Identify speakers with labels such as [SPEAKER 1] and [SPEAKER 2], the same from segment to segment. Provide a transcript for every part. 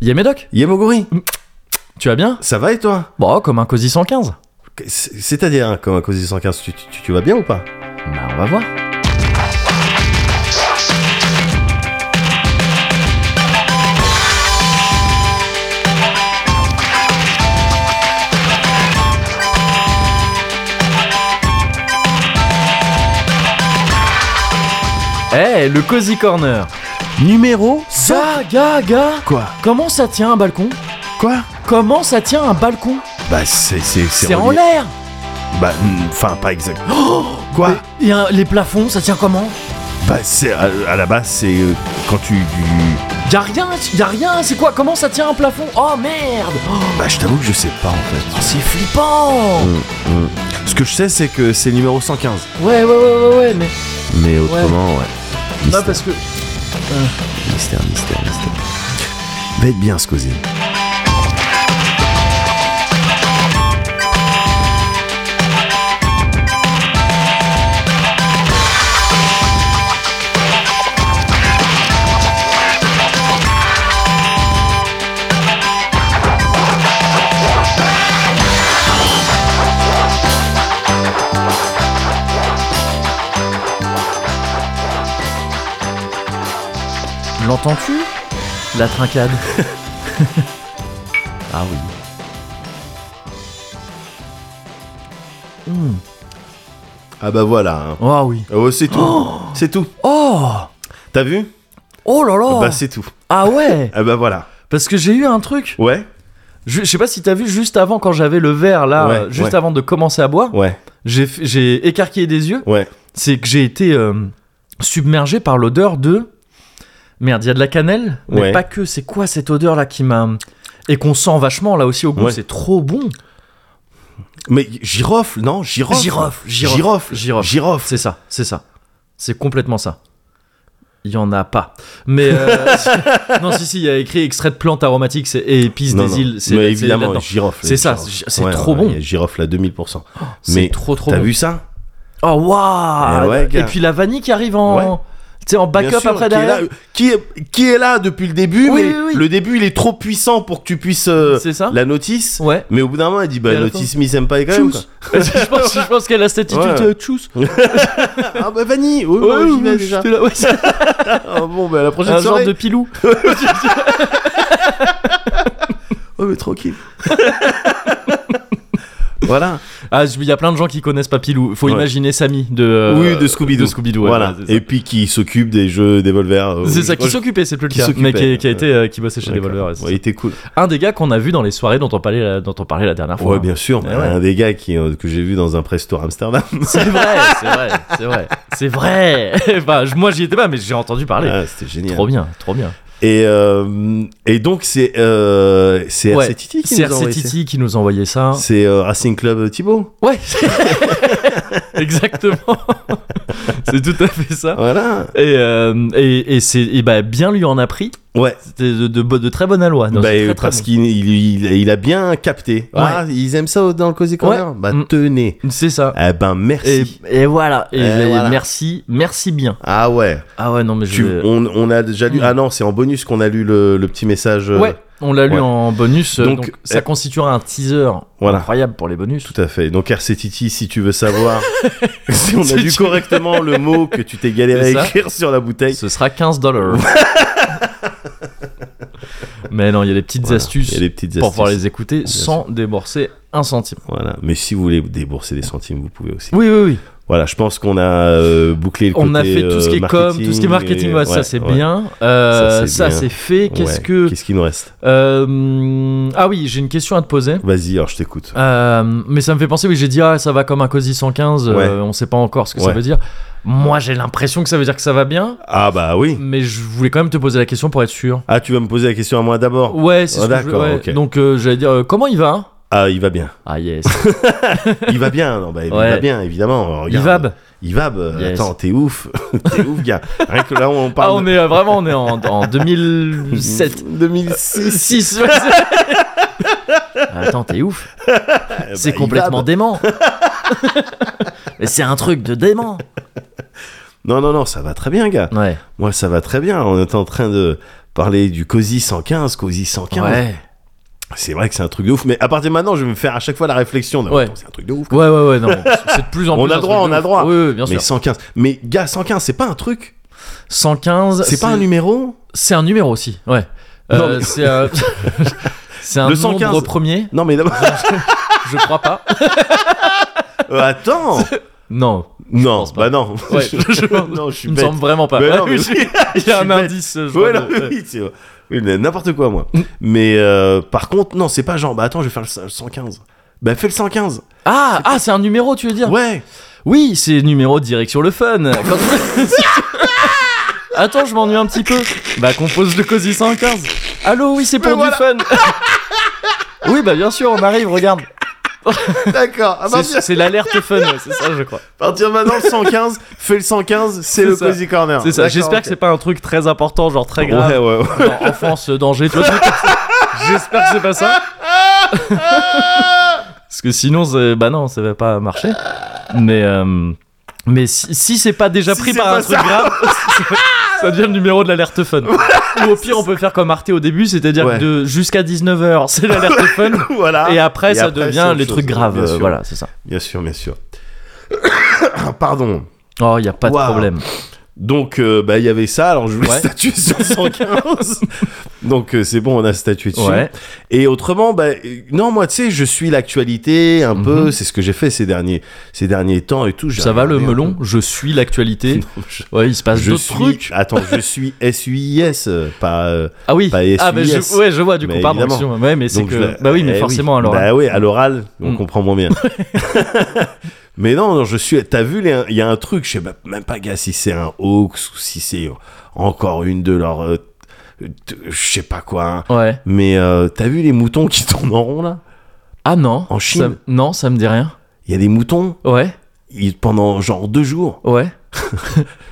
[SPEAKER 1] Yémédoc,
[SPEAKER 2] Yemoguri,
[SPEAKER 1] tu vas bien
[SPEAKER 2] ça va et toi
[SPEAKER 1] Bon, comme un COSI 115.
[SPEAKER 2] C'est- C'est-à-dire, hein, comme un cosy 115, tu, tu, tu vas bien ou pas
[SPEAKER 1] Bah, on va voir. Eh, le Cozy Corner
[SPEAKER 2] Numéro
[SPEAKER 1] Ga, ga, ga
[SPEAKER 2] Quoi
[SPEAKER 1] Comment ça tient un balcon
[SPEAKER 2] Quoi
[SPEAKER 1] Comment ça tient un balcon
[SPEAKER 2] Bah, c'est. C'est
[SPEAKER 1] C'est en
[SPEAKER 2] relié-
[SPEAKER 1] l'air
[SPEAKER 2] Bah, hmm, enfin, pas exact. Quoi
[SPEAKER 1] Et un- Les plafonds, ça tient comment
[SPEAKER 2] Bah, c'est. À, à la base, c'est euh, quand tu. du-
[SPEAKER 1] Y'a rien, y'a rien, c'est quoi Comment ça tient un plafond Oh merde Oh,
[SPEAKER 2] Bah, je t'avoue que je sais pas en fait.
[SPEAKER 1] C'est flippant
[SPEAKER 2] Hmm. Ce que je sais, c'est que c'est numéro 115.
[SPEAKER 1] Ouais, ouais, ouais, ouais, ouais, mais.
[SPEAKER 2] Mais autrement, ouais.
[SPEAKER 1] Non,
[SPEAKER 2] Mystère,
[SPEAKER 1] parce que.
[SPEAKER 2] mystère, mystère, mystère. Va être bien ce cosy.
[SPEAKER 1] L'entends-tu La trincade. ah oui.
[SPEAKER 2] Ah bah voilà. hein.
[SPEAKER 1] Ah oui.
[SPEAKER 2] Oh, c'est tout. c'est tout.
[SPEAKER 1] Oh
[SPEAKER 2] T'as vu
[SPEAKER 1] Oh là là
[SPEAKER 2] Bah, c'est tout.
[SPEAKER 1] Ah ouais
[SPEAKER 2] Ah bah voilà.
[SPEAKER 1] Parce que j'ai eu un truc.
[SPEAKER 2] Ouais
[SPEAKER 1] Je, je sais pas si t'as vu juste avant, quand j'avais le verre là,
[SPEAKER 2] Ouais,
[SPEAKER 1] euh, juste
[SPEAKER 2] ouais.
[SPEAKER 1] avant de commencer à boire,
[SPEAKER 2] Ouais.
[SPEAKER 1] j'ai fait- j'ai écarquillé des yeux.
[SPEAKER 2] Ouais.
[SPEAKER 1] C'est que j'ai été euh, submergé par l'odeur de. Merde, il y a de la cannelle, mais
[SPEAKER 2] Ouais.
[SPEAKER 1] pas que. C'est quoi cette odeur là qui m'a. Et qu'on sent vachement là aussi au goût,
[SPEAKER 2] Ouais.
[SPEAKER 1] c'est trop bon.
[SPEAKER 2] Mais girofle, non Girofle.
[SPEAKER 1] Girofle, girofle,
[SPEAKER 2] girofle.
[SPEAKER 1] girofle.
[SPEAKER 2] girofle.
[SPEAKER 1] C'est ça, c'est ça. C'est complètement ça. Il y en a pas. Mais euh, non, si si, il y a écrit extrait de plantes aromatiques c'est- et épices
[SPEAKER 2] Non,
[SPEAKER 1] des
[SPEAKER 2] non.
[SPEAKER 1] îles. C'est
[SPEAKER 2] Mais
[SPEAKER 1] c'est
[SPEAKER 2] évidemment,
[SPEAKER 1] là-dedans.
[SPEAKER 2] girofle.
[SPEAKER 1] C'est ça,
[SPEAKER 2] girofle.
[SPEAKER 1] c'est trop bon.
[SPEAKER 2] il y a Girofle à 2000%.
[SPEAKER 1] C'est
[SPEAKER 2] Mais
[SPEAKER 1] trop trop
[SPEAKER 2] T'as
[SPEAKER 1] bon.
[SPEAKER 2] vu ça
[SPEAKER 1] Oh waouh
[SPEAKER 2] Eh ouais,
[SPEAKER 1] Et
[SPEAKER 2] gars.
[SPEAKER 1] puis la vanille qui arrive en,
[SPEAKER 2] Ouais.
[SPEAKER 1] tu sais, en backup
[SPEAKER 2] Bien sûr,
[SPEAKER 1] après
[SPEAKER 2] qui est
[SPEAKER 1] derrière.
[SPEAKER 2] là- qui, est, qui est là depuis le début,
[SPEAKER 1] Oui,
[SPEAKER 2] mais
[SPEAKER 1] oui, oui.
[SPEAKER 2] le début il est trop puissant pour que tu puisses euh,
[SPEAKER 1] C'est ça
[SPEAKER 2] la notice.
[SPEAKER 1] Ouais.
[SPEAKER 2] Mais au bout d'un moment, elle dit
[SPEAKER 1] Et
[SPEAKER 2] Bah,
[SPEAKER 1] à la fin-
[SPEAKER 2] notice Miss Empire quand même.
[SPEAKER 1] Tchuss. je pense, je pense qu'elle a cette attitude
[SPEAKER 2] Ouais.
[SPEAKER 1] euh, tchuss.
[SPEAKER 2] quoi. ah, bah, Vanny Oui,
[SPEAKER 1] Ouais,
[SPEAKER 2] oui, j'y
[SPEAKER 1] ouais,
[SPEAKER 2] vais
[SPEAKER 1] ouais,
[SPEAKER 2] déjà.
[SPEAKER 1] j'étais là, ouais, c'est
[SPEAKER 2] Ah, bon, bah, à la prochaine
[SPEAKER 1] un genre
[SPEAKER 2] soirée.
[SPEAKER 1] de pilou.
[SPEAKER 2] Oh, mais tranquille. voilà.
[SPEAKER 1] Ah, je- il y a plein de gens qui connaissent pas Pilou. Faut
[SPEAKER 2] Ouais.
[SPEAKER 1] imaginer Samy de euh,
[SPEAKER 2] oui, de Scooby-Doo.
[SPEAKER 1] de Scooby-Doo, ouais,
[SPEAKER 2] voilà.
[SPEAKER 1] ouais, c'est ça.
[SPEAKER 2] Et puis qui s'occupe des jeux Devolver. euh,
[SPEAKER 1] C'est ça, qui
[SPEAKER 2] je-
[SPEAKER 1] s'occupait, c'est plus le
[SPEAKER 2] qui
[SPEAKER 1] cas. Mais
[SPEAKER 2] s'occupait,
[SPEAKER 1] qui, qui a
[SPEAKER 2] ouais.
[SPEAKER 1] été, euh, qui bossait chez Devolver. ouais, c'est
[SPEAKER 2] Ouais, il était cool.
[SPEAKER 1] ça. Un des gars qu'on a vu dans les soirées dont on parlait la, dont on parlait la dernière fois.
[SPEAKER 2] Ouais, bien sûr.
[SPEAKER 1] Ouais,
[SPEAKER 2] mais
[SPEAKER 1] ouais.
[SPEAKER 2] Un des gars qui, euh, que j'ai vu dans un presto à Amsterdam.
[SPEAKER 1] C'est vrai, c'est vrai, c'est vrai, c'est vrai. Enfin, je- moi j'y étais pas, mais j'ai entendu parler.
[SPEAKER 2] Ah, C'était génial.
[SPEAKER 1] trop bien, trop bien.
[SPEAKER 2] Et, euh, et donc, c'est euh, c'est
[SPEAKER 1] Ouais,
[SPEAKER 2] RC Titi qui
[SPEAKER 1] C'est
[SPEAKER 2] nous a
[SPEAKER 1] RC
[SPEAKER 2] envoyé ça.
[SPEAKER 1] Titi hein. qui nous envoyait ça.
[SPEAKER 2] C'est euh, Racing Club Thibaut.
[SPEAKER 1] Ouais, exactement. c'est tout à fait ça.
[SPEAKER 2] Voilà.
[SPEAKER 1] Et, euh, et, et c'est et bah, bien lui en a pris.
[SPEAKER 2] Ouais.
[SPEAKER 1] C'était de, de, bo- de très bonne aloi. Non,
[SPEAKER 2] Bah,
[SPEAKER 1] c'est très,
[SPEAKER 2] euh,
[SPEAKER 1] très
[SPEAKER 2] parce
[SPEAKER 1] bon.
[SPEAKER 2] qu'il il, il- il a bien capté. Ah, ils aiment ça dans le Cozy Corner. Bah,
[SPEAKER 1] Mm.
[SPEAKER 2] tenez.
[SPEAKER 1] C'est ça.
[SPEAKER 2] Eh ben,
[SPEAKER 1] Et,
[SPEAKER 2] merci.
[SPEAKER 1] et voilà. Et,
[SPEAKER 2] Et
[SPEAKER 1] et
[SPEAKER 2] voilà.
[SPEAKER 1] merci, merci bien.
[SPEAKER 2] Ah ouais.
[SPEAKER 1] Ah ouais, non mais je.
[SPEAKER 2] Tu-
[SPEAKER 1] vais-
[SPEAKER 2] on, on a déjà lu.
[SPEAKER 1] Mm.
[SPEAKER 2] Ah non, c'est en bonus qu'on a lu le, le petit message. euh,
[SPEAKER 1] Ouais, on l'a lu
[SPEAKER 2] ouais.
[SPEAKER 1] en bonus, euh, donc,
[SPEAKER 2] Donc,
[SPEAKER 1] ça
[SPEAKER 2] euh,
[SPEAKER 1] constituera un teaser
[SPEAKER 2] Voilà.
[SPEAKER 1] incroyable pour les bonus.
[SPEAKER 2] Tout à fait. Donc RC Titi, si tu veux savoir si on a
[SPEAKER 1] Si
[SPEAKER 2] lu
[SPEAKER 1] tu-
[SPEAKER 2] correctement le mot que tu t'es
[SPEAKER 1] C'est
[SPEAKER 2] galéré
[SPEAKER 1] ça.
[SPEAKER 2] à écrire sur la bouteille,
[SPEAKER 1] Ce sera 15 dollars. Mais non, il y a des petites
[SPEAKER 2] Voilà.
[SPEAKER 1] astuces
[SPEAKER 2] il y a des petites
[SPEAKER 1] pour
[SPEAKER 2] astuces.
[SPEAKER 1] pouvoir les écouter sans débourser un centime.
[SPEAKER 2] Voilà. Mais si vous voulez débourser des centimes, vous pouvez aussi.
[SPEAKER 1] Oui, oui, oui.
[SPEAKER 2] Voilà, je pense qu'on a euh, bouclé le
[SPEAKER 1] On
[SPEAKER 2] côté,
[SPEAKER 1] a fait tout ce qui
[SPEAKER 2] euh,
[SPEAKER 1] est com, tout ce qui est marketing,
[SPEAKER 2] marketing, et-
[SPEAKER 1] ouais, ça
[SPEAKER 2] ouais,
[SPEAKER 1] c'est
[SPEAKER 2] ouais.
[SPEAKER 1] bien. Euh,
[SPEAKER 2] Ça, c'est
[SPEAKER 1] ça
[SPEAKER 2] bien.
[SPEAKER 1] c'est fait. Qu'est-ce
[SPEAKER 2] Ouais.
[SPEAKER 1] que.
[SPEAKER 2] Qu'est-ce qu'il nous reste
[SPEAKER 1] Euh, Ah oui, j'ai une question à te poser.
[SPEAKER 2] Vas-y, alors je t'écoute.
[SPEAKER 1] Euh, mais ça me fait penser, oui, j'ai dit, ah, ça va comme un COSI 115, euh,
[SPEAKER 2] Ouais.
[SPEAKER 1] on sait pas encore ce que ça
[SPEAKER 2] Ouais.
[SPEAKER 1] veut dire. Moi, j'ai l'impression que ça veut dire que ça va bien,
[SPEAKER 2] Ah bah oui.
[SPEAKER 1] mais je voulais quand même te poser la question pour être sûr.
[SPEAKER 2] Ah, tu vas me poser la question à moi d'abord.
[SPEAKER 1] Ouais, c'est
[SPEAKER 2] Oh,
[SPEAKER 1] ce que je voulais-
[SPEAKER 2] d'accord,
[SPEAKER 1] ouais.
[SPEAKER 2] ok.
[SPEAKER 1] Donc, euh, j'allais dire, euh, comment il va
[SPEAKER 2] Ah, il va bien.
[SPEAKER 1] Ah, yes.
[SPEAKER 2] Il va bien. Non, bah, il
[SPEAKER 1] Ouais.
[SPEAKER 2] va bien, évidemment.
[SPEAKER 1] il
[SPEAKER 2] Regarde.
[SPEAKER 1] va
[SPEAKER 2] Il va. bah,
[SPEAKER 1] Yes.
[SPEAKER 2] Attends, t'es ouf. t'es ouf, gars. Rien que là, on parle.
[SPEAKER 1] Ah, on est euh, vraiment, on est en, en 2007. Euh,
[SPEAKER 2] 2006.
[SPEAKER 1] 6 Attends, t'es ouf. C'est
[SPEAKER 2] Bah,
[SPEAKER 1] complètement
[SPEAKER 2] Ivab.
[SPEAKER 1] dément. mais c'est un truc de dément.
[SPEAKER 2] Non, non, non, ça va très bien, gars.
[SPEAKER 1] Ouais.
[SPEAKER 2] Moi, ça va très bien. On est en train de parler du COSI 115, COSI 115.
[SPEAKER 1] Ouais.
[SPEAKER 2] C'est vrai que c'est un truc de ouf, mais à partir de maintenant, je vais me faire à chaque fois la réflexion. Non,
[SPEAKER 1] Ouais.
[SPEAKER 2] attends, C'est un truc de ouf.
[SPEAKER 1] Ouais, ouais, ouais, non. C'est de plus en
[SPEAKER 2] On
[SPEAKER 1] plus.
[SPEAKER 2] a
[SPEAKER 1] un
[SPEAKER 2] droit,
[SPEAKER 1] truc de
[SPEAKER 2] on a
[SPEAKER 1] ouf.
[SPEAKER 2] droit.
[SPEAKER 1] Oui, oui, bien
[SPEAKER 2] mais
[SPEAKER 1] sûr.
[SPEAKER 2] 115. Mais gars, 115, c'est pas un truc.
[SPEAKER 1] 115.
[SPEAKER 2] C'est pas un numéro.
[SPEAKER 1] C'est un numéro aussi, ouais. Euh,
[SPEAKER 2] Non, mais-
[SPEAKER 1] C'est un. C'est un
[SPEAKER 2] Le 115.
[SPEAKER 1] nombre premier,
[SPEAKER 2] Non, mais d'abord.
[SPEAKER 1] je crois pas.
[SPEAKER 2] Euh, attends.
[SPEAKER 1] Non,
[SPEAKER 2] non,
[SPEAKER 1] pense pas.
[SPEAKER 2] bah non.
[SPEAKER 1] ouais, je,
[SPEAKER 2] non, je suis
[SPEAKER 1] il me
[SPEAKER 2] bête.
[SPEAKER 1] semble vraiment pas.
[SPEAKER 2] Mais
[SPEAKER 1] Ouais,
[SPEAKER 2] non, mais
[SPEAKER 1] oui,
[SPEAKER 2] oui,
[SPEAKER 1] il y
[SPEAKER 2] je
[SPEAKER 1] a
[SPEAKER 2] suis
[SPEAKER 1] un
[SPEAKER 2] bête.
[SPEAKER 1] indice. je
[SPEAKER 2] Ouais,
[SPEAKER 1] vois
[SPEAKER 2] non,
[SPEAKER 1] de- ouais.
[SPEAKER 2] oui, c'est vrai. Oui, mais n'importe quoi, moi. mais euh, par contre, non, c'est pas genre, bah attends, je vais faire le c- le 115. Bah fais le 115.
[SPEAKER 1] Ah, ah, c'est un numéro, tu veux dire
[SPEAKER 2] Ouais.
[SPEAKER 1] Oui, c'est numéro de direction le fun. Quand- Attends, je m'ennuie un petit peu. Bah, compose le COSI 115. Allô, oui, c'est pour
[SPEAKER 2] Mais
[SPEAKER 1] du fun. oui, bah, bien sûr, on arrive, regarde.
[SPEAKER 2] D'accord. À
[SPEAKER 1] C'est c'est l'alerte fun, ouais, c'est ça, je crois.
[SPEAKER 2] partir de maintenant, le 115, fais le 115, c'est le
[SPEAKER 1] ça.
[SPEAKER 2] Cozy Corner.
[SPEAKER 1] C'est ça,
[SPEAKER 2] Ah, D'accord,
[SPEAKER 1] j'espère que c'est
[SPEAKER 2] ok.
[SPEAKER 1] pas un truc très important, genre très grave.
[SPEAKER 2] Ouais, ouais, ouais.
[SPEAKER 1] Genre, enfance, euh, danger, tu vois, des trucs comme ça. J'espère que c'est pas ça. Parce que sinon, c'est- bah non, ça va pas marcher. Mais, euh, mais si, si c'est pas déjà
[SPEAKER 2] Si
[SPEAKER 1] pris
[SPEAKER 2] c'est
[SPEAKER 1] par
[SPEAKER 2] pas
[SPEAKER 1] un truc
[SPEAKER 2] ça.
[SPEAKER 1] grave, ça devient le numéro de l'alerte fun. Ou au pire, on peut faire comme Arte au début, c'est-à-dire
[SPEAKER 2] Ouais.
[SPEAKER 1] que de jusqu'à 19h, c'est l'alerte fun.
[SPEAKER 2] voilà.
[SPEAKER 1] Et après,
[SPEAKER 2] Et
[SPEAKER 1] ça
[SPEAKER 2] après, c'est
[SPEAKER 1] devient
[SPEAKER 2] autre
[SPEAKER 1] les
[SPEAKER 2] chose,
[SPEAKER 1] trucs graves.
[SPEAKER 2] bien
[SPEAKER 1] euh,
[SPEAKER 2] sûr.
[SPEAKER 1] voilà, c'est ça.
[SPEAKER 2] Bien sûr, bien sûr. Pardon.
[SPEAKER 1] Oh, il y a pas de
[SPEAKER 2] Waouh.
[SPEAKER 1] problème.
[SPEAKER 2] Donc, euh, bah, il y avait ça. Alors, je voulais
[SPEAKER 1] Ouais.
[SPEAKER 2] statuer sur 115. Donc, euh, c'est bon, on a statué dessus.
[SPEAKER 1] Ouais.
[SPEAKER 2] Et autrement, bah, euh, non, moi, tu sais, je suis l'actualité un peu. C'est ce que j'ai fait ces derniers, ces derniers temps et tout. J'ai
[SPEAKER 1] Mhm. Ça va le
[SPEAKER 2] regardé un
[SPEAKER 1] melon Je suis l'actualité.
[SPEAKER 2] peu. Je,
[SPEAKER 1] Ouais, il se passe
[SPEAKER 2] je
[SPEAKER 1] d'autres
[SPEAKER 2] suis.
[SPEAKER 1] trucs.
[SPEAKER 2] Attends, je suis SUIS, euh, pas. euh,
[SPEAKER 1] Ah oui.
[SPEAKER 2] pas
[SPEAKER 1] ah bah, je,
[SPEAKER 2] SUIS.
[SPEAKER 1] ouais, je vois du
[SPEAKER 2] Mais
[SPEAKER 1] coup. Pardon.
[SPEAKER 2] évidemment.
[SPEAKER 1] excuse-moi. Ouais, mais c'est
[SPEAKER 2] Donc,
[SPEAKER 1] que.
[SPEAKER 2] je la-
[SPEAKER 1] Bah oui, mais
[SPEAKER 2] eh
[SPEAKER 1] forcément alors.
[SPEAKER 2] Bah oui, à l'oral, on
[SPEAKER 1] Mm.
[SPEAKER 2] comprend moins bien. mais non, non, je suis. T'as vu, les- il y a un truc, je sais pas- même pas, gars, si c'est un hoax ou si c'est encore une de leurs. euh, t- je sais pas quoi. hein.
[SPEAKER 1] Ouais.
[SPEAKER 2] Mais euh, t'as vu les moutons qui tournent en rond là
[SPEAKER 1] Ah non.
[SPEAKER 2] En Chine.
[SPEAKER 1] ça me- non, ça me dit rien.
[SPEAKER 2] Il y a des moutons
[SPEAKER 1] Ouais.
[SPEAKER 2] ils- pendant genre deux jours.
[SPEAKER 1] Ouais.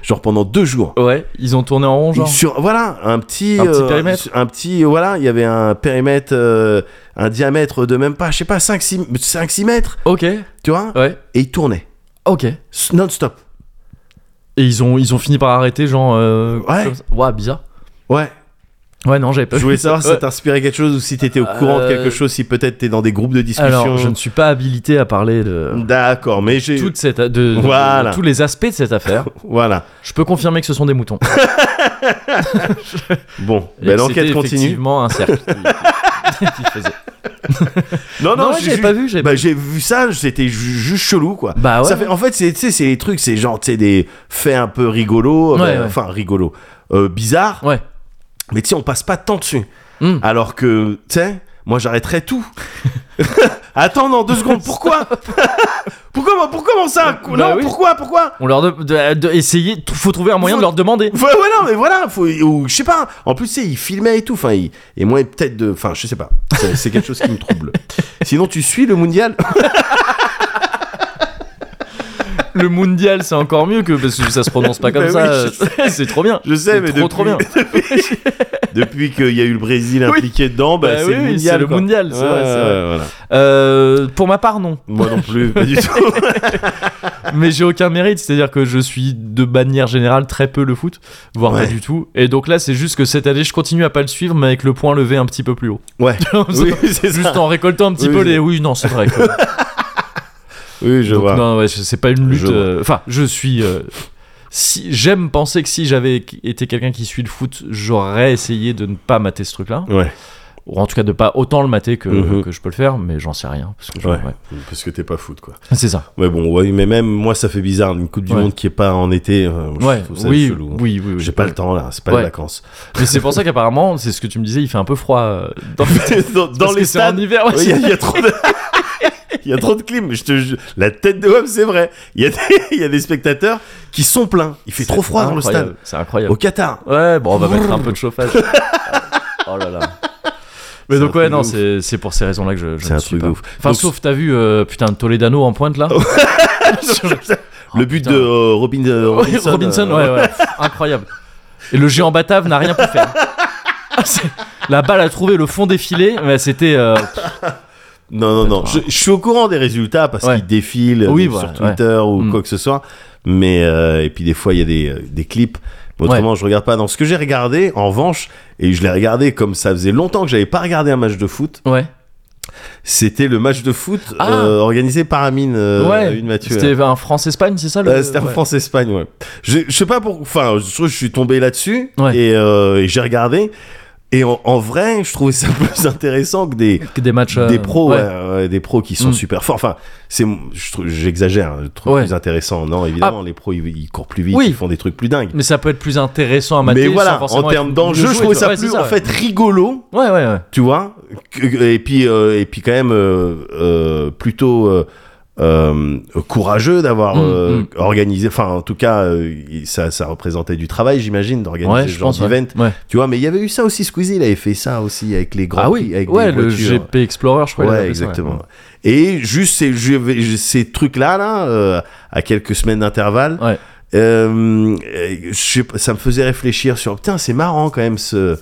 [SPEAKER 2] Genre pendant deux jours.
[SPEAKER 1] Ouais. Ils ont tourné en rond, genre.
[SPEAKER 2] Ils Sur, voilà, un petit, euh,
[SPEAKER 1] Un petit périmètre.
[SPEAKER 2] Un petit, voilà, il y avait un périmètre, euh, un diamètre de même pas, je sais pas, 5-6 mètres,
[SPEAKER 1] Ok.
[SPEAKER 2] tu vois,
[SPEAKER 1] Ouais.
[SPEAKER 2] et ils tournaient.
[SPEAKER 1] Ok. Et
[SPEAKER 2] S- Non-stop.
[SPEAKER 1] ils ont, ils ont fini par arrêter, genre. euh,
[SPEAKER 2] Ouais.
[SPEAKER 1] comme ça. Ouah, bizarre.
[SPEAKER 2] Ouais,
[SPEAKER 1] Ouais, non, j'avais pas
[SPEAKER 2] je voulais savoir si ça
[SPEAKER 1] Ouais.
[SPEAKER 2] t'inspirait quelque chose ou si t'étais au courant de quelque
[SPEAKER 1] Euh,
[SPEAKER 2] chose, si peut-être t'es dans des groupes de discussion.
[SPEAKER 1] Alors, je ne suis pas habilité à parler de.
[SPEAKER 2] D'accord, mais j'ai.
[SPEAKER 1] Toute cette, a- de, de-
[SPEAKER 2] Voilà.
[SPEAKER 1] de tous les aspects de cette affaire,
[SPEAKER 2] Voilà.
[SPEAKER 1] je peux confirmer que ce sont des moutons.
[SPEAKER 2] Bon,
[SPEAKER 1] Et
[SPEAKER 2] ben,
[SPEAKER 1] que
[SPEAKER 2] l'enquête
[SPEAKER 1] c'était
[SPEAKER 2] continue.
[SPEAKER 1] Effectivement, un cercle. qui- qui faisait.
[SPEAKER 2] Non,
[SPEAKER 1] Oh Non,
[SPEAKER 2] non,
[SPEAKER 1] ouais,
[SPEAKER 2] j'ai
[SPEAKER 1] j'avais
[SPEAKER 2] ju-
[SPEAKER 1] pas vu. j'avais
[SPEAKER 2] Bah, j'ai vu ça, c'était ju- juste chelou, quoi.
[SPEAKER 1] pas- Bah ouais.
[SPEAKER 2] Ça fait, en fait, c'est, tu sais, c'est les trucs, c'est genre, tu sais, des faits un peu rigolos,
[SPEAKER 1] Ouais,
[SPEAKER 2] euh,
[SPEAKER 1] ouais.
[SPEAKER 2] enfin rigolos, euh, bizarres,
[SPEAKER 1] Ouais.
[SPEAKER 2] mais tu sais, on passe pas de temps dessus.
[SPEAKER 1] Hmm.
[SPEAKER 2] Alors que, tu sais, moi j'arrêterais tout. Attends, non, deux secondes, pourquoi Pourquoi, moi, pourquoi, comment ça
[SPEAKER 1] Bah
[SPEAKER 2] Non,
[SPEAKER 1] oui.
[SPEAKER 2] pourquoi, pourquoi
[SPEAKER 1] On leur de, de- de- essayer. t- Faut trouver un moyen
[SPEAKER 2] Faut-
[SPEAKER 1] de leur demander.
[SPEAKER 2] Ouais, ouais, non, mais voilà, faut, ou, je sais pas. En plus, tu sais, il filmait et tout, enfin, il- et moi, peut-être de, enfin, je sais pas. C'est, c'est quelque chose qui me trouble. Sinon, tu suis le mondial
[SPEAKER 1] Le mondial, c'est encore mieux que parce que ça se prononce pas comme
[SPEAKER 2] Bah
[SPEAKER 1] ça.
[SPEAKER 2] oui, je
[SPEAKER 1] c'est trop bien.
[SPEAKER 2] Je sais,
[SPEAKER 1] C'est
[SPEAKER 2] mais
[SPEAKER 1] trop,
[SPEAKER 2] depuis,
[SPEAKER 1] trop bien.
[SPEAKER 2] depuis qu'il y a eu le Brésil
[SPEAKER 1] Oui.
[SPEAKER 2] impliqué dedans, bah,
[SPEAKER 1] Bah
[SPEAKER 2] c'est
[SPEAKER 1] oui,
[SPEAKER 2] le
[SPEAKER 1] oui,
[SPEAKER 2] mondial.
[SPEAKER 1] c'est le
[SPEAKER 2] quoi.
[SPEAKER 1] mondial, c'est vrai, c'est vrai.
[SPEAKER 2] voilà.
[SPEAKER 1] Euh, pour ma part, non.
[SPEAKER 2] Moi non plus, pas du tout.
[SPEAKER 1] Mais j'ai aucun mérite, c'est-à-dire que je suis de manière générale très peu le foot, voire
[SPEAKER 2] Ouais.
[SPEAKER 1] pas du tout. Et donc là, c'est juste que cette année, je continue à pas le suivre, mais avec le point levé un petit peu plus haut.
[SPEAKER 2] Ouais. Oui, c'est
[SPEAKER 1] Juste
[SPEAKER 2] ça.
[SPEAKER 1] en récoltant un petit
[SPEAKER 2] Oui,
[SPEAKER 1] peu
[SPEAKER 2] oui.
[SPEAKER 1] les. Oui, non, c'est vrai. que-
[SPEAKER 2] Oui, je
[SPEAKER 1] Donc
[SPEAKER 2] vois.
[SPEAKER 1] non, ouais, je- c'est pas une
[SPEAKER 2] Je
[SPEAKER 1] lutte.
[SPEAKER 2] vois.
[SPEAKER 1] euh, Enfin, je suis. euh, si, J'aime penser que si j'avais été quelqu'un qui suit le foot, j'aurais essayé de ne pas mater ce truc-là.
[SPEAKER 2] Ouais,
[SPEAKER 1] Ou en tout cas de pas autant le mater que,
[SPEAKER 2] Mhm.
[SPEAKER 1] que je peux le faire, mais j'en sais rien. Parce que je-
[SPEAKER 2] Ouais.
[SPEAKER 1] ouais.
[SPEAKER 2] parce que t'es pas foot, quoi.
[SPEAKER 1] C'est ça.
[SPEAKER 2] Ouais, bon, ouais, mais même moi, ça fait bizarre. Une Coupe du
[SPEAKER 1] Ouais.
[SPEAKER 2] Monde qui est pas en été, euh, je
[SPEAKER 1] Ouais,
[SPEAKER 2] trouve ça
[SPEAKER 1] oui,
[SPEAKER 2] chelou.
[SPEAKER 1] oui, oui, oui.
[SPEAKER 2] J'ai pas le temps, là. C'est pas
[SPEAKER 1] Ouais.
[SPEAKER 2] les vacances.
[SPEAKER 1] Mais c'est pour ça qu'apparemment, c'est ce que tu me disais, il fait un peu froid euh, dans,
[SPEAKER 2] dans dans
[SPEAKER 1] parce que
[SPEAKER 2] les
[SPEAKER 1] c'est
[SPEAKER 2] stades,
[SPEAKER 1] en hiver. ouais,
[SPEAKER 2] il y, a- y a trop de... Il y a trop de clim, je te jure. La tête de homme, c'est vrai. Il y, a des- il y a des spectateurs qui sont pleins. Il fait
[SPEAKER 1] c'est
[SPEAKER 2] trop froid dans le
[SPEAKER 1] incroyable,
[SPEAKER 2] stade.
[SPEAKER 1] C'est incroyable.
[SPEAKER 2] Au Qatar.
[SPEAKER 1] Ouais, bon, on va mettre un peu de chauffage. oh là là. Mais
[SPEAKER 2] C'est un
[SPEAKER 1] donc
[SPEAKER 2] truc
[SPEAKER 1] ouais
[SPEAKER 2] de
[SPEAKER 1] non
[SPEAKER 2] ouf.
[SPEAKER 1] c'est c'est pour ces raisons là que je, je
[SPEAKER 2] C'est
[SPEAKER 1] ne
[SPEAKER 2] un
[SPEAKER 1] suis
[SPEAKER 2] truc de
[SPEAKER 1] pas.
[SPEAKER 2] ouf.
[SPEAKER 1] Enfin
[SPEAKER 2] Donc-
[SPEAKER 1] sauf t'as vu euh, putain Toledano en pointe là.
[SPEAKER 2] Le but
[SPEAKER 1] Oh, putain.
[SPEAKER 2] de euh, Robin, euh,
[SPEAKER 1] Ouais,
[SPEAKER 2] Robinson.
[SPEAKER 1] Robinson,
[SPEAKER 2] euh,
[SPEAKER 1] ouais, ouais. Incroyable. Et le géant batave n'a rien pu faire. Ah, c'est- La balle a trouvé le fond des filets, mais c'était. euh,
[SPEAKER 2] Non, non, non. Je,
[SPEAKER 1] Attends.
[SPEAKER 2] je suis au courant des résultats parce
[SPEAKER 1] hein. Ouais.
[SPEAKER 2] qu'ils défilent euh,
[SPEAKER 1] Oui,
[SPEAKER 2] donc
[SPEAKER 1] voilà,
[SPEAKER 2] sur Twitter ou
[SPEAKER 1] Mm.
[SPEAKER 2] quoi que ce soit. Mais euh, et puis des fois il y a des, euh, des clips. Autrement, je regarde pas. Dans ce que j'ai regardé, en revanche, et je l'ai regardé comme ça faisait longtemps que j'avais pas regardé un match de foot,
[SPEAKER 1] Ouais.
[SPEAKER 2] c'était le match de foot
[SPEAKER 1] Ah.
[SPEAKER 2] euh, organisé par Amine, euh,
[SPEAKER 1] ouais.
[SPEAKER 2] une Mathieu.
[SPEAKER 1] C'était un France-Espagne, c'est ça le...
[SPEAKER 2] Euh, c'était en
[SPEAKER 1] ouais.
[SPEAKER 2] France-Espagne, ouais. Je, je sais pas pourquoi. Enfin, je, trouve que je suis tombé là-dessus
[SPEAKER 1] Ouais.
[SPEAKER 2] et, euh, et j'ai regardé. Et en, en vrai, je trouvais ça plus intéressant que des,
[SPEAKER 1] Que Des matchs. euh,
[SPEAKER 2] des pros,
[SPEAKER 1] ouais.
[SPEAKER 2] ouais, ouais, des pros qui sont
[SPEAKER 1] Mm.
[SPEAKER 2] super forts. Enfin, c'est, mon- je trouve- j'exagère, je trouve
[SPEAKER 1] Ouais. Ah.
[SPEAKER 2] plus intéressant. Non, évidemment, les pros, ils, ils courent plus vite,
[SPEAKER 1] Oui.
[SPEAKER 2] ils font des trucs plus dingues.
[SPEAKER 1] Mais ça peut être plus intéressant à
[SPEAKER 2] Mais,
[SPEAKER 1] mater. sans
[SPEAKER 2] voilà, en
[SPEAKER 1] forcément
[SPEAKER 2] termes
[SPEAKER 1] être-
[SPEAKER 2] d'enjeu,
[SPEAKER 1] de
[SPEAKER 2] je
[SPEAKER 1] jouer,
[SPEAKER 2] trouvais
[SPEAKER 1] tu
[SPEAKER 2] ça
[SPEAKER 1] vois. Ouais,
[SPEAKER 2] plus,
[SPEAKER 1] c'est
[SPEAKER 2] en fait, rigolo,
[SPEAKER 1] Ouais, ouais, ouais.
[SPEAKER 2] tu vois, que- et puis, euh, et puis quand même euh, euh, plutôt. euh, euh, courageux d'avoir
[SPEAKER 1] Mm,
[SPEAKER 2] euh,
[SPEAKER 1] mm.
[SPEAKER 2] organisé, enfin en tout cas euh, il- ça, ça représentait du travail j'imagine d'organiser
[SPEAKER 1] Ouais,
[SPEAKER 2] ce
[SPEAKER 1] je
[SPEAKER 2] genre
[SPEAKER 1] pense. ouais.
[SPEAKER 2] d'event,
[SPEAKER 1] Ouais.
[SPEAKER 2] tu vois mais il y avait eu ça aussi Squeezie il avait fait ça aussi avec les grands
[SPEAKER 1] Ah
[SPEAKER 2] prix,
[SPEAKER 1] oui,
[SPEAKER 2] avec
[SPEAKER 1] ouais,
[SPEAKER 2] des
[SPEAKER 1] le
[SPEAKER 2] voitures.
[SPEAKER 1] GP Explorer, je crois. il
[SPEAKER 2] Ouais,
[SPEAKER 1] appelle ça,
[SPEAKER 2] exactement. Et juste ces, je vais- je- ces trucs-là, là, euh, à quelques semaines d'intervalle,
[SPEAKER 1] Ouais.
[SPEAKER 2] euh, euh, je sais pas, ça me faisait réfléchir sur, putain, c'est marrant quand même ce...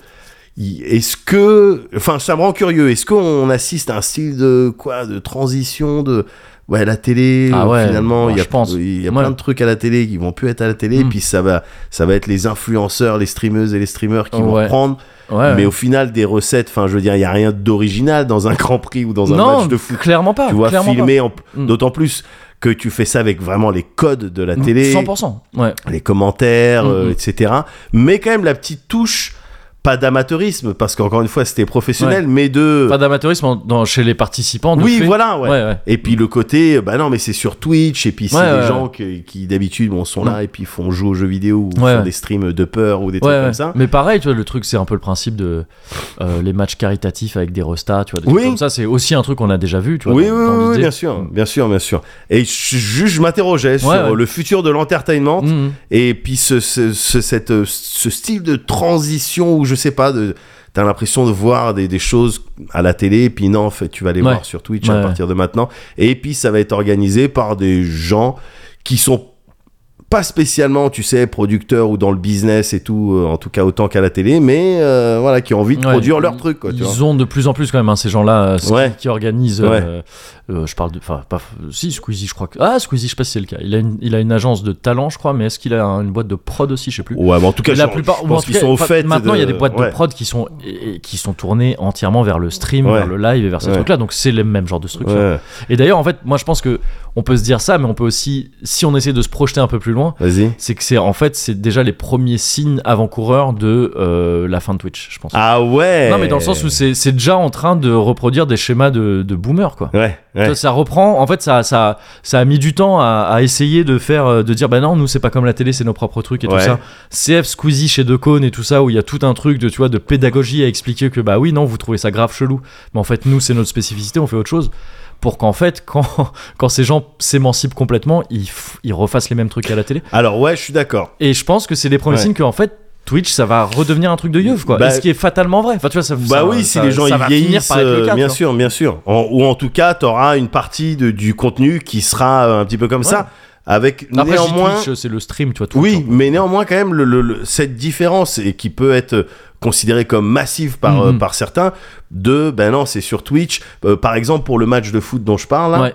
[SPEAKER 2] il- Est-ce que, enfin, ça me rend curieux. Est-ce qu'on assiste à un style de quoi, de transition, de ouais, la télé.
[SPEAKER 1] Ah
[SPEAKER 2] euh,
[SPEAKER 1] ouais,
[SPEAKER 2] finalement,
[SPEAKER 1] ouais,
[SPEAKER 2] il y a,
[SPEAKER 1] je pense.
[SPEAKER 2] il y a
[SPEAKER 1] Ouais.
[SPEAKER 2] plein de trucs à la télé qui vont plus être à la télé.
[SPEAKER 1] Mm.
[SPEAKER 2] Et puis ça va, ça va être les influenceurs, les streameuses et les streamers qui vont
[SPEAKER 1] Ouais.
[SPEAKER 2] reprendre.
[SPEAKER 1] Ouais, ouais.
[SPEAKER 2] Mais au final, des recettes, enfin, je veux dire, il y a rien d'original dans un Grand Prix ou dans un
[SPEAKER 1] non,
[SPEAKER 2] match de foot.
[SPEAKER 1] clairement pas.
[SPEAKER 2] Tu vois,
[SPEAKER 1] clairement
[SPEAKER 2] filmé, en-
[SPEAKER 1] Mm.
[SPEAKER 2] d'autant plus que tu fais ça avec vraiment les codes de la
[SPEAKER 1] pas.
[SPEAKER 2] télé,
[SPEAKER 1] 100%. Ouais.
[SPEAKER 2] les commentaires,
[SPEAKER 1] Mm,
[SPEAKER 2] euh,
[SPEAKER 1] mm.
[SPEAKER 2] etc. Mais quand même, la petite touche, pas d'amateurisme, parce qu'encore une fois, c'était professionnel, mais de.
[SPEAKER 1] Pas d'amateurisme en- dans- chez les participants. de
[SPEAKER 2] Euh. oui,
[SPEAKER 1] fait.
[SPEAKER 2] voilà, ouais.
[SPEAKER 1] Ouais, ouais.
[SPEAKER 2] Et puis le côté, euh, bah non, mais c'est sur Twitch, et puis c'est
[SPEAKER 1] Ouais,
[SPEAKER 2] des
[SPEAKER 1] ouais, Mm.
[SPEAKER 2] gens que- qui d'habitude bon, sont là, et puis font jouer aux jeux vidéo, ou
[SPEAKER 1] Ouais,
[SPEAKER 2] font
[SPEAKER 1] ouais.
[SPEAKER 2] des streams de peur, ou des trucs
[SPEAKER 1] Ouais, ouais.
[SPEAKER 2] comme ça.
[SPEAKER 1] Mais pareil, tu vois, le truc, c'est un peu le principe de euh, les matchs caritatifs avec des restats, tu vois, des
[SPEAKER 2] Oui.
[SPEAKER 1] trucs comme ça. C'est aussi un truc qu'on a déjà vu, tu vois.
[SPEAKER 2] oui,
[SPEAKER 1] dans-
[SPEAKER 2] oui,
[SPEAKER 1] dans
[SPEAKER 2] oui, oui,
[SPEAKER 1] l'idée.
[SPEAKER 2] bien sûr, bien sûr, bien sûr. Et je, je, je m'interrogeais sur
[SPEAKER 1] Hmm. ouais.
[SPEAKER 2] le futur de l'entertainment
[SPEAKER 1] Mm, mm.
[SPEAKER 2] et puis ce, ce, ce- cette, euh, ce style de transition où je sais pas, de, t'as l'impression de voir des, des choses à la télé, et puis non, en fait, tu vas les
[SPEAKER 1] Ouais.
[SPEAKER 2] voir sur Twitch
[SPEAKER 1] Ouais,
[SPEAKER 2] à
[SPEAKER 1] ouais.
[SPEAKER 2] partir de maintenant. Et puis ça va être organisé par des gens qui sont pas spécialement, tu sais, producteurs ou dans le business et tout, euh, en tout cas autant qu'à la télé, mais euh, voilà, qui ont envie de
[SPEAKER 1] Ouais.
[SPEAKER 2] produire leur truc, quoi, tu vois.
[SPEAKER 1] Ils ont de plus en plus quand même hein, ces gens-là euh, ce qui-
[SPEAKER 2] Ouais.
[SPEAKER 1] qui organisent.
[SPEAKER 2] Ouais.
[SPEAKER 1] euh, euh, je parle de, enfin pas si Squeezie, je crois que ah Squeezie, je sais pas si c'est le cas. Il a une, il a une agence de talent, je crois, mais est-ce qu'il a une boîte de prod aussi, je sais plus.
[SPEAKER 2] Ouais, mais en tout cas,
[SPEAKER 1] Mais la
[SPEAKER 2] je-
[SPEAKER 1] plupart,
[SPEAKER 2] je
[SPEAKER 1] ou en
[SPEAKER 2] pense
[SPEAKER 1] tout
[SPEAKER 2] qu'ils
[SPEAKER 1] cas,
[SPEAKER 2] sont au
[SPEAKER 1] pas-
[SPEAKER 2] fait.
[SPEAKER 1] Maintenant, il y a des boîtes
[SPEAKER 2] ouais.
[SPEAKER 1] de prod qui sont et- et qui sont tournées entièrement vers le stream,
[SPEAKER 2] Ouais.
[SPEAKER 1] vers le live et vers ces
[SPEAKER 2] Ouais.
[SPEAKER 1] trucs-là. Donc c'est le même genre de structure.
[SPEAKER 2] Ouais.
[SPEAKER 1] Et d'ailleurs, en fait, moi, je pense que on peut se dire ça, mais on peut aussi, si on essaie de se projeter un peu plus loin,
[SPEAKER 2] Vas-y.
[SPEAKER 1] c'est que c'est en fait, c'est déjà les premiers signes avant-coureurs de euh, la fin de Twitch, je pense.
[SPEAKER 2] Ah ouais
[SPEAKER 1] Non, mais dans le sens où c'est c'est déjà en train de reproduire des schémas de, de boomer, quoi.
[SPEAKER 2] Ouais, ouais.
[SPEAKER 1] Ça, ça reprend, en fait, ça, ça, ça a mis du temps à, à essayer de faire, euh, de dire, bah non, nous, c'est pas comme la télé, c'est nos propres trucs et
[SPEAKER 2] Ouais.
[SPEAKER 1] tout ça. CF Squeezie chez Decaune et tout ça, où il y a tout un truc de, tu vois, de pédagogie à expliquer que, bah oui, non, vous trouvez ça grave chelou, mais en fait, nous, c'est notre spécificité, on fait autre chose. Pour qu'en fait, quand, quand ces gens s'émancipent complètement, ils, f- ils refassent les mêmes trucs à la télé.
[SPEAKER 2] Alors ouais, je suis d'accord.
[SPEAKER 1] Et je pense que c'est les premiers
[SPEAKER 2] Ouais.
[SPEAKER 1] signes qu'en fait, Twitch, ça va redevenir un truc de yeuf, quoi.
[SPEAKER 2] Bah-
[SPEAKER 1] Et ce qui est fatalement vrai. Enfin, tu vois, ça,
[SPEAKER 2] bah
[SPEAKER 1] ça-
[SPEAKER 2] oui, si
[SPEAKER 1] ça-
[SPEAKER 2] les gens
[SPEAKER 1] ça
[SPEAKER 2] ils
[SPEAKER 1] va finir
[SPEAKER 2] vieillissent,
[SPEAKER 1] par être le
[SPEAKER 2] euh,
[SPEAKER 1] cas, tu
[SPEAKER 2] bien
[SPEAKER 1] vois.
[SPEAKER 2] sûr, bien sûr. En- ou en tout cas, t'auras une partie de- du contenu qui sera euh, un petit peu comme
[SPEAKER 1] Ouais.
[SPEAKER 2] ça, avec
[SPEAKER 1] Après, euh, je dis
[SPEAKER 2] néanmoins.
[SPEAKER 1] Twitch, c'est le stream, tu vois. Twitch,
[SPEAKER 2] Oui, mais néanmoins quand même le- le- le- cette différence et qui peut être considérée comme massive par euh,
[SPEAKER 1] Mhm.
[SPEAKER 2] par certains de ben non c'est sur Twitch Euh, par exemple pour le match de foot dont je parle là,
[SPEAKER 1] Ouais.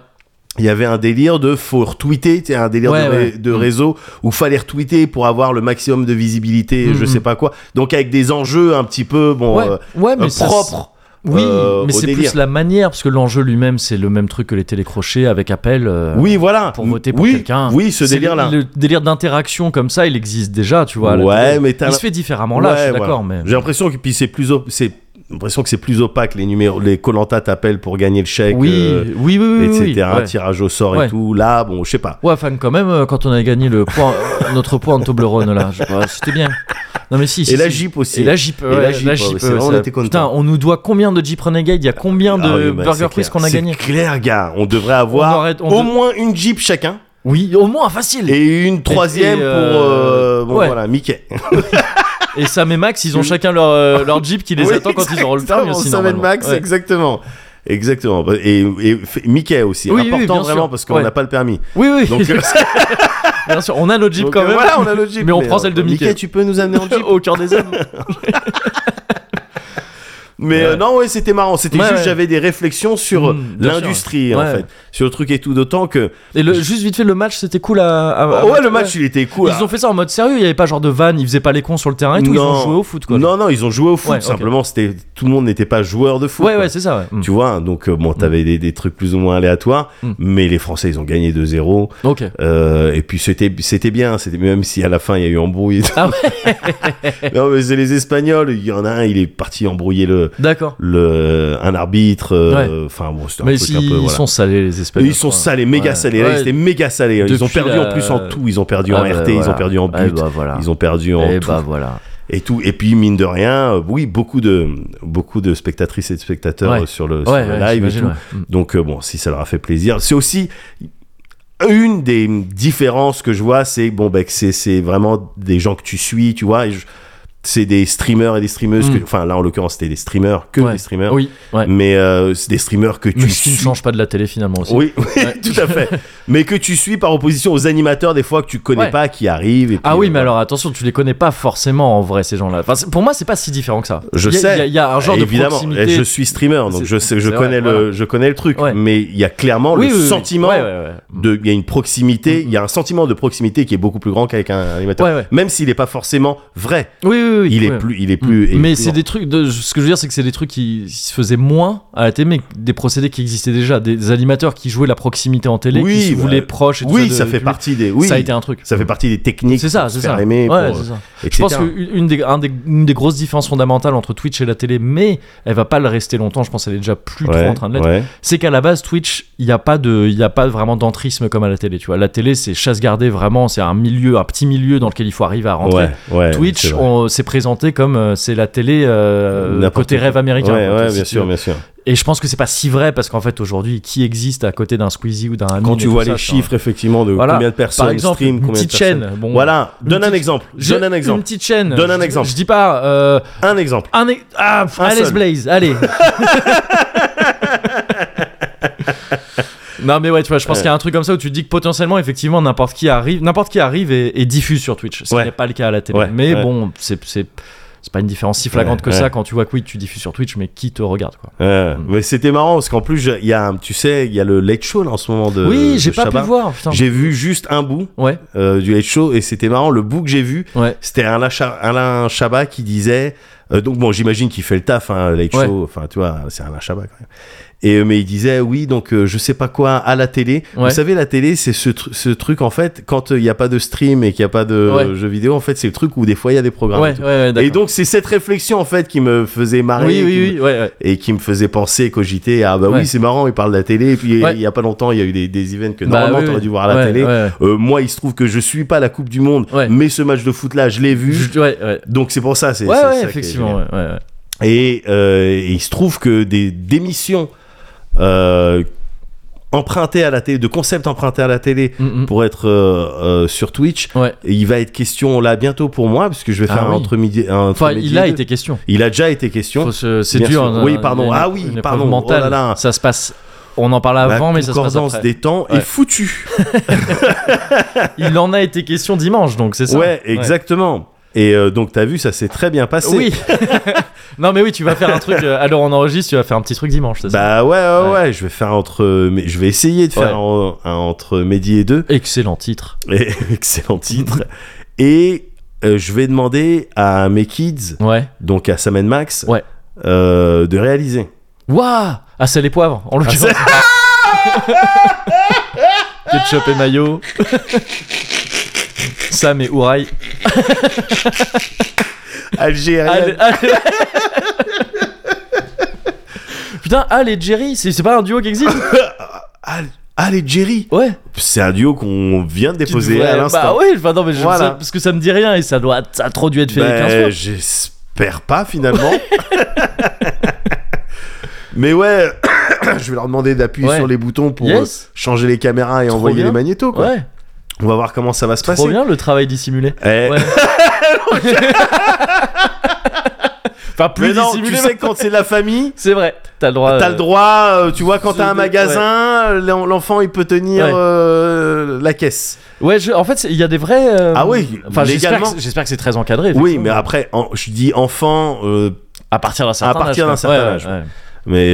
[SPEAKER 2] il y avait un délire de faut retweeter, tu sais, un délire
[SPEAKER 1] Ouais,
[SPEAKER 2] de, ré-
[SPEAKER 1] ouais.
[SPEAKER 2] de
[SPEAKER 1] Mm.
[SPEAKER 2] réseau où fallait retweeter pour avoir le maximum de visibilité,
[SPEAKER 1] Mm,
[SPEAKER 2] je
[SPEAKER 1] mm.
[SPEAKER 2] sais pas quoi. Donc avec des enjeux un petit peu bon
[SPEAKER 1] ouais,
[SPEAKER 2] euh,
[SPEAKER 1] ouais, mais
[SPEAKER 2] euh,
[SPEAKER 1] ça,
[SPEAKER 2] propres.
[SPEAKER 1] c'est- Oui,
[SPEAKER 2] euh,
[SPEAKER 1] mais
[SPEAKER 2] au
[SPEAKER 1] c'est
[SPEAKER 2] délire.
[SPEAKER 1] plus la manière, parce que l'enjeu lui-même, c'est le même truc que les télécrochés avec appel. euh,
[SPEAKER 2] oui, voilà.
[SPEAKER 1] Pour voter pour
[SPEAKER 2] oui,
[SPEAKER 1] quelqu'un.
[SPEAKER 2] Oui, ce
[SPEAKER 1] C'est le-
[SPEAKER 2] délire-là.
[SPEAKER 1] Le, délire d'interaction comme ça, il existe déjà, tu vois. à la
[SPEAKER 2] Ouais,
[SPEAKER 1] télé.
[SPEAKER 2] mais t'as
[SPEAKER 1] Il se fait différemment là,
[SPEAKER 2] Ouais,
[SPEAKER 1] je suis
[SPEAKER 2] voilà.
[SPEAKER 1] d'accord, mais.
[SPEAKER 2] J'ai l'impression que puis c'est plus op- c'est j'ai l'impression que c'est plus opaque les numéros les Colanta t'appellent pour gagner le chèque
[SPEAKER 1] Oui,
[SPEAKER 2] euh,
[SPEAKER 1] oui, oui, oui, oui,
[SPEAKER 2] etc
[SPEAKER 1] ouais.
[SPEAKER 2] tirage au sort et
[SPEAKER 1] Ouais.
[SPEAKER 2] tout là bon je sais pas
[SPEAKER 1] Ouais, fan, quand même, euh, quand on a gagné le point, euh, notre point en Toblerone, là, je- ouais, c'était bien. Non, mais si, si,
[SPEAKER 2] et la
[SPEAKER 1] si.
[SPEAKER 2] Jeep aussi
[SPEAKER 1] Et la Jeep,
[SPEAKER 2] Et
[SPEAKER 1] ouais,
[SPEAKER 2] la Jeep, ouais, c'est vrai, on
[SPEAKER 1] ça-
[SPEAKER 2] était contents.
[SPEAKER 1] Putain, on nous doit combien de Jeep Renegade Il y a combien
[SPEAKER 2] Ah
[SPEAKER 1] de
[SPEAKER 2] oui, bah,
[SPEAKER 1] Burger
[SPEAKER 2] c'est
[SPEAKER 1] Quiz
[SPEAKER 2] clair.
[SPEAKER 1] qu'on a gagné
[SPEAKER 2] c'est clair gars on devrait avoir
[SPEAKER 1] On aurait- on
[SPEAKER 2] au
[SPEAKER 1] de-
[SPEAKER 2] moins une Jeep chacun
[SPEAKER 1] Oui, au moins facile.
[SPEAKER 2] Et une troisième
[SPEAKER 1] et,
[SPEAKER 2] pour.
[SPEAKER 1] euh,
[SPEAKER 2] euh, bon,
[SPEAKER 1] ouais.
[SPEAKER 2] voilà, Mickey.
[SPEAKER 1] Et Sam et Max, ils ont chacun leur, euh, leur Jeep qui les
[SPEAKER 2] Oui,
[SPEAKER 1] attend quand ils auront le permis
[SPEAKER 2] exactement,
[SPEAKER 1] aussi.
[SPEAKER 2] Sam and
[SPEAKER 1] normalement.
[SPEAKER 2] Max,
[SPEAKER 1] Ouais.
[SPEAKER 2] exactement. Exactement. Et, et f- Mickey aussi.
[SPEAKER 1] Oui, oui,
[SPEAKER 2] Important
[SPEAKER 1] bien sûr.
[SPEAKER 2] vraiment parce qu'on
[SPEAKER 1] Ouais.
[SPEAKER 2] n'a pas le permis.
[SPEAKER 1] Oui, oui,
[SPEAKER 2] Donc, euh,
[SPEAKER 1] bien sûr. On a notre Jeep
[SPEAKER 2] donc,
[SPEAKER 1] quand
[SPEAKER 2] euh,
[SPEAKER 1] même.
[SPEAKER 2] voilà, on a le Jeep.
[SPEAKER 1] Mais on prend celle de
[SPEAKER 2] euh,
[SPEAKER 1] Mickey.
[SPEAKER 2] tu peux nous amener en Jeep
[SPEAKER 1] Au cœur des hommes.
[SPEAKER 2] Mais
[SPEAKER 1] Ouais.
[SPEAKER 2] euh, non, ouais, c'était marrant. C'était
[SPEAKER 1] Ouais,
[SPEAKER 2] juste,
[SPEAKER 1] ouais.
[SPEAKER 2] j'avais des réflexions sur euh,
[SPEAKER 1] Mm, bien sûr,
[SPEAKER 2] l'industrie,
[SPEAKER 1] ouais.
[SPEAKER 2] en
[SPEAKER 1] Ouais.
[SPEAKER 2] fait. Sur le truc et tout, d'autant que.
[SPEAKER 1] Et le, juste vite fait, le match, c'était cool à. à- à-
[SPEAKER 2] Oh, ouais, le match, il était cool.
[SPEAKER 1] bah,
[SPEAKER 2] Ah,
[SPEAKER 1] Ils ont fait ça en mode sérieux, il n'y avait pas genre de van, ils faisaient pas les cons sur le terrain et tout, ils ont
[SPEAKER 2] Non.
[SPEAKER 1] joué au foot quoi.
[SPEAKER 2] Non, non, ils ont joué au foot.
[SPEAKER 1] Ouais, ok.
[SPEAKER 2] Simplement, c'était tout le monde n'était pas joueur de foot.
[SPEAKER 1] ouais,
[SPEAKER 2] quoi.
[SPEAKER 1] ouais, c'est ça, ouais. Mm.
[SPEAKER 2] Tu vois, donc euh, bon, t'avais des, des trucs plus ou moins aléatoires,
[SPEAKER 1] Mm.
[SPEAKER 2] mais les Français, ils ont gagné 2-0.
[SPEAKER 1] Ok.
[SPEAKER 2] euh, et puis c'était c'était bien, c'était même si à la fin il y a eu embrouille. et tout.
[SPEAKER 1] Ah
[SPEAKER 2] non, mais c'est les Espagnols. Il y en a un, il est parti embrouiller le
[SPEAKER 1] D'accord.
[SPEAKER 2] le un arbitre. euh, Enfin bon, c'était un
[SPEAKER 1] Mais
[SPEAKER 2] truc
[SPEAKER 1] si,
[SPEAKER 2] un peu.
[SPEAKER 1] ils
[SPEAKER 2] voilà.
[SPEAKER 1] sont salés les Espagnols.
[SPEAKER 2] Ils sont
[SPEAKER 1] quoi.
[SPEAKER 2] salés, méga
[SPEAKER 1] Ouais.
[SPEAKER 2] salés. Là,
[SPEAKER 1] Ouais.
[SPEAKER 2] ils étaient méga salés. Ils ont
[SPEAKER 1] Depuis
[SPEAKER 2] perdu
[SPEAKER 1] la-
[SPEAKER 2] en plus en tout. Ils ont perdu
[SPEAKER 1] Ah
[SPEAKER 2] en
[SPEAKER 1] bah,
[SPEAKER 2] RT, ils
[SPEAKER 1] voilà.
[SPEAKER 2] ont perdu en but,
[SPEAKER 1] Eh bah, voilà.
[SPEAKER 2] ils ont perdu en
[SPEAKER 1] Eh
[SPEAKER 2] tout
[SPEAKER 1] bah voilà.
[SPEAKER 2] et tout. Et puis mine de rien, euh, oui, beaucoup de beaucoup de spectatrices et de spectateurs
[SPEAKER 1] Ouais.
[SPEAKER 2] euh, sur le, sur
[SPEAKER 1] Ouais,
[SPEAKER 2] le
[SPEAKER 1] ouais,
[SPEAKER 2] live. et
[SPEAKER 1] j'imagine,
[SPEAKER 2] tout.
[SPEAKER 1] ouais. Mm.
[SPEAKER 2] Donc euh, bon, si ça leur a fait plaisir, c'est aussi une des différences que je vois, c'est bon bah, que c'est c'est vraiment des gens que tu suis, tu vois. et je- c'est des streamers et des streameuses.
[SPEAKER 1] Mm.
[SPEAKER 2] que- Enfin là, en l'occurrence, c'était des streamers que
[SPEAKER 1] Ouais.
[SPEAKER 2] des streamers.
[SPEAKER 1] Mm. Oui, ouais.
[SPEAKER 2] Mais euh, c'est des streamers que tu
[SPEAKER 1] Mais ce qui
[SPEAKER 2] suis.
[SPEAKER 1] ne change pas de la télé finalement aussi.
[SPEAKER 2] Oui, oui,
[SPEAKER 1] Ouais.
[SPEAKER 2] tout à fait. Mais que tu suis par opposition aux animateurs des fois que tu connais
[SPEAKER 1] Ouais.
[SPEAKER 2] pas, qui arrivent. et
[SPEAKER 1] Ah
[SPEAKER 2] puis,
[SPEAKER 1] oui,
[SPEAKER 2] euh,
[SPEAKER 1] mais alors attention, tu les connais pas forcément en vrai ces gens-là. Enfin, c'est- pour moi, c'est pas si différent que ça.
[SPEAKER 2] Je
[SPEAKER 1] Il y a-
[SPEAKER 2] sais.
[SPEAKER 1] Il y a- il y, a un genre
[SPEAKER 2] Évidemment,
[SPEAKER 1] de
[SPEAKER 2] et
[SPEAKER 1] proximité.
[SPEAKER 2] je suis streamer, donc
[SPEAKER 1] C'est-
[SPEAKER 2] je sais, je
[SPEAKER 1] c'est
[SPEAKER 2] connais
[SPEAKER 1] vrai,
[SPEAKER 2] le,
[SPEAKER 1] voilà.
[SPEAKER 2] je connais le truc.
[SPEAKER 1] Ouais.
[SPEAKER 2] Mais il y a clairement
[SPEAKER 1] Oui,
[SPEAKER 2] le
[SPEAKER 1] oui, oui.
[SPEAKER 2] sentiment
[SPEAKER 1] Ouais, ouais, ouais.
[SPEAKER 2] Mmh. de, il y a une proximité, il y a un sentiment de proximité qui est beaucoup plus grand qu'avec un animateur,
[SPEAKER 1] Mmh. Ouais, ouais.
[SPEAKER 2] même s'il n'est pas forcément vrai.
[SPEAKER 1] Oui, oui, oui.
[SPEAKER 2] il est
[SPEAKER 1] ouais. Mmh.
[SPEAKER 2] plus, il est plus. il est
[SPEAKER 1] mais
[SPEAKER 2] plus
[SPEAKER 1] c'est
[SPEAKER 2] grand.
[SPEAKER 1] des trucs de ce que je veux dire c'est que c'est des trucs qui se faisaient moins à la télé mais des procédés qui existaient déjà des, des animateurs qui jouaient la proximité en télé
[SPEAKER 2] Oui,
[SPEAKER 1] qui se
[SPEAKER 2] bah,
[SPEAKER 1] voulaient proches et tout
[SPEAKER 2] Oui,
[SPEAKER 1] de-
[SPEAKER 2] ça fait
[SPEAKER 1] du-
[SPEAKER 2] partie des. Oui,
[SPEAKER 1] ça a été un truc
[SPEAKER 2] ça fait partie des techniques.
[SPEAKER 1] c'est ça
[SPEAKER 2] pour se
[SPEAKER 1] c'est
[SPEAKER 2] faire
[SPEAKER 1] ça
[SPEAKER 2] aimer,
[SPEAKER 1] Ouais,
[SPEAKER 2] pour,
[SPEAKER 1] c'est ça. je
[SPEAKER 2] etc.
[SPEAKER 1] pense qu'une des, un des- une des grosses différences fondamentales entre Twitch et la télé mais elle va pas le rester longtemps je pense qu'elle est déjà plus trop
[SPEAKER 2] Ouais,
[SPEAKER 1] en train de l'être
[SPEAKER 2] ouais.
[SPEAKER 1] c'est qu'à la base Twitch il n'y a pas de il y a pas vraiment d'entrisme comme à la télé tu vois la télé c'est chasse gardée vraiment c'est un milieu un petit milieu dans lequel il faut arriver à rentrer
[SPEAKER 2] Ouais, ouais, c'est
[SPEAKER 1] Twitch
[SPEAKER 2] vrai.
[SPEAKER 1] on- s'est présenté comme euh, c'est la télé euh,
[SPEAKER 2] N'importe
[SPEAKER 1] côté
[SPEAKER 2] quoi.
[SPEAKER 1] rêve américain.
[SPEAKER 2] Ouais,
[SPEAKER 1] quoi,
[SPEAKER 2] ouais,
[SPEAKER 1] si
[SPEAKER 2] bien
[SPEAKER 1] tu
[SPEAKER 2] sûr,
[SPEAKER 1] veux.
[SPEAKER 2] bien sûr.
[SPEAKER 1] Et je pense que c'est pas si vrai parce qu'en fait aujourd'hui qui existe à côté d'un Squeezie ou d'un Amine
[SPEAKER 2] Quand
[SPEAKER 1] et
[SPEAKER 2] tu
[SPEAKER 1] tout
[SPEAKER 2] vois
[SPEAKER 1] ça,
[SPEAKER 2] les
[SPEAKER 1] c'est un-
[SPEAKER 2] chiffres, effectivement, de
[SPEAKER 1] Voilà.
[SPEAKER 2] combien de personnes
[SPEAKER 1] par exemple
[SPEAKER 2] stream,
[SPEAKER 1] une
[SPEAKER 2] combien de
[SPEAKER 1] petite
[SPEAKER 2] personnes.
[SPEAKER 1] chaîne bon,
[SPEAKER 2] Voilà,
[SPEAKER 1] Une
[SPEAKER 2] donne un
[SPEAKER 1] petite-
[SPEAKER 2] exemple.
[SPEAKER 1] je-
[SPEAKER 2] Donne un
[SPEAKER 1] une
[SPEAKER 2] exemple.
[SPEAKER 1] petite chaîne
[SPEAKER 2] Donne un
[SPEAKER 1] Je-
[SPEAKER 2] exemple.
[SPEAKER 1] je dis pas euh,
[SPEAKER 2] Un exemple.
[SPEAKER 1] un é- ah
[SPEAKER 2] Un
[SPEAKER 1] Alice
[SPEAKER 2] seul.
[SPEAKER 1] Blaze allez Non mais ouais tu vois je pense
[SPEAKER 2] Ouais.
[SPEAKER 1] qu'il y a un truc comme ça où tu te dis que potentiellement effectivement n'importe qui arrive n'importe qui arrive et, et diffuse sur Twitch ce
[SPEAKER 2] Ouais.
[SPEAKER 1] qui n'est pas le cas à la télé
[SPEAKER 2] Ouais,
[SPEAKER 1] mais
[SPEAKER 2] ouais.
[SPEAKER 1] bon c'est c'est c'est pas une différence si flagrante
[SPEAKER 2] Ouais,
[SPEAKER 1] que ça
[SPEAKER 2] ouais.
[SPEAKER 1] quand tu vois que oui tu diffuses sur Twitch mais qui te regarde quoi
[SPEAKER 2] Ouais,
[SPEAKER 1] Mm.
[SPEAKER 2] mais c'était marrant parce qu'en plus je- il y a un- tu sais il y a le late show là, en ce moment de
[SPEAKER 1] oui
[SPEAKER 2] Euh, de
[SPEAKER 1] j'ai pas pu
[SPEAKER 2] Chabat.
[SPEAKER 1] le voir putain
[SPEAKER 2] j'ai vu juste un bout
[SPEAKER 1] ouais
[SPEAKER 2] euh, du late show et c'était marrant le bout que j'ai vu
[SPEAKER 1] ouais
[SPEAKER 2] c'était Alain, Cha- Alain Chabat qui disait euh, donc bon j'imagine qu'il fait le taf hein, late
[SPEAKER 1] Ouais.
[SPEAKER 2] show enfin tu vois c'est Alain Chabat quand même et euh, mais il disait oui donc euh, je sais pas quoi à la télé
[SPEAKER 1] Ouais.
[SPEAKER 2] vous savez la télé c'est ce, tru- ce truc en fait quand euh, il n'y a pas de stream et qu'il n'y a pas de
[SPEAKER 1] Ouais.
[SPEAKER 2] euh, jeux vidéo en fait c'est le truc où des fois il y a des
[SPEAKER 1] ouais
[SPEAKER 2] programmes et,
[SPEAKER 1] ouais,
[SPEAKER 2] tout.
[SPEAKER 1] ouais,
[SPEAKER 2] Et
[SPEAKER 1] d'accord
[SPEAKER 2] donc c'est cette réflexion en fait qui me faisait marrer
[SPEAKER 1] oui
[SPEAKER 2] et qui me-
[SPEAKER 1] oui oui ouais, ouais.
[SPEAKER 2] et qui me faisait penser, cogiter, ah bah
[SPEAKER 1] Ouais.
[SPEAKER 2] oui, c'est marrant, il parle de la télé, et puis
[SPEAKER 1] Ouais.
[SPEAKER 2] il y a pas longtemps, il y a eu des, des events que
[SPEAKER 1] Bah,
[SPEAKER 2] normalement
[SPEAKER 1] oui,
[SPEAKER 2] t'aurais
[SPEAKER 1] oui.
[SPEAKER 2] dû voir à la
[SPEAKER 1] Ouais,
[SPEAKER 2] télé.
[SPEAKER 1] ouais,
[SPEAKER 2] Euh, moi, il se trouve que je suis pas à la Coupe du Monde,
[SPEAKER 1] Ouais.
[SPEAKER 2] mais ce match de foot là, je l'ai vu.
[SPEAKER 1] Je- ouais ouais
[SPEAKER 2] Donc c'est pour ça, c'est
[SPEAKER 1] Ouais,
[SPEAKER 2] c'est
[SPEAKER 1] ouais,
[SPEAKER 2] ça qui est
[SPEAKER 1] effectivement
[SPEAKER 2] génial.
[SPEAKER 1] ouais, ouais, ouais.
[SPEAKER 2] Et, euh, et il se trouve que des démissions euh, empruntées à la télé, de concepts empruntés à la télé
[SPEAKER 1] Mm, mm.
[SPEAKER 2] pour être euh, euh, sur Twitch,
[SPEAKER 1] Ouais.
[SPEAKER 2] et il va être question là bientôt pour moi, parce que je vais
[SPEAKER 1] Ah
[SPEAKER 2] faire un
[SPEAKER 1] oui.
[SPEAKER 2] entre midi. un
[SPEAKER 1] Enfin,
[SPEAKER 2] entre-midi
[SPEAKER 1] il a
[SPEAKER 2] et deux.
[SPEAKER 1] été question.
[SPEAKER 2] Il a déjà été question.
[SPEAKER 1] Faut se- C'est
[SPEAKER 2] Bien
[SPEAKER 1] dur. hein,
[SPEAKER 2] sûr. Oui, pardon. Ah oui, pardon. Oh
[SPEAKER 1] Mental.
[SPEAKER 2] là là.
[SPEAKER 1] Ça se passe. On en parle avant,
[SPEAKER 2] La
[SPEAKER 1] mais ça se passe
[SPEAKER 2] concordance
[SPEAKER 1] après.
[SPEAKER 2] des temps
[SPEAKER 1] Ouais.
[SPEAKER 2] est foutue.
[SPEAKER 1] Il en a été question dimanche, donc c'est ça.
[SPEAKER 2] Ouais, exactement. Et euh, donc, t'as vu, ça s'est très bien passé.
[SPEAKER 1] Oui. non, mais oui, tu vas faire un truc. euh, Alors, on enregistre. Tu vas faire un petit truc dimanche, c'est ça.
[SPEAKER 2] Bah ouais, ouais,
[SPEAKER 1] Ouais.
[SPEAKER 2] ouais, je vais faire entre. mais Je vais essayer de faire un, un entre Mehdi et deux.
[SPEAKER 1] Excellent titre.
[SPEAKER 2] Et- Excellent titre. et euh, je vais demander à mes kids,
[SPEAKER 1] Ouais.
[SPEAKER 2] donc à Sam and Max,
[SPEAKER 1] Ouais.
[SPEAKER 2] euh, de réaliser.
[SPEAKER 1] Waouh. Ah, c'est les poivres. En l'occurrence. Ketchup et mayo. Sam et Ouraï.
[SPEAKER 2] Algérien.
[SPEAKER 1] Allez, allez. Putain, Al et Jerry, c'est c'est pas un duo qui existe
[SPEAKER 2] Al, Al et Jerry.
[SPEAKER 1] Ouais.
[SPEAKER 2] C'est un duo qu'on vient de
[SPEAKER 1] Tu
[SPEAKER 2] déposer
[SPEAKER 1] devrais-
[SPEAKER 2] à
[SPEAKER 1] Bah
[SPEAKER 2] l'instant.
[SPEAKER 1] oui, enfin non, mais je-
[SPEAKER 2] Voilà.
[SPEAKER 1] ça- parce que ça me dit rien et ça doit, ça a trop dû être fait
[SPEAKER 2] Ben,
[SPEAKER 1] 15 fois.
[SPEAKER 2] J'espère pas finalement. Mais ouais, je vais leur demander d'appuyer
[SPEAKER 1] Ouais.
[SPEAKER 2] sur les boutons pour
[SPEAKER 1] Yes.
[SPEAKER 2] euh, changer les caméras et
[SPEAKER 1] Trop
[SPEAKER 2] envoyer
[SPEAKER 1] bien.
[SPEAKER 2] les magnétos. Quoi.
[SPEAKER 1] Ouais,
[SPEAKER 2] On va voir comment ça va se passer.
[SPEAKER 1] trop bien le travail dissimulé.
[SPEAKER 2] Eh,
[SPEAKER 1] Ouais. enfin, plus
[SPEAKER 2] mais non,
[SPEAKER 1] dissimulé.
[SPEAKER 2] tu
[SPEAKER 1] mais-
[SPEAKER 2] sais, quand c'est de la famille,
[SPEAKER 1] C'est vrai, t'as le droit.
[SPEAKER 2] t'as
[SPEAKER 1] euh,
[SPEAKER 2] le droit, euh, tu vois, quand
[SPEAKER 1] c'est
[SPEAKER 2] t'as un
[SPEAKER 1] de-
[SPEAKER 2] magasin, l'en- l'enfant il peut tenir
[SPEAKER 1] Ouais.
[SPEAKER 2] euh, la caisse.
[SPEAKER 1] Ouais, je- en fait, c'est- il y a des vrais. euh,
[SPEAKER 2] Ah oui,
[SPEAKER 1] enfin, j'espère
[SPEAKER 2] légalement.
[SPEAKER 1] que c'est- j'espère que c'est très encadré.
[SPEAKER 2] Oui,
[SPEAKER 1] effectivement.
[SPEAKER 2] mais après, en- je dis enfant, euh,
[SPEAKER 1] À partir d'un certain
[SPEAKER 2] partir d'un
[SPEAKER 1] âge. quoi.
[SPEAKER 2] certain âge, Mais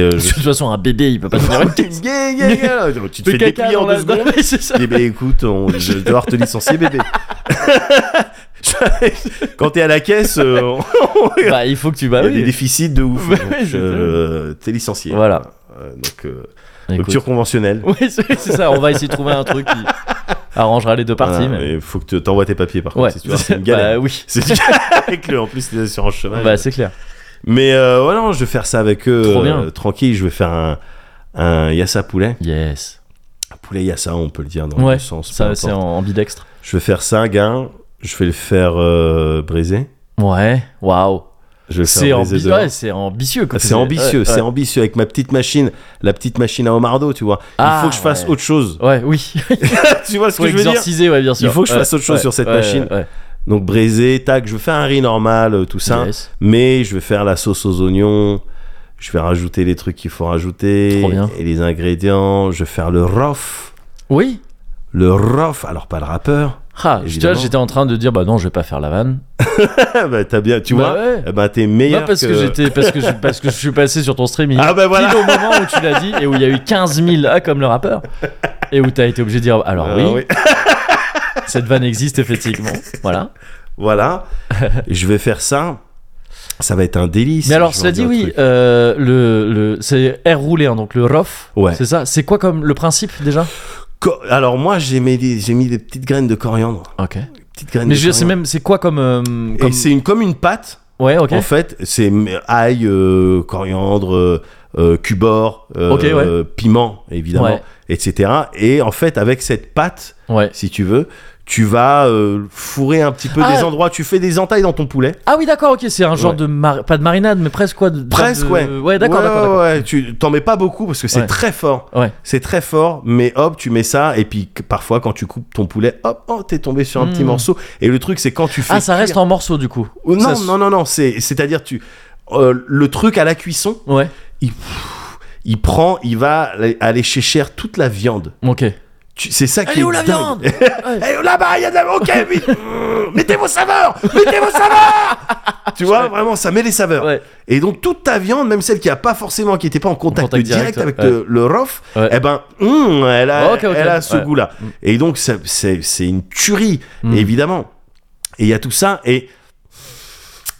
[SPEAKER 2] euh,
[SPEAKER 1] Parce que
[SPEAKER 2] je-
[SPEAKER 1] de toute façon, un bébé, il peut pas tenir une tête.
[SPEAKER 2] Gay, gay, gay. tu te fais déplier en deux secondes.
[SPEAKER 1] C'est ça.
[SPEAKER 2] Eh ben écoute, on, je vais devoir te licencier bébé. Quand t'es à la caisse, euh, on-
[SPEAKER 1] Bah, il faut que tu.
[SPEAKER 2] il
[SPEAKER 1] Bah
[SPEAKER 2] y a des
[SPEAKER 1] oui.
[SPEAKER 2] déficits de ouf.
[SPEAKER 1] Bah
[SPEAKER 2] donc,
[SPEAKER 1] oui, je-
[SPEAKER 2] euh, t'es licencié.
[SPEAKER 1] Voilà.
[SPEAKER 2] Euh, donc euh,
[SPEAKER 1] Écoute.
[SPEAKER 2] rupture conventionnelle.
[SPEAKER 1] Oui, c'est c'est ça. On va essayer de trouver un truc qui arrangera les deux parties.
[SPEAKER 2] Voilà,
[SPEAKER 1] mais-
[SPEAKER 2] mais faut que tu t'envoies tes papiers par
[SPEAKER 1] Ouais.
[SPEAKER 2] contre. si tu veux, c'est une galère.
[SPEAKER 1] Bah oui.
[SPEAKER 2] C'est une galère avec le, en plus les assurances chômage.
[SPEAKER 1] Bah, c'est clair.
[SPEAKER 2] Mais euh, voilà, je vais faire ça avec eux.
[SPEAKER 1] Trop bien.
[SPEAKER 2] euh, tranquille, je vais faire un, un yassa poulet.
[SPEAKER 1] Yes.
[SPEAKER 2] Un poulet yassa, on peut le dire dans
[SPEAKER 1] Ouais,
[SPEAKER 2] le sens. peu
[SPEAKER 1] Ça,
[SPEAKER 2] importe.
[SPEAKER 1] c'est en ambidextre.
[SPEAKER 2] Je vais faire ça, gars. Je vais le faire euh, briser.
[SPEAKER 1] Ouais. Waouh.
[SPEAKER 2] Je vais le
[SPEAKER 1] C'est
[SPEAKER 2] faire briser
[SPEAKER 1] ambi-
[SPEAKER 2] dehors.
[SPEAKER 1] ouais, c'est ambitieux. comme
[SPEAKER 2] C'est
[SPEAKER 1] tu dis.
[SPEAKER 2] ambitieux,
[SPEAKER 1] Ouais,
[SPEAKER 2] c'est
[SPEAKER 1] ouais.
[SPEAKER 2] ambitieux avec ma petite machine, la petite machine à Omardo, tu vois. Il
[SPEAKER 1] Ah,
[SPEAKER 2] faut que je fasse
[SPEAKER 1] ouais.
[SPEAKER 2] autre chose.
[SPEAKER 1] Ouais, oui.
[SPEAKER 2] tu vois ce
[SPEAKER 1] Faut
[SPEAKER 2] que je veux dire
[SPEAKER 1] exorciser, ouais, bien sûr.
[SPEAKER 2] Il faut que je
[SPEAKER 1] Ouais,
[SPEAKER 2] fasse autre chose
[SPEAKER 1] ouais,
[SPEAKER 2] sur cette
[SPEAKER 1] ouais,
[SPEAKER 2] machine.
[SPEAKER 1] ouais.
[SPEAKER 2] Donc braisé, tac, je vais faire un riz normal, euh, tout ça.
[SPEAKER 1] Yes.
[SPEAKER 2] Mais je vais faire la sauce aux oignons. Je vais rajouter les trucs qu'il faut rajouter
[SPEAKER 1] Trop bien.
[SPEAKER 2] et les ingrédients. Je vais faire le rof,
[SPEAKER 1] Oui.
[SPEAKER 2] le rof. Alors pas le rappeur.
[SPEAKER 1] Ah, tu vois,
[SPEAKER 2] Évidemment.
[SPEAKER 1] j'étais en train de dire bah non, je vais pas faire la vanne.
[SPEAKER 2] Ah bah t'as bien, tu
[SPEAKER 1] Bah
[SPEAKER 2] vois.
[SPEAKER 1] ouais.
[SPEAKER 2] Eh bah t'es meilleur.
[SPEAKER 1] Non, parce que, j'étais parce que je, parce que je suis passé sur ton streaming.
[SPEAKER 2] Ah bah voilà.
[SPEAKER 1] Pile au moment où tu l'as dit et où il y a eu 15 000 ah comme le rappeur et où t'as été obligé de dire alors
[SPEAKER 2] Ah
[SPEAKER 1] oui,
[SPEAKER 2] oui.
[SPEAKER 1] cette vanne existe effectivement. Voilà.
[SPEAKER 2] Voilà. je vais faire ça. Ça va être un délice.
[SPEAKER 1] Mais alors
[SPEAKER 2] je
[SPEAKER 1] cela
[SPEAKER 2] vais
[SPEAKER 1] dit
[SPEAKER 2] en dire un
[SPEAKER 1] oui,
[SPEAKER 2] truc.
[SPEAKER 1] euh, le, le c'est air roulé hein, donc le rof.
[SPEAKER 2] Ouais.
[SPEAKER 1] C'est ça. C'est quoi comme le principe déjà
[SPEAKER 2] Co- Alors moi j'ai mis, des- j'ai mis des petites graines de coriandre.
[SPEAKER 1] Ok.
[SPEAKER 2] Des Petites graines
[SPEAKER 1] Mais
[SPEAKER 2] de
[SPEAKER 1] je sais
[SPEAKER 2] coriandre.
[SPEAKER 1] même c'est quoi comme, euh, comme-
[SPEAKER 2] Et c'est une, comme une pâte.
[SPEAKER 1] ouais ok.
[SPEAKER 2] En fait, c'est m- ail, euh, coriandre, euh, euh, cubord, euh,
[SPEAKER 1] Ok, ouais.
[SPEAKER 2] piment, évidemment,
[SPEAKER 1] Ouais.
[SPEAKER 2] etc. Et en fait, avec cette pâte,
[SPEAKER 1] Ouais.
[SPEAKER 2] si tu veux, tu vas euh, fourrer un petit peu
[SPEAKER 1] Ah.
[SPEAKER 2] des endroits. Tu fais des entailles dans ton poulet.
[SPEAKER 1] Ah oui d'accord ok c'est un genre
[SPEAKER 2] Ouais.
[SPEAKER 1] de mar- pas de marinade mais presque quoi. de-
[SPEAKER 2] Presque,
[SPEAKER 1] de-
[SPEAKER 2] ouais.
[SPEAKER 1] Ouais d'accord d'accord.
[SPEAKER 2] Ouais, ouais,
[SPEAKER 1] d'accord.
[SPEAKER 2] ouais. Tu t'en mets pas beaucoup parce que c'est
[SPEAKER 1] Ouais.
[SPEAKER 2] très fort.
[SPEAKER 1] Ouais.
[SPEAKER 2] C'est très fort, mais hop, tu mets ça. Et puis que- parfois, quand tu coupes ton poulet, hop, oh, t'es tombé sur un petit
[SPEAKER 1] Mm.
[SPEAKER 2] morceau. Et le truc, c'est quand tu fais.
[SPEAKER 1] Ah ça reste
[SPEAKER 2] cuire-
[SPEAKER 1] en morceaux du coup.
[SPEAKER 2] Oh, non,
[SPEAKER 1] Ça se-
[SPEAKER 2] non, non, non. C'est, c'est-à-dire, tu. euh, le truc à la cuisson,
[SPEAKER 1] Ouais.
[SPEAKER 2] il prend, il va aller- aller chercher toute la viande.
[SPEAKER 1] Ok.
[SPEAKER 2] Tu- C'est ça qui
[SPEAKER 1] Elle est où la viande
[SPEAKER 2] dingue. Elle est où là-bas, il y a de la... Ok, vite Mmh, Mettez vos saveurs Mettez vos saveurs Tu vois, vraiment, ça met les saveurs.
[SPEAKER 1] Ouais.
[SPEAKER 2] Et donc, toute ta viande, même celle qui a pas forcément, qui n'était pas en contact,
[SPEAKER 1] contact
[SPEAKER 2] direct,
[SPEAKER 1] direct, ouais.
[SPEAKER 2] avec le, le rof,
[SPEAKER 1] Ouais.
[SPEAKER 2] eh ben, mmh, elle a,
[SPEAKER 1] Ok, ok.
[SPEAKER 2] elle a ce
[SPEAKER 1] Ouais.
[SPEAKER 2] goût-là. Et donc, ça- c'est c'est une tuerie,
[SPEAKER 1] Mm.
[SPEAKER 2] évidemment. Et il y a tout ça, et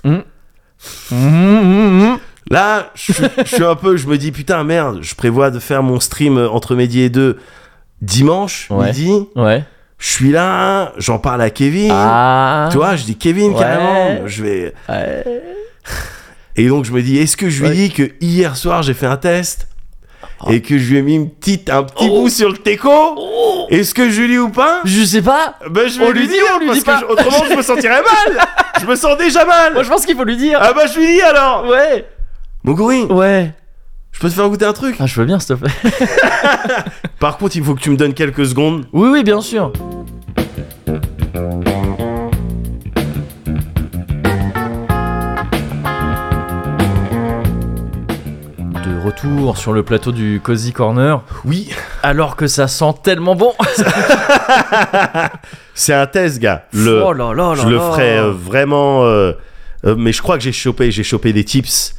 [SPEAKER 1] Mmh,
[SPEAKER 2] Là, je, suis- je suis un peu, je me dis putain merde, je prévois de faire mon stream euh, entre midi et deux dimanche
[SPEAKER 1] Ouais.
[SPEAKER 2] midi.
[SPEAKER 1] Ouais.
[SPEAKER 2] Je suis là, j'en parle à Kevin.
[SPEAKER 1] Ah.
[SPEAKER 2] Tu vois, je dis Kevin
[SPEAKER 1] Ouais.
[SPEAKER 2] carrément, je vais.
[SPEAKER 1] Ouais.
[SPEAKER 2] Et donc je me dis, est-ce que je lui
[SPEAKER 1] Ouais. Ah.
[SPEAKER 2] dis que hier soir j'ai fait un test et que je lui ai mis une petite, un petit
[SPEAKER 1] Oh.
[SPEAKER 2] bout sur le teco Est-ce que je lui dis ou pas
[SPEAKER 1] Je sais pas.
[SPEAKER 2] Ben je
[SPEAKER 1] On
[SPEAKER 2] vais
[SPEAKER 1] lui
[SPEAKER 2] lui
[SPEAKER 1] dit
[SPEAKER 2] dire
[SPEAKER 1] ou on lui
[SPEAKER 2] parce
[SPEAKER 1] dit
[SPEAKER 2] que
[SPEAKER 1] pas
[SPEAKER 2] je- autrement je me sentirais mal. je me sens déjà mal.
[SPEAKER 1] Moi, je pense qu'il faut lui dire.
[SPEAKER 2] Ah bah je lui dis alors.
[SPEAKER 1] Ouais.
[SPEAKER 2] Mon gorille,
[SPEAKER 1] Ouais.
[SPEAKER 2] je peux te faire goûter un truc
[SPEAKER 1] Ah, je veux bien, s'il te plaît.
[SPEAKER 2] Par contre, il faut que tu me donnes quelques secondes.
[SPEAKER 1] Oui, oui, bien sûr. De retour sur le plateau du Cozy Corner,
[SPEAKER 2] Oui,
[SPEAKER 1] alors que ça sent tellement bon.
[SPEAKER 2] c'est un test, gars. Le,
[SPEAKER 1] oh là là là
[SPEAKER 2] je le
[SPEAKER 1] là.
[SPEAKER 2] ferai euh, vraiment. euh, euh, mais je crois que j'ai chopé, j'ai chopé des tips,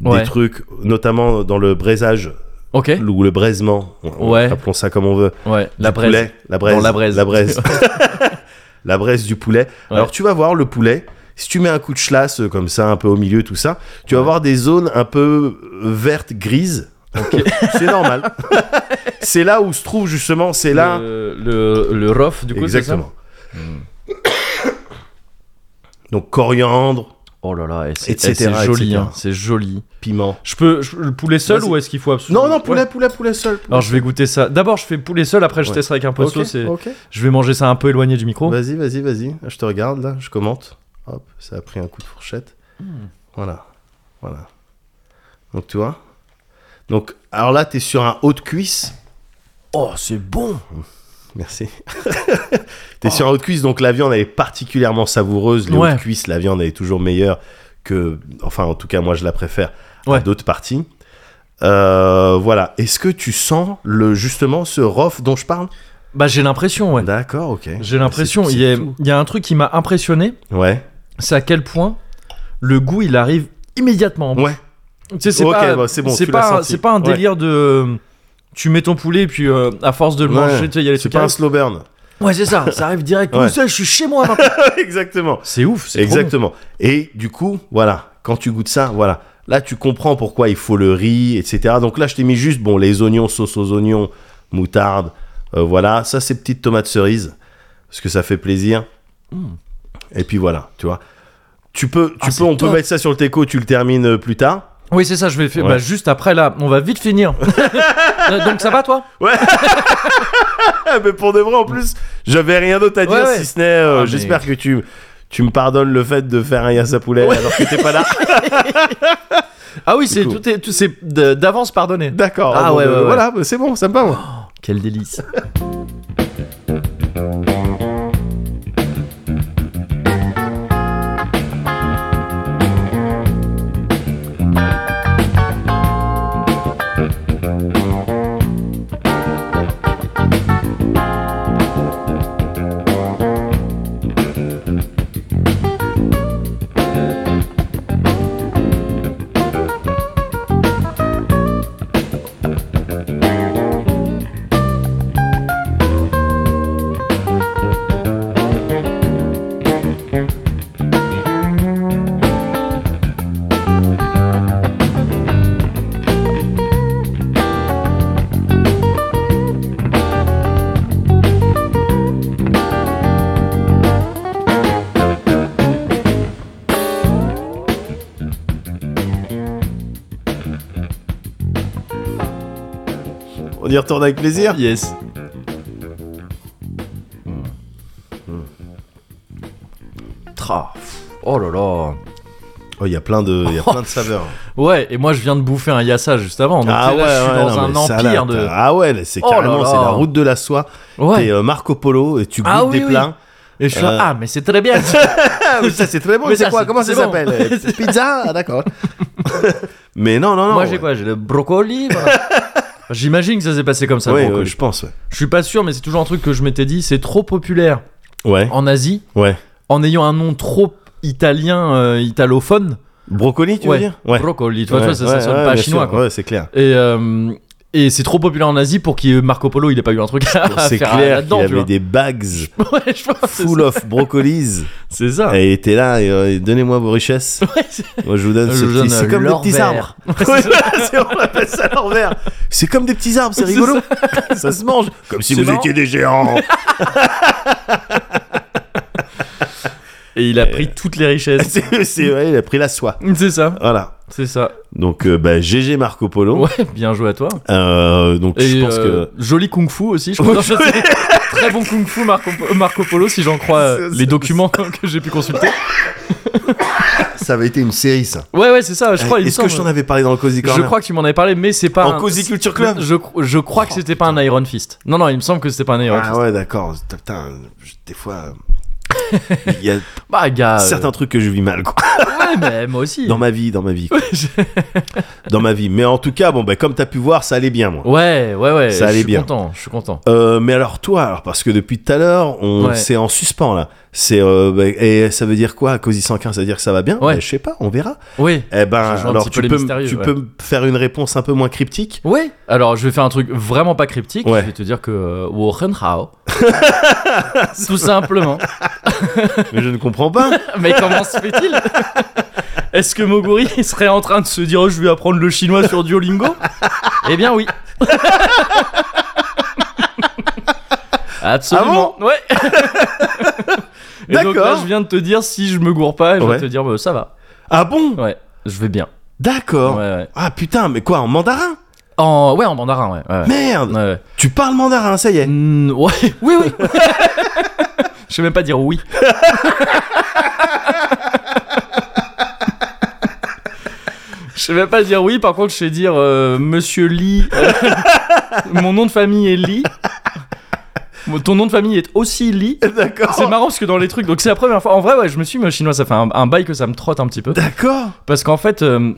[SPEAKER 1] Ouais.
[SPEAKER 2] des trucs, notamment dans le braisage
[SPEAKER 1] Ok.
[SPEAKER 2] ou le braisement. On-
[SPEAKER 1] Ouais.
[SPEAKER 2] Appelons ça comme on veut.
[SPEAKER 1] Ouais. La
[SPEAKER 2] Du
[SPEAKER 1] braise.
[SPEAKER 2] poulet, la braise.
[SPEAKER 1] Dans la braise.
[SPEAKER 2] La braise. La braise du poulet.
[SPEAKER 1] Ouais.
[SPEAKER 2] Alors tu vas voir le poulet. Si tu mets un coup de schlasse euh, comme ça, un peu au milieu, tout ça, tu vas voir des zones un peu euh, vertes, grises. c'est normal. c'est là où se trouve justement, c'est là.
[SPEAKER 1] Le, le, le rof, du coup, c'est ça Hmm.
[SPEAKER 2] Exactement. Donc coriandre,
[SPEAKER 1] Oh là là, et c'est,
[SPEAKER 2] Etc.,
[SPEAKER 1] et c'est joli,
[SPEAKER 2] etc.
[SPEAKER 1] hein, c'est joli.
[SPEAKER 2] piment.
[SPEAKER 1] Je peux je- le poulet seul
[SPEAKER 2] Vas-y.
[SPEAKER 1] ou est-ce qu'il faut absolument
[SPEAKER 2] Non, non, poulet,
[SPEAKER 1] Ouais. Ah,
[SPEAKER 2] poulet, poulet seul. poulet
[SPEAKER 1] Alors je vais goûter ça. D'abord je fais poulet seul, après je
[SPEAKER 2] Ouais.
[SPEAKER 1] testerai avec un peu
[SPEAKER 2] seul.
[SPEAKER 1] de sauce. et-
[SPEAKER 2] Ok, ok.
[SPEAKER 1] Je vais manger ça un peu éloigné du micro.
[SPEAKER 2] Vas-y, vas-y, vas-y. Je te regarde là, je commente. Hop, ça a pris un coup de fourchette.
[SPEAKER 1] Hmm.
[SPEAKER 2] Voilà, voilà. Donc tu vois. Donc, alors là, t'es sur un haut de cuisse.
[SPEAKER 1] Oh c'est bon.
[SPEAKER 2] Merci. t'es sur un haut de cuisse, donc la viande elle est particulièrement savoureuse. Les
[SPEAKER 1] Ouais.
[SPEAKER 2] hauts de cuisse, la viande elle est toujours meilleure que, enfin, en tout cas, moi je la préfère
[SPEAKER 1] Ouais.
[SPEAKER 2] à d'autres parties. Euh, voilà. Est-ce que tu sens le justement ce rof dont je parle
[SPEAKER 1] Bah j'ai l'impression, ouais.
[SPEAKER 2] D'accord, ok.
[SPEAKER 1] J'ai l'impression.
[SPEAKER 2] C'est-
[SPEAKER 1] Il
[SPEAKER 2] c'est
[SPEAKER 1] y, a,
[SPEAKER 2] tout.
[SPEAKER 1] il y a un truc qui m'a impressionné,
[SPEAKER 2] Ouais.
[SPEAKER 1] c'est à quel point le goût il arrive immédiatement.
[SPEAKER 2] Ouais.
[SPEAKER 1] Tu sais, c'est
[SPEAKER 2] Ok,
[SPEAKER 1] pas,
[SPEAKER 2] bah, c'est bon,
[SPEAKER 1] c'est
[SPEAKER 2] tu l'as
[SPEAKER 1] pas,
[SPEAKER 2] senti.
[SPEAKER 1] c'est pas un
[SPEAKER 2] Ouais.
[SPEAKER 1] délire de. Tu mets ton poulet, puis euh, à force de le
[SPEAKER 2] Ouais.
[SPEAKER 1] manger, tu sais, il y a les
[SPEAKER 2] C'est
[SPEAKER 1] trucs.
[SPEAKER 2] pas
[SPEAKER 1] qui
[SPEAKER 2] un slow burn.
[SPEAKER 1] arrivent. Ouais, c'est ça, ça arrive direct.
[SPEAKER 2] Ouais.
[SPEAKER 1] Tout seul, je suis chez moi maintenant.
[SPEAKER 2] Exactement.
[SPEAKER 1] C'est ouf, c'est trop
[SPEAKER 2] Exactement. Et du coup, voilà, quand tu goûtes ça, voilà. Là, tu comprends pourquoi il faut le riz, etc. Donc là, je t'ai mis juste, bon, les oignons, sauce aux oignons, moutarde, euh, voilà. Ça, c'est petites tomates cerises, parce que ça fait plaisir. Et puis voilà, tu vois. Tu peux, tu
[SPEAKER 1] Hmm. Ah, c'est
[SPEAKER 2] peux, on
[SPEAKER 1] top.
[SPEAKER 2] peut mettre ça sur le teco, tu le termines euh, plus tard.
[SPEAKER 1] bon. Oui, c'est ça, je vais faire.
[SPEAKER 2] Ouais.
[SPEAKER 1] Bah, juste après, là, on va vite finir. Euh, Donc, ça va, toi
[SPEAKER 2] Ah, mais pour de vrai, en plus, j'avais rien d'autre à dire,
[SPEAKER 1] Ouais, ouais.
[SPEAKER 2] si ce n'est, euh,
[SPEAKER 1] Ah, mais-
[SPEAKER 2] j'espère que tu, tu me pardonnes le fait de faire un yassa poulet alors que t'es pas là.
[SPEAKER 1] Ah oui, c'est
[SPEAKER 2] coup.
[SPEAKER 1] tout est, tout c'est d- d'avance pardonné.
[SPEAKER 2] D'accord.
[SPEAKER 1] Ah,
[SPEAKER 2] Bon,
[SPEAKER 1] ouais,
[SPEAKER 2] euh,
[SPEAKER 1] ouais, ouais.
[SPEAKER 2] Voilà, bah, c'est bon, ça me va, moi.
[SPEAKER 1] Quel délice.
[SPEAKER 2] On y retourne avec plaisir.
[SPEAKER 1] Yes. Tra. Oh là là.
[SPEAKER 2] Oh, il y a plein de, il y a plein de saveurs.
[SPEAKER 1] Ouais, et moi je viens de bouffer un yassa juste avant. Donc là, je suis dans
[SPEAKER 2] Ah non,
[SPEAKER 1] un
[SPEAKER 2] mais ça,
[SPEAKER 1] empire
[SPEAKER 2] là,
[SPEAKER 1] de.
[SPEAKER 2] t'as- Ah ouais, là, c'est
[SPEAKER 1] Oh là
[SPEAKER 2] carrément,
[SPEAKER 1] là.
[SPEAKER 2] c'est la route de la soie.
[SPEAKER 1] Ouais.
[SPEAKER 2] T'es euh, Marco Polo et tu goûtes
[SPEAKER 1] Ah oui,
[SPEAKER 2] des
[SPEAKER 1] oui.
[SPEAKER 2] plats.
[SPEAKER 1] Et je suis là,
[SPEAKER 2] Euh.
[SPEAKER 1] ah, mais c'est très bien.
[SPEAKER 2] Ah, mais ça c'est très bon.
[SPEAKER 1] Mais
[SPEAKER 2] C'est
[SPEAKER 1] ça,
[SPEAKER 2] quoi
[SPEAKER 1] c'est-
[SPEAKER 2] Comment
[SPEAKER 1] c'est
[SPEAKER 2] ça
[SPEAKER 1] bon.
[SPEAKER 2] s'appelle Euh, Pizza, Ah, d'accord. mais non, non, non.
[SPEAKER 1] moi j'ai
[SPEAKER 2] ouais.
[SPEAKER 1] quoi J'ai le brocoli. voilà. J'imagine que ça s'est passé comme ça. le
[SPEAKER 2] Ouais, ouais,
[SPEAKER 1] brocoli.
[SPEAKER 2] je pense. Ouais.
[SPEAKER 1] Je suis pas sûr, mais c'est toujours un truc que je m'étais dit. C'est trop populaire
[SPEAKER 2] Ouais.
[SPEAKER 1] en Asie
[SPEAKER 2] ouais.
[SPEAKER 1] en ayant un nom trop italien, euh, italophone.
[SPEAKER 2] Brocoli, tu
[SPEAKER 1] Ouais.
[SPEAKER 2] veux dire Ouais.
[SPEAKER 1] Brocoli. Tu vois, tu vois, ça, ça
[SPEAKER 2] ouais,
[SPEAKER 1] sonne
[SPEAKER 2] ouais,
[SPEAKER 1] pas
[SPEAKER 2] bien
[SPEAKER 1] chinois
[SPEAKER 2] sûr.
[SPEAKER 1] quoi.
[SPEAKER 2] Ouais, c'est clair.
[SPEAKER 1] Et, euh, et c'est trop populaire en Asie pour qu'il Marco Polo, il ait pas eu un truc à
[SPEAKER 2] C'est
[SPEAKER 1] Ah, faire
[SPEAKER 2] clair qu'il
[SPEAKER 1] là-dedans. tu
[SPEAKER 2] avait
[SPEAKER 1] vois.
[SPEAKER 2] des bags
[SPEAKER 1] Ouais, je pense. c'est
[SPEAKER 2] full
[SPEAKER 1] ça.
[SPEAKER 2] of brocolis.
[SPEAKER 1] C'est ça.
[SPEAKER 2] Et il était là, et, euh, donnez-moi vos richesses.
[SPEAKER 1] Ouais, c'est-
[SPEAKER 2] Moi, je vous donne
[SPEAKER 1] Je
[SPEAKER 2] ce
[SPEAKER 1] vous
[SPEAKER 2] petit-
[SPEAKER 1] donne
[SPEAKER 2] C'est comme des
[SPEAKER 1] l'or
[SPEAKER 2] petits
[SPEAKER 1] vert.
[SPEAKER 2] arbres. Ouais, c'est- on appelle ça l'envers. C'est comme des petits arbres, c'est
[SPEAKER 1] C'est
[SPEAKER 2] rigolo. Ça. se mange. Comme si
[SPEAKER 1] C'est
[SPEAKER 2] vous
[SPEAKER 1] marrant.
[SPEAKER 2] étiez des géants.
[SPEAKER 1] Et il a pris toutes les richesses.
[SPEAKER 2] c'est c'est vrai, il a pris la soie.
[SPEAKER 1] C'est ça,
[SPEAKER 2] Voilà.
[SPEAKER 1] c'est ça.
[SPEAKER 2] Donc, euh, bah, GG Marco Polo.
[SPEAKER 1] Ouais, bien joué à toi.
[SPEAKER 2] Euh, donc,
[SPEAKER 1] Et
[SPEAKER 2] je pense
[SPEAKER 1] euh, joli kung fu aussi, je pense. Non, je sais. Très bon kung fu Marco, Marco Polo, si j'en crois euh,
[SPEAKER 2] C'est-
[SPEAKER 1] les
[SPEAKER 2] c'est-
[SPEAKER 1] documents que j'ai pu consulter.
[SPEAKER 2] que ça avait été une série, ça.
[SPEAKER 1] Ouais, ouais, c'est ça, je crois. il me
[SPEAKER 2] Est-ce que je
[SPEAKER 1] semble.
[SPEAKER 2] t'en avais parlé dans le Cozy
[SPEAKER 1] Je
[SPEAKER 2] Corner
[SPEAKER 1] crois que tu m'en avais parlé, mais c'est pas.
[SPEAKER 2] En
[SPEAKER 1] un-
[SPEAKER 2] Cozy Culture Club
[SPEAKER 1] Je, cro- je crois que c'était pas un Iron Fist. Non, non, il me semble que c'était pas un Iron
[SPEAKER 2] Ah
[SPEAKER 1] Fist.
[SPEAKER 2] ouais, d'accord. Putain, je- des fois. euh, Il y a
[SPEAKER 1] Bah, gars. euh,
[SPEAKER 2] certains trucs que je vis mal, quoi.
[SPEAKER 1] Ouais, mais moi aussi.
[SPEAKER 2] Dans ma vie, dans ma vie. quoi. dans ma vie. Mais en tout cas, bon, bah, comme t'as pu voir, ça allait bien, moi.
[SPEAKER 1] Ouais, ouais, ouais.
[SPEAKER 2] Ça allait
[SPEAKER 1] je suis
[SPEAKER 2] bien.
[SPEAKER 1] content, je suis content.
[SPEAKER 2] Euh, mais alors toi, alors parce que depuis tout à l'heure, on
[SPEAKER 1] Ouais.
[SPEAKER 2] c'est en suspens là. C'est euh, bah, et ça veut dire quoi, Cozy 115 Ça veut dire que ça va bien
[SPEAKER 1] Ouais.
[SPEAKER 2] Bah, Je sais pas, on verra.
[SPEAKER 1] Oui.
[SPEAKER 2] Eh ben,
[SPEAKER 1] Je joue un
[SPEAKER 2] alors
[SPEAKER 1] petit
[SPEAKER 2] tu
[SPEAKER 1] peu les
[SPEAKER 2] peux, me-
[SPEAKER 1] mystérieux,
[SPEAKER 2] tu
[SPEAKER 1] ouais.
[SPEAKER 2] peux me faire une réponse un peu moins cryptique.
[SPEAKER 1] Oui. Alors, je vais faire un truc vraiment pas cryptique.
[SPEAKER 2] Ouais.
[SPEAKER 1] Je vais te dire que euh, Wochenhao. Tout simplement.
[SPEAKER 2] mais je ne comprends pas.
[SPEAKER 1] Mais comment se fait-il Est-ce que Moguri serait en train de se dire oh, je vais apprendre le chinois sur Duolingo Eh bien oui. Absolument. ouais. Et donc là,
[SPEAKER 2] D'accord.
[SPEAKER 1] je viens de te dire si je me gourre pas, et je
[SPEAKER 2] Ouais.
[SPEAKER 1] vais te dire bah, ça va.
[SPEAKER 2] Ah bon
[SPEAKER 1] Ouais, je vais bien.
[SPEAKER 2] D'accord.
[SPEAKER 1] Ouais, ouais.
[SPEAKER 2] Ah putain, mais quoi en mandarin
[SPEAKER 1] En ouais en mandarin, ouais. ouais, ouais.
[SPEAKER 2] Merde,
[SPEAKER 1] Ouais, ouais.
[SPEAKER 2] tu parles mandarin, ça y est.
[SPEAKER 1] Mm, ouais. Oui, oui. je sais même pas dire oui. Je sais même pas dire oui, par contre, je sais dire euh, Monsieur Lee. Euh, mon nom de famille est Lee. Mon- Ton nom de famille est aussi Lee.
[SPEAKER 2] D'accord.
[SPEAKER 1] C'est marrant parce que dans les trucs, donc c'est la première fois. En vrai, ouais, je me suis mis au chinois, ça fait un, un bail que ça me trotte un petit peu.
[SPEAKER 2] D'accord.
[SPEAKER 1] Parce qu'en fait, euh,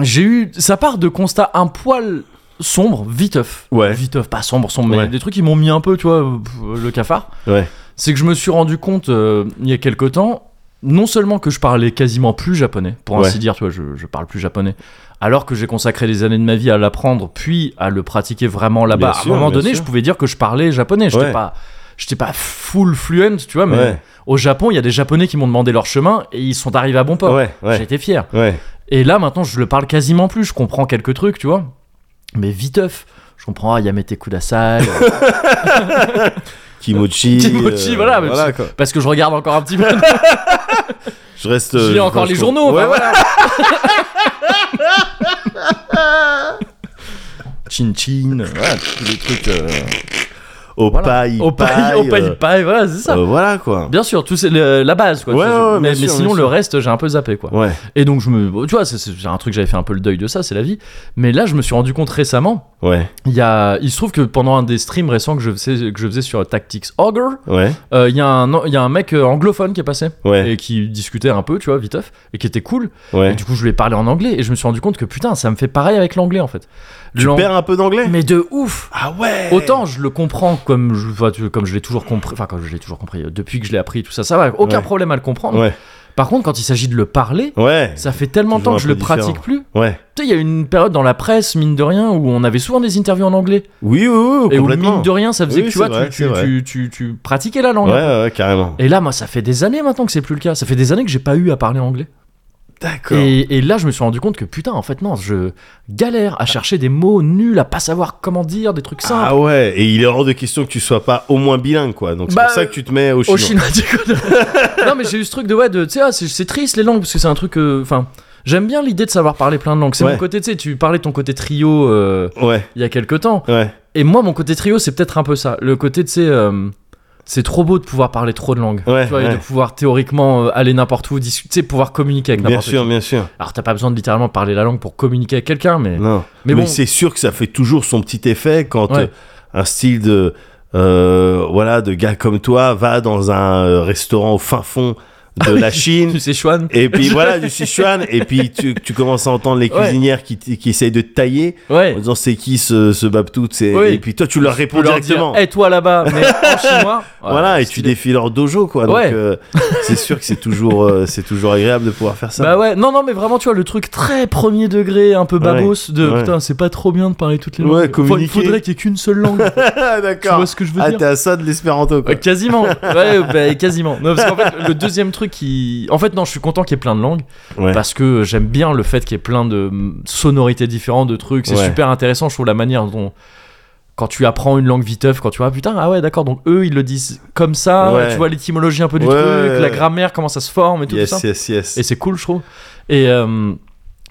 [SPEAKER 1] j'ai eu. Ça part de constats un poil sombre, viteuf.
[SPEAKER 2] Ouais.
[SPEAKER 1] Viteuf, pas sombre, sombre, mais
[SPEAKER 2] Ouais.
[SPEAKER 1] des trucs qui m'ont mis un peu, tu vois, euh, pff, le cafard.
[SPEAKER 2] Ouais.
[SPEAKER 1] C'est que je me suis rendu compte euh, il y a quelque temps non seulement que je parlais quasiment plus japonais, pour
[SPEAKER 2] Ouais.
[SPEAKER 1] ainsi dire, tu vois, je, je parle plus japonais, alors que j'ai consacré des années de ma vie à l'apprendre, puis à le pratiquer vraiment là-bas.
[SPEAKER 2] Bien
[SPEAKER 1] À un
[SPEAKER 2] sûr,
[SPEAKER 1] moment
[SPEAKER 2] bien
[SPEAKER 1] donné,
[SPEAKER 2] sûr.
[SPEAKER 1] je pouvais dire que je parlais japonais. J'étais
[SPEAKER 2] Ouais.
[SPEAKER 1] pas, j'étais pas full fluent, tu vois, mais
[SPEAKER 2] Ouais.
[SPEAKER 1] au Japon, il y a des japonais qui m'ont demandé leur chemin et ils sont arrivés à bon port.
[SPEAKER 2] Ouais, ouais,
[SPEAKER 1] J'étais fier.
[SPEAKER 2] ouais.
[SPEAKER 1] Et là, maintenant, je le parle quasiment plus. Je comprends quelques trucs, tu vois. Mais viteuf. Je comprends, ah, Yamete euh, Kudasai.
[SPEAKER 2] Kimochi. euh,
[SPEAKER 1] Kimochi, voilà, mais
[SPEAKER 2] quoi.
[SPEAKER 1] parce que je regarde encore un petit peu.
[SPEAKER 2] Je reste.
[SPEAKER 1] Je lis
[SPEAKER 2] je-
[SPEAKER 1] encore
[SPEAKER 2] je-
[SPEAKER 1] les journaux,
[SPEAKER 2] Ouais,
[SPEAKER 1] bah
[SPEAKER 2] ouais.
[SPEAKER 1] voilà. Chin chin.
[SPEAKER 2] Voilà, tous les trucs. Euh... Au
[SPEAKER 1] Voilà.
[SPEAKER 2] paille.
[SPEAKER 1] Au paille, au paille, paille, voilà, c'est ça.
[SPEAKER 2] euh, voilà, quoi.
[SPEAKER 1] Bien sûr, tout c'est le- la base quoi. Tu
[SPEAKER 2] Ouais,
[SPEAKER 1] sais, je-
[SPEAKER 2] ouais, ouais,
[SPEAKER 1] mais,
[SPEAKER 2] bien
[SPEAKER 1] mais
[SPEAKER 2] sûr,
[SPEAKER 1] sinon
[SPEAKER 2] bien
[SPEAKER 1] le
[SPEAKER 2] sûr.
[SPEAKER 1] reste, j'ai un peu zappé quoi.
[SPEAKER 2] Ouais.
[SPEAKER 1] Et donc je me bon, tu vois, c'est- c'est c'est un truc j'avais fait un peu le deuil de ça, c'est la vie. Mais là, je me suis rendu compte récemment,
[SPEAKER 2] Ouais.
[SPEAKER 1] il y a il se trouve que pendant un des streams récents que je faisais que je faisais sur Tactics Ogre,
[SPEAKER 2] Ouais.
[SPEAKER 1] euh, il y a un il y a un mec euh, anglophone qui est passé
[SPEAKER 2] Ouais.
[SPEAKER 1] et qui discutait un peu, tu vois, viteuf et qui était cool. Et
[SPEAKER 2] Ouais.
[SPEAKER 1] du coup, je lui ai parlé en anglais et je me suis rendu compte que putain, ça me fait pareil avec l'anglais en fait.
[SPEAKER 2] Tu
[SPEAKER 1] L'ang-
[SPEAKER 2] perds un peu d'anglais
[SPEAKER 1] Mais de ouf
[SPEAKER 2] Ah ouais
[SPEAKER 1] Autant je le comprends comme je, enfin, tu- comme je l'ai toujours compris, enfin, comme je l'ai toujours compris, euh, depuis que je l'ai appris, tout ça, ça va, aucun
[SPEAKER 2] Ouais.
[SPEAKER 1] problème à le comprendre.
[SPEAKER 2] Ouais.
[SPEAKER 1] Par contre, quand il s'agit de le parler,
[SPEAKER 2] Ouais.
[SPEAKER 1] ça fait tellement de temps
[SPEAKER 2] Toujours
[SPEAKER 1] que je
[SPEAKER 2] un peu
[SPEAKER 1] le pratique
[SPEAKER 2] différent.
[SPEAKER 1] plus.
[SPEAKER 2] Ouais.
[SPEAKER 1] Tu sais, il y a eu une période dans la presse, mine de rien, où on avait souvent des interviews en anglais.
[SPEAKER 2] Oui, oui, oui,
[SPEAKER 1] Et où,
[SPEAKER 2] Oh, complètement.
[SPEAKER 1] mine de rien, ça faisait
[SPEAKER 2] Oui,
[SPEAKER 1] que tu,
[SPEAKER 2] c'est
[SPEAKER 1] vois,
[SPEAKER 2] vrai,
[SPEAKER 1] tu,
[SPEAKER 2] c'est
[SPEAKER 1] tu-
[SPEAKER 2] vrai.
[SPEAKER 1] tu- tu- tu pratiquais la langue.
[SPEAKER 2] Ouais, ouais, ouais, carrément.
[SPEAKER 1] Et là, moi, ça fait des années maintenant que c'est plus le cas. Ça fait des années que j'ai pas eu à parler anglais.
[SPEAKER 2] D'accord.
[SPEAKER 1] Et, et là, je me suis rendu compte que putain, en fait, non, je galère à chercher des mots nuls, à pas savoir comment dire des trucs simples.
[SPEAKER 2] Ah ouais, et il est hors de question que tu sois pas au moins bilingue, quoi. Donc c'est
[SPEAKER 1] Bah,
[SPEAKER 2] pour ça que tu te mets Ah, au chinois.
[SPEAKER 1] Au chinois, du coup. de- non, mais j'ai eu ce truc de ouais, de tu sais, ah, c'est- c'est triste les langues parce que c'est un truc. euh, Enfin, j'aime bien l'idée de savoir parler plein de langues. C'est
[SPEAKER 2] Ouais.
[SPEAKER 1] mon côté, tu sais, tu parlais de ton côté trio euh,
[SPEAKER 2] Ouais,
[SPEAKER 1] il y a quelques temps.
[SPEAKER 2] ouais,
[SPEAKER 1] Et moi, mon côté trio, c'est peut-être un peu ça. Le côté, tu sais, euh, c'est trop beau de pouvoir parler trop de langues.
[SPEAKER 2] ouais.
[SPEAKER 1] Tu vois, et
[SPEAKER 2] ouais.
[SPEAKER 1] de pouvoir théoriquement euh, aller n'importe où, discu- tu sais, pouvoir communiquer avec
[SPEAKER 2] Bien
[SPEAKER 1] n'importe qui.
[SPEAKER 2] sûr, bien sûr.
[SPEAKER 1] Alors, t'as pas besoin de littéralement parler la langue pour communiquer avec quelqu'un, mais.
[SPEAKER 2] Non.
[SPEAKER 1] Mais
[SPEAKER 2] Mais,
[SPEAKER 1] bon.
[SPEAKER 2] c'est sûr que ça fait toujours son petit effet quand
[SPEAKER 1] Ouais.
[SPEAKER 2] euh, un style de euh, voilà de gars comme toi va dans un euh, restaurant au fin fond de la Chine.
[SPEAKER 1] Tu sais, Chouane
[SPEAKER 2] Et puis voilà, du Sichuan, et puis tu, tu commences à entendre les
[SPEAKER 1] Ouais.
[SPEAKER 2] cuisinières qui, t- qui essayent de te tailler
[SPEAKER 1] Ouais.
[SPEAKER 2] en disant c'est qui ce, ce Babtout c'est-
[SPEAKER 1] Oui.
[SPEAKER 2] Et puis toi tu leur
[SPEAKER 1] Pour
[SPEAKER 2] réponds
[SPEAKER 1] leur
[SPEAKER 2] directement.
[SPEAKER 1] dire, Eh, toi là-bas, mais en chinois.
[SPEAKER 2] voilà, et tu
[SPEAKER 1] stylé.
[SPEAKER 2] défies leur dojo quoi. Donc
[SPEAKER 1] Ouais.
[SPEAKER 2] euh, c'est sûr que c'est toujours, euh, c'est toujours agréable de pouvoir faire ça.
[SPEAKER 1] Bah ouais, non, non, mais vraiment, tu vois, le truc très premier degré, un peu babos, de
[SPEAKER 2] ouais.
[SPEAKER 1] putain, c'est pas trop bien de parler toutes les
[SPEAKER 2] Ouais,
[SPEAKER 1] langues.
[SPEAKER 2] communiquer.
[SPEAKER 1] Il faudrait qu'il y ait qu'une seule langue.
[SPEAKER 2] Ah,
[SPEAKER 1] Bah, tu
[SPEAKER 2] D'accord.
[SPEAKER 1] vois ce que je veux
[SPEAKER 2] Ah,
[SPEAKER 1] dire
[SPEAKER 2] t'es à ça de l'espéranto quoi.
[SPEAKER 1] Ouais, Quasiment, ouais, bah, quasiment. Non, parce qu'en fait, le deuxième truc qui. En fait, non, je suis content qu'il y ait plein de langues,
[SPEAKER 2] Ouais.
[SPEAKER 1] parce que j'aime bien le fait qu'il y ait plein de mm, sonorités différentes, de trucs. C'est
[SPEAKER 2] Ouais.
[SPEAKER 1] super intéressant, je trouve, la manière dont. Quand tu apprends une langue viteuf, quand tu vois, ah, putain, ah ouais, d'accord, donc eux, ils le disent comme ça,
[SPEAKER 2] Ouais.
[SPEAKER 1] tu vois l'étymologie un peu du
[SPEAKER 2] Ouais,
[SPEAKER 1] truc, la
[SPEAKER 2] ouais, ouais.
[SPEAKER 1] grammaire, comment ça se forme et tout, tout ça.
[SPEAKER 2] yes, yes, yes.
[SPEAKER 1] Et c'est cool, je trouve. Et, euh,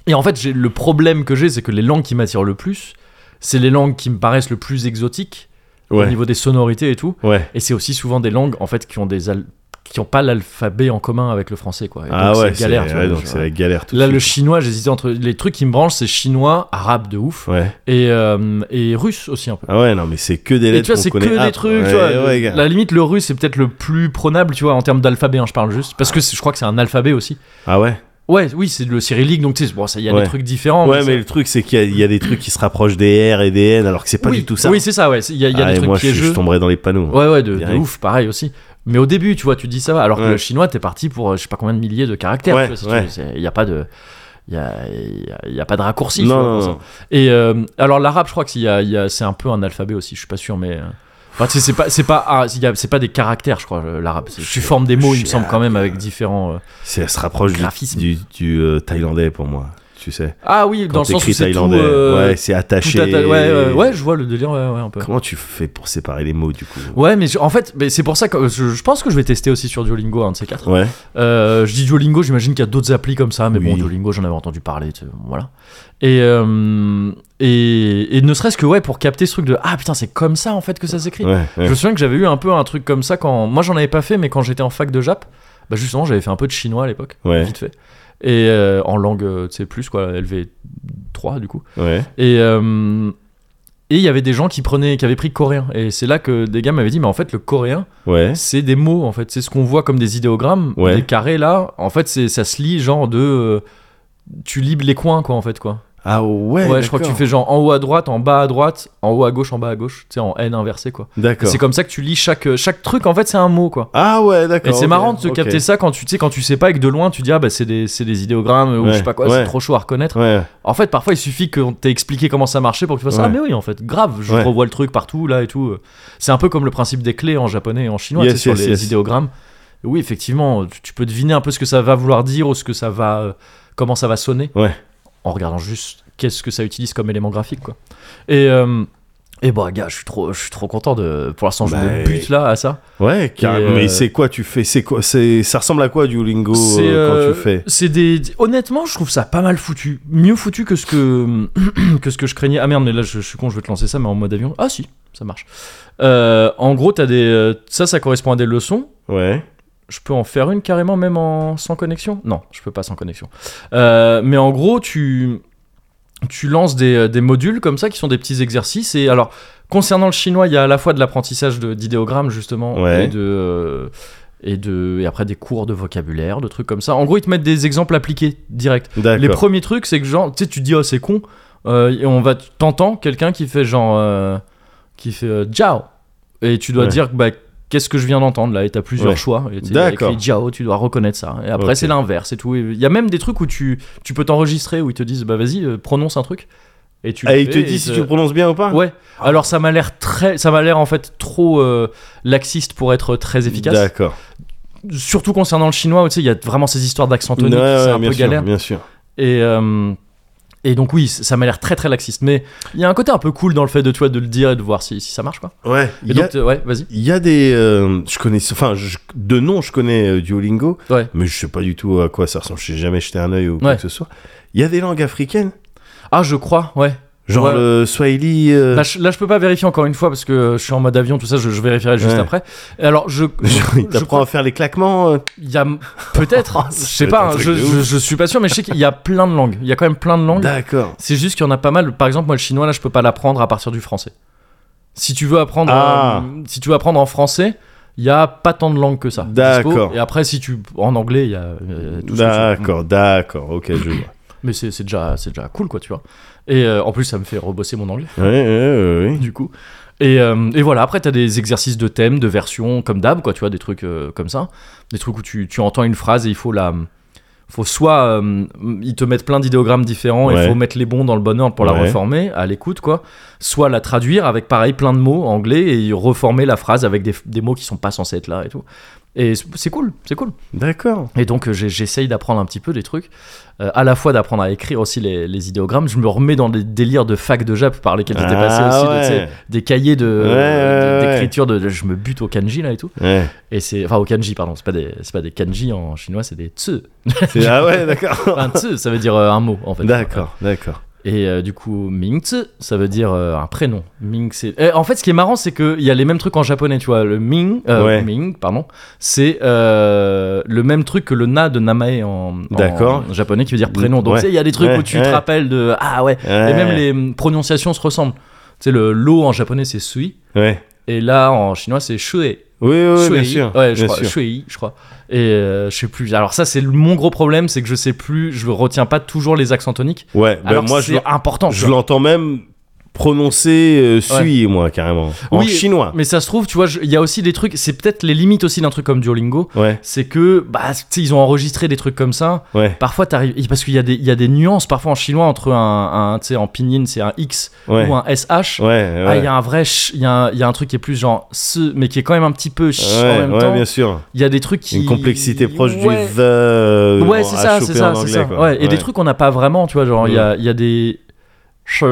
[SPEAKER 1] et en fait, j'ai- le problème que j'ai, c'est que les langues qui m'attirent le plus, c'est les langues qui me paraissent le plus exotiques au
[SPEAKER 2] Ouais.
[SPEAKER 1] niveau des sonorités et tout.
[SPEAKER 2] Ouais.
[SPEAKER 1] Et c'est aussi souvent des langues en fait qui ont des al- qui ont pas l'alphabet en commun avec le français quoi. Et
[SPEAKER 2] Ah
[SPEAKER 1] donc,
[SPEAKER 2] ouais,
[SPEAKER 1] c'est galère. tu
[SPEAKER 2] c'est
[SPEAKER 1] vois,
[SPEAKER 2] ouais, donc
[SPEAKER 1] je-
[SPEAKER 2] c'est la galère tout
[SPEAKER 1] Là,
[SPEAKER 2] de
[SPEAKER 1] le
[SPEAKER 2] suite.
[SPEAKER 1] chinois, j'hésitais entre les trucs qui me branchent, c'est chinois, arabe de ouf,
[SPEAKER 2] Ouais.
[SPEAKER 1] et, euh, et russe aussi un peu.
[SPEAKER 2] Ah ouais, non, mais c'est que des
[SPEAKER 1] Et
[SPEAKER 2] lettres.
[SPEAKER 1] tu vois,
[SPEAKER 2] qu'on
[SPEAKER 1] c'est que
[SPEAKER 2] connaît. Ah,
[SPEAKER 1] des trucs.
[SPEAKER 2] ouais,
[SPEAKER 1] tu vois,
[SPEAKER 2] ouais, gars.
[SPEAKER 1] la limite, le russe, c'est peut-être le plus prenable, tu vois, en termes d'alphabet, hein, je parle juste. Parce que c'est- je crois que c'est un alphabet aussi.
[SPEAKER 2] Ah ouais.
[SPEAKER 1] Ouais, oui, c'est le cyrillique, donc tu sais, bon, ça, il y a
[SPEAKER 2] Ouais.
[SPEAKER 1] des trucs différents.
[SPEAKER 2] Ouais, mais
[SPEAKER 1] c'est-
[SPEAKER 2] le truc, c'est qu'il y a- il y, a des trucs qui se rapprochent des R et des N, alors que c'est pas
[SPEAKER 1] oui,
[SPEAKER 2] du tout ça.
[SPEAKER 1] Oui, c'est ça, ouais. c'est- Il y a, il y a
[SPEAKER 2] Ah,
[SPEAKER 1] des
[SPEAKER 2] et
[SPEAKER 1] trucs
[SPEAKER 2] moi, je, je
[SPEAKER 1] piégeux.
[SPEAKER 2] tomberais dans les panneaux.
[SPEAKER 1] ouais, ouais, de, de
[SPEAKER 2] Direct.
[SPEAKER 1] ouf, pareil aussi. Mais au début, tu vois, tu te dis ça va, alors que
[SPEAKER 2] Ouais.
[SPEAKER 1] le chinois, t'es parti pour euh, je sais pas combien de milliers de caractères.
[SPEAKER 2] Ouais,
[SPEAKER 1] tu vois, si tu
[SPEAKER 2] ouais.
[SPEAKER 1] veux, c'est- Il n'y a pas de. Il y a, il y a- il y a pas de raccourci. tu
[SPEAKER 2] non,
[SPEAKER 1] vois,
[SPEAKER 2] non,
[SPEAKER 1] pour ça.
[SPEAKER 2] non.
[SPEAKER 1] Et euh, alors l'arabe, je crois que s'il y a- il y a- c'est un peu un alphabet aussi. Je suis pas sûr, mais euh, enfin, tu sais, c'est pas c'est pas ah, il y a- c'est pas des caractères, je crois. euh, L'arabe, C'est- tu formes des mots, il me semble quand même avec différents. euh,
[SPEAKER 2] C'est- Ça se rapproche du,
[SPEAKER 1] Graphisme.
[SPEAKER 2] du, du, euh, thaïlandais pour moi, tu sais.
[SPEAKER 1] Ah oui, dans
[SPEAKER 2] Quand
[SPEAKER 1] le sens où
[SPEAKER 2] t'écris
[SPEAKER 1] c'est tout.
[SPEAKER 2] thaïlandais,
[SPEAKER 1] euh,
[SPEAKER 2] ouais, c'est
[SPEAKER 1] tout
[SPEAKER 2] attaché.
[SPEAKER 1] atta- ouais, ouais, ouais, je vois le délire, ouais, ouais, un peu.
[SPEAKER 2] Comment tu fais pour séparer les mots du coup
[SPEAKER 1] Ouais, mais je- en fait, mais c'est pour ça que euh, je, je pense que je vais tester aussi sur Duolingo, un de ces quatre.
[SPEAKER 2] Ouais.
[SPEAKER 1] Euh, je dis Duolingo, j'imagine qu'il y a d'autres applis comme ça, mais
[SPEAKER 2] Oui.
[SPEAKER 1] bon, Duolingo, j'en avais entendu parler, tu sais, voilà. Et, euh, et, et ne serait-ce que, ouais, pour capter ce truc de Ah putain, c'est comme ça en fait que ça s'écrit.
[SPEAKER 2] Ouais, ouais.
[SPEAKER 1] Je me souviens que j'avais eu un peu un truc comme ça quand. Moi, j'en avais pas fait, mais quand j'étais en fac de Jap, bah justement, j'avais fait un peu de chinois à l'époque,
[SPEAKER 2] Ouais.
[SPEAKER 1] vite fait. Et euh, en langue, euh, tu sais, plus quoi, LV3 du coup.
[SPEAKER 2] ouais.
[SPEAKER 1] Et euh, et il y avait des gens qui prenaient, qui avaient pris coréen. Et c'est là que des gars m'avaient dit, mais en fait, le coréen,
[SPEAKER 2] Ouais.
[SPEAKER 1] c'est des mots, en fait, c'est ce qu'on voit comme des idéogrammes,
[SPEAKER 2] Ouais.
[SPEAKER 1] des carrés là. En fait, c'est ça se lit genre de, euh, tu libres les coins, quoi, en fait, quoi.
[SPEAKER 2] Ah ouais.
[SPEAKER 1] Ouais, je crois que tu
[SPEAKER 2] d'accord.
[SPEAKER 1] fais genre en haut à droite, en bas à droite, en haut à gauche, en bas à gauche. Tu sais, en N inversé quoi. Et
[SPEAKER 2] D'accord.
[SPEAKER 1] C'est comme ça que tu lis chaque, euh, chaque truc, en fait, c'est un mot quoi.
[SPEAKER 2] Ah ouais, d'accord.
[SPEAKER 1] Et c'est
[SPEAKER 2] ok,
[SPEAKER 1] marrant de se
[SPEAKER 2] ok.
[SPEAKER 1] capter ça quand tu, tu sais, quand tu sais pas et que de loin tu dis ah bah c'est des, c'est des idéogrammes ou je sais
[SPEAKER 2] Ouais,
[SPEAKER 1] pas quoi,
[SPEAKER 2] ouais.
[SPEAKER 1] c'est trop chaud à reconnaître.
[SPEAKER 2] Ouais.
[SPEAKER 1] En fait, parfois il suffit qu'on t'ait expliqué comment ça marchait pour que tu fasses
[SPEAKER 2] Ouais.
[SPEAKER 1] ah mais oui en fait grave, je
[SPEAKER 2] Ouais.
[SPEAKER 1] revois le truc partout là et tout. C'est un peu comme le principe des clés en japonais et en chinois
[SPEAKER 2] Yes,
[SPEAKER 1] tu sais, sur
[SPEAKER 2] yes,
[SPEAKER 1] les
[SPEAKER 2] yes.
[SPEAKER 1] idéogrammes. Oui effectivement, tu, tu peux deviner un peu ce que ça va vouloir dire ou ce que ça va euh, comment ça va sonner.
[SPEAKER 2] Ouais.
[SPEAKER 1] En regardant juste qu'est-ce que ça utilise comme élément graphique quoi. Et euh, et bah gars, je suis trop je suis trop content de pour l'instant je
[SPEAKER 2] Bah,
[SPEAKER 1] me bute là à ça.
[SPEAKER 2] Ouais, carrément.
[SPEAKER 1] euh,
[SPEAKER 2] Mais c'est quoi tu fais C'est quoi C'est ça ressemble à quoi Duolingo euh,
[SPEAKER 1] C'est,
[SPEAKER 2] quand
[SPEAKER 1] euh,
[SPEAKER 2] tu fais
[SPEAKER 1] C'est des. Honnêtement, je trouve ça pas mal foutu. Mieux foutu que ce que que ce que je craignais. Ah merde, mais là je, je suis con, je vais te lancer ça, mais en mode avion. Ah si, ça marche. Euh, en gros, t'as des. euh, Ça, ça correspond à des leçons.
[SPEAKER 2] Ouais.
[SPEAKER 1] Je peux en faire une carrément, même en sans connexion. Non, je peux pas sans connexion. Euh, mais en gros, tu tu lances des, des modules comme ça qui sont des petits exercices. Et alors, concernant le chinois, il y a à la fois de l'apprentissage de- d'idéogrammes justement
[SPEAKER 2] Ouais.
[SPEAKER 1] et de euh, et de et après des cours de vocabulaire, de trucs comme ça. En gros, ils te mettent des exemples appliqués direct. Les
[SPEAKER 2] D'accord.
[SPEAKER 1] premiers trucs, c'est que genre, tu sais, tu te dis oh c'est con, euh, et on va t'entends quelqu'un qui fait genre euh, qui fait euh, ciao, et tu dois
[SPEAKER 2] Ouais.
[SPEAKER 1] dire bah qu'est-ce que je viens d'entendre là, et t'as plusieurs
[SPEAKER 2] Ouais.
[SPEAKER 1] choix, et tu sais,
[SPEAKER 2] D'accord.
[SPEAKER 1] écrit ciao, tu dois reconnaître ça, et après
[SPEAKER 2] Ok.
[SPEAKER 1] c'est l'inverse et tout. Il y a même des trucs où tu tu peux t'enregistrer où ils te disent bah vas-y euh, prononce un truc, et tu.
[SPEAKER 2] Ah,
[SPEAKER 1] le
[SPEAKER 2] il te
[SPEAKER 1] fais,
[SPEAKER 2] dit
[SPEAKER 1] et
[SPEAKER 2] si tu prononces bien ou pas
[SPEAKER 1] Ouais. Alors ça m'a l'air très, ça m'a l'air en fait trop euh, laxiste pour être très efficace.
[SPEAKER 2] D'accord.
[SPEAKER 1] Surtout concernant le chinois, où, tu sais, il y a vraiment ces histoires d'accent tonique,
[SPEAKER 2] Ouais,
[SPEAKER 1] c'est
[SPEAKER 2] ouais,
[SPEAKER 1] un
[SPEAKER 2] bien
[SPEAKER 1] peu
[SPEAKER 2] sûr,
[SPEAKER 1] galère.
[SPEAKER 2] Bien sûr.
[SPEAKER 1] Et, euh, et donc oui, c- ça m'a l'air très très laxiste, mais il y a un côté un peu cool dans le fait de toi de le dire et de voir si, si ça marche quoi.
[SPEAKER 2] Ouais.
[SPEAKER 1] Et
[SPEAKER 2] Il y, a-
[SPEAKER 1] donc euh, ouais, vas-y.
[SPEAKER 2] il y a des. euh, je connais. Enfin, je- de nom, je connais euh, Duolingo.
[SPEAKER 1] Ouais.
[SPEAKER 2] Mais je sais pas du tout à quoi ça ressemble. Je sais jamais jeté un œil ou quoi
[SPEAKER 1] Ouais.
[SPEAKER 2] que ce soit. Il y a des langues africaines.
[SPEAKER 1] Ah je crois, ouais.
[SPEAKER 2] Genre
[SPEAKER 1] Ouais.
[SPEAKER 2] le Swahili. euh,
[SPEAKER 1] Là je, là, je peux pas vérifier encore une fois parce que euh, je suis en mode avion tout ça, je, je vérifierai juste
[SPEAKER 2] Ouais.
[SPEAKER 1] après. Et alors je,
[SPEAKER 2] genre,
[SPEAKER 1] je
[SPEAKER 2] il t'apprend à faire les claquements. euh.
[SPEAKER 1] il y a peut-être, je sais
[SPEAKER 2] peut être Oh,
[SPEAKER 1] pas,
[SPEAKER 2] un
[SPEAKER 1] hein,
[SPEAKER 2] truc
[SPEAKER 1] je,
[SPEAKER 2] de ouf.
[SPEAKER 1] je, je suis pas sûr, mais je sais qu'il y a plein de langues. Il y a quand même plein de langues.
[SPEAKER 2] D'accord.
[SPEAKER 1] C'est juste qu'il y en a pas mal. Par exemple, moi, le chinois, là, je peux pas l'apprendre à partir du français. Si tu veux apprendre,
[SPEAKER 2] Ah.
[SPEAKER 1] euh, si tu veux apprendre en français, il y a pas tant de langues que ça. dispo.
[SPEAKER 2] D'accord.
[SPEAKER 1] Et après, si tu en anglais, il y a euh, tout ce que tu veux.
[SPEAKER 2] D'accord, d'accord, ok, je vois.
[SPEAKER 1] Mais c'est c'est déjà, c'est déjà cool, quoi, tu vois. Et euh, en plus, ça me fait rebosser mon anglais,
[SPEAKER 2] Ouais, ouais, ouais, ouais.
[SPEAKER 1] du coup. Et, euh, et voilà. Après, t'as des exercices de thèmes, de versions, comme d'hab, quoi, tu vois, des trucs euh, comme ça, des trucs où tu, tu entends une phrase et il faut la faut soit euh, ils te mettent plein d'idéogrammes différents et il
[SPEAKER 2] Ouais.
[SPEAKER 1] faut mettre les bons dans le bon ordre pour la
[SPEAKER 2] Ouais.
[SPEAKER 1] reformer à l'écoute quoi soit la traduire avec pareil plein de mots anglais et reformer la phrase avec des, des mots qui sont pas censés être là et tout et c'est- c'est cool c'est cool
[SPEAKER 2] D'accord.
[SPEAKER 1] et donc euh, j'ai- j'essaye d'apprendre un petit peu des trucs Euh, à la fois d'apprendre à écrire aussi les, les idéogrammes je me remets dans des délires de fac de Jap par lesquels j'étais
[SPEAKER 2] Ah,
[SPEAKER 1] passé aussi de,
[SPEAKER 2] ouais.
[SPEAKER 1] tu sais, des cahiers de euh,
[SPEAKER 2] Ouais,
[SPEAKER 1] de-
[SPEAKER 2] ouais,
[SPEAKER 1] d'écriture de, de- je me bute au kanji là et tout
[SPEAKER 2] Ouais.
[SPEAKER 1] et c'est enfin au kanji pardon c'est pas des c'est pas des kanji en chinois c'est des tsu
[SPEAKER 2] C'est- Ah ouais, d'accord.
[SPEAKER 1] un tsu, ça veut dire euh, un mot en fait.
[SPEAKER 2] D'accord, d'accord.
[SPEAKER 1] Et euh, du coup, Ming tsu, ça veut dire euh, un prénom. Ming, c'est. Eh, en fait, ce qui est marrant, c'est qu'il y a les mêmes trucs en japonais, tu vois. Le Ming, euh,
[SPEAKER 2] Ouais.
[SPEAKER 1] Ming, pardon, c'est euh, le même truc que le Na de Namae en, en
[SPEAKER 2] D'accord.
[SPEAKER 1] japonais qui veut dire prénom. Donc,
[SPEAKER 2] Ouais.
[SPEAKER 1] tu sais, il y a des trucs
[SPEAKER 2] Ouais,
[SPEAKER 1] où tu te
[SPEAKER 2] ouais.
[SPEAKER 1] rappelles de. Ah ouais. Et même les mm, prononciations se ressemblent. Tu sais, le lo en japonais, c'est sui.
[SPEAKER 2] Ouais.
[SPEAKER 1] Et là, en chinois, c'est shui.
[SPEAKER 2] Oui, oui, oui, bien
[SPEAKER 1] Shui.
[SPEAKER 2] sûr.
[SPEAKER 1] Ouais, je
[SPEAKER 2] bien
[SPEAKER 1] crois.
[SPEAKER 2] sûr.
[SPEAKER 1] Shui, je crois. Et euh, je sais plus. Alors ça, c'est le- mon gros problème, c'est que je sais plus, je retiens pas toujours les accents toniques.
[SPEAKER 2] Ouais, bah,
[SPEAKER 1] alors
[SPEAKER 2] moi,
[SPEAKER 1] c'est
[SPEAKER 2] je,
[SPEAKER 1] important. tu
[SPEAKER 2] je
[SPEAKER 1] vois.
[SPEAKER 2] l'entends même prononcer euh, sui, moi, carrément. En
[SPEAKER 1] Oui,
[SPEAKER 2] chinois.
[SPEAKER 1] Mais ça se trouve, tu vois, je- il y a aussi des trucs. C'est peut-être les limites aussi d'un truc comme Duolingo.
[SPEAKER 2] Ouais,
[SPEAKER 1] C'est que, bah, tu sais, ils ont enregistré des trucs comme ça.
[SPEAKER 2] ouais,
[SPEAKER 1] Parfois, t'arrives. Parce qu'il y, a des- il y a des nuances, parfois en chinois, entre un. un tu sais, en pinyin, c'est un X
[SPEAKER 2] ouais.
[SPEAKER 1] ou un SH.
[SPEAKER 2] Ouais, ouais.
[SPEAKER 1] Ah, il y a un vrai. ch- Il y, a un- il y a un truc qui est plus genre ce, mais qui est quand même un petit peu ch en
[SPEAKER 2] Ouais,
[SPEAKER 1] même
[SPEAKER 2] ouais,
[SPEAKER 1] temps.
[SPEAKER 2] bien sûr.
[SPEAKER 1] Il y a des trucs qui.
[SPEAKER 2] Une complexité proche
[SPEAKER 1] Ouais.
[SPEAKER 2] du the. euh,
[SPEAKER 1] Ouais,
[SPEAKER 2] bon,
[SPEAKER 1] c'est
[SPEAKER 2] à
[SPEAKER 1] ça,
[SPEAKER 2] choper
[SPEAKER 1] c'est ça,
[SPEAKER 2] en
[SPEAKER 1] c'est
[SPEAKER 2] anglais,
[SPEAKER 1] ça.
[SPEAKER 2] quoi. Mm.
[SPEAKER 1] Ouais, et des trucs qu'on n'a pas vraiment, tu vois, genre il y, a, il y a des che,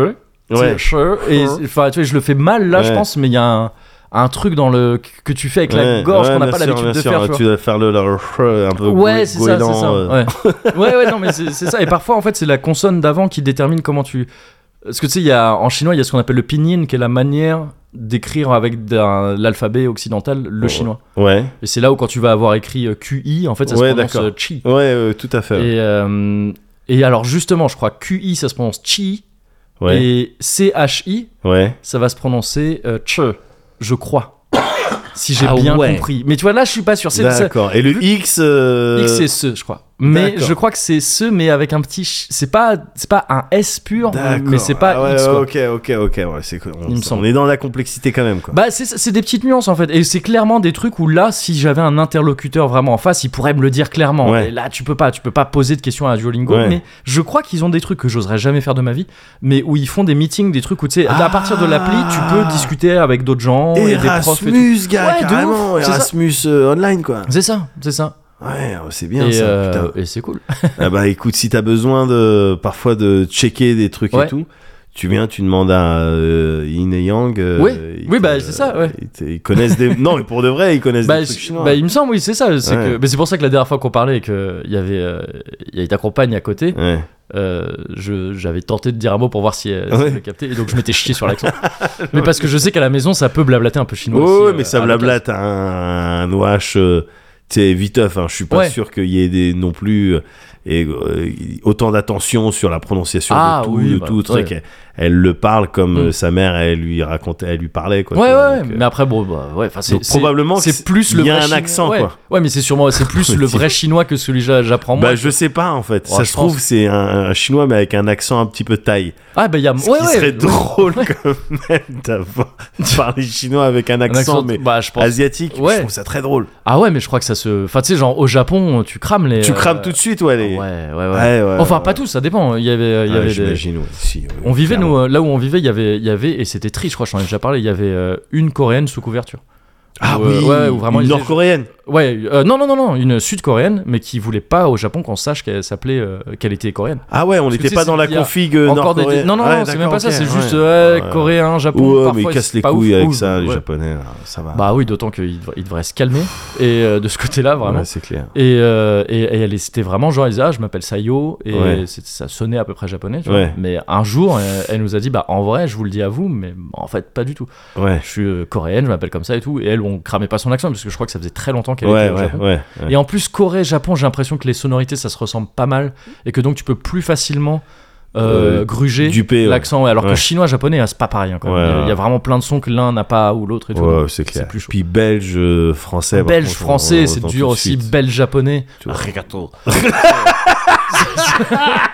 [SPEAKER 1] tu sais,
[SPEAKER 2] Ouais.
[SPEAKER 1] che, et enfin tu vois, je le fais mal là, je
[SPEAKER 2] Ouais.
[SPEAKER 1] pense, mais il y a un, un truc dans le que tu fais avec la
[SPEAKER 2] Ouais,
[SPEAKER 1] gorge
[SPEAKER 2] ouais,
[SPEAKER 1] qu'on n'a
[SPEAKER 2] bien
[SPEAKER 1] pas
[SPEAKER 2] sûr,
[SPEAKER 1] l'habitude
[SPEAKER 2] bien
[SPEAKER 1] de
[SPEAKER 2] sûr.
[SPEAKER 1] faire, tu vois.
[SPEAKER 2] Tu dois faire le, le- un peu
[SPEAKER 1] Ouais,
[SPEAKER 2] goé-
[SPEAKER 1] c'est ça, c'est ça.
[SPEAKER 2] goéland, euh,
[SPEAKER 1] Ouais. ouais, ouais, non, mais c'est c'est ça. Et parfois, en fait, c'est la consonne d'avant qui détermine comment tu. Parce que tu sais, il y a- en chinois, il y a ce qu'on appelle le pinyin, qui est la manière d'écrire avec d'un- l'alphabet occidental le
[SPEAKER 2] Ouais.
[SPEAKER 1] chinois.
[SPEAKER 2] Ouais,
[SPEAKER 1] Et c'est là où quand tu vas avoir écrit euh, QI, en fait, ça
[SPEAKER 2] Ouais,
[SPEAKER 1] se prononce
[SPEAKER 2] d'accord.
[SPEAKER 1] euh, chi.
[SPEAKER 2] ouais, euh, tout à fait.
[SPEAKER 1] Et, euh, et alors justement, je crois QI ça se prononce chi
[SPEAKER 2] ouais,
[SPEAKER 1] et CHI
[SPEAKER 2] ouais.
[SPEAKER 1] ça va se prononcer euh, che, je crois. si j'ai
[SPEAKER 2] Ah
[SPEAKER 1] bien
[SPEAKER 2] ouais.
[SPEAKER 1] compris. Mais tu vois là, je suis pas sûr. C'est c'est-
[SPEAKER 2] D'accord. Et le X. euh,
[SPEAKER 1] X et ce, je crois. Mais
[SPEAKER 2] D'accord.
[SPEAKER 1] je crois que c'est ce, mais avec un petit. ch- C'est pas, c'est pas un S pur, mais c'est pas
[SPEAKER 2] Ah ouais,
[SPEAKER 1] X.
[SPEAKER 2] ouais,
[SPEAKER 1] quoi.
[SPEAKER 2] ok, ok, ok. ouais, c'est quoi, on,
[SPEAKER 1] Il me semble.
[SPEAKER 2] on est dans la complexité quand même, quoi.
[SPEAKER 1] Bah, c'est- c'est des petites nuances en fait. Et c'est clairement des trucs où là, si j'avais un interlocuteur vraiment en face, il pourrait me le dire clairement.
[SPEAKER 2] Ouais.
[SPEAKER 1] Et là, tu peux pas, tu peux pas poser de questions à Duolingo.
[SPEAKER 2] Ouais.
[SPEAKER 1] Mais je crois qu'ils ont des trucs que j'oserais jamais faire de ma vie, mais où ils font des meetings, des trucs où tu sais, à
[SPEAKER 2] Ah.
[SPEAKER 1] partir de l'appli, tu peux discuter avec d'autres gens et, des profs et tout.
[SPEAKER 2] Erasmus, gars,
[SPEAKER 1] Ouais, de
[SPEAKER 2] carrément.
[SPEAKER 1] ouf, c'est ça.
[SPEAKER 2] Erasmus euh, online, quoi.
[SPEAKER 1] C'est ça, c'est ça.
[SPEAKER 2] Ouais, oh, c'est bien
[SPEAKER 1] et
[SPEAKER 2] ça,
[SPEAKER 1] euh,
[SPEAKER 2] putain.
[SPEAKER 1] et c'est cool.
[SPEAKER 2] Ah bah écoute, si t'as besoin de parfois de checker des trucs
[SPEAKER 1] Ouais.
[SPEAKER 2] et tout, tu viens, tu demandes à euh, Yin et Yang. euh,
[SPEAKER 1] Oui.
[SPEAKER 2] ils
[SPEAKER 1] Oui,
[SPEAKER 2] te-
[SPEAKER 1] bah, c'est ça, ouais.
[SPEAKER 2] Ils, te- ils connaissent des. non, mais pour de vrai, ils connaissent
[SPEAKER 1] Bah,
[SPEAKER 2] des trucs
[SPEAKER 1] je-
[SPEAKER 2] chinois.
[SPEAKER 1] bah, il me semble, oui, c'est ça. C'est
[SPEAKER 2] Ouais.
[SPEAKER 1] que- mais c'est pour ça que la dernière fois qu'on parlait et qu'il y avait euh, il y avait ta compagne à côté,
[SPEAKER 2] Ouais.
[SPEAKER 1] Euh, je- j'avais tenté de dire un mot pour voir si elle, si
[SPEAKER 2] Ouais.
[SPEAKER 1] elle le captait, et donc je m'étais chié sur l'accent. mais parce que je sais qu'à la maison, ça peut blablater un peu chinois.
[SPEAKER 2] Oh,
[SPEAKER 1] aussi,
[SPEAKER 2] mais
[SPEAKER 1] euh,
[SPEAKER 2] ça
[SPEAKER 1] à la
[SPEAKER 2] blablate un, un ouache. euh, T'es viteuf, hein, je suis pas
[SPEAKER 1] Ouais.
[SPEAKER 2] sûr qu'il y ait des non plus euh, et, euh, autant d'attention sur la prononciation
[SPEAKER 1] Ah,
[SPEAKER 2] de tout,
[SPEAKER 1] oui,
[SPEAKER 2] de
[SPEAKER 1] bah,
[SPEAKER 2] tout truc.
[SPEAKER 1] ouais.
[SPEAKER 2] Elle, elle le parle comme
[SPEAKER 1] Mm.
[SPEAKER 2] euh, sa mère, elle lui racontait, elle lui parlait quoi.
[SPEAKER 1] place. Ouais,
[SPEAKER 2] tu
[SPEAKER 1] ouais,
[SPEAKER 2] vois,
[SPEAKER 1] ouais,
[SPEAKER 2] donc, euh,
[SPEAKER 1] mais après, bon, bah, ouais, enfin, c'est.
[SPEAKER 2] donc
[SPEAKER 1] c'est-
[SPEAKER 2] probablement que
[SPEAKER 1] C'est plus le
[SPEAKER 2] il y a
[SPEAKER 1] vrai
[SPEAKER 2] un
[SPEAKER 1] chinois-
[SPEAKER 2] accent,
[SPEAKER 1] ouais.
[SPEAKER 2] quoi.
[SPEAKER 1] Ouais, mais c'est sûrement. C'est plus le vrai chinois que celui que j'apprends moi.
[SPEAKER 2] Bah, je sais pas en fait.
[SPEAKER 1] Ouais,
[SPEAKER 2] ça
[SPEAKER 1] je
[SPEAKER 2] se trouve,
[SPEAKER 1] pense.
[SPEAKER 2] c'est un, un chinois mais avec un accent un petit peu taille.
[SPEAKER 1] Ah, bah, il y a.
[SPEAKER 2] Ce
[SPEAKER 1] ouais,
[SPEAKER 2] qui
[SPEAKER 1] ouais,
[SPEAKER 2] serait
[SPEAKER 1] ouais.
[SPEAKER 2] drôle
[SPEAKER 1] Ouais.
[SPEAKER 2] quand même d'avoir de parler chinois avec un
[SPEAKER 1] Un
[SPEAKER 2] accent,
[SPEAKER 1] accent,
[SPEAKER 2] mais
[SPEAKER 1] bah, je pense.
[SPEAKER 2] asiatique.
[SPEAKER 1] Ouais.
[SPEAKER 2] Je trouve ça très drôle.
[SPEAKER 1] Ah, ouais, mais je crois que ça se. Enfin, tu sais, genre, au Japon, tu crames les.
[SPEAKER 2] tu
[SPEAKER 1] euh,
[SPEAKER 2] crames tout de suite, ouais. Les...
[SPEAKER 1] Ouais, ouais, ouais.
[SPEAKER 2] Ouais, ouais,
[SPEAKER 1] Enfin,
[SPEAKER 2] ouais.
[SPEAKER 1] pas tous, ça dépend. Il y avait, euh, il y
[SPEAKER 2] Ouais,
[SPEAKER 1] avait des,
[SPEAKER 2] Ah, j'imagine, ouais. Si, ouais,
[SPEAKER 1] On vivait, nous,
[SPEAKER 2] clairement.
[SPEAKER 1] euh, là où on vivait, il y avait, il y avait et c'était triste, je crois, j'en ai déjà parlé, il y avait euh, une coréenne sous couverture.
[SPEAKER 2] Ah
[SPEAKER 1] Ou, euh,
[SPEAKER 2] oui,
[SPEAKER 1] ouais, ou vraiment,
[SPEAKER 2] une
[SPEAKER 1] ils étaient-
[SPEAKER 2] nord-coréenne.
[SPEAKER 1] Ouais, euh, non, non, non, non, une sud-coréenne, mais qui voulait pas au Japon qu'on sache qu'elle s'appelait, euh, qu'elle était coréenne.
[SPEAKER 2] Ah ouais, on
[SPEAKER 1] Parce que
[SPEAKER 2] n'était
[SPEAKER 1] tu
[SPEAKER 2] pas
[SPEAKER 1] sais,
[SPEAKER 2] dans la
[SPEAKER 1] il y a
[SPEAKER 2] config euh,
[SPEAKER 1] des-
[SPEAKER 2] nord-coréenne.
[SPEAKER 1] Non, non,
[SPEAKER 2] Ouais,
[SPEAKER 1] non, c'est même
[SPEAKER 2] d'accord,
[SPEAKER 1] pas ça,
[SPEAKER 2] ok,
[SPEAKER 1] c'est juste
[SPEAKER 2] ouais.
[SPEAKER 1] euh,
[SPEAKER 2] Ouais.
[SPEAKER 1] coréen, Japon.
[SPEAKER 2] Ou, euh, mais
[SPEAKER 1] parfois,
[SPEAKER 2] ils cassent
[SPEAKER 1] c'est
[SPEAKER 2] les
[SPEAKER 1] pas
[SPEAKER 2] couilles
[SPEAKER 1] ouf,
[SPEAKER 2] avec
[SPEAKER 1] ouf,
[SPEAKER 2] ça, les
[SPEAKER 1] ouais.
[SPEAKER 2] japonais, là, ça va.
[SPEAKER 1] Bah oui, d'autant qu'ils devraient, se calmer, et euh, de ce côté-là, vraiment.
[SPEAKER 2] Ouais, c'est clair.
[SPEAKER 1] Et, euh, et, et elle, c'était vraiment genre, elle disait, ah, je m'appelle Sayo, et
[SPEAKER 2] Ouais.
[SPEAKER 1] c'est- ça sonnait à peu près japonais, tu vois.
[SPEAKER 2] Ouais.
[SPEAKER 1] Mais un jour, elle, elle nous a dit, bah, en vrai, je vous le dis à vous, mais en fait, pas du tout.
[SPEAKER 2] Ouais,
[SPEAKER 1] Je suis euh, coréenne, je m'appelle comme ça et tout. Et elle, on cramait pas son accent, parce que je crois que ça faisait très longtemps qu'elle
[SPEAKER 2] ouais,
[SPEAKER 1] était au
[SPEAKER 2] ouais,
[SPEAKER 1] Japon.
[SPEAKER 2] ouais. ouais.
[SPEAKER 1] Et en plus, Corée, Japon, j'ai l'impression que les sonorités, ça se ressemble pas mal, et que donc tu peux plus facilement euh,
[SPEAKER 2] Euh,
[SPEAKER 1] gruger
[SPEAKER 2] Dupé, ouais.
[SPEAKER 1] l'accent. Alors que
[SPEAKER 2] Ouais.
[SPEAKER 1] chinois, japonais, hein, c'est pas pareil. hein, quand même.
[SPEAKER 2] Ouais,
[SPEAKER 1] Il y a-
[SPEAKER 2] ouais.
[SPEAKER 1] il y a vraiment plein de sons que l'un n'a pas ou l'autre et tout.
[SPEAKER 2] Ouais,
[SPEAKER 1] Donc,
[SPEAKER 2] c'est clair.
[SPEAKER 1] plus chaud.
[SPEAKER 2] Puis belge, euh, français. par
[SPEAKER 1] Belge,
[SPEAKER 2] contre, on-
[SPEAKER 1] français,
[SPEAKER 2] on
[SPEAKER 1] c'est
[SPEAKER 2] entend
[SPEAKER 1] dur
[SPEAKER 2] tout de
[SPEAKER 1] aussi.
[SPEAKER 2] suite.
[SPEAKER 1] Belge, japonais,
[SPEAKER 2] Tu vois.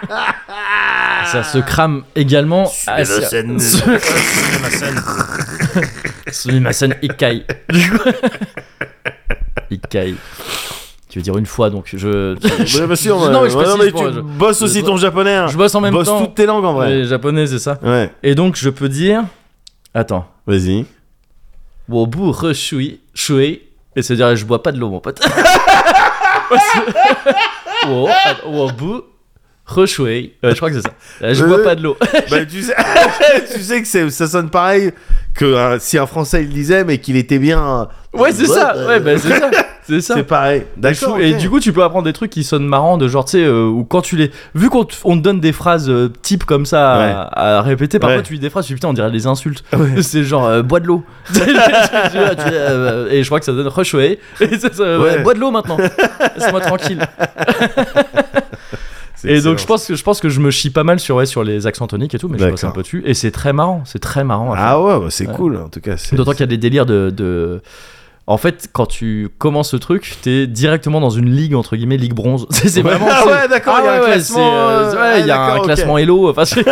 [SPEAKER 1] ça se crame également. à- Sumimasen Ikkai. Ikkai. Tu veux dire une fois, donc je.
[SPEAKER 2] Ouais, bah bien sûr,
[SPEAKER 1] Non,
[SPEAKER 2] ouais.
[SPEAKER 1] mais je
[SPEAKER 2] Ouais,
[SPEAKER 1] précise
[SPEAKER 2] tu
[SPEAKER 1] pour- je-
[SPEAKER 2] bosses aussi
[SPEAKER 1] je-
[SPEAKER 2] ton japonais. hein.
[SPEAKER 1] Je bosse en même
[SPEAKER 2] Bosse
[SPEAKER 1] temps.
[SPEAKER 2] toutes tes langues en vrai.
[SPEAKER 1] Les japonais, c'est ça.
[SPEAKER 2] Ouais,
[SPEAKER 1] Et donc, je peux dire. Attends.
[SPEAKER 2] vas-y.
[SPEAKER 1] Wobu re shui shui. Et c'est-à-dire, je bois pas de l'eau, mon pote. Wo- attends, Wobu re shui. Ouais, je crois que c'est ça. Euh, Je bois pas de l'eau.
[SPEAKER 2] Bah, tu sais, tu sais que c'est- ça sonne pareil que euh, si un français il le disait, mais qu'il était bien. euh,
[SPEAKER 1] Ouais, c'est ça.
[SPEAKER 2] euh,
[SPEAKER 1] Ouais, bah, c'est ça. C'est ça.
[SPEAKER 2] C'est pareil.
[SPEAKER 1] Et je
[SPEAKER 2] D'accord.
[SPEAKER 1] trouve- Et du coup, tu peux apprendre des trucs qui sonnent marrants, de genre, tu sais, euh, ou quand tu les. Vu qu'on te on te donne des phrases euh, type comme ça à-
[SPEAKER 2] Ouais.
[SPEAKER 1] à, répéter, parfois
[SPEAKER 2] Ouais.
[SPEAKER 1] tu lis des phrases, tu dis putain, on dirait des insultes.
[SPEAKER 2] Ouais.
[SPEAKER 1] C'est genre, euh, bois de l'eau. Tu vois, tu vois, tu vois, euh, et je crois que ça donne Rushway. Et ça, ça-
[SPEAKER 2] Ouais.
[SPEAKER 1] Bois de l'eau maintenant. Laisse-moi tranquille. Et donc, je pense, que, je pense que je me chie pas mal sur, ouais, sur les accents toniques et tout, mais je
[SPEAKER 2] D'accord.
[SPEAKER 1] passe un peu dessus. Et c'est très marrant. C'est très marrant. à faire.
[SPEAKER 2] Ah ouais, bah, c'est
[SPEAKER 1] Ouais.
[SPEAKER 2] cool en tout cas. c'est-
[SPEAKER 1] D'autant qu'il y a des délires de, de- En fait, quand tu commences ce truc, t'es directement dans une ligue, entre guillemets, ligue bronze. C'est c'est
[SPEAKER 2] Ouais.
[SPEAKER 1] vraiment.
[SPEAKER 2] Ah
[SPEAKER 1] c'est-
[SPEAKER 2] ouais, d'accord,
[SPEAKER 1] Ah
[SPEAKER 2] il y a un
[SPEAKER 1] ouais, ouais,
[SPEAKER 2] classement,
[SPEAKER 1] c'est, euh,
[SPEAKER 2] euh,
[SPEAKER 1] ouais, il y a
[SPEAKER 2] ah,
[SPEAKER 1] un
[SPEAKER 2] d'accord, ok.
[SPEAKER 1] classement Hello. Enfin, c'est-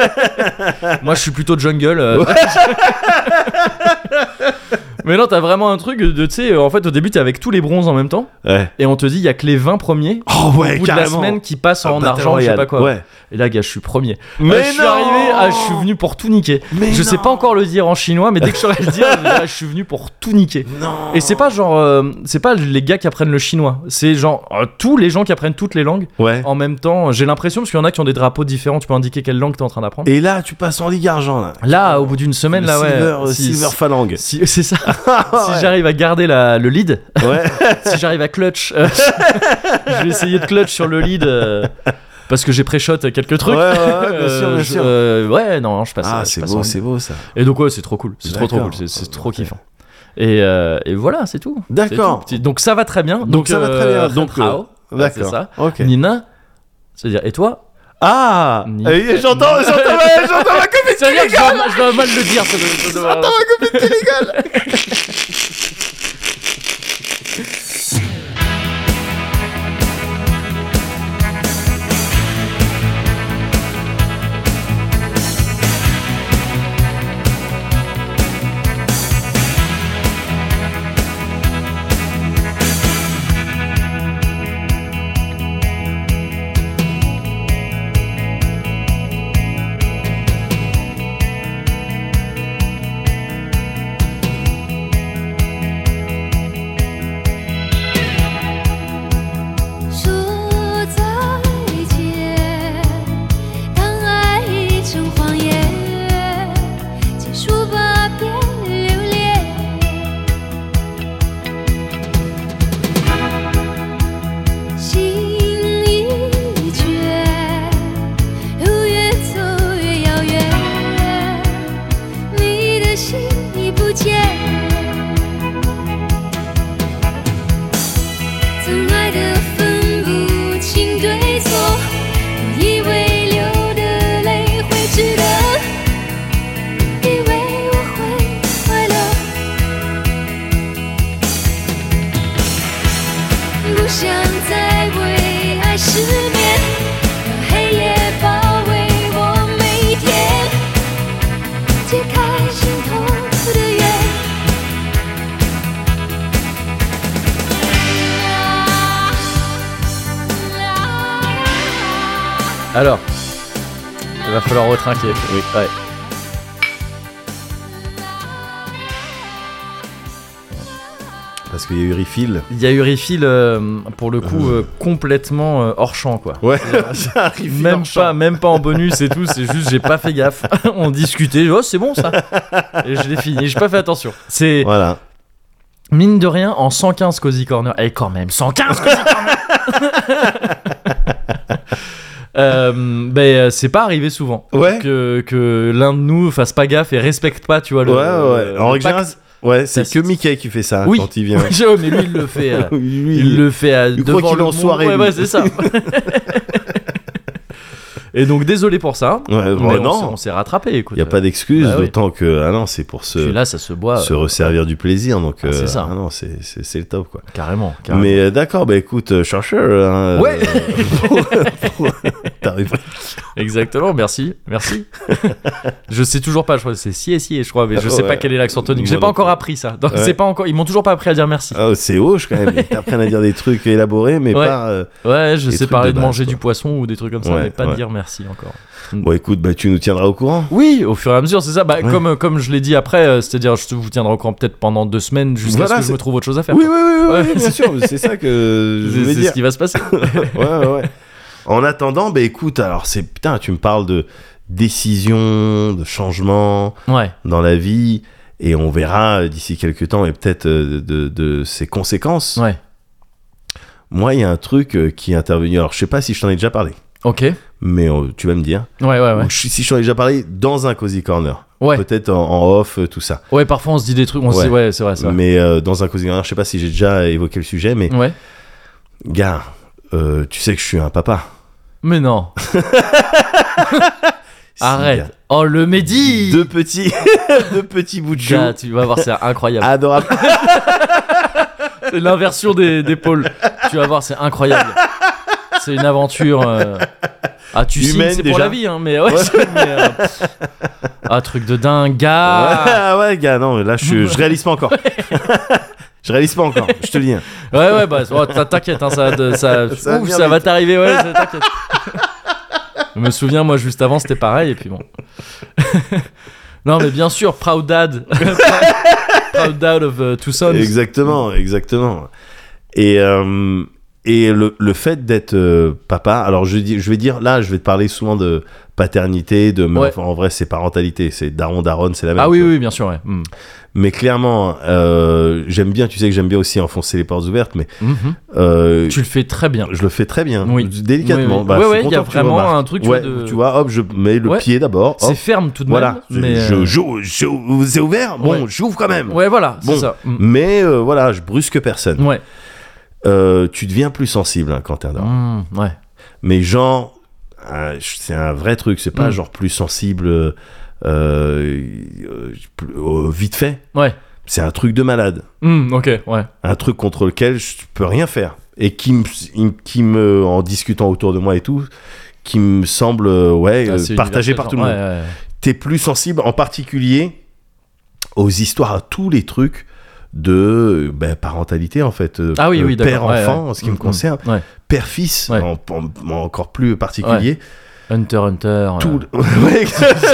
[SPEAKER 1] Moi, je suis plutôt jungle. euh. Mais non, t'as vraiment un truc de, tu sais, en fait, au début, t'es avec tous les bronzes en même temps,
[SPEAKER 2] Ouais.
[SPEAKER 1] et on te dit, il y a que les 20 premiers.
[SPEAKER 2] Oh
[SPEAKER 1] au
[SPEAKER 2] ouais,
[SPEAKER 1] bout de la
[SPEAKER 2] carrément.
[SPEAKER 1] semaine qui passe
[SPEAKER 2] Ah,
[SPEAKER 1] en
[SPEAKER 2] Battle
[SPEAKER 1] argent, je sais
[SPEAKER 2] Royale.
[SPEAKER 1] pas quoi.
[SPEAKER 2] Ouais.
[SPEAKER 1] Et là, gars, je suis premier.
[SPEAKER 2] Mais
[SPEAKER 1] Euh, je suis
[SPEAKER 2] non
[SPEAKER 1] arrivé, ah, je suis venu pour tout niquer.
[SPEAKER 2] Mais
[SPEAKER 1] je sais
[SPEAKER 2] non
[SPEAKER 1] pas encore le dire en chinois, mais dès que je saurai le dire, je, dirai, je suis venu pour tout niquer.
[SPEAKER 2] Non.
[SPEAKER 1] Et c'est pas genre, euh, c'est pas les gars qui apprennent le chinois, c'est genre euh, tous les gens qui apprennent toutes les langues
[SPEAKER 2] Ouais.
[SPEAKER 1] en même temps. J'ai l'impression parce qu'il y en a qui ont des drapeaux différents, tu peux indiquer quelle langue t'es en train d'apprendre.
[SPEAKER 2] Et là, tu passes en Ligue Argent là.
[SPEAKER 1] Là, au bout d'une semaine,
[SPEAKER 2] Le
[SPEAKER 1] là, ouais.
[SPEAKER 2] Silver, euh,
[SPEAKER 1] si-
[SPEAKER 2] Silver Phalanx. Ah
[SPEAKER 1] si- c'est ça.
[SPEAKER 2] Ouais.
[SPEAKER 1] Si j'arrive à garder la- le lead,
[SPEAKER 2] Ouais.
[SPEAKER 1] si j'arrive à clutch, euh, je vais essayer de clutch sur le lead euh, parce que j'ai pré-shot quelques trucs.
[SPEAKER 2] Ouais, ouais, ouais, bien
[SPEAKER 1] Euh,
[SPEAKER 2] sûr, bien
[SPEAKER 1] je-
[SPEAKER 2] sûr.
[SPEAKER 1] euh, ouais, non, je passe.
[SPEAKER 2] Ah,
[SPEAKER 1] je
[SPEAKER 2] c'est
[SPEAKER 1] passe
[SPEAKER 2] beau,
[SPEAKER 1] en-
[SPEAKER 2] c'est beau ça.
[SPEAKER 1] Et donc ouais, c'est trop cool, c'est trop trop
[SPEAKER 2] D'accord.
[SPEAKER 1] cool, c'est- c'est trop kiffant. Et, euh, et voilà, c'est tout. C'est
[SPEAKER 2] D'accord.
[SPEAKER 1] tout, petit. Donc ça va très bien. Donc,
[SPEAKER 2] ça va très
[SPEAKER 1] euh,
[SPEAKER 2] bien.
[SPEAKER 1] Donc
[SPEAKER 2] euh,
[SPEAKER 1] Rao, ouais, c'est
[SPEAKER 2] D'accord.
[SPEAKER 1] ça.
[SPEAKER 2] Ok.
[SPEAKER 1] Nina, c'est-à-dire et toi
[SPEAKER 2] Ah
[SPEAKER 1] Ni-
[SPEAKER 2] Eh, J'entends, j'entends, ma- j'entends ma copine qui
[SPEAKER 1] C'est-à-dire que je
[SPEAKER 2] rigole
[SPEAKER 1] dois, je dois mal le dire. ça doit- ça doit-
[SPEAKER 2] J'entends ma copine qui rigole
[SPEAKER 3] 解开心痛的夜。
[SPEAKER 1] Alors, il va falloir retrinquer. Oui. Ouais.
[SPEAKER 2] Parce qu'il y a eu refill.
[SPEAKER 1] Il y a eu refill euh, pour le coup
[SPEAKER 2] Euh.
[SPEAKER 1] euh, complètement euh, hors champ quoi.
[SPEAKER 2] Ouais, ça arrive.
[SPEAKER 1] Même pas, même pas en bonus et tout, c'est juste j'ai pas fait gaffe. On discutait, oh c'est bon ça. Et je l'ai fini, j'ai pas fait attention. C'est
[SPEAKER 2] Voilà.
[SPEAKER 1] mine de rien en 115 Cozy Corner. Et quand même 115 Cozy Corner. Euh, ben euh, c'est pas arrivé souvent
[SPEAKER 2] Ouais.
[SPEAKER 1] que, que l'un de nous fasse pas gaffe et respecte pas tu vois le,
[SPEAKER 2] ouais, ouais.
[SPEAKER 1] le
[SPEAKER 2] En règle
[SPEAKER 1] pacte.
[SPEAKER 2] générale, ouais, c'est
[SPEAKER 1] Tacite.
[SPEAKER 2] que Mickey qui fait ça
[SPEAKER 1] Oui.
[SPEAKER 2] quand il vient.
[SPEAKER 1] Ouais, mais lui il le fait euh,
[SPEAKER 2] Lui,
[SPEAKER 1] il le fait à
[SPEAKER 2] il
[SPEAKER 1] devant
[SPEAKER 2] croit qu'il
[SPEAKER 1] le
[SPEAKER 2] est en
[SPEAKER 1] monde.
[SPEAKER 2] soirée,
[SPEAKER 1] Ouais,
[SPEAKER 2] lui.
[SPEAKER 1] ouais, c'est ça. et donc désolé pour ça.
[SPEAKER 2] Ouais,
[SPEAKER 1] mais
[SPEAKER 2] bon,
[SPEAKER 1] on s'est-
[SPEAKER 2] non,
[SPEAKER 1] on s'est rattrapé. Écoute,
[SPEAKER 2] il n'y a pas d'excuse,
[SPEAKER 1] Bah oui.
[SPEAKER 2] d'autant que ah non, c'est pour
[SPEAKER 1] Puis
[SPEAKER 2] se,
[SPEAKER 1] là, ça se boit
[SPEAKER 2] se
[SPEAKER 1] euh,
[SPEAKER 2] resservir du plaisir. Donc,
[SPEAKER 1] Ah, c'est
[SPEAKER 2] euh,
[SPEAKER 1] ça.
[SPEAKER 2] ah non, c'est- c'est c'est le top, quoi.
[SPEAKER 1] carrément. carrément.
[SPEAKER 2] Mais euh, d'accord, bah écoute, euh, chercheur. hein,
[SPEAKER 1] Ouais.
[SPEAKER 2] euh, pour- pour- t'arriveras.
[SPEAKER 1] Exactement. Merci, merci. je sais toujours pas. Je crois que c'est si et si et je crois, mais je
[SPEAKER 2] Ah,
[SPEAKER 1] sais
[SPEAKER 2] ouais.
[SPEAKER 1] pas quel est l'accent tonique. J'ai
[SPEAKER 2] Moi
[SPEAKER 1] pas
[SPEAKER 2] non
[SPEAKER 1] encore
[SPEAKER 2] plus.
[SPEAKER 1] appris ça. Donc
[SPEAKER 2] Ouais.
[SPEAKER 1] c'est pas encore. Ils m'ont toujours pas appris à dire merci.
[SPEAKER 2] Ah, c'est hoche quand même. Ils t'apprennent à dire des trucs élaborés, mais
[SPEAKER 1] Ouais.
[SPEAKER 2] pas. euh,
[SPEAKER 1] Ouais, je
[SPEAKER 2] Des
[SPEAKER 1] sais
[SPEAKER 2] trucs
[SPEAKER 1] parler
[SPEAKER 2] de
[SPEAKER 1] de,
[SPEAKER 2] base,
[SPEAKER 1] manger
[SPEAKER 2] quoi.
[SPEAKER 1] du poisson ou des trucs comme ça,
[SPEAKER 2] Ouais,
[SPEAKER 1] mais pas de
[SPEAKER 2] ouais.
[SPEAKER 1] dire merci encore.
[SPEAKER 2] Bon, écoute, bah tu nous tiendras au courant.
[SPEAKER 1] Oui, au fur et à mesure, c'est ça. Bah,
[SPEAKER 2] Ouais.
[SPEAKER 1] comme, euh, comme je l'ai dit après, euh, c'est-à-dire je te- vous tiendrai au courant peut-être pendant deux semaines jusqu'à
[SPEAKER 2] Voilà,
[SPEAKER 1] ce que je
[SPEAKER 2] c'est-
[SPEAKER 1] me trouve autre chose à faire.
[SPEAKER 2] Oui, oui, oui, oui,
[SPEAKER 1] Ouais.
[SPEAKER 2] oui, bien sûr. C'est ça que je
[SPEAKER 1] C'est
[SPEAKER 2] voulais
[SPEAKER 1] c'est ce
[SPEAKER 2] dire.
[SPEAKER 1] qui va se passer.
[SPEAKER 2] Ouais, ouais, ouais. En attendant, bah écoute, alors c'est putain, tu me parles de décision, de changement
[SPEAKER 1] ouais.
[SPEAKER 2] dans la vie, et on verra euh, d'ici quelques temps et peut-être euh, de, de ses conséquences.
[SPEAKER 1] Ouais.
[SPEAKER 2] Moi, il y a un truc euh, qui est intervenu. Alors, je sais pas si je t'en ai déjà parlé,
[SPEAKER 1] Ok. Ouais,
[SPEAKER 2] mais euh, tu vas me dire.
[SPEAKER 1] ouais, Ah ouais.
[SPEAKER 2] Ou je- si je t'en ai déjà parlé dans un cozy corner,
[SPEAKER 1] Ouais.
[SPEAKER 2] peut-être en, en off, euh, tout ça.
[SPEAKER 1] Ouais, parfois on se dit des trucs, on se
[SPEAKER 2] Ouais.
[SPEAKER 1] dit, ouais, c'est vrai, c'est vrai.
[SPEAKER 2] Mais euh, dans un cozy corner, je sais pas si j'ai déjà évoqué le sujet, mais
[SPEAKER 1] Ouais. Mm.
[SPEAKER 2] gars, euh, tu sais que je suis un papa.
[SPEAKER 1] Mais non.
[SPEAKER 2] Si, gars.
[SPEAKER 1] Arrête. Oh, le Mehdi
[SPEAKER 2] Deux petits, deux petits bouts de chou.
[SPEAKER 1] Gars, Tu vas voir, c'est incroyable.
[SPEAKER 2] Adorable.
[SPEAKER 1] C'est l'inversion des, des pôles. Tu vas voir, c'est incroyable. C'est une aventure. euh, Ah, tu signes,
[SPEAKER 2] Humaine,
[SPEAKER 1] c'est pour
[SPEAKER 2] déjà.
[SPEAKER 1] la vie, hein, mais ouais. c'est- mais, euh, Ah, truc de dingue, gars.
[SPEAKER 2] Ah ouais, gars, non, là, je, je réalise pas encore. je réalise pas encore, je te le dis.
[SPEAKER 1] Ouais, ouais, bah, oh, t'in- t'inquiète, hein, ça, de- ça,
[SPEAKER 2] Ça va
[SPEAKER 1] ouf,
[SPEAKER 2] venir
[SPEAKER 1] ça va
[SPEAKER 2] vite.
[SPEAKER 1] t'arriver, ouais, ça- t'inquiète. Je me souviens, moi, juste avant, c'était pareil, et puis bon. non, mais bien sûr, Proud Dad. proud Dad of euh, Tucson.
[SPEAKER 2] Exactement, exactement. Et, euh, et le, le fait d'être euh, papa, alors je, dis, je vais dire, là, je vais te parler souvent de paternité, de, mais
[SPEAKER 1] Ouais.
[SPEAKER 2] enfin, en vrai, c'est parentalité, c'est daron, daronne, c'est la même.
[SPEAKER 1] Ah oui,
[SPEAKER 2] tu vois.
[SPEAKER 1] oui, bien sûr, ouais. Mm.
[SPEAKER 2] Mais clairement, euh, j'aime bien, tu sais que j'aime bien aussi enfoncer les portes ouvertes, mais
[SPEAKER 1] Mhm.
[SPEAKER 2] euh,
[SPEAKER 1] Tu le fais très bien.
[SPEAKER 2] je le fais très bien,
[SPEAKER 1] Oui.
[SPEAKER 2] délicatement.
[SPEAKER 1] Oui, oui.
[SPEAKER 2] Bah,
[SPEAKER 1] Ouais,
[SPEAKER 2] je suis
[SPEAKER 1] ouais, il y a
[SPEAKER 2] content que tu
[SPEAKER 1] vraiment
[SPEAKER 2] remarques.
[SPEAKER 1] un truc, tu
[SPEAKER 2] Ouais,
[SPEAKER 1] vois, de-
[SPEAKER 2] tu vois, hop, je mets le
[SPEAKER 1] Ouais.
[SPEAKER 2] pied d'abord.
[SPEAKER 1] C'est
[SPEAKER 2] hop.
[SPEAKER 1] ferme tout de
[SPEAKER 2] Oh. Voilà,
[SPEAKER 1] même. Mais
[SPEAKER 2] je,
[SPEAKER 1] euh,
[SPEAKER 2] je- je- c'est ouvert, bon,
[SPEAKER 1] Ouais.
[SPEAKER 2] j'ouvre quand même.
[SPEAKER 1] Ouais, voilà, c'est
[SPEAKER 2] Bon.
[SPEAKER 1] ça. Mm.
[SPEAKER 2] Mais euh, voilà, je brusque personne.
[SPEAKER 1] Ouais.
[SPEAKER 2] Euh, tu deviens plus sensible hein, quand t'es un homme.
[SPEAKER 1] Mm, ouais.
[SPEAKER 2] Mais genre, euh, c'est un vrai truc, c'est pas
[SPEAKER 1] Mm.
[SPEAKER 2] genre plus sensible euh, euh, plus- euh, vite fait.
[SPEAKER 1] Ouais.
[SPEAKER 2] C'est un truc de malade.
[SPEAKER 1] Mm, ok, ouais.
[SPEAKER 2] Un truc contre lequel je peux rien faire. Et qui me, il- qui me en discutant autour de moi et tout, qui me semble, euh, ouais,
[SPEAKER 1] Ah,
[SPEAKER 2] euh,
[SPEAKER 1] c'est
[SPEAKER 2] partagé
[SPEAKER 1] universel,
[SPEAKER 2] par tout le
[SPEAKER 1] genre.
[SPEAKER 2] monde.
[SPEAKER 1] Ouais, ouais, ouais.
[SPEAKER 2] t'es plus sensible en particulier aux histoires, à tous les trucs de euh, ben, parentalité en fait. euh,
[SPEAKER 1] Ah oui,
[SPEAKER 2] euh,
[SPEAKER 1] oui, d'accord. ouais,
[SPEAKER 2] Père-enfant
[SPEAKER 1] ouais.
[SPEAKER 2] en ce qui
[SPEAKER 1] Mm,
[SPEAKER 2] me concerne,
[SPEAKER 1] mm, Ouais.
[SPEAKER 2] père-fils
[SPEAKER 1] Ouais.
[SPEAKER 2] en, en- en encore plus particulier.
[SPEAKER 1] Hunter, Hunter.
[SPEAKER 2] Tout
[SPEAKER 1] euh,
[SPEAKER 2] le- Ouais,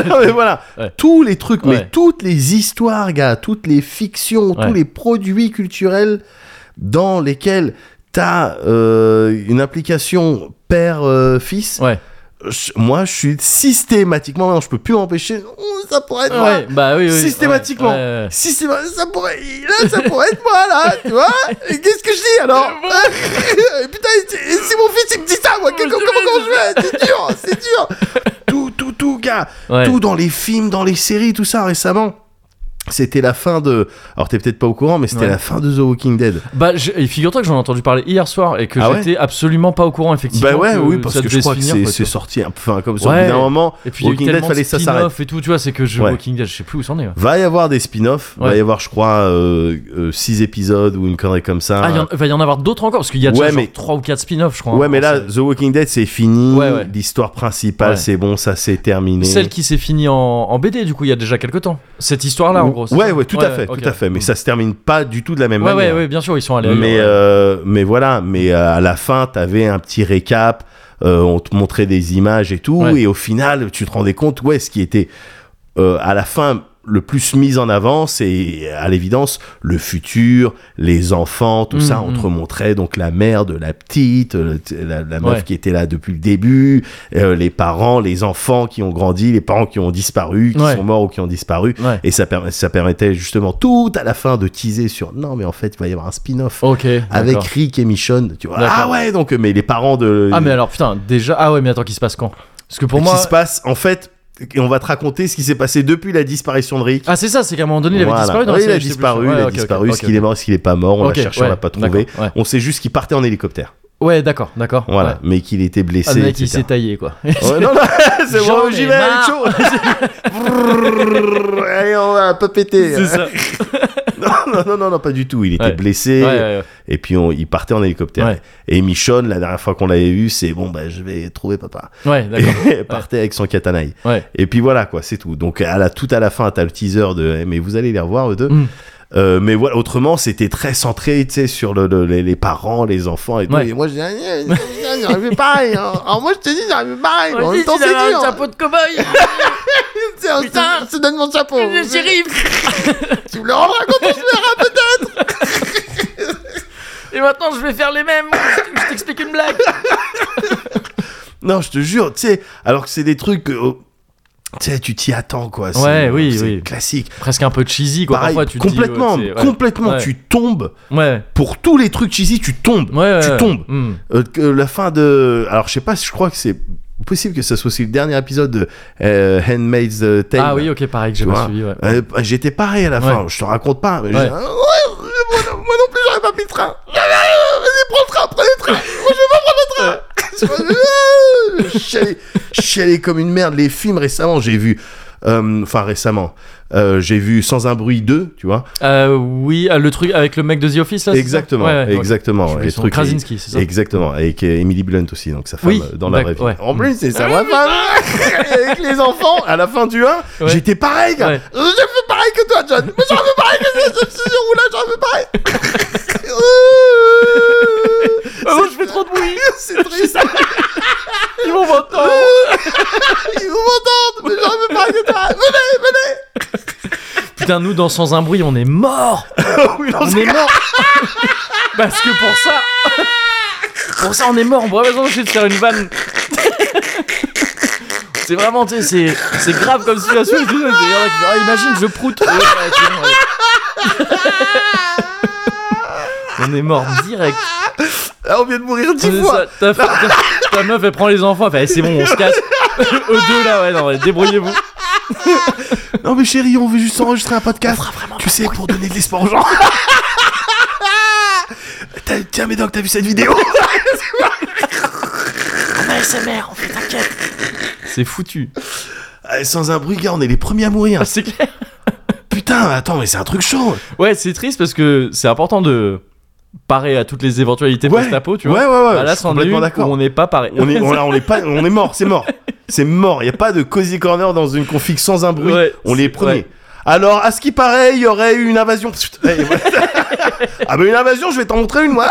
[SPEAKER 2] non, mais voilà,
[SPEAKER 1] Ouais.
[SPEAKER 2] tous les trucs, mais
[SPEAKER 1] Ouais.
[SPEAKER 2] toutes les histoires, gars, toutes les fictions,
[SPEAKER 1] Ouais.
[SPEAKER 2] tous les produits culturels dans lesquels t'as euh, une implication père-fils.
[SPEAKER 1] Ouais.
[SPEAKER 2] Moi, je suis systématiquement, maintenant, je peux plus m'empêcher. Oh, Ça pourrait être moi.
[SPEAKER 1] Ouais, bah oui, oui. ouais,
[SPEAKER 2] Systématiquement.
[SPEAKER 1] ouais, ouais.
[SPEAKER 2] Si c'est vrai, ça pourrait, là, ça pourrait être moi, là, tu vois. Et qu'est-ce que je dis alors Et Putain, et si- et si mon fils il me dit ça, moi, que- comment, comment je vais C'est dur, c'est dur. Tout, tout, tout, gars.
[SPEAKER 1] Ouais.
[SPEAKER 2] Tout dans les films, dans les séries, tout ça récemment. C'était la fin de. Alors, t'es peut-être pas au courant, mais c'était
[SPEAKER 1] Ouais.
[SPEAKER 2] la fin de The Walking Dead.
[SPEAKER 1] Bah, je- et figure-toi que j'en ai entendu parler hier soir et que
[SPEAKER 2] Ah ouais
[SPEAKER 1] j'étais absolument pas au courant, effectivement.
[SPEAKER 2] Bah ouais,
[SPEAKER 1] que
[SPEAKER 2] oui, parce
[SPEAKER 1] ça
[SPEAKER 2] que je
[SPEAKER 1] devait se
[SPEAKER 2] crois que
[SPEAKER 1] finir,
[SPEAKER 2] c'est
[SPEAKER 1] quoi,
[SPEAKER 2] c'est
[SPEAKER 1] tu vois.
[SPEAKER 2] sorti un peu. Enfin, comme ça, au
[SPEAKER 1] Ouais.
[SPEAKER 2] bout d'un moment,
[SPEAKER 1] Et puis, il y a eu
[SPEAKER 2] Walking Dead,
[SPEAKER 1] tellement
[SPEAKER 2] fallait
[SPEAKER 1] de
[SPEAKER 2] que ça s'arrête.
[SPEAKER 1] spin-off et tout, tu vois, c'est que je
[SPEAKER 2] Ouais.
[SPEAKER 1] Walking Dead, je sais plus où c'en est. ouais.
[SPEAKER 2] va y avoir des spin-offs. Va
[SPEAKER 1] Ouais.
[SPEAKER 2] y avoir, je crois, 6 épisodes ou une connerie comme ça.
[SPEAKER 1] Ah, il y en- va y en avoir d'autres encore, parce qu'il y a déjà
[SPEAKER 2] Ouais,
[SPEAKER 1] genre
[SPEAKER 2] mais-
[SPEAKER 1] 3 ou 4 spin-offs, je crois.
[SPEAKER 2] Ouais,
[SPEAKER 1] hein,
[SPEAKER 2] mais
[SPEAKER 1] en
[SPEAKER 2] là,
[SPEAKER 1] série.
[SPEAKER 2] The Walking Dead, c'est fini.
[SPEAKER 1] Ouais, ouais.
[SPEAKER 2] L'histoire principale,
[SPEAKER 1] Ouais.
[SPEAKER 2] c'est bon, ça c'est terminé.
[SPEAKER 1] Celle qui s'est finie en, en BD, du coup, il y a déjà quelques temps. Cette histoire-là, en gros. c'est
[SPEAKER 2] Ouais,
[SPEAKER 1] ça
[SPEAKER 2] ouais, tout à fait,
[SPEAKER 1] ok.
[SPEAKER 2] tout à fait. Mais ça se termine pas du tout de la même
[SPEAKER 1] Ouais, ouais,
[SPEAKER 2] manière.
[SPEAKER 1] ouais, bien sûr, ils sont allés. ailleurs,
[SPEAKER 2] mais,
[SPEAKER 1] ouais.
[SPEAKER 2] euh, mais voilà, mais euh, à la fin, t'avais un petit récap, euh, on te montrait des images et tout,
[SPEAKER 1] Ouais.
[SPEAKER 2] et au final, tu te rendais compte, ouais, ce qui était euh, à la fin le plus mis en avant, c'est à l'évidence le futur, les enfants, tout ça,
[SPEAKER 1] Mhm.
[SPEAKER 2] on te remontrait donc la mère de la petite, euh, t- la, la meuf
[SPEAKER 1] Ouais.
[SPEAKER 2] qui était là depuis le début, euh, les parents, les enfants qui ont grandi, les parents qui ont disparu, qui
[SPEAKER 1] Ouais.
[SPEAKER 2] sont morts ou qui ont disparu,
[SPEAKER 1] Ouais.
[SPEAKER 2] et ça, per- ça permettait justement tout à la fin de teaser sur non, mais en fait, il va y avoir un spin-off
[SPEAKER 1] Ok.
[SPEAKER 2] avec
[SPEAKER 1] Oh, d'accord.
[SPEAKER 2] Rick et Michonne. Tu vois.
[SPEAKER 1] D'accord.
[SPEAKER 2] Ah ouais, donc, mais les parents de.
[SPEAKER 1] Ah, mais alors, putain, déjà. Ah, ouais, mais attends, qui se passe quand Parce que pour
[SPEAKER 2] ce
[SPEAKER 1] moi.
[SPEAKER 2] qui se passe, en fait, et on va te raconter ce qui s'est passé depuis la disparition de Rick.
[SPEAKER 1] Ah, c'est ça, c'est qu'à un moment donné, il avait
[SPEAKER 2] Voilà.
[SPEAKER 1] disparu dans la
[SPEAKER 2] Oui, il
[SPEAKER 1] série,
[SPEAKER 2] a
[SPEAKER 1] je sais plus.
[SPEAKER 2] disparu,
[SPEAKER 1] Ouais,
[SPEAKER 2] il a
[SPEAKER 1] ok, ok,
[SPEAKER 2] disparu.
[SPEAKER 1] ok,
[SPEAKER 2] Est-ce qu'il est mort, est-ce qu'il est pas mort On
[SPEAKER 1] ok,
[SPEAKER 2] l'a cherché, on
[SPEAKER 1] ouais,
[SPEAKER 2] l'a pas
[SPEAKER 1] d'accord,
[SPEAKER 2] trouvé.
[SPEAKER 1] ouais.
[SPEAKER 2] On sait juste qu'il partait en hélicoptère.
[SPEAKER 1] Ouais, d'accord, d'accord.
[SPEAKER 2] Voilà,
[SPEAKER 1] ouais.
[SPEAKER 2] mais qu'il était
[SPEAKER 1] Ah,
[SPEAKER 2] blessé.
[SPEAKER 1] le mec, il
[SPEAKER 2] etc.
[SPEAKER 1] s'est taillé, quoi.
[SPEAKER 2] Ouais, non, non, c'est
[SPEAKER 1] J'en
[SPEAKER 2] bon, j'y
[SPEAKER 1] ai
[SPEAKER 2] vais,
[SPEAKER 1] marre.
[SPEAKER 2] chaud. Brrr, Allez, on va pas péter.
[SPEAKER 1] C'est ça.
[SPEAKER 2] Non, non, non, non, pas du tout. Il était
[SPEAKER 1] Ouais.
[SPEAKER 2] blessé.
[SPEAKER 1] Ouais, ouais,
[SPEAKER 2] Et puis on, il partait en hélicoptère.
[SPEAKER 1] Ouais.
[SPEAKER 2] Et Michonne, la dernière fois qu'on l'avait vu, c'est bon, bah, je vais trouver papa.
[SPEAKER 1] ouais. Ouais, d'accord.
[SPEAKER 2] Et elle partait avec son katanaï.
[SPEAKER 1] Ouais.
[SPEAKER 2] Et puis voilà, quoi, c'est tout. Donc à la, tout à la fin, t'as le teaser de. eh, Mais vous allez les revoir, eux deux.
[SPEAKER 1] Mm.
[SPEAKER 2] Euh, mais voilà, autrement, c'était très centré, tu sais, sur le, le- les, les parents, les enfants et tout.
[SPEAKER 1] Ouais.
[SPEAKER 2] Et moi, je dis, ah, ah, ah, j'aurais fait pareil. hein. Alors moi, je te dis, j'aurais fait pareil. mais en même temps, c'est dur.
[SPEAKER 1] de cow-boy
[SPEAKER 2] C'est un-
[SPEAKER 1] Putain.
[SPEAKER 2] c'est- c'est donne mon chapeau.
[SPEAKER 1] shérif
[SPEAKER 2] Tu me le rendras quand on se verra.
[SPEAKER 1] Et maintenant, je vais faire les mêmes Je t'explique une blague
[SPEAKER 2] Non, je te jure, tu sais, alors que c'est des trucs. que, oh, tu sais, tu t'y attends, quoi. C'est- euh,
[SPEAKER 1] Ouais, oui,
[SPEAKER 2] c'est
[SPEAKER 1] oui.
[SPEAKER 2] classique.
[SPEAKER 1] Presque un peu cheesy, quoi.
[SPEAKER 2] Pareil,
[SPEAKER 1] Parfois, tu te dis,
[SPEAKER 2] complètement,
[SPEAKER 1] ouais, c'est- ouais.
[SPEAKER 2] complètement,
[SPEAKER 1] Ouais.
[SPEAKER 2] tu tombes.
[SPEAKER 1] Ouais,
[SPEAKER 2] Pour tous les trucs cheesy, tu tombes.
[SPEAKER 1] ouais, ouais.
[SPEAKER 2] tu
[SPEAKER 1] ouais.
[SPEAKER 2] tombes.
[SPEAKER 1] Hmm.
[SPEAKER 2] Euh, que la fin de. Alors, je sais pas, je crois que c'est possible que ça soit aussi le dernier épisode de euh, Handmaid's Tale.
[SPEAKER 1] Ah oui, ok, pareil, que j'ai
[SPEAKER 2] Tu vois.
[SPEAKER 1] pas suivi, ouais.
[SPEAKER 2] Euh, J'étais pareil à la
[SPEAKER 1] Ouais.
[SPEAKER 2] fin, je te raconte pas. mais j'ai-
[SPEAKER 1] Ouais.
[SPEAKER 2] Ah, ouais, moi, moi non plus, j'aurais pas pris le train. Ah, Vas-y, prends le train, prends le train. Moi, je vais pas prendre le train. Je chialais- je chialais comme une merde. Les films récemment, j'ai vu. euh, Enfin, récemment, euh, j'ai vu Sans un bruit 2, tu vois.
[SPEAKER 1] Euh, oui, ah, le truc avec le mec de The Office, là c'est ça
[SPEAKER 2] exactement,
[SPEAKER 1] Ouais, ouais,
[SPEAKER 2] exactement.
[SPEAKER 1] ok. Je sais
[SPEAKER 2] ouais, les
[SPEAKER 1] plus son
[SPEAKER 2] trucs-
[SPEAKER 1] Krasinski, c'est ça
[SPEAKER 2] Exactement, avec euh, Emily Blunt aussi, donc sa femme
[SPEAKER 1] Oui,
[SPEAKER 2] euh, dans la vraie vie.
[SPEAKER 1] d'accord, ouais. Ah
[SPEAKER 2] En plus, c'est sa vraie femme Et avec les enfants, à la fin du 1,
[SPEAKER 1] Ouais.
[SPEAKER 2] j'étais pareil, gars.
[SPEAKER 1] Ouais.
[SPEAKER 2] J'ai fait pareil que toi, John. Mais j'en fais pareil que toi, je suis là, j'en fais pareil. Euh,
[SPEAKER 1] Ah non, je fais trop de bruit
[SPEAKER 2] C'est triste,
[SPEAKER 1] Ils vont m'entendre
[SPEAKER 2] ils vous m'entendent, mais j'en fais pareil que toi. Venez, venez.
[SPEAKER 1] Putain, nous, dans Sans un bruit, on est mort
[SPEAKER 2] Oui, non,
[SPEAKER 1] On
[SPEAKER 2] c'est-
[SPEAKER 1] est mort Parce que pour ça Pour ça on est mort, on pourrait pas s'empêcher de faire une vanne C'est vraiment, tu sais, c'est- c'est grave comme situation. et tout, et il y en a qui disent, Ah, imagine, je proute. Ouais, ouais, c'est bon, ouais. On est mort direct.
[SPEAKER 2] Ah, on vient de mourir
[SPEAKER 1] C'est
[SPEAKER 2] dix fois.
[SPEAKER 1] ça, Ta, ta- ta meuf, elle prend les enfants, elle fait, Eh, c'est bon, on se casse. Eux deux là, ouais, non, ouais, débrouillez-vous.
[SPEAKER 2] Non, mais chérie, on veut juste enregistrer un podcast. Tu sais, pour donner de l'espoir aux gens. T'as- Tiens, Médoc, t'as vu cette vidéo
[SPEAKER 1] C'est foutu.
[SPEAKER 2] Ah, Sans un bruit, gars, on est les premiers à mourir.
[SPEAKER 1] Ah, c'est clair.
[SPEAKER 2] Putain, attends, mais c'est un truc chaud.
[SPEAKER 1] Ouais, c'est triste parce que c'est important de parer à toutes les éventualités
[SPEAKER 2] Ouais.
[SPEAKER 1] post-apo, tu
[SPEAKER 2] ouais,
[SPEAKER 1] vois.
[SPEAKER 2] ouais, ouais,
[SPEAKER 1] Bah là,
[SPEAKER 2] je suis
[SPEAKER 1] c'en est
[SPEAKER 2] complètement
[SPEAKER 1] une où
[SPEAKER 2] d'accord.
[SPEAKER 1] on n'est pas pareil.
[SPEAKER 2] On est, on, là, on est pas, on est mort, c'est mort. C'est mort. Il y a pas de cozy corner dans une config sans un bruit.
[SPEAKER 1] Ouais,
[SPEAKER 2] on est les
[SPEAKER 1] c'est-
[SPEAKER 2] premiers.
[SPEAKER 1] ouais.
[SPEAKER 2] Alors, à ce qui paraît, il y aurait eu une invasion. Pfft, ouais, ouais. ah ben une invasion, je vais t'en montrer une moi.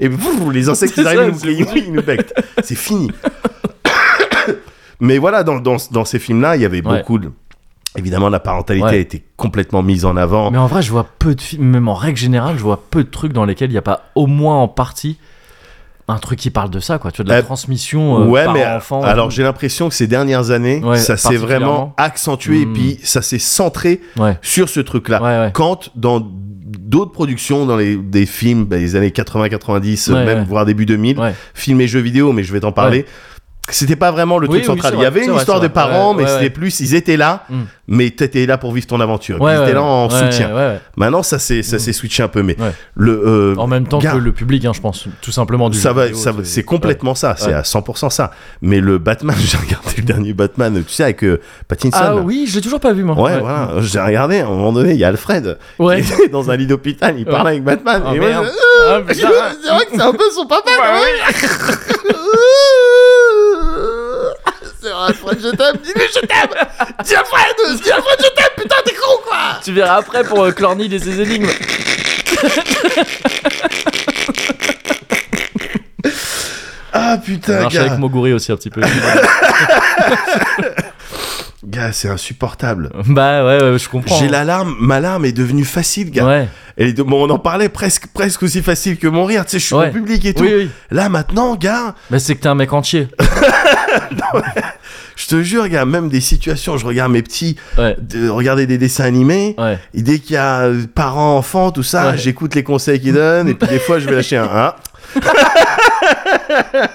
[SPEAKER 2] Et vous, les insectes, ils
[SPEAKER 1] C'est
[SPEAKER 2] arrivent,
[SPEAKER 1] ça,
[SPEAKER 2] ils nous, ils nous bectent. C'est fini. Mais voilà, dans, dans, dans ces films-là, il y avait
[SPEAKER 1] Ouais.
[SPEAKER 2] beaucoup de... Évidemment, la parentalité
[SPEAKER 1] Ouais.
[SPEAKER 2] a été complètement mise en avant.
[SPEAKER 1] Mais en vrai, je vois peu de films, même en règle générale, je vois peu de trucs dans lesquels il n'y a pas au moins en partie un truc qui parle de ça, quoi. Tu vois, de la
[SPEAKER 2] Euh,
[SPEAKER 1] transmission euh,
[SPEAKER 2] ouais, mais
[SPEAKER 1] parent-enfant.
[SPEAKER 2] alors j'ai l'impression que ces dernières années,
[SPEAKER 1] Ouais,
[SPEAKER 2] ça s'est vraiment
[SPEAKER 1] particulièrement.
[SPEAKER 2] accentué
[SPEAKER 1] Mm.
[SPEAKER 2] et puis ça s'est centré
[SPEAKER 1] Ouais,
[SPEAKER 2] sur ce
[SPEAKER 1] ouais,
[SPEAKER 2] truc-là.
[SPEAKER 1] ouais.
[SPEAKER 2] Quand dans d'autres productions, dans les des films bah, des années 80-90,
[SPEAKER 1] Ouais,
[SPEAKER 2] même
[SPEAKER 1] ouais.
[SPEAKER 2] voire début 2000,
[SPEAKER 1] Ouais.
[SPEAKER 2] films et jeux vidéo, mais je vais t'en parler. C'était pas vraiment le
[SPEAKER 1] Oui,
[SPEAKER 2] truc
[SPEAKER 1] oui,
[SPEAKER 2] central.
[SPEAKER 1] c'est
[SPEAKER 2] Il y
[SPEAKER 1] vrai,
[SPEAKER 2] avait
[SPEAKER 1] c'est
[SPEAKER 2] une
[SPEAKER 1] vrai,
[SPEAKER 2] histoire
[SPEAKER 1] c'est
[SPEAKER 2] des
[SPEAKER 1] vrai.
[SPEAKER 2] parents,
[SPEAKER 1] Ouais,
[SPEAKER 2] mais
[SPEAKER 1] ouais,
[SPEAKER 2] c'était
[SPEAKER 1] ouais.
[SPEAKER 2] plus, ils étaient là,
[SPEAKER 1] Mm.
[SPEAKER 2] mais t'étais là pour vivre ton aventure.
[SPEAKER 1] Ouais,
[SPEAKER 2] ils étaient
[SPEAKER 1] ouais,
[SPEAKER 2] là en
[SPEAKER 1] ouais,
[SPEAKER 2] soutien.
[SPEAKER 1] ouais, ouais.
[SPEAKER 2] Maintenant, ça s'est ça
[SPEAKER 1] Mm.
[SPEAKER 2] s'est switché un peu, mais
[SPEAKER 1] Ouais.
[SPEAKER 2] le euh,
[SPEAKER 1] En même temps
[SPEAKER 2] gars,
[SPEAKER 1] que le public, hein, je pense, tout simplement du.
[SPEAKER 2] ça
[SPEAKER 1] jeu
[SPEAKER 2] va,
[SPEAKER 1] vidéo,
[SPEAKER 2] ça va- c'est complètement ça, c'est
[SPEAKER 1] Ouais.
[SPEAKER 2] à 100% ça. Mais le Batman, j'ai regardé le dernier Batman, tu sais, avec euh, Pattinson.
[SPEAKER 1] Ah oui, je l'ai toujours pas vu moi.
[SPEAKER 2] Ouais, voilà, j'ai regardé, à un moment donné, il y a Alfred
[SPEAKER 1] Ouais.
[SPEAKER 2] qui était dans un lit d'hôpital, il
[SPEAKER 1] Ouais.
[SPEAKER 2] parlait avec Batman.
[SPEAKER 1] Ah,
[SPEAKER 2] et moi,
[SPEAKER 1] merde.
[SPEAKER 2] je-
[SPEAKER 1] Ah,
[SPEAKER 2] c'est
[SPEAKER 1] putain.
[SPEAKER 2] vrai que c'est un peu son papa quand même. C'est vrai, Alfred, je t'aime. Dis-lui, je t'aime. Dis Alfred, dis Alfred, je t'aime. Putain, t'es con quoi.
[SPEAKER 1] Tu verras après pour euh, Clorny et ses énigmes.
[SPEAKER 2] Ah
[SPEAKER 1] Ça
[SPEAKER 2] putain,
[SPEAKER 1] marche
[SPEAKER 2] gars.
[SPEAKER 1] avec Moguri aussi un petit peu.
[SPEAKER 2] Gars, c'est insupportable.
[SPEAKER 1] bah ouais, ouais, je comprends.
[SPEAKER 2] J'ai l'alarme, ma larme est devenue facile, gars.
[SPEAKER 1] Ouais.
[SPEAKER 2] Elle est de- bon, on en parlait presque, presque aussi facile que mon rire. Tu sais, je suis
[SPEAKER 1] Ouais.
[SPEAKER 2] en public et tout.
[SPEAKER 1] Oui, oui.
[SPEAKER 2] Là maintenant, gars,
[SPEAKER 1] Mais c'est que t'es un mec entier.
[SPEAKER 2] je te jure, gars, même des situations, je regarde mes petits,
[SPEAKER 1] Ouais.
[SPEAKER 2] de regarder des dessins animés.
[SPEAKER 1] Ouais.
[SPEAKER 2] Et dès qu'il y a euh, parents, enfants, tout ça,
[SPEAKER 1] Ouais.
[SPEAKER 2] j'écoute les conseils qu'ils donnent, et puis des fois, je vais lâcher un Ah.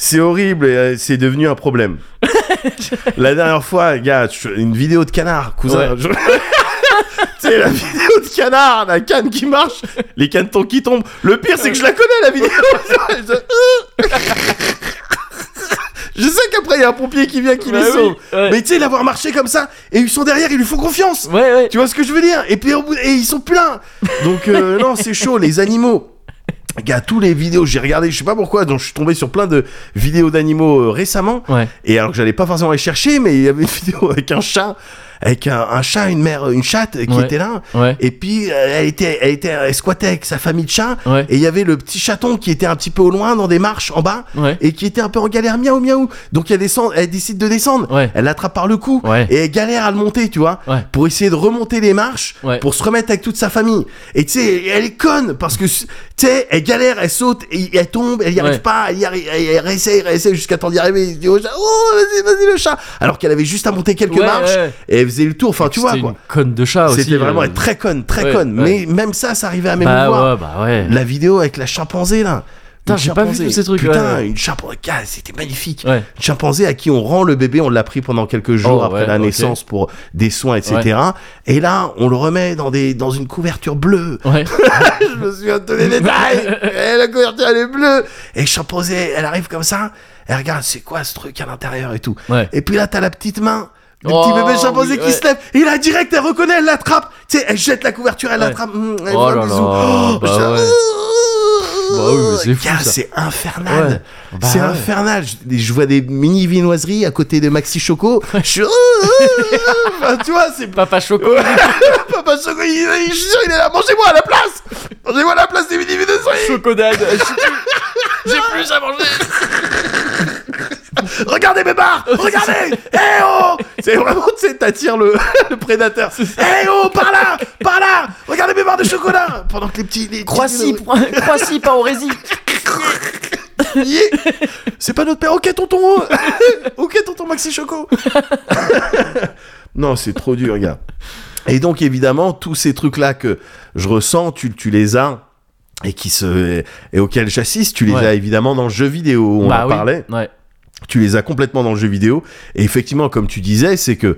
[SPEAKER 2] C'est horrible, et, euh, c'est devenu un problème. la dernière fois, gars, je- une vidéo de canard, cousin.
[SPEAKER 1] Ouais.
[SPEAKER 2] je- Tu sais, la vidéo de canard, la canne qui marche, les canetons qui tombent. Le pire, c'est que je la connais, la vidéo. Je- je sais qu'après, il y a un pompier qui vient, qui
[SPEAKER 1] Bah
[SPEAKER 2] les
[SPEAKER 1] oui,
[SPEAKER 2] sauve.
[SPEAKER 1] ouais.
[SPEAKER 2] Mais tu sais, l'avoir marché comme ça, et ils sont derrière, ils lui font confiance.
[SPEAKER 1] Ouais, ouais.
[SPEAKER 2] Tu vois ce que je veux dire Et puis au bout, et ils sont pleins. Donc euh, non, c'est chaud les animaux. Gars, tous les vidéos j'ai regardé, je sais pas pourquoi, donc je suis tombé sur plein de vidéos d'animaux euh, récemment.
[SPEAKER 1] Ouais.
[SPEAKER 2] Et alors que j'allais pas forcément les chercher, mais il y avait une vidéo avec un chat, avec un, un chat, une mère, une chatte qui
[SPEAKER 1] Ouais.
[SPEAKER 2] était là.
[SPEAKER 1] Ouais.
[SPEAKER 2] Et puis euh, elle était, elle était, elle squattait avec sa famille de chats.
[SPEAKER 1] Ouais.
[SPEAKER 2] Et il y avait le petit chaton qui était un petit peu au loin dans des marches en bas
[SPEAKER 1] Ouais.
[SPEAKER 2] et qui était un peu en galère miaou miaou. Donc elle descend, elle décide de descendre.
[SPEAKER 1] Ouais.
[SPEAKER 2] Elle l'attrape par le cou
[SPEAKER 1] Ouais.
[SPEAKER 2] et elle galère à le monter, tu vois,
[SPEAKER 1] Ouais.
[SPEAKER 2] pour essayer de remonter les marches,
[SPEAKER 1] Ouais.
[SPEAKER 2] pour se remettre avec toute sa famille. Et tu sais, elle est conne parce que tu sais, elle galère, elle saute, et elle tombe, elle y arrive
[SPEAKER 1] Ouais.
[SPEAKER 2] pas, elle y arrive, elle, elle réessaye, réessaye jusqu'à temps d'y arriver. Elle se dit au chat, oh vas-y, vas-y le chat. Alors qu'elle avait juste à monter quelques
[SPEAKER 1] Ouais,
[SPEAKER 2] marches
[SPEAKER 1] ouais.
[SPEAKER 2] et elle faisait le tour. Enfin, tu vois
[SPEAKER 1] C'était
[SPEAKER 2] quoi.
[SPEAKER 1] une conne de chat aussi.
[SPEAKER 2] C'était vraiment
[SPEAKER 1] euh,
[SPEAKER 2] elle, très conne, très
[SPEAKER 1] ouais,
[SPEAKER 2] conne.
[SPEAKER 1] ouais.
[SPEAKER 2] Mais même ça, ça arrivait à
[SPEAKER 1] Bah
[SPEAKER 2] m'émouvoir.
[SPEAKER 1] ouais, bah ouais.
[SPEAKER 2] La vidéo avec la chimpanzée là.
[SPEAKER 1] Putain,
[SPEAKER 2] Une
[SPEAKER 1] j'ai pas vu
[SPEAKER 2] chimpanzée.
[SPEAKER 1] tous ces trucs,
[SPEAKER 2] Putain,
[SPEAKER 1] ouais.
[SPEAKER 2] une chimpanzée, gars, c'était magnifique.
[SPEAKER 1] Ouais.
[SPEAKER 2] Une chimpanzée à qui on rend le bébé, on l'a pris pendant quelques jours
[SPEAKER 1] Oh,
[SPEAKER 2] après
[SPEAKER 1] ouais,
[SPEAKER 2] la
[SPEAKER 1] ok.
[SPEAKER 2] naissance pour des soins, etc. Et là, on le remet dans des dans une couverture bleue.
[SPEAKER 1] Ouais.
[SPEAKER 2] Je me souviens de tous les détails. Et la couverture elle est bleue. Et chimpanzée, elle arrive comme ça. Elle regarde, c'est quoi ce truc à l'intérieur et tout.
[SPEAKER 1] Ouais.
[SPEAKER 2] Et puis là, t'as la petite main. Le
[SPEAKER 1] Oh,
[SPEAKER 2] petit bébé chimpanzé
[SPEAKER 1] oui,
[SPEAKER 2] qui
[SPEAKER 1] ouais.
[SPEAKER 2] se lève, et là direct elle reconnaît, elle l'attrape, tu sais, elle jette la couverture, elle
[SPEAKER 1] Ouais.
[SPEAKER 2] l'attrape, mm, elle
[SPEAKER 1] Oh
[SPEAKER 2] fait un
[SPEAKER 1] là
[SPEAKER 2] bisou.
[SPEAKER 1] là,
[SPEAKER 2] Oh,
[SPEAKER 1] bah
[SPEAKER 2] je- Mmh.
[SPEAKER 1] ouais. Bah oui, mais c'est fou,
[SPEAKER 2] Gars,
[SPEAKER 1] ça.
[SPEAKER 2] c'est infernal.
[SPEAKER 1] Ouais. Bah
[SPEAKER 2] c'est
[SPEAKER 1] ouais.
[SPEAKER 2] infernal. Je, je vois des mini viennoiseries à côté de Maxi Choco. Je suis. Mmh. Enfin, tu vois, c'est pas.
[SPEAKER 1] Papa Choco.
[SPEAKER 2] Papa Choco, il, il- je suis sûr, il est là. Mangez-moi à la place. Mangez-moi à la place des mini viennoiseries.
[SPEAKER 1] Chocodade.
[SPEAKER 2] J'ai plus à manger. Regardez mes barres Regardez Eh oh C'est vraiment, tu sais, t'attires le, le prédateur. Eh oh Par là Par là Regardez mes barres de chocolat Pendant que les petits... Les petits-
[SPEAKER 1] Croissy, Croissy, pas Aurésie.
[SPEAKER 2] Yeah. C'est pas notre père. Ok, tonton. ok, tonton Maxi Choco. non, c'est trop dur, gars. Et donc, évidemment, tous ces trucs-là que je ressens, tu, tu les as et qui se et auxquels j'assiste, tu les
[SPEAKER 1] Ouais.
[SPEAKER 2] as évidemment dans le jeu vidéo. On
[SPEAKER 1] bah
[SPEAKER 2] en
[SPEAKER 1] oui.
[SPEAKER 2] parlait.
[SPEAKER 1] Ouais.
[SPEAKER 2] Tu les as complètement dans le jeu vidéo. Et effectivement, comme tu disais, c'est que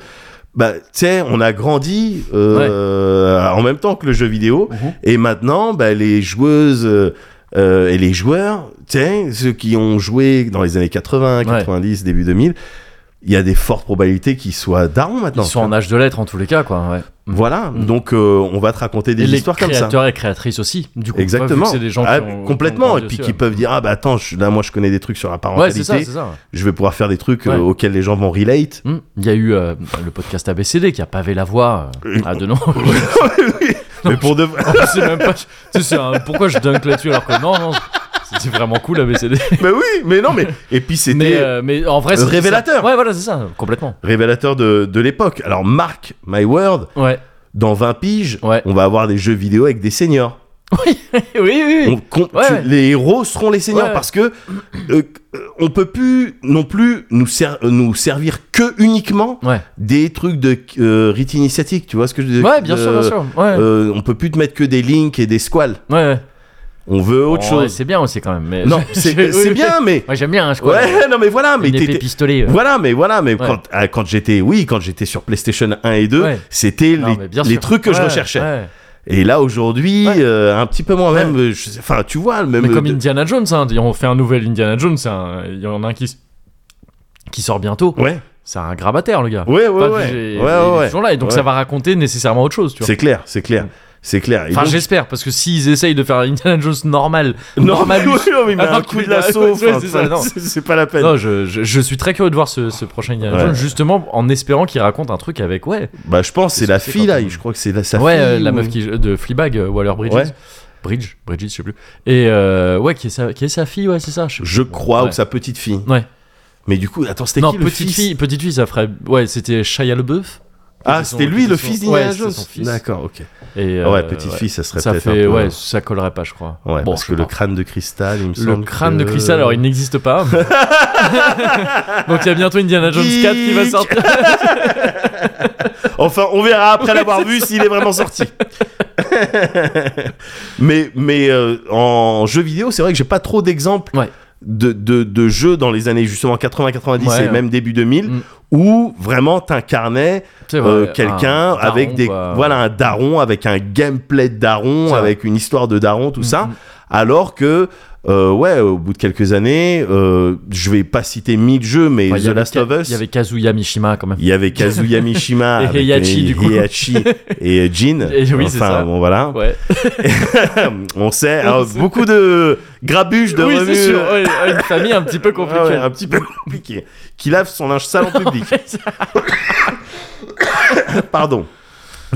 [SPEAKER 2] bah, tu sais, on a grandi euh, en même temps que le jeu vidéo. Et maintenant, bah, les joueuses euh, euh, et les joueurs, tu sais, ceux qui ont joué dans les années 80, 90, début 2000, il y a des fortes probabilités qu'ils soient darons maintenant.
[SPEAKER 1] Ils sont en âge de l'être en tous les cas, quoi. Ouais.
[SPEAKER 2] Voilà,
[SPEAKER 1] Mm.
[SPEAKER 2] donc euh, on va te raconter des
[SPEAKER 1] et les
[SPEAKER 2] histoires comme ça.
[SPEAKER 1] créateurs et créatrices aussi. Du coup,
[SPEAKER 2] Exactement.
[SPEAKER 1] vu que C'est des gens
[SPEAKER 2] Ah,
[SPEAKER 1] qui ont- qui
[SPEAKER 2] complètement.
[SPEAKER 1] ont
[SPEAKER 2] Et
[SPEAKER 1] grandi
[SPEAKER 2] puis qui
[SPEAKER 1] aussi,
[SPEAKER 2] peuvent dire ah bah attends je- là moi je connais des trucs sur la
[SPEAKER 1] ouais. Ouais, c'est
[SPEAKER 2] parentalité.
[SPEAKER 1] ça, c'est ça.
[SPEAKER 2] je vais pouvoir faire des trucs euh,
[SPEAKER 1] Ouais.
[SPEAKER 2] auxquels les gens vont relate.
[SPEAKER 1] Hmm. Il y a eu euh, le podcast ABCD qui a pavé la voie euh, à de nombreux.
[SPEAKER 2] Mais pour de vrai.
[SPEAKER 1] Je sais même pas. tu sais, c'est un- pourquoi je dunk là-dessus alors que non, non. C'était vraiment cool ABCD.
[SPEAKER 2] mais oui, mais non mais et puis c'était
[SPEAKER 1] Mais, euh, mais en vrai, c'est
[SPEAKER 2] révélateur.
[SPEAKER 1] ça. Ouais, voilà, c'est ça, complètement.
[SPEAKER 2] révélateur de, de l'époque. Alors mark my word,
[SPEAKER 1] Ouais.
[SPEAKER 2] dans 20 piges,
[SPEAKER 1] Ouais.
[SPEAKER 2] on va avoir des jeux vidéo avec des seniors.
[SPEAKER 1] Oui, oui,
[SPEAKER 2] On com-
[SPEAKER 1] Ouais,
[SPEAKER 2] tu-
[SPEAKER 1] ouais.
[SPEAKER 2] Les héros seront les seniors
[SPEAKER 1] Ouais.
[SPEAKER 2] parce que euh, euh, on peut plus non plus nous, ser- euh, nous servir que uniquement
[SPEAKER 1] Ouais.
[SPEAKER 2] des trucs de euh, rite initiatique. Tu vois ce que je veux dire
[SPEAKER 1] Ouais, bien sûr, bien sûr. Ouais.
[SPEAKER 2] Euh, on peut plus te mettre que des links et des squales.
[SPEAKER 1] ouais, ouais.
[SPEAKER 2] On veut autre
[SPEAKER 1] Oh, ouais,
[SPEAKER 2] chose.
[SPEAKER 1] c'est bien aussi quand même. mais-
[SPEAKER 2] Non, c'est
[SPEAKER 1] Oui,
[SPEAKER 2] c'est
[SPEAKER 1] oui.
[SPEAKER 2] bien, mais.
[SPEAKER 1] Moi j'aime bien, hein, je crois.
[SPEAKER 2] Ouais, non, mais voilà, mais
[SPEAKER 1] une épée
[SPEAKER 2] t'étais-
[SPEAKER 1] pistolet. euh.
[SPEAKER 2] Voilà, mais voilà, mais
[SPEAKER 1] Ouais.
[SPEAKER 2] quand, ah, quand j'étais, oui, quand j'étais sur PlayStation 1 et 2,
[SPEAKER 1] Ouais.
[SPEAKER 2] c'était
[SPEAKER 1] Non,
[SPEAKER 2] les,
[SPEAKER 1] mais bien
[SPEAKER 2] les
[SPEAKER 1] sûr.
[SPEAKER 2] trucs que je
[SPEAKER 1] Ouais,
[SPEAKER 2] recherchais.
[SPEAKER 1] ouais.
[SPEAKER 2] Et là, aujourd'hui,
[SPEAKER 1] Ouais.
[SPEAKER 2] euh, un petit peu moins même, euh, je sais- enfin, tu vois, le même. euh,
[SPEAKER 1] Mais comme Indiana Jones, hein, on fait un nouvel Indiana Jones, c'est un- il y en a un qui, s- qui sort bientôt.
[SPEAKER 2] Ouais,
[SPEAKER 1] C'est un grabataire, le gars.
[SPEAKER 2] ouais, ouais, ouais.
[SPEAKER 1] Enfin,
[SPEAKER 2] ouais,
[SPEAKER 1] j'ai- il
[SPEAKER 2] ouais,
[SPEAKER 1] est
[SPEAKER 2] ouais.
[SPEAKER 1] toujours là, et donc
[SPEAKER 2] Ouais.
[SPEAKER 1] ça va raconter nécessairement autre chose, tu vois.
[SPEAKER 2] C'est clair, c'est clair, c'est clair. Et
[SPEAKER 1] Enfin,
[SPEAKER 2] donc-
[SPEAKER 1] j'espère, parce que s'ils essayent de faire Indiana Jones normal,
[SPEAKER 2] non, mais,
[SPEAKER 1] normal,
[SPEAKER 2] oui, non, mais il met
[SPEAKER 1] Alors
[SPEAKER 2] un coup
[SPEAKER 1] qu'il
[SPEAKER 2] de lasso,
[SPEAKER 1] a- ouais,
[SPEAKER 2] enfin,
[SPEAKER 1] c'est ça, non.
[SPEAKER 2] c'est c'est pas la peine.
[SPEAKER 1] non, je, je- je suis très curieux de voir ce, ce prochain Indiana
[SPEAKER 2] Ouais.
[SPEAKER 1] Jones, justement en espérant qu'il raconte un truc avec, ouais,
[SPEAKER 2] Bah, je pense, que c'est la
[SPEAKER 1] Qu'est-ce que
[SPEAKER 2] fille,
[SPEAKER 1] c'est quand
[SPEAKER 2] là,
[SPEAKER 1] on-
[SPEAKER 2] je crois que c'est la, sa
[SPEAKER 1] ouais,
[SPEAKER 2] fille.
[SPEAKER 1] euh, la
[SPEAKER 2] ou-
[SPEAKER 1] meuf qui, de Fleabag, euh, Waller Bridges.
[SPEAKER 2] Ouais.
[SPEAKER 1] Bridge, Bridget, je sais plus. Et euh, ouais, qui est, sa, qui est sa fille, ouais, c'est ça. sais
[SPEAKER 2] Je
[SPEAKER 1] plus.
[SPEAKER 2] crois,
[SPEAKER 1] Ouais.
[SPEAKER 2] ou sa petite fille.
[SPEAKER 1] Ouais.
[SPEAKER 2] Mais du coup, attends, c'était
[SPEAKER 1] non,
[SPEAKER 2] qui le
[SPEAKER 1] petite
[SPEAKER 2] fils
[SPEAKER 1] fille, petite fille, ça ferait. Ouais, c'était Shia LeBeouf. C'était
[SPEAKER 2] Ah,
[SPEAKER 1] son-
[SPEAKER 2] c'était lui,
[SPEAKER 1] c'était
[SPEAKER 2] le
[SPEAKER 1] son-
[SPEAKER 2] fils d'Indiana
[SPEAKER 1] ouais, c'était
[SPEAKER 2] Jones.
[SPEAKER 1] son fils.
[SPEAKER 2] D'accord, ok.
[SPEAKER 1] Et
[SPEAKER 2] ouais,
[SPEAKER 1] euh,
[SPEAKER 2] petite
[SPEAKER 1] ouais.
[SPEAKER 2] fille, ça serait
[SPEAKER 1] Ça
[SPEAKER 2] peut-être un
[SPEAKER 1] fait,
[SPEAKER 2] peu...
[SPEAKER 1] ouais, ça collerait pas, je crois.
[SPEAKER 2] Ouais,
[SPEAKER 1] Bon,
[SPEAKER 2] parce
[SPEAKER 1] je
[SPEAKER 2] que
[SPEAKER 1] sais
[SPEAKER 2] le
[SPEAKER 1] pas.
[SPEAKER 2] crâne de cristal, il me
[SPEAKER 1] Le
[SPEAKER 2] semble.
[SPEAKER 1] crâne de
[SPEAKER 2] que-
[SPEAKER 1] cristal, alors il n'existe pas. mais- Donc il y a bientôt Indiana Jones 4 qui va
[SPEAKER 2] Geek. Euh,
[SPEAKER 1] sortir.
[SPEAKER 2] Enfin, on verra après l'avoir vu s'il est vraiment sorti. mais mais euh, en jeu vidéo, c'est vrai que j'ai pas trop d'exemples
[SPEAKER 1] Ouais.
[SPEAKER 2] de, de, de jeux dans les années justement 80-90
[SPEAKER 1] Ouais,
[SPEAKER 2] et
[SPEAKER 1] ouais.
[SPEAKER 2] même début 2000
[SPEAKER 1] Mm.
[SPEAKER 2] où vraiment t'incarnais
[SPEAKER 1] C'est vrai,
[SPEAKER 2] euh,
[SPEAKER 1] un
[SPEAKER 2] quelqu'un
[SPEAKER 1] daron,
[SPEAKER 2] avec des
[SPEAKER 1] quoi.
[SPEAKER 2] voilà un daron avec un gameplay de daron
[SPEAKER 1] C'est
[SPEAKER 2] avec une histoire de daron tout
[SPEAKER 1] Mm,
[SPEAKER 2] ça
[SPEAKER 1] mm.
[SPEAKER 2] alors que euh, ouais au bout de quelques années euh, je vais pas citer 1000 jeux mais
[SPEAKER 1] Ouais, il y
[SPEAKER 2] The
[SPEAKER 1] avait
[SPEAKER 2] Last
[SPEAKER 1] Ka-
[SPEAKER 2] of Us
[SPEAKER 1] Il y avait Kazuya Mishima quand même.
[SPEAKER 2] il y avait Kazuya Mishima
[SPEAKER 1] Et
[SPEAKER 2] avec
[SPEAKER 1] Heihachi, du coup.
[SPEAKER 2] Heihachi et Jin.
[SPEAKER 1] Et oui, c'est
[SPEAKER 2] enfin,
[SPEAKER 1] ça.
[SPEAKER 2] bon voilà.
[SPEAKER 1] Ouais.
[SPEAKER 2] On sait alors, beaucoup de grabuges de
[SPEAKER 1] oui,
[SPEAKER 2] revues,
[SPEAKER 1] c'est sûr.
[SPEAKER 2] euh,
[SPEAKER 1] ouais, une famille un petit peu compliquée.
[SPEAKER 2] ouais, ouais, un petit peu compliqué. Qui lave son linge sale en public. Pardon.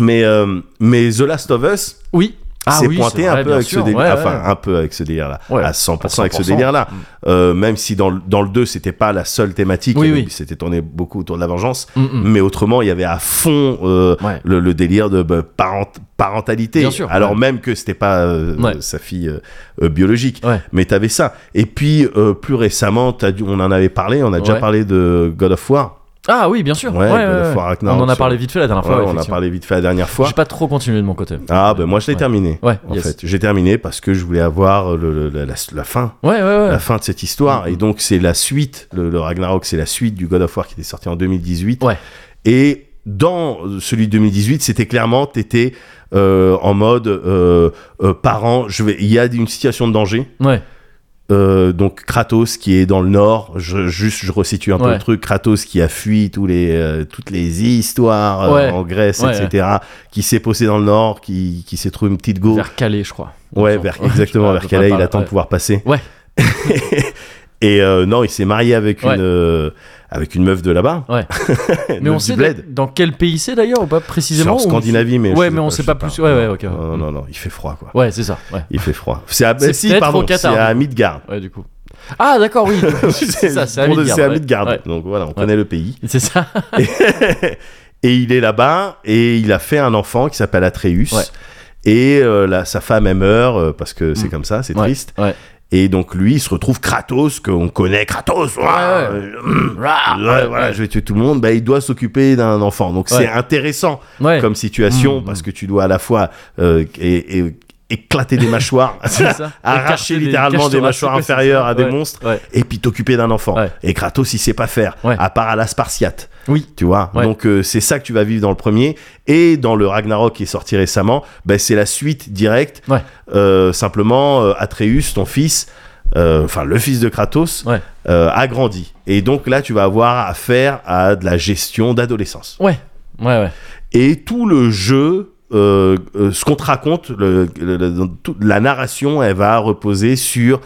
[SPEAKER 2] Mais euh, mais The Last of Us
[SPEAKER 1] Oui. Ah
[SPEAKER 2] s'est
[SPEAKER 1] oui,
[SPEAKER 2] pointé
[SPEAKER 1] c'est
[SPEAKER 2] un
[SPEAKER 1] vrai,
[SPEAKER 2] peu
[SPEAKER 1] bien
[SPEAKER 2] avec
[SPEAKER 1] sûr,
[SPEAKER 2] ce délire,
[SPEAKER 1] ouais,
[SPEAKER 2] enfin
[SPEAKER 1] ouais.
[SPEAKER 2] un peu avec ce délire là,
[SPEAKER 1] Ouais,
[SPEAKER 2] à 100%, avec ce
[SPEAKER 1] 100%.
[SPEAKER 2] délire là. même si dans le, dans le 2 c'était pas la seule thématique,
[SPEAKER 1] Mm. Oui,
[SPEAKER 2] il y avait-
[SPEAKER 1] oui.
[SPEAKER 2] c'était tourné beaucoup autour de la vengeance,
[SPEAKER 1] Mm, mm.
[SPEAKER 2] mais autrement il y avait à fond euh,
[SPEAKER 1] Ouais.
[SPEAKER 2] le, le délire de bah, parent- parentalité
[SPEAKER 1] Bien sûr,
[SPEAKER 2] alors
[SPEAKER 1] ouais.
[SPEAKER 2] même que c'était pas euh,
[SPEAKER 1] Ouais.
[SPEAKER 2] sa fille euh, euh, biologique
[SPEAKER 1] Ouais.
[SPEAKER 2] mais t'avais ça et puis euh, plus récemment t'as dû- on en avait parlé on a déjà
[SPEAKER 1] Ouais.
[SPEAKER 2] parlé de God of War
[SPEAKER 1] Ah oui, bien sûr.
[SPEAKER 2] Ouais, bah,
[SPEAKER 1] Ouais,
[SPEAKER 2] God
[SPEAKER 1] ouais,
[SPEAKER 2] of
[SPEAKER 1] ouais.
[SPEAKER 2] War Ragnarok,
[SPEAKER 1] On en a
[SPEAKER 2] sur-
[SPEAKER 1] parlé vite fait la dernière fois.
[SPEAKER 2] Ouais, on a
[SPEAKER 1] effectivement.
[SPEAKER 2] parlé vite fait la dernière fois
[SPEAKER 1] J'ai pas trop continué de mon côté.
[SPEAKER 2] ah ben moi je l'ai
[SPEAKER 1] Ouais.
[SPEAKER 2] terminé
[SPEAKER 1] Ouais,
[SPEAKER 2] en
[SPEAKER 1] yes.
[SPEAKER 2] fait j'ai terminé parce que je voulais avoir le- le- la, la fin
[SPEAKER 1] Ouais, ouais, ouais.
[SPEAKER 2] la fin de cette histoire
[SPEAKER 1] Mhm.
[SPEAKER 2] et donc c'est la suite le, le Ragnarok c'est la suite du God of War qui était sorti en 2018
[SPEAKER 1] Ouais.
[SPEAKER 2] et dans celui de 2018 c'était clairement t'étais euh, en mode euh, euh, parent je vais il y a une situation de danger
[SPEAKER 1] Ouais.
[SPEAKER 2] Euh, donc Kratos qui est dans le nord je, juste je resitue un peu
[SPEAKER 1] Ouais.
[SPEAKER 2] le truc Kratos qui a fui tous les euh, toutes les histoires euh,
[SPEAKER 1] Ouais.
[SPEAKER 2] en Grèce
[SPEAKER 1] Ouais,
[SPEAKER 2] etc qui s'est posé dans le nord qui, qui s'est trouvé une petite go
[SPEAKER 1] Vers Calais, je crois.
[SPEAKER 2] Ouais,
[SPEAKER 1] Il me
[SPEAKER 2] vers,
[SPEAKER 1] semble.
[SPEAKER 2] exactement,
[SPEAKER 1] Je-
[SPEAKER 2] vers
[SPEAKER 1] je-
[SPEAKER 2] Calais, il
[SPEAKER 1] ouais.
[SPEAKER 2] attend de pouvoir passer.
[SPEAKER 1] Ouais.
[SPEAKER 2] et euh, non, il s'est marié avec
[SPEAKER 1] Ouais.
[SPEAKER 2] une euh, avec une meuf de là-bas.
[SPEAKER 1] Ouais.
[SPEAKER 2] Une
[SPEAKER 1] Mais
[SPEAKER 2] meuf
[SPEAKER 1] on
[SPEAKER 2] du
[SPEAKER 1] sait
[SPEAKER 2] bled.
[SPEAKER 1] dans quel pays c'est d'ailleurs ou pas
[SPEAKER 2] C'est
[SPEAKER 1] précisément
[SPEAKER 2] en
[SPEAKER 1] ou-
[SPEAKER 2] Scandinavie, mais
[SPEAKER 1] Ouais,
[SPEAKER 2] je
[SPEAKER 1] mais on
[SPEAKER 2] je
[SPEAKER 1] sait pas plus. Ouais, ouais, ok. ouais.
[SPEAKER 2] Non, non, non, il fait froid quoi.
[SPEAKER 1] Ouais, c'est ça. Ouais.
[SPEAKER 2] Il fait froid. C'est à
[SPEAKER 1] C'est
[SPEAKER 2] si,
[SPEAKER 1] peut-être
[SPEAKER 2] pardon,
[SPEAKER 1] au Qatar,
[SPEAKER 2] c'est
[SPEAKER 1] du
[SPEAKER 2] à
[SPEAKER 1] coup.
[SPEAKER 2] Midgard.
[SPEAKER 1] Ouais, du coup. Ah, d'accord, oui. c'est ça, c'est à
[SPEAKER 2] pour le-
[SPEAKER 1] Midgard.
[SPEAKER 2] c'est à
[SPEAKER 1] ouais.
[SPEAKER 2] Midgard.
[SPEAKER 1] Ouais.
[SPEAKER 2] Donc voilà, on connaît le pays.
[SPEAKER 1] C'est ça.
[SPEAKER 2] et il est là-bas et il a fait un enfant qui s'appelle Atreus.
[SPEAKER 1] Ouais.
[SPEAKER 2] Et euh, là, sa femme elle meurt euh, parce que c'est comme ça, c'est
[SPEAKER 1] Mm. Ouais,
[SPEAKER 2] triste.
[SPEAKER 1] ouais.
[SPEAKER 2] Et donc lui, il se retrouve Kratos, qu'on connaît Kratos. ouah,
[SPEAKER 1] ouais.
[SPEAKER 2] euh,
[SPEAKER 1] Rah,
[SPEAKER 2] Ouais, voilà, je vais tuer tout le monde. Bah, il doit s'occuper d'un enfant. Donc,
[SPEAKER 1] Ouais.
[SPEAKER 2] c'est intéressant
[SPEAKER 1] Ouais.
[SPEAKER 2] comme situation
[SPEAKER 1] Mmh,
[SPEAKER 2] parce que tu dois à la fois euh, é- é- éclater des mâchoires,
[SPEAKER 1] C'est ça. Écarter
[SPEAKER 2] arracher
[SPEAKER 1] des
[SPEAKER 2] littéralement
[SPEAKER 1] caches
[SPEAKER 2] des mâchoires
[SPEAKER 1] thoraciques, ouais,
[SPEAKER 2] inférieures à des
[SPEAKER 1] ouais.
[SPEAKER 2] monstres,
[SPEAKER 1] Ouais.
[SPEAKER 2] et puis t'occuper d'un enfant.
[SPEAKER 1] Ouais.
[SPEAKER 2] Et Kratos, il sait pas faire,
[SPEAKER 1] Ouais.
[SPEAKER 2] à part à la Spartiate.
[SPEAKER 1] Oui.
[SPEAKER 2] Tu vois.
[SPEAKER 1] Ouais.
[SPEAKER 2] Donc, euh, c'est ça que tu vas vivre dans le premier. Et dans le Ragnarok qui est sorti récemment, bah, c'est la suite directe.
[SPEAKER 1] Ouais.
[SPEAKER 2] Euh, simplement, euh, Atreus, ton fils, euh, enfin le fils de Kratos,
[SPEAKER 1] Ouais.
[SPEAKER 2] euh, a grandi. Et donc là, tu vas avoir affaire à de la gestion d'adolescence.
[SPEAKER 1] Ouais. Ouais, ouais.
[SPEAKER 2] Et tout le jeu, euh, euh, ce qu'on te raconte, le- le- le- dans toute la narration, elle va reposer sur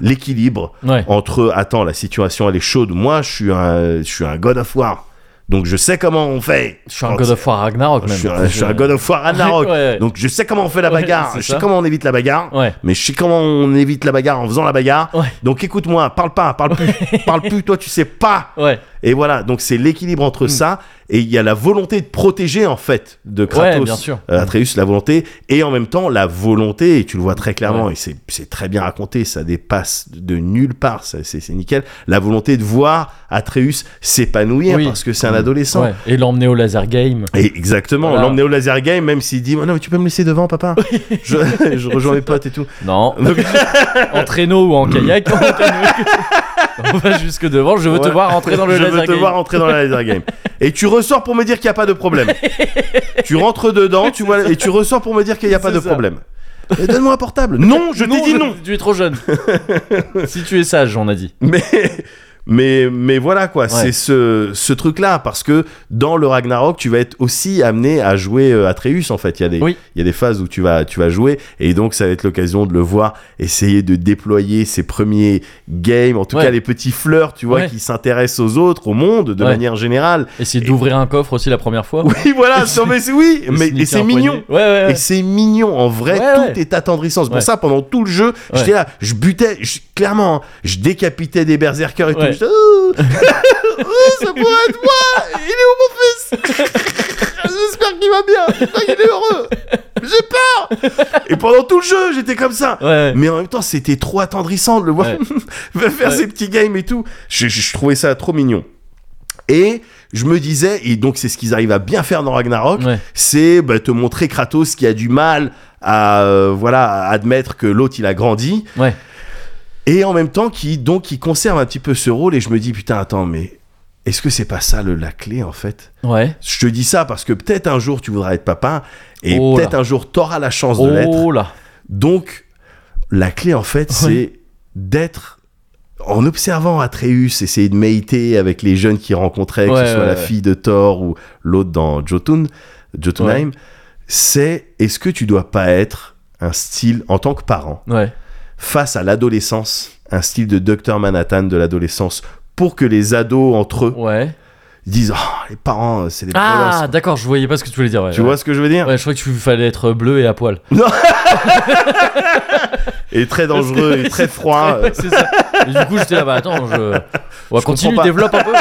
[SPEAKER 2] l'équilibre
[SPEAKER 1] Ouais.
[SPEAKER 2] entre attends la situation elle est chaude moi je suis un je suis un god of war donc je sais comment on fait
[SPEAKER 1] Je suis un God of War Ragnarok,
[SPEAKER 2] je
[SPEAKER 1] même.
[SPEAKER 2] suis un, je suis un god of war Ragnarok
[SPEAKER 1] Ouais, ouais.
[SPEAKER 2] donc je sais comment on fait la
[SPEAKER 1] Ouais,
[SPEAKER 2] bagarre
[SPEAKER 1] c'est
[SPEAKER 2] je sais
[SPEAKER 1] ça.
[SPEAKER 2] comment on évite la bagarre
[SPEAKER 1] Ouais.
[SPEAKER 2] mais je sais comment on évite la bagarre en faisant la bagarre
[SPEAKER 1] Ouais.
[SPEAKER 2] donc écoute-moi parle pas parle plus parle plus toi tu sais pas
[SPEAKER 1] Ouais.
[SPEAKER 2] Et voilà, donc c'est l'équilibre entre
[SPEAKER 1] Mm.
[SPEAKER 2] ça et il y a la volonté de protéger en fait de Kratos.
[SPEAKER 1] bien sûr.
[SPEAKER 2] euh, Atreus, la volonté, et en même temps la volonté, et tu le vois très clairement, et c'est- c'est très bien raconté, ça dépasse de nulle part, ça, c'est c'est nickel, la volonté de voir Atreus s'épanouir
[SPEAKER 1] Oui.
[SPEAKER 2] parce que c'est un
[SPEAKER 1] Mm.
[SPEAKER 2] adolescent.
[SPEAKER 1] Ouais. Et l'emmener au laser game.
[SPEAKER 2] Et exactement,
[SPEAKER 1] Voilà.
[SPEAKER 2] l'emmener au laser game, même s'il dit Oh Non, mais tu peux me laisser devant, papa. je, je rejoins mes potes et tout.
[SPEAKER 1] Non.
[SPEAKER 2] Donc,
[SPEAKER 1] en traîneau ou en kayak. on va- On va jusque devant. Je veux te
[SPEAKER 2] Voilà.
[SPEAKER 1] voir entrer dans le
[SPEAKER 2] je
[SPEAKER 1] laser
[SPEAKER 2] veux te
[SPEAKER 1] game.
[SPEAKER 2] voir entrer dans le laser game. Et tu ressors pour me dire qu'il n'y a pas de problème. tu rentres dedans, tu vois, et tu ressors pour me dire qu'il n'y a pas
[SPEAKER 1] C'est
[SPEAKER 2] de
[SPEAKER 1] ça.
[SPEAKER 2] problème. Mais Donne-moi un portable. Non, je t'ai
[SPEAKER 1] Non,
[SPEAKER 2] dit non.
[SPEAKER 1] Tu es trop jeune. si tu es sage, on a dit.
[SPEAKER 2] Mais, mais, mais voilà quoi, c'est ce, ce truc-là, parce que dans le Ragnarok, tu vas être aussi amené à jouer euh, Atreus en fait. Il y, a des,
[SPEAKER 1] Oui.
[SPEAKER 2] il y a des phases où tu vas, tu vas jouer, et donc ça va être l'occasion de le voir essayer de déployer ses premiers games, en tout
[SPEAKER 1] Ouais.
[SPEAKER 2] cas les petits fleurs, tu vois,
[SPEAKER 1] Ouais.
[SPEAKER 2] qui s'intéressent aux autres, au monde, de
[SPEAKER 1] Ouais.
[SPEAKER 2] manière générale.
[SPEAKER 1] Essayer d'ouvrir un coffre aussi la première fois.
[SPEAKER 2] Oui, voilà, non, mais c'est- oui,
[SPEAKER 1] Et
[SPEAKER 2] mais, et
[SPEAKER 1] sneaker
[SPEAKER 2] c'est
[SPEAKER 1] un poignet.
[SPEAKER 2] mignon.
[SPEAKER 1] Ouais, ouais, ouais.
[SPEAKER 2] Et c'est mignon, en vrai,
[SPEAKER 1] Ouais,
[SPEAKER 2] tout
[SPEAKER 1] ouais.
[SPEAKER 2] est attendrissant. C'est pour
[SPEAKER 1] Ouais.
[SPEAKER 2] ça, pendant tout le jeu,
[SPEAKER 1] Ouais.
[SPEAKER 2] j'étais là, je butais, je- clairement, hein, je décapitais des berserkers et
[SPEAKER 1] Ouais.
[SPEAKER 2] tout. J'étais, Ouh, Ouh, ça pourrait être moi Il est où mon fils J'espère qu'il va bien, j'espère qu'il est heureux. J'ai peur Et pendant tout le jeu, j'étais comme ça.
[SPEAKER 1] Ouais, ouais.
[SPEAKER 2] Mais en même temps, c'était trop attendrissant de le voir
[SPEAKER 1] Ouais.
[SPEAKER 2] faire
[SPEAKER 1] Ouais.
[SPEAKER 2] ses petits games et tout. Je, je- je trouvais ça trop mignon. Et je me disais, et donc c'est ce qu'ils arrivent à bien faire dans Ragnarok,
[SPEAKER 1] Ouais.
[SPEAKER 2] c'est bah, te montrer Kratos qui a du mal à euh, voilà à admettre que l'autre il a grandi
[SPEAKER 1] Ouais.
[SPEAKER 2] et en même temps qui donc qui conserve un petit peu ce rôle et je me dis putain attends mais est-ce que c'est pas ça le, la clé en fait
[SPEAKER 1] Ouais.
[SPEAKER 2] Je te dis ça parce que peut-être un jour tu voudras être papa et
[SPEAKER 1] Oh là.
[SPEAKER 2] peut-être un jour t'auras la chance de l'être.
[SPEAKER 1] Oh là.
[SPEAKER 2] Donc, la clé, en
[SPEAKER 1] Ouais.
[SPEAKER 2] fait, c'est d'être en observant Atreus, essayer de maïter avec les jeunes qu'il rencontrait, que
[SPEAKER 1] Ouais,
[SPEAKER 2] ce soit
[SPEAKER 1] ouais,
[SPEAKER 2] la
[SPEAKER 1] ouais.
[SPEAKER 2] fille de Thor ou l'autre dans Jotun, Jotunheim, c'est est-ce que tu dois pas être un style, en tant que parent,
[SPEAKER 1] Ouais.
[SPEAKER 2] face à l'adolescence, un style de Dr Manhattan de l'adolescence, pour que les ados entre eux
[SPEAKER 1] Ouais.
[SPEAKER 2] disent Ah, les parents, c'est des
[SPEAKER 1] Ah,
[SPEAKER 2] violences.
[SPEAKER 1] d'accord, je voyais pas ce que tu voulais dire. Ouais,
[SPEAKER 2] Tu
[SPEAKER 1] ouais.
[SPEAKER 2] vois ce que je veux dire
[SPEAKER 1] Ouais, je croyais que tu fallait être bleu et à poil.
[SPEAKER 2] Et très dangereux, et très froid.
[SPEAKER 1] Ouais, c'est ça. Et du coup, j'étais là, bah attends, je. On va
[SPEAKER 2] Ah, Je
[SPEAKER 1] continuer,
[SPEAKER 2] comprends pas.
[SPEAKER 1] développe un peu.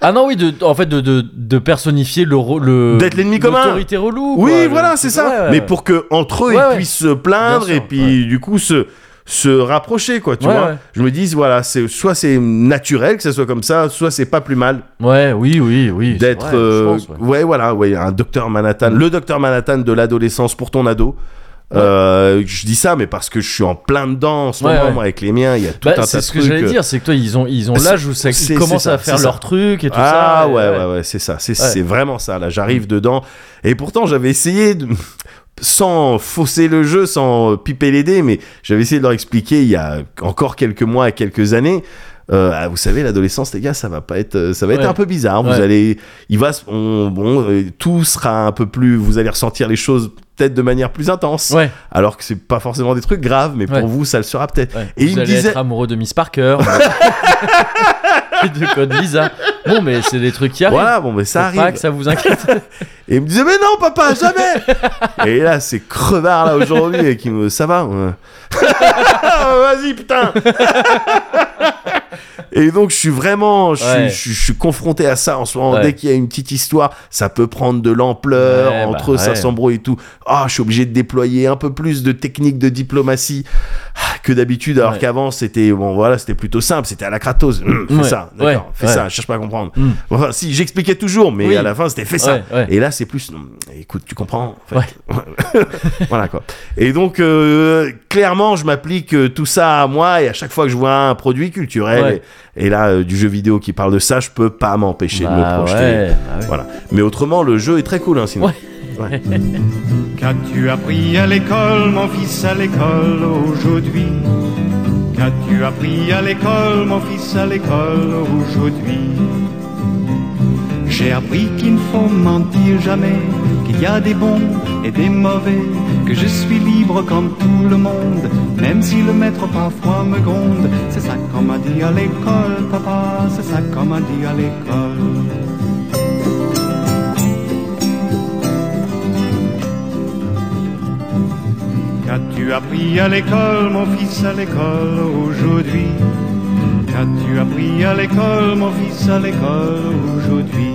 [SPEAKER 1] Ah non, oui, de, en fait, de, de, de personnifier le. ro- le
[SPEAKER 2] D'être l'ennemi commun.
[SPEAKER 1] L'autorité relou.
[SPEAKER 2] Oui,
[SPEAKER 1] quoi, le-
[SPEAKER 2] voilà, c'est ça.
[SPEAKER 1] Ouais, ouais,
[SPEAKER 2] mais
[SPEAKER 1] ouais.
[SPEAKER 2] pour que entre
[SPEAKER 1] Ouais,
[SPEAKER 2] eux ils
[SPEAKER 1] ouais.
[SPEAKER 2] puissent se plaindre
[SPEAKER 1] Bien sûr,
[SPEAKER 2] et puis du coup se se rapprocher quoi, tu
[SPEAKER 1] Ouais,
[SPEAKER 2] vois.
[SPEAKER 1] ouais.
[SPEAKER 2] Je me dis voilà, c'est soit c'est naturel que ça soit comme ça, soit c'est pas plus mal
[SPEAKER 1] Ouais, oui, oui, oui. c'est
[SPEAKER 2] d'être
[SPEAKER 1] vrai, je
[SPEAKER 2] euh,
[SPEAKER 1] pense, ouais.
[SPEAKER 2] voilà, ouais, un docteur Manhattan, le docteur Manhattan de l'adolescence pour ton ado. Euh, je dis ça mais parce que je suis en plein dedans en ce
[SPEAKER 1] Ouais,
[SPEAKER 2] moment
[SPEAKER 1] ouais.
[SPEAKER 2] moi, avec les miens, il y a tout
[SPEAKER 1] Bah,
[SPEAKER 2] un tas
[SPEAKER 1] c'est
[SPEAKER 2] de
[SPEAKER 1] ce que
[SPEAKER 2] trucs,
[SPEAKER 1] j'allais
[SPEAKER 2] euh,
[SPEAKER 1] dire, c'est que toi, ils ont ils ont
[SPEAKER 2] c'est-
[SPEAKER 1] l'âge où ça,
[SPEAKER 2] c'est-
[SPEAKER 1] ils
[SPEAKER 2] c'est
[SPEAKER 1] commencent
[SPEAKER 2] ça,
[SPEAKER 1] à faire
[SPEAKER 2] c'est
[SPEAKER 1] leur truc et tout ça.
[SPEAKER 2] ah
[SPEAKER 1] et-
[SPEAKER 2] ouais, ouais, ouais, c'est ça. C'est
[SPEAKER 1] Ouais. Mm.
[SPEAKER 2] c'est vraiment ça, là. J'arrive dedans. Et pourtant, j'avais essayé de. Sans fausser le jeu, sans euh, piper les dés, mais j'avais essayé de leur expliquer il y a encore quelques mois et quelques années. euh, ah, vous savez, l'adolescence, les gars, ça va pas être, euh, ça va
[SPEAKER 1] Ouais.
[SPEAKER 2] être un peu bizarre. Vous
[SPEAKER 1] Ouais.
[SPEAKER 2] allez, il va, se- on- bon, euh, tout sera un peu plus. Vous allez ressentir les choses peut-être de manière plus intense.
[SPEAKER 1] Ouais,
[SPEAKER 2] Alors que c'est pas forcément des trucs graves, mais
[SPEAKER 1] Ouais.
[SPEAKER 2] pour vous, ça le sera peut-être.
[SPEAKER 1] ouais.
[SPEAKER 2] Et
[SPEAKER 1] Vous
[SPEAKER 2] il me
[SPEAKER 1] allez
[SPEAKER 2] disait-
[SPEAKER 1] être amoureux de Miss Parker. et de Code Lisa. Bon, mais c'est des trucs qui arrivent.
[SPEAKER 2] Voilà, bon, mais ça
[SPEAKER 1] Faut Pas
[SPEAKER 2] arrive.
[SPEAKER 1] que ça vous inquiète.
[SPEAKER 2] Et il me disait, mais non, papa, jamais Et là, ces crevards là aujourd'hui, et qui me. Ça va ouais. Vas-y, putain Et donc, je suis vraiment. Je, suis-
[SPEAKER 1] Ouais.
[SPEAKER 2] je suis- je suis confronté à ça en ce moment.
[SPEAKER 1] Ouais.
[SPEAKER 2] Dès qu'il y a une petite histoire, ça peut prendre de l'ampleur.
[SPEAKER 1] Ouais,
[SPEAKER 2] entre
[SPEAKER 1] bah,
[SPEAKER 2] eux, ça
[SPEAKER 1] ouais.
[SPEAKER 2] s'embrouille et tout. Ah, je suis obligé de déployer un peu plus de techniques de diplomatie ah, que d'habitude, alors
[SPEAKER 1] Ouais.
[SPEAKER 2] qu'avant, c'était. Bon, voilà, c'était plutôt simple. C'était à la Kratos. Hum, fais
[SPEAKER 1] Ouais.
[SPEAKER 2] ça, d'accord.
[SPEAKER 1] Ouais.
[SPEAKER 2] Fais
[SPEAKER 1] Ouais.
[SPEAKER 2] ça, je cherche pas à comprendre.
[SPEAKER 1] Mm.
[SPEAKER 2] Enfin, si, j'expliquais toujours, mais
[SPEAKER 1] Oui.
[SPEAKER 2] à la fin, c'était fais ça.
[SPEAKER 1] Ouais, ouais.
[SPEAKER 2] Et là, c'est plus. non, Écoute, tu comprends. en fait. voilà quoi. Et donc, euh, clairement, je m'applique euh, tout ça à moi et à chaque fois que je vois un produit culturel,
[SPEAKER 1] Ouais.
[SPEAKER 2] et, et là, euh, du jeu vidéo qui parle de ça, je peux pas m'empêcher de me
[SPEAKER 1] Bah
[SPEAKER 2] projeter.
[SPEAKER 1] ouais, bah ouais.
[SPEAKER 2] Voilà. Mais autrement, le jeu est très cool, hein, sinon.
[SPEAKER 1] Ouais.
[SPEAKER 2] Ouais.
[SPEAKER 4] Qu'as-tu appris à l'école, mon fils, à l'école aujourd'hui Qu'as-tu appris à l'école, mon fils, à l'école aujourd'hui J'ai appris qu'il ne faut mentir jamais, qu'il y a des bons et des mauvais, que je suis libre comme tout le monde, même si le maître parfois me gronde. C'est ça qu'on m'a dit à l'école, papa, c'est ça qu'on m'a dit à l'école. Qu'as-tu appris à l'école, mon fils, à l'école aujourd'hui Qu'as-tu appris à l'école, mon fils, à l'école aujourd'hui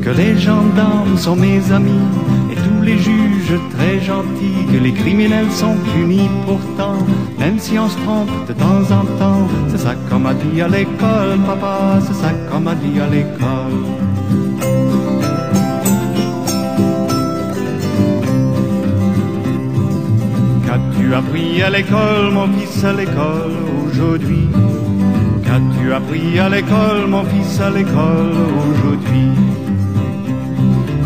[SPEAKER 4] Que les gendarmes sont mes amis et tous les juges très gentils, que les criminels sont punis pourtant, même si on se trompe de temps en temps. C'est ça qu'on m'a dit à l'école, papa, c'est ça qu'on m'a dit à l'école. Qu'as-tu appris à l'école, mon fils, à l'école aujourd'hui Qu'as-tu appris à l'école, mon fils, à l'école aujourd'hui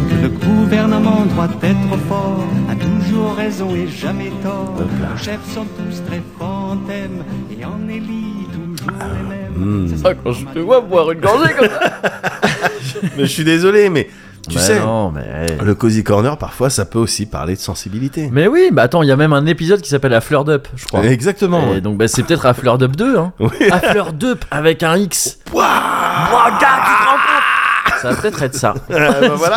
[SPEAKER 4] Que le gouvernement doit être fort, a toujours raison et jamais tort. Nos chefs sont tous très forts en thème et en élit toujours les mêmes. C'est ça
[SPEAKER 5] Ah, quand je
[SPEAKER 4] qu'on
[SPEAKER 5] te
[SPEAKER 4] m'a
[SPEAKER 5] vois boire une gorgée comme ça.
[SPEAKER 2] Mais je suis désolé, mais tu
[SPEAKER 1] Bah
[SPEAKER 2] sais,
[SPEAKER 1] non, mais...
[SPEAKER 2] le Cozy Corner, parfois, ça peut aussi parler de sensibilité.
[SPEAKER 1] mais oui, bah attends, il y a même un épisode qui s'appelle À fleur d'up, je crois.
[SPEAKER 2] Exactement.
[SPEAKER 1] Et donc bah, c'est peut-être à fleur d'up 2, hein.
[SPEAKER 2] Oui.
[SPEAKER 1] À fleur d'up avec un X.
[SPEAKER 2] Ouah
[SPEAKER 1] Ça va peut-être être ça.
[SPEAKER 2] Euh, bah, voilà.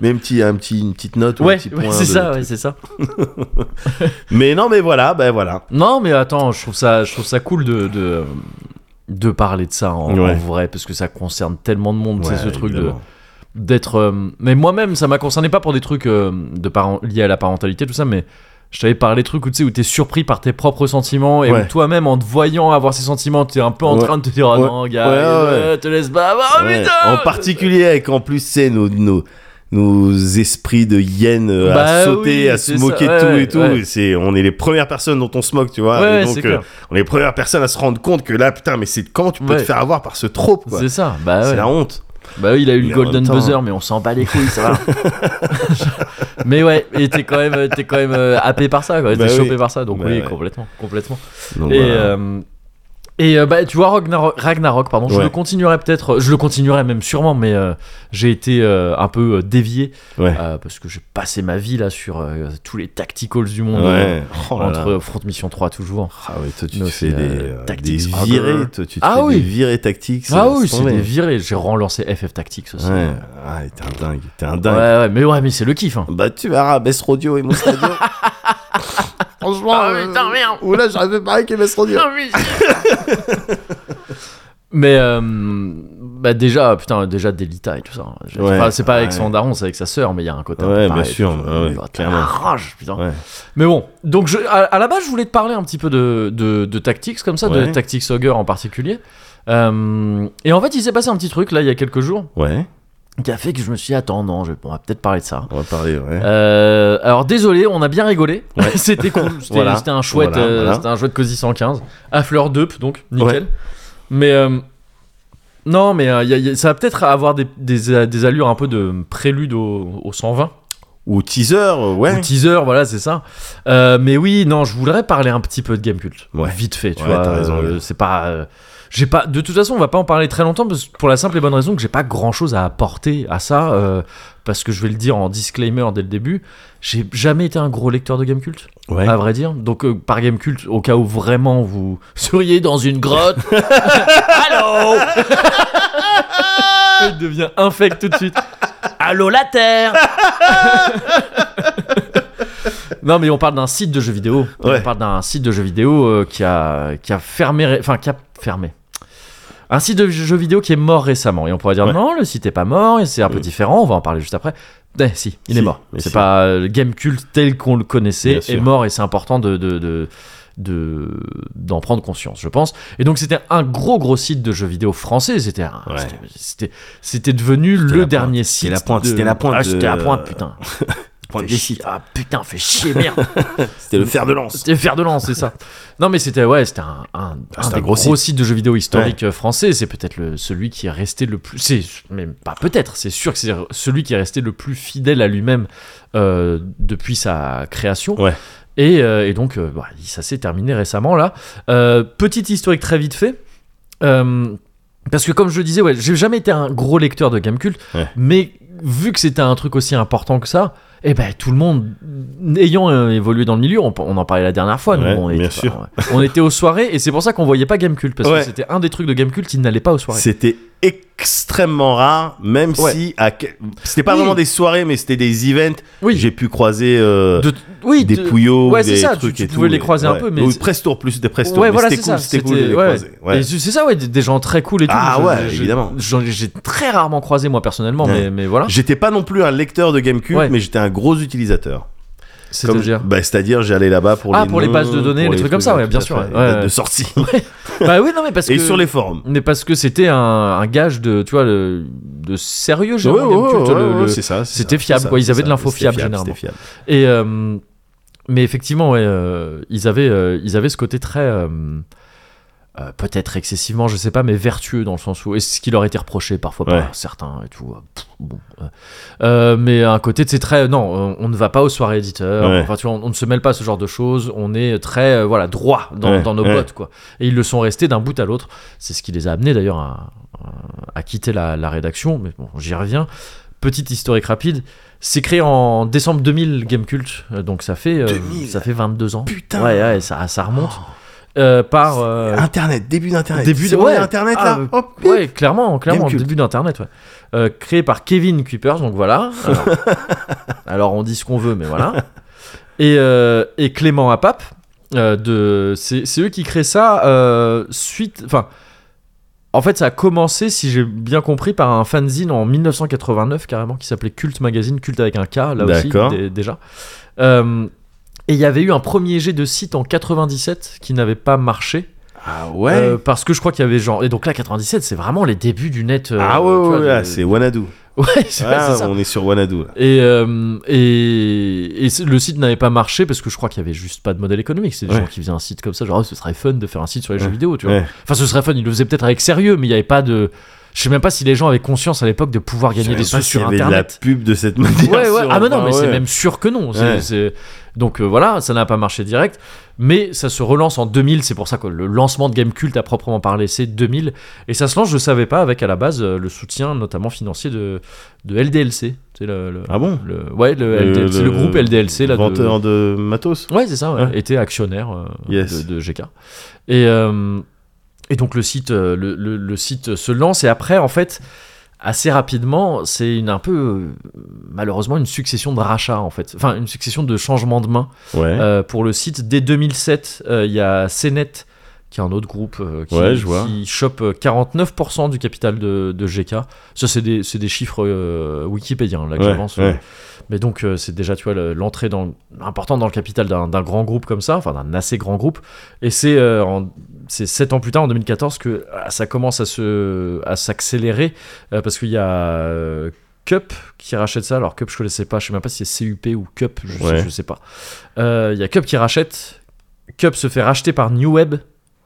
[SPEAKER 2] mais un petit, un petit, une petite note ou un
[SPEAKER 1] Ouais,
[SPEAKER 2] petit
[SPEAKER 1] ouais,
[SPEAKER 2] point.
[SPEAKER 1] c'est
[SPEAKER 2] de-
[SPEAKER 1] ça, ouais, c'est ça.
[SPEAKER 2] Mais non, mais voilà, ben voilà.
[SPEAKER 1] Non, mais attends, je trouve ça, je trouve ça cool de, de, de parler de ça en,
[SPEAKER 2] Ouais.
[SPEAKER 1] en vrai, parce que ça concerne tellement de monde, c'est
[SPEAKER 2] Ouais,
[SPEAKER 1] ce truc de
[SPEAKER 2] évidemment.
[SPEAKER 1] d'être. euh, mais moi-même, ça m'a concerné pas pour des trucs euh, de parent- liés à la parentalité, tout ça, mais je t'avais parlé des trucs où tu sais, où t'es surpris par tes propres sentiments et où
[SPEAKER 2] Ouais.
[SPEAKER 1] toi-même, en te voyant avoir ces sentiments, t'es un peu en
[SPEAKER 2] Ouais.
[SPEAKER 1] train de te dire, ah
[SPEAKER 2] Ouais.
[SPEAKER 1] non, gars,
[SPEAKER 2] Ouais, ouais,
[SPEAKER 1] euh, te laisse pas avoir, oh,
[SPEAKER 2] Ouais.
[SPEAKER 1] putain
[SPEAKER 2] En particulier avec en plus c'est nos, nos nos esprits de hyènes euh,
[SPEAKER 1] Bah
[SPEAKER 2] à sauter,
[SPEAKER 1] oui,
[SPEAKER 2] à se
[SPEAKER 1] c'est
[SPEAKER 2] moquer
[SPEAKER 1] ça,
[SPEAKER 2] de tout
[SPEAKER 1] ouais,
[SPEAKER 2] et tout.
[SPEAKER 1] ouais.
[SPEAKER 2] Et C'est on est les premières personnes dont on se moque, tu vois.
[SPEAKER 1] Ouais,
[SPEAKER 2] Et
[SPEAKER 1] ouais,
[SPEAKER 2] Ah, donc euh,
[SPEAKER 1] c'est clair.
[SPEAKER 2] on est les premières personnes à se rendre compte que là putain mais c'est comment tu peux
[SPEAKER 1] Ouais.
[SPEAKER 2] te faire avoir par ce trope quoi.
[SPEAKER 1] C'est ça, bah
[SPEAKER 2] C'est
[SPEAKER 1] ouais.
[SPEAKER 2] la honte.
[SPEAKER 1] Bah oui, il a eu le
[SPEAKER 2] Mais en même
[SPEAKER 1] golden
[SPEAKER 2] temps- hein.
[SPEAKER 1] buzzer, mais on s'en bat les couilles, ça va. mais ouais, et t'es quand même, t'es quand même euh, happé par ça, quoi.
[SPEAKER 2] Bah
[SPEAKER 1] t'es
[SPEAKER 2] oui.
[SPEAKER 1] chopé par ça, donc
[SPEAKER 2] Bah
[SPEAKER 1] oui,
[SPEAKER 2] ouais.
[SPEAKER 1] complètement, complètement.
[SPEAKER 2] Donc,
[SPEAKER 1] et
[SPEAKER 2] voilà.
[SPEAKER 1] euh, et euh, bah tu vois Ragnarok, Ragnarok, pardon, je
[SPEAKER 2] Ouais.
[SPEAKER 1] le continuerai peut-être, euh, je le continuerai même sûrement, mais euh, j'ai été euh, un peu euh, dévié
[SPEAKER 2] Ouais.
[SPEAKER 1] euh, parce que j'ai passé ma vie là sur euh, tous les tacticals du monde. euh,
[SPEAKER 2] ouais. Oh là là.
[SPEAKER 1] Entre Front Mission 3 toujours.
[SPEAKER 2] Ah ouais, toi tu te
[SPEAKER 1] Nos, euh,
[SPEAKER 2] fais des, euh, des
[SPEAKER 1] tactics
[SPEAKER 2] virées,
[SPEAKER 1] hardcore.
[SPEAKER 2] toi tu te
[SPEAKER 1] Ah
[SPEAKER 2] fais
[SPEAKER 1] oui.
[SPEAKER 2] des virées tactiques. ça
[SPEAKER 1] Ah
[SPEAKER 2] laisse
[SPEAKER 1] oui, c'est
[SPEAKER 2] tomber.
[SPEAKER 1] des virés. J'ai relancé FF Tactics aussi.
[SPEAKER 2] Ouais, Ah ouais t'es un dingue, t'es un
[SPEAKER 1] ouais,
[SPEAKER 2] dingue.
[SPEAKER 1] ouais, mais ouais, mais c'est le kiff. hein.
[SPEAKER 2] Bah tu verras, Best Rodio et Mousse Radio. Franchement,
[SPEAKER 1] Ah
[SPEAKER 2] euh, ou là j'aurais fait pareil que Best Radio.
[SPEAKER 1] Mais euh, bah déjà, putain, déjà Delita et tout ça. Je-
[SPEAKER 2] Ouais.
[SPEAKER 1] enfin, c'est pas avec
[SPEAKER 2] Ouais.
[SPEAKER 1] son daron, c'est avec sa sœur, mais il y a un côté. un
[SPEAKER 2] Ouais,
[SPEAKER 1] peu
[SPEAKER 2] bien
[SPEAKER 1] pareil,
[SPEAKER 2] sûr,
[SPEAKER 1] tu vois.
[SPEAKER 2] ouais, ouais,
[SPEAKER 1] Bah, t'as
[SPEAKER 2] clairement.
[SPEAKER 1] la rage, putain.
[SPEAKER 2] Ouais.
[SPEAKER 1] Mais bon, donc je, à, à la base, je voulais te parler un petit peu de, de, de Tactics, comme ça, de
[SPEAKER 2] Ouais.
[SPEAKER 1] Tactics Ogre en particulier. Euh, et en fait, il s'est passé un petit truc là il y a quelques jours
[SPEAKER 2] Ouais,
[SPEAKER 1] qui a fait que je me suis dit, attends, non, je, on va peut-être parler de ça.
[SPEAKER 2] on va parler, ouais.
[SPEAKER 1] Euh, alors désolé, on a bien rigolé. c'était cool. C'était
[SPEAKER 2] Voilà.
[SPEAKER 1] c'était un chouette,
[SPEAKER 2] Voilà,
[SPEAKER 1] euh,
[SPEAKER 2] voilà.
[SPEAKER 1] c'était un chouette Cozy 115. À fleur d'up, donc nickel.
[SPEAKER 2] Ouais.
[SPEAKER 1] Mais euh, non, mais euh, y a- y a- ça va peut-être avoir des, des, euh, des allures un peu de prélude au, au 120
[SPEAKER 2] Ou teaser, euh, ouais.
[SPEAKER 1] ou teaser, voilà, c'est ça. Euh, mais oui, non, je voudrais parler un petit peu de Game Cult.
[SPEAKER 2] Ouais.
[SPEAKER 1] Vite fait, tu
[SPEAKER 2] Ouais,
[SPEAKER 1] vois.
[SPEAKER 2] t'as raison,
[SPEAKER 1] euh,
[SPEAKER 2] ouais.
[SPEAKER 1] c'est pas. euh, j'ai pas, de toute façon, on va pas en parler très longtemps parce, pour la simple et bonne raison que j'ai pas grand chose à apporter à ça. euh, parce que je vais le dire en disclaimer dès le début, j'ai jamais été un gros lecteur de Game Cult,
[SPEAKER 2] ouais.
[SPEAKER 1] à vrai dire. Donc euh, par Game Cult, au cas où vraiment vous seriez dans une grotte, allô, il devient infect tout de suite. Allô la Terre Non mais on parle d'un site de jeux vidéo.
[SPEAKER 2] Ouais.
[SPEAKER 1] On parle d'un site de jeux vidéo euh, qui, a, qui a fermé... Enfin qui a fermé. Un site de jeux vidéo qui est mort récemment. Et on pourrait dire
[SPEAKER 2] Ouais. Mm.
[SPEAKER 1] non, le site est pas mort, et c'est un peu différent, on va en parler juste après. Eh, si, il est
[SPEAKER 2] Si,
[SPEAKER 1] mort.
[SPEAKER 2] mais
[SPEAKER 1] C'est
[SPEAKER 2] si.
[SPEAKER 1] pas euh, le game culte tel qu'on le
[SPEAKER 2] Bien
[SPEAKER 1] connaissait est
[SPEAKER 2] sûr.
[SPEAKER 1] mort et c'est important de, de, de- de- d'en prendre conscience, je pense. Et donc c'était un gros gros site de jeux vidéo français. C'était un-
[SPEAKER 2] Ouais.
[SPEAKER 1] c'était- c'était c'était devenu
[SPEAKER 2] la
[SPEAKER 1] le
[SPEAKER 2] pointe,
[SPEAKER 1] dernier
[SPEAKER 2] c'était
[SPEAKER 1] site.
[SPEAKER 2] la pointe,
[SPEAKER 1] de-
[SPEAKER 2] c'était la pointe
[SPEAKER 1] Ah,
[SPEAKER 2] de-
[SPEAKER 1] c'était la pointe, putain.
[SPEAKER 2] Point de
[SPEAKER 1] Fais
[SPEAKER 2] défi.
[SPEAKER 1] chier. Ah putain, fais chier merde.
[SPEAKER 2] C'était le fer de lance.
[SPEAKER 1] C'était faire de lance, c'est ça. Non, mais c'était ouais, c'était un, un,
[SPEAKER 2] Ah, c'était
[SPEAKER 1] des
[SPEAKER 2] un gros
[SPEAKER 1] gros sites de jeux vidéo historiques euh, français. C'est peut-être le- celui qui est resté le plus. C'est même pas peut-être. C'est sûr que c'est celui qui est resté le plus fidèle à lui-même euh, depuis sa création.
[SPEAKER 2] Ouais.
[SPEAKER 1] Et, euh, et donc, euh, bah, ça s'est terminé récemment là. Euh, petite historique très vite fait. Euh, parce que comme je le disais, ouais, j'ai jamais été un gros lecteur de Gamecult,
[SPEAKER 2] Ouais.
[SPEAKER 1] mais vu que c'était un truc aussi important que ça, eh ben tout le monde ayant euh, évolué dans le milieu, on, on en parlait la dernière fois, nous,
[SPEAKER 2] Ouais,
[SPEAKER 1] on, était,
[SPEAKER 2] bien sûr.
[SPEAKER 1] ouais. on était aux soirées et c'est pour ça qu'on voyait pas Gamecult parce
[SPEAKER 2] Ouais.
[SPEAKER 1] que c'était un des trucs de Gamecult qui n'allait pas aux soirées.
[SPEAKER 2] C'était extrêmement rare, même
[SPEAKER 1] Ouais.
[SPEAKER 2] si à que- c'était pas
[SPEAKER 1] Oui.
[SPEAKER 2] vraiment des soirées, mais c'était des events.
[SPEAKER 1] Oui.
[SPEAKER 2] J'ai pu croiser euh,
[SPEAKER 1] De- oui,
[SPEAKER 2] des
[SPEAKER 1] de-
[SPEAKER 2] pouillots,
[SPEAKER 1] ouais, c'est
[SPEAKER 2] des
[SPEAKER 1] ça, tu-
[SPEAKER 2] trucs
[SPEAKER 1] tu
[SPEAKER 2] et tout.
[SPEAKER 1] pouvais les croiser un
[SPEAKER 2] ouais.
[SPEAKER 1] peu, mais
[SPEAKER 2] oui,
[SPEAKER 1] c'est-
[SPEAKER 2] presto plus des prestos.
[SPEAKER 1] ouais,
[SPEAKER 2] mais
[SPEAKER 1] voilà, c'est
[SPEAKER 2] c'était
[SPEAKER 1] ça.
[SPEAKER 2] cool, c'était cool de les
[SPEAKER 1] ouais.
[SPEAKER 2] croiser. Ouais.
[SPEAKER 1] Et c'est c'est ça, ouais, des, des gens très cool et tout.
[SPEAKER 2] Ah
[SPEAKER 1] Je-
[SPEAKER 2] ouais,
[SPEAKER 1] j'ai-
[SPEAKER 2] évidemment.
[SPEAKER 1] j'en- J'ai très rarement croisé moi personnellement,
[SPEAKER 2] Ouais.
[SPEAKER 1] mais, mais voilà.
[SPEAKER 2] J'étais pas non plus un lecteur de GameCube,
[SPEAKER 1] Ouais.
[SPEAKER 2] mais j'étais un gros utilisateur. Comme-
[SPEAKER 1] C'est-à-dire.
[SPEAKER 2] bah, C'est-à-dire, j'allais là-bas pour
[SPEAKER 1] Ah,
[SPEAKER 2] les
[SPEAKER 1] pour les
[SPEAKER 2] noms,
[SPEAKER 1] bases de données,
[SPEAKER 2] pour
[SPEAKER 1] les trucs comme ça, ouais,
[SPEAKER 2] tout
[SPEAKER 1] bien
[SPEAKER 2] à
[SPEAKER 1] sûr,
[SPEAKER 2] fait,
[SPEAKER 1] ouais.
[SPEAKER 2] les dates
[SPEAKER 1] Ouais.
[SPEAKER 2] de sortie.
[SPEAKER 1] Bah oui, non, mais parce
[SPEAKER 2] Et
[SPEAKER 1] que.
[SPEAKER 2] sur les forums.
[SPEAKER 1] Mais parce que c'était un, un gage de, tu vois, le- de sérieux,
[SPEAKER 2] Ouais,
[SPEAKER 1] généralement,
[SPEAKER 2] ouais,
[SPEAKER 1] Gamecult,
[SPEAKER 2] ouais,
[SPEAKER 1] le-
[SPEAKER 2] ouais,
[SPEAKER 1] le-
[SPEAKER 2] c'est ça, c'est
[SPEAKER 1] c'était
[SPEAKER 2] ça,
[SPEAKER 1] fiable,
[SPEAKER 2] c'est ça,
[SPEAKER 1] quoi, ils
[SPEAKER 2] c'est
[SPEAKER 1] avaient de
[SPEAKER 2] ça,
[SPEAKER 1] l'info
[SPEAKER 2] c'était
[SPEAKER 1] fiable,
[SPEAKER 2] c'était
[SPEAKER 1] généralement.
[SPEAKER 2] fiable.
[SPEAKER 1] Et euh, mais effectivement, ouais, euh, ils avaient, euh, ils avaient ce côté très euh, euh, peut-être excessivement, je sais pas, mais vertueux dans le sens où et c'est ce qui leur était reproché parfois
[SPEAKER 2] Ouais.
[SPEAKER 1] par certains et tout. euh, pff, bon, ouais. Euh, mais un côté, c'est très non, on, on ne va pas aux soirées éditeurs.
[SPEAKER 2] Ouais.
[SPEAKER 1] Enfin, tu vois, on, on ne se mêle pas à ce genre de choses. On est très euh, voilà droit dans,
[SPEAKER 2] Ouais,
[SPEAKER 1] dans nos
[SPEAKER 2] ouais.
[SPEAKER 1] bottes quoi. Et ils le sont restés d'un bout à l'autre. C'est ce qui les a amenés d'ailleurs à, à quitter la, la rédaction. Mais bon, j'y reviens. Petite historique rapide. C'est créé en décembre 2000, Gamecult. Euh, Donc ça fait, euh,
[SPEAKER 2] 2000.
[SPEAKER 1] ça fait 22 ans.
[SPEAKER 2] Putain.
[SPEAKER 1] Ouais, ouais, ça, ça remonte. Euh, par. euh,
[SPEAKER 2] Internet, début d'Internet.
[SPEAKER 1] Début de-
[SPEAKER 2] C'est vrai,
[SPEAKER 1] ouais.
[SPEAKER 2] Internet
[SPEAKER 1] Ah,
[SPEAKER 2] là.
[SPEAKER 1] euh,
[SPEAKER 2] Hop, pip.
[SPEAKER 1] ouais, clairement, clairement,
[SPEAKER 2] Gamecult.
[SPEAKER 1] début d'Internet, ouais. Euh, créé par Kevin Kuipers, donc voilà. Alors, alors, on dit ce qu'on veut, mais voilà. Et, euh, et Clément Apap, euh, de, c'est, c'est eux qui créent ça euh, suite. Enfin, en fait, ça a commencé, si j'ai bien compris, par un fanzine en 1989 carrément qui s'appelait Cult Magazine, Cult avec un K là aussi
[SPEAKER 2] D'accord.
[SPEAKER 1] dé- déjà. Euh, et il y avait eu un premier jet de site en 97 qui n'avait pas marché.
[SPEAKER 2] Ah ouais.
[SPEAKER 1] Euh, parce que je crois qu'il y avait genre et donc là 97 c'est vraiment les débuts du net euh,
[SPEAKER 2] ah ouais,
[SPEAKER 1] tu vois,
[SPEAKER 2] ouais,
[SPEAKER 1] de-
[SPEAKER 2] là, c'est Wanadu.
[SPEAKER 1] ouais c'est ouais,
[SPEAKER 2] Ah,
[SPEAKER 1] c'est ça
[SPEAKER 2] on est sur Wanadu. là.
[SPEAKER 1] et, euh, et, et c'est- le site n'avait pas marché parce que je crois qu'il y avait juste pas de modèle économique c'est des
[SPEAKER 2] Ouais.
[SPEAKER 1] gens qui faisaient un site comme ça genre oh, ce serait fun de faire un site sur les jeux vidéo tu vois
[SPEAKER 2] Ouais.
[SPEAKER 1] enfin ce serait fun ils le faisaient peut-être avec sérieux mais il n'y avait pas de je sais même pas si les gens avaient conscience à l'époque de pouvoir
[SPEAKER 2] Je
[SPEAKER 1] gagner
[SPEAKER 2] savais
[SPEAKER 1] des
[SPEAKER 2] pas
[SPEAKER 1] sous
[SPEAKER 2] s'il y
[SPEAKER 1] sur
[SPEAKER 2] avait de
[SPEAKER 1] internet
[SPEAKER 2] la pub de cette manière.
[SPEAKER 1] Ouais, ouais.
[SPEAKER 2] sur-
[SPEAKER 1] Ah, mais non,
[SPEAKER 2] Ah,
[SPEAKER 1] mais c'est
[SPEAKER 2] ouais.
[SPEAKER 1] même sûr que non. C'est-
[SPEAKER 2] Ouais.
[SPEAKER 1] c'est- Donc euh, voilà, ça n'a pas marché direct. Mais ça se relance en 2000. C'est pour ça que le lancement de Gamecult à proprement parler, c'est 2000. Et ça se lance, je savais pas, avec à la base euh, le soutien notamment financier de, de LDLC. C'est le, le-
[SPEAKER 2] Ah bon.
[SPEAKER 1] le- ouais, le, LDLC, le groupe LDLC. Là, de-
[SPEAKER 2] Venteur de matos.
[SPEAKER 1] Ouais, c'est ça, ouais.
[SPEAKER 2] Ouais.
[SPEAKER 1] était actionnaire euh,
[SPEAKER 2] Hein Yes.
[SPEAKER 1] de, de GK. Et, euh, et donc le site, euh, le, le- le site se lance et après, en fait, assez rapidement, c'est une un peu euh, malheureusement une succession de rachats en fait, enfin une succession de changements de main
[SPEAKER 2] Ouais.
[SPEAKER 1] euh, pour le site. Dès 2007, euh, il y a CNET qui est un autre groupe euh, qui,
[SPEAKER 2] Ouais, je vois.
[SPEAKER 1] qui chope euh, 49% du capital de, de GK. Ça, c'est des, c'est des chiffres euh, wikipédiens, là, que
[SPEAKER 2] Ouais,
[SPEAKER 1] j'avance.
[SPEAKER 2] ouais.
[SPEAKER 1] Mais donc, euh, c'est déjà, tu vois, le- l'entrée dans, importante dans le capital d'un d'un grand groupe comme ça, enfin d'un assez grand groupe. Et c'est euh, en- c'est 7 ans plus tard, en 2014, que ah, ça commence à se- à s'accélérer, à parce qu'il y a euh, Cup qui rachète ça. Alors, Cup, je connaissais pas, je sais même pas si c'est CUP ou Cup, je, sais-
[SPEAKER 2] Ouais.
[SPEAKER 1] je sais pas. Euh, Il y a Cup qui rachète. Cup se fait racheter par New Web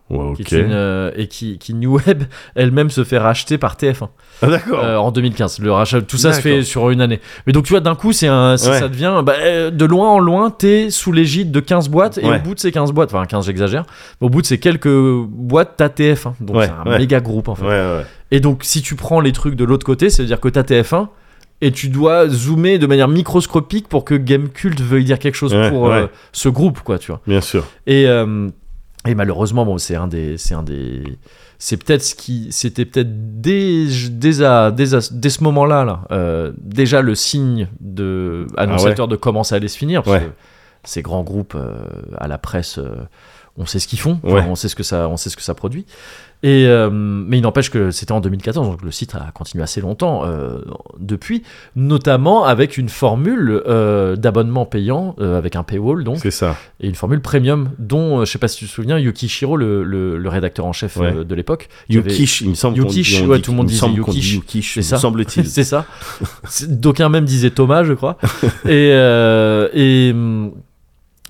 [SPEAKER 2] Ouais,
[SPEAKER 1] qui
[SPEAKER 2] ok.
[SPEAKER 1] est une, euh, et qui, qui New Web elle-même se fait racheter par TF1
[SPEAKER 2] Ah d'accord.
[SPEAKER 1] euh, en 2015. Le rachat, tout ça se fait
[SPEAKER 2] D'accord.
[SPEAKER 1] sur une année. Mais donc tu vois, d'un coup, c'est un, ça-
[SPEAKER 2] Ouais.
[SPEAKER 1] ça devient bah, euh, de loin en loin, t'es sous l'égide de 15 boîtes et
[SPEAKER 2] Ouais.
[SPEAKER 1] au bout de ces 15 boîtes, enfin 15 j'exagère, mais au bout de ces quelques boîtes, t'as TF1. Donc
[SPEAKER 2] Ouais,
[SPEAKER 1] c'est un
[SPEAKER 2] ouais.
[SPEAKER 1] méga groupe en fait.
[SPEAKER 2] Ouais, ouais.
[SPEAKER 1] Et donc, si tu prends les trucs de l'autre côté, ça veut dire que t'as TF1 et tu dois zoomer de manière microscopique pour que Gamecult veuille dire quelque chose
[SPEAKER 2] Ouais,
[SPEAKER 1] pour
[SPEAKER 2] ouais.
[SPEAKER 1] euh, ce groupe, quoi, tu vois.
[SPEAKER 2] Bien sûr.
[SPEAKER 1] Et, euh, et malheureusement, bon, c'est un des, c'est un des, c'est peut-être ce qui, c'était peut-être dès, dès, à- dès, à- dès ce moment-là, là, euh, déjà le signe de annonciateur de comment ça allait se finir. Parce
[SPEAKER 2] Ah Ouais.
[SPEAKER 1] que ces grands groupes euh, à la presse, euh, on sait ce qu'ils font,
[SPEAKER 2] Ouais.
[SPEAKER 1] Enfin, on sait ce que ça, on sait ce que ça produit. Et euh, mais il n'empêche que c'était en 2014, donc le site a continué assez longtemps euh, depuis, notamment avec une formule euh, d'abonnement payant euh, avec un paywall donc
[SPEAKER 2] C'est ça.
[SPEAKER 1] et une formule premium dont euh, je sais pas si tu te souviens Yukishiro le, le, le rédacteur en chef
[SPEAKER 2] Ouais.
[SPEAKER 1] euh, de l'époque qui avait-
[SPEAKER 2] Yukish, il me semble. qu'on
[SPEAKER 1] Yukish,
[SPEAKER 2] dit- on
[SPEAKER 1] ouais,
[SPEAKER 2] dit-
[SPEAKER 1] tout le monde
[SPEAKER 2] il me
[SPEAKER 1] disait
[SPEAKER 2] semble qu'on dit
[SPEAKER 1] Yukish.
[SPEAKER 2] Yukish.
[SPEAKER 1] C'est ça.
[SPEAKER 2] me Semble-t-il.
[SPEAKER 1] c'est ça C'est- d'aucuns même disaient Thomas je crois et, euh, et hum,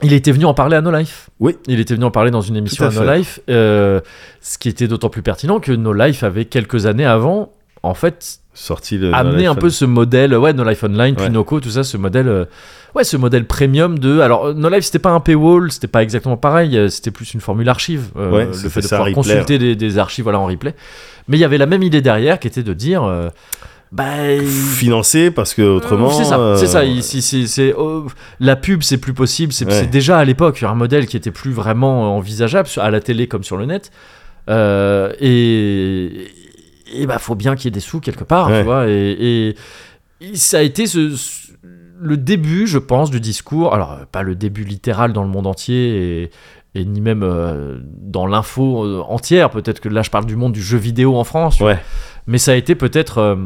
[SPEAKER 1] il était venu en parler à No Life
[SPEAKER 2] Oui.
[SPEAKER 1] il était venu en parler dans une émission
[SPEAKER 2] à
[SPEAKER 1] à, No
[SPEAKER 2] fait.
[SPEAKER 1] Life euh, ce qui était d'autant plus pertinent que No Life avait quelques années avant en fait
[SPEAKER 2] Sorti le.
[SPEAKER 1] amener un peu ce modèle ouais No Life Online
[SPEAKER 2] Ouais.
[SPEAKER 1] Pinoco tout ça ce modèle euh, ouais ce modèle premium de alors euh, No Life c'était pas un paywall c'était pas exactement pareil euh, c'était plus une formule archive euh,
[SPEAKER 2] Ouais,
[SPEAKER 1] le
[SPEAKER 2] c'était
[SPEAKER 1] fait de
[SPEAKER 2] ça,
[SPEAKER 1] pouvoir
[SPEAKER 2] replay.
[SPEAKER 1] consulter des, des archives voilà en replay mais il y avait la même idée derrière qui était de dire euh, Bah, il-
[SPEAKER 2] Financé parce que Euh, autrement.
[SPEAKER 1] Euh, C'est ça, c'est ça.
[SPEAKER 2] euh,
[SPEAKER 1] il- si- si- c'est- oh, la pub, c'est plus possible. C'est
[SPEAKER 2] Ouais.
[SPEAKER 1] c'est déjà à l'époque un modèle qui était plus vraiment envisageable sur- à la télé comme sur le net. Euh, et et bah, faut bien qu'il y ait des sous quelque part,
[SPEAKER 2] Ouais.
[SPEAKER 1] tu vois. Et, et- et ça a été ce- ce- le début, je pense, du discours. Alors, euh, pas le début littéral dans le monde entier et, et ni même euh, dans l'info euh, entière. Peut-être que là, je parle du monde du jeu vidéo en France. tu
[SPEAKER 2] Ouais.
[SPEAKER 1] mais ça a été peut-être euh,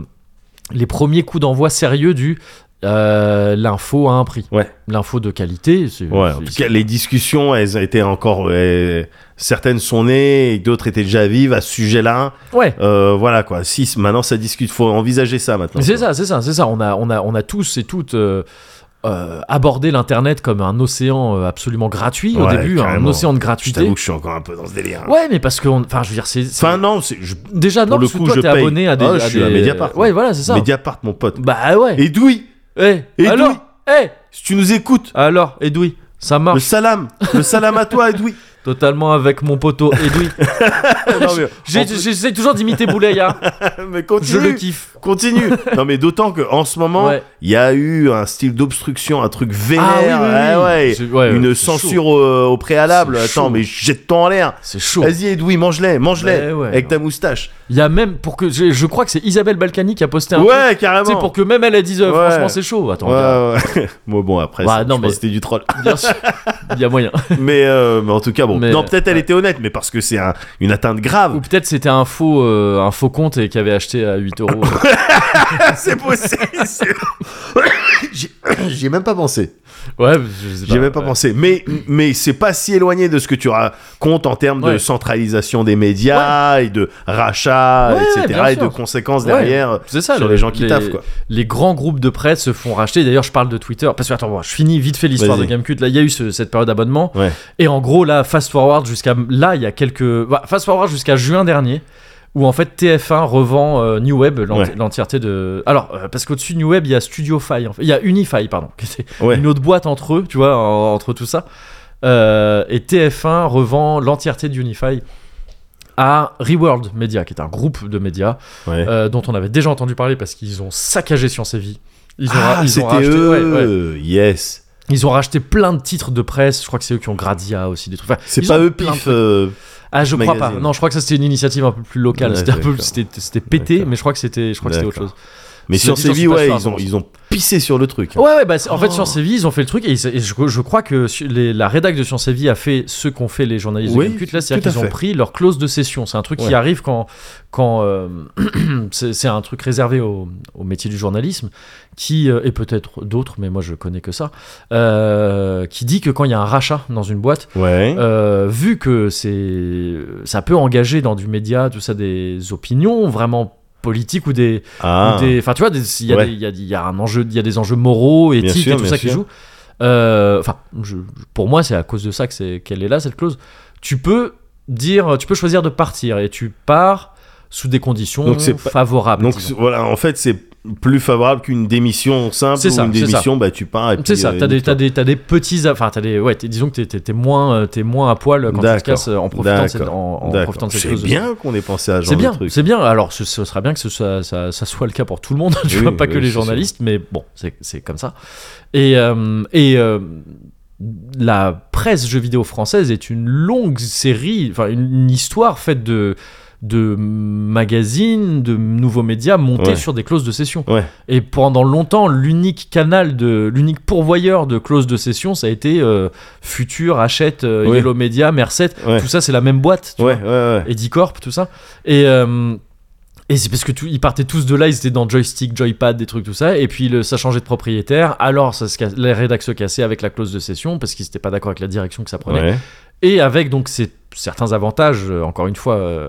[SPEAKER 1] les premiers coups d'envoi sérieux du euh, l'info à un prix.
[SPEAKER 2] Ouais.
[SPEAKER 1] L'info de qualité. c'est-
[SPEAKER 2] Ouais, en
[SPEAKER 1] c'est-
[SPEAKER 2] tout cas, les discussions, elles étaient encore. euh, certaines sont nées, et d'autres étaient déjà vives à ce sujet-là.
[SPEAKER 1] Ouais.
[SPEAKER 2] Euh, voilà quoi. Si c- maintenant ça discute, faut envisager ça maintenant.
[SPEAKER 1] Mais C'est ça, c'est ça, c'est ça. On a, on a, on a tous et toutes. euh, euh, abordé l'internet comme un océan euh, absolument gratuit au
[SPEAKER 2] Ouais,
[SPEAKER 1] début, hein, un
[SPEAKER 2] carrément.
[SPEAKER 1] océan de
[SPEAKER 2] Je
[SPEAKER 1] gratuité.
[SPEAKER 2] t'avoue que je suis encore un peu dans ce délire. hein.
[SPEAKER 1] Ouais, mais parce que, on- enfin, je veux dire, c'est c'est-
[SPEAKER 2] Enfin non, c'est je-
[SPEAKER 1] déjà non
[SPEAKER 2] pour le
[SPEAKER 1] parce que
[SPEAKER 2] coup,
[SPEAKER 1] toi
[SPEAKER 2] je
[SPEAKER 1] t'es
[SPEAKER 2] paye.
[SPEAKER 1] abonné à des,
[SPEAKER 2] Ah, je suis à
[SPEAKER 1] des-
[SPEAKER 2] Mediapart,
[SPEAKER 1] Ouais, voilà, c'est ça.
[SPEAKER 2] Mediapart, mon pote.
[SPEAKER 1] Bah ouais.
[SPEAKER 2] Et Douy,
[SPEAKER 1] Eh,
[SPEAKER 2] Et
[SPEAKER 1] alors,
[SPEAKER 2] d'où-
[SPEAKER 1] eh,
[SPEAKER 2] si tu nous écoutes,
[SPEAKER 1] alors, Edoui, ça
[SPEAKER 2] le
[SPEAKER 1] marche
[SPEAKER 2] salam, le salam à toi, Edoui.
[SPEAKER 1] totalement avec mon poteau Edoui. Ah,
[SPEAKER 2] Non, mais,
[SPEAKER 1] J'ai- J'essaie toujours d'imiter Boulet, hein. je le
[SPEAKER 2] mais continue,
[SPEAKER 1] kiffe.
[SPEAKER 2] continue. Non mais d'autant que en ce moment, il
[SPEAKER 1] Ouais.
[SPEAKER 2] y a eu un style d'obstruction, un truc vénère, Eh
[SPEAKER 1] Ah oui, oui, oui.
[SPEAKER 2] ouais, ouais.
[SPEAKER 1] C'est- ouais,
[SPEAKER 2] une
[SPEAKER 1] c'est
[SPEAKER 2] censure au, au préalable.
[SPEAKER 1] C'est
[SPEAKER 2] Attends,
[SPEAKER 1] chaud.
[SPEAKER 2] mais jette-toi en l'air.
[SPEAKER 1] C'est chaud.
[SPEAKER 2] Vas-y Edoui, mange-les, mange-les
[SPEAKER 1] Bah Ouais, ouais.
[SPEAKER 2] avec ta moustache.
[SPEAKER 1] Il y a même pour que je, je crois que c'est Isabelle Balkany qui a posté un
[SPEAKER 2] Ouais,
[SPEAKER 1] truc, tu sais,
[SPEAKER 2] carrément.
[SPEAKER 1] pour que même elle elle dise euh,
[SPEAKER 2] Ouais.
[SPEAKER 1] franchement c'est chaud. Attends, gars,
[SPEAKER 2] Ouais, ouais. Moi, bon, après,
[SPEAKER 1] Bah,
[SPEAKER 2] ça,
[SPEAKER 1] non,
[SPEAKER 2] je
[SPEAKER 1] mais-
[SPEAKER 2] pense que c'était du troll.
[SPEAKER 1] bien sûr, il y a moyen.
[SPEAKER 2] mais, euh, mais en tout cas, bon.
[SPEAKER 1] Mais-
[SPEAKER 2] non, peut-être elle
[SPEAKER 1] ouais.
[SPEAKER 2] était honnête, mais parce que c'est un- une atteinte
[SPEAKER 1] Ou
[SPEAKER 2] grave.
[SPEAKER 1] peut-être c'était un faux euh, un faux compte et qui avait acheté à 8 euros.
[SPEAKER 2] c'est possible. c'est- J'y- J'y ai même pas pensé.
[SPEAKER 1] Ouais, je sais
[SPEAKER 2] J'y ai même pas
[SPEAKER 1] ouais.
[SPEAKER 2] pensé. Mais, mais c'est pas si éloigné de ce que tu racontes en termes de
[SPEAKER 1] Ouais.
[SPEAKER 2] centralisation des médias et de rachat,
[SPEAKER 1] Ouais, ouais,
[SPEAKER 2] etc.
[SPEAKER 1] bien
[SPEAKER 2] Et de
[SPEAKER 1] sûr.
[SPEAKER 2] conséquences
[SPEAKER 1] Ouais.
[SPEAKER 2] derrière
[SPEAKER 1] C'est ça,
[SPEAKER 2] sur les, gens qui taffent, quoi.
[SPEAKER 1] Les grands groupes de presse se font racheter. D'ailleurs, je parle de Twitter. Parce que, attends, bon, je finis vite fait l'histoire de
[SPEAKER 2] Vas-y.
[SPEAKER 1] Gamecube. Là, il y a eu ce- cette période d'abonnement.
[SPEAKER 2] Ouais.
[SPEAKER 1] Et en gros, là, fast forward jusqu'à. Là, il y a quelques. bah, fast forward jusqu'à juin dernier. Où en fait TF1 revend euh, New Web l'ent-
[SPEAKER 2] Ouais.
[SPEAKER 1] l'entièreté de. Alors euh, parce qu'au-dessus de New Web il y a StudioFi, en fait. il y a Unify pardon, qui était
[SPEAKER 2] Ouais.
[SPEAKER 1] une autre boîte entre eux, tu vois, en- entre tout ça. Euh, et TF1 revend l'entièreté d'Unify à Reworld Media, qui est un groupe de médias
[SPEAKER 2] Ouais.
[SPEAKER 1] euh, dont on avait déjà entendu parler parce qu'ils ont saccagé Sciences et Vie. Ils ont, ra-
[SPEAKER 2] ah,
[SPEAKER 1] ils ont
[SPEAKER 2] c'était
[SPEAKER 1] racheté, ouais, ouais.
[SPEAKER 2] eux. Yes.
[SPEAKER 1] Ils ont racheté plein de titres de presse. Je crois que c'est eux qui ont Gradia aussi des trucs. Enfin,
[SPEAKER 2] C'est
[SPEAKER 1] ils
[SPEAKER 2] pas
[SPEAKER 1] ont
[SPEAKER 2] eux,
[SPEAKER 1] plein de
[SPEAKER 2] pif.
[SPEAKER 1] trucs.
[SPEAKER 2] euh,
[SPEAKER 1] Ah, je crois pas.
[SPEAKER 2] magazine.
[SPEAKER 1] Non, je crois que ça c'était une initiative un peu plus locale.
[SPEAKER 2] Ouais,
[SPEAKER 1] c'était un peu,
[SPEAKER 2] d'accord.
[SPEAKER 1] c'était c'était pété,
[SPEAKER 2] D'accord.
[SPEAKER 1] mais je crois que c'était, je crois que c'était autre chose.
[SPEAKER 2] D'accord. Mais
[SPEAKER 1] Cela
[SPEAKER 2] sur
[SPEAKER 1] dit, j'en
[SPEAKER 2] ces
[SPEAKER 1] suis
[SPEAKER 2] vies,
[SPEAKER 1] pas sûr,
[SPEAKER 2] ouais, ils ont,
[SPEAKER 1] attention.
[SPEAKER 2] ils ont pissé sur le truc.
[SPEAKER 1] Ouais, ouais, bah, c'est- en fait,
[SPEAKER 2] Oh.
[SPEAKER 1] Sciences et Vie, ils ont fait le truc et, ils- et je, je crois que su- les- la rédac de Sciences et Vie a fait ce qu'ont fait les journalistes
[SPEAKER 2] Oui,
[SPEAKER 1] de Gamecult, là, c'est-à-dire
[SPEAKER 2] tout à
[SPEAKER 1] qu'ils ont
[SPEAKER 2] fait.
[SPEAKER 1] pris leur clause de session. C'est un truc qui
[SPEAKER 2] Ouais.
[SPEAKER 1] arrive quand. quand euh, c'est c'est un truc réservé au, au métier du journalisme, qui, euh, et peut-être d'autres, mais moi je connais que ça, euh, qui dit que quand il y a un rachat dans une boîte,
[SPEAKER 2] Ouais.
[SPEAKER 1] euh, vu que c'est ça peut engager dans du média, tout ça, des opinions vraiment politiques ou des
[SPEAKER 2] ah.
[SPEAKER 1] ou des- Enfin, tu vois, des- il y, a
[SPEAKER 2] Ouais.
[SPEAKER 1] des- il y a- il y a un enjeu, il y a des enjeux moraux, éthiques
[SPEAKER 2] sûr,
[SPEAKER 1] et tout
[SPEAKER 2] bien
[SPEAKER 1] ça qui
[SPEAKER 2] sûr.
[SPEAKER 1] joue. Euh, Enfin, je- pour moi, c'est à cause de ça que c'est qu'elle est là cette clause. Tu peux dire, tu peux choisir de partir et tu pars sous des conditions
[SPEAKER 2] Donc c'est pas-
[SPEAKER 1] favorables.
[SPEAKER 2] Donc
[SPEAKER 1] disons.
[SPEAKER 2] c'est- voilà, en fait, c'est plus favorable qu'une démission simple
[SPEAKER 1] C'est
[SPEAKER 2] ou
[SPEAKER 1] ça,
[SPEAKER 2] une
[SPEAKER 1] c'est ça.
[SPEAKER 2] démission, bah tu pars et puis.
[SPEAKER 1] c'est ça,
[SPEAKER 2] euh,
[SPEAKER 1] t'as des,
[SPEAKER 2] nique-toi.
[SPEAKER 1] t'as des, t'as des petits. Enfin, t'as des. Ouais, t'es- disons que t'es- t'es t'es moins, euh, t'es moins à poil quand tu te
[SPEAKER 2] D'accord.
[SPEAKER 1] casses euh, en profitant de cette,
[SPEAKER 2] D'accord.
[SPEAKER 1] en, en
[SPEAKER 2] D'accord.
[SPEAKER 1] profitant de cette
[SPEAKER 2] C'est
[SPEAKER 1] clause.
[SPEAKER 2] bien qu'on ait pensé à ce genre
[SPEAKER 1] C'est bien,
[SPEAKER 2] de truc.
[SPEAKER 1] c'est bien. Alors, ce, ce sera bien que ce soit- ça, ça soit le cas pour tout le monde, tu
[SPEAKER 2] Oui,
[SPEAKER 1] vois, pas
[SPEAKER 2] oui,
[SPEAKER 1] que les
[SPEAKER 2] c'est sûr.
[SPEAKER 1] journalistes, mais bon, c'est c'est comme ça. Et, euh, et euh, la presse jeux vidéo française est une longue série, enfin, une, une histoire faite de de magazines, de nouveaux médias montés
[SPEAKER 2] Ouais.
[SPEAKER 1] sur des clauses de cession.
[SPEAKER 2] Ouais.
[SPEAKER 1] Et pendant longtemps, l'unique canal de, l'unique pourvoyeur de clauses de cession, ça a été euh, Futur, Hachette, euh,
[SPEAKER 2] Oui.
[SPEAKER 1] Yellow Media, Merced.
[SPEAKER 2] Ouais.
[SPEAKER 1] Tout ça, c'est la même boîte. tu
[SPEAKER 2] Ouais, ouais, ouais.
[SPEAKER 1] Edicorp, tout ça. Et, euh, et c'est parce que tout- ils partaient tous de là, ils étaient dans joystick, joypad, des trucs, tout ça. Et puis le, ça changeait de propriétaire. Alors ça se casse- la rédac se cassait avec la clause de cession parce qu'ils n'étaient pas d'accord avec la direction que ça prenait.
[SPEAKER 2] Ouais.
[SPEAKER 1] Et avec donc ces- certains avantages, euh, encore une fois, euh,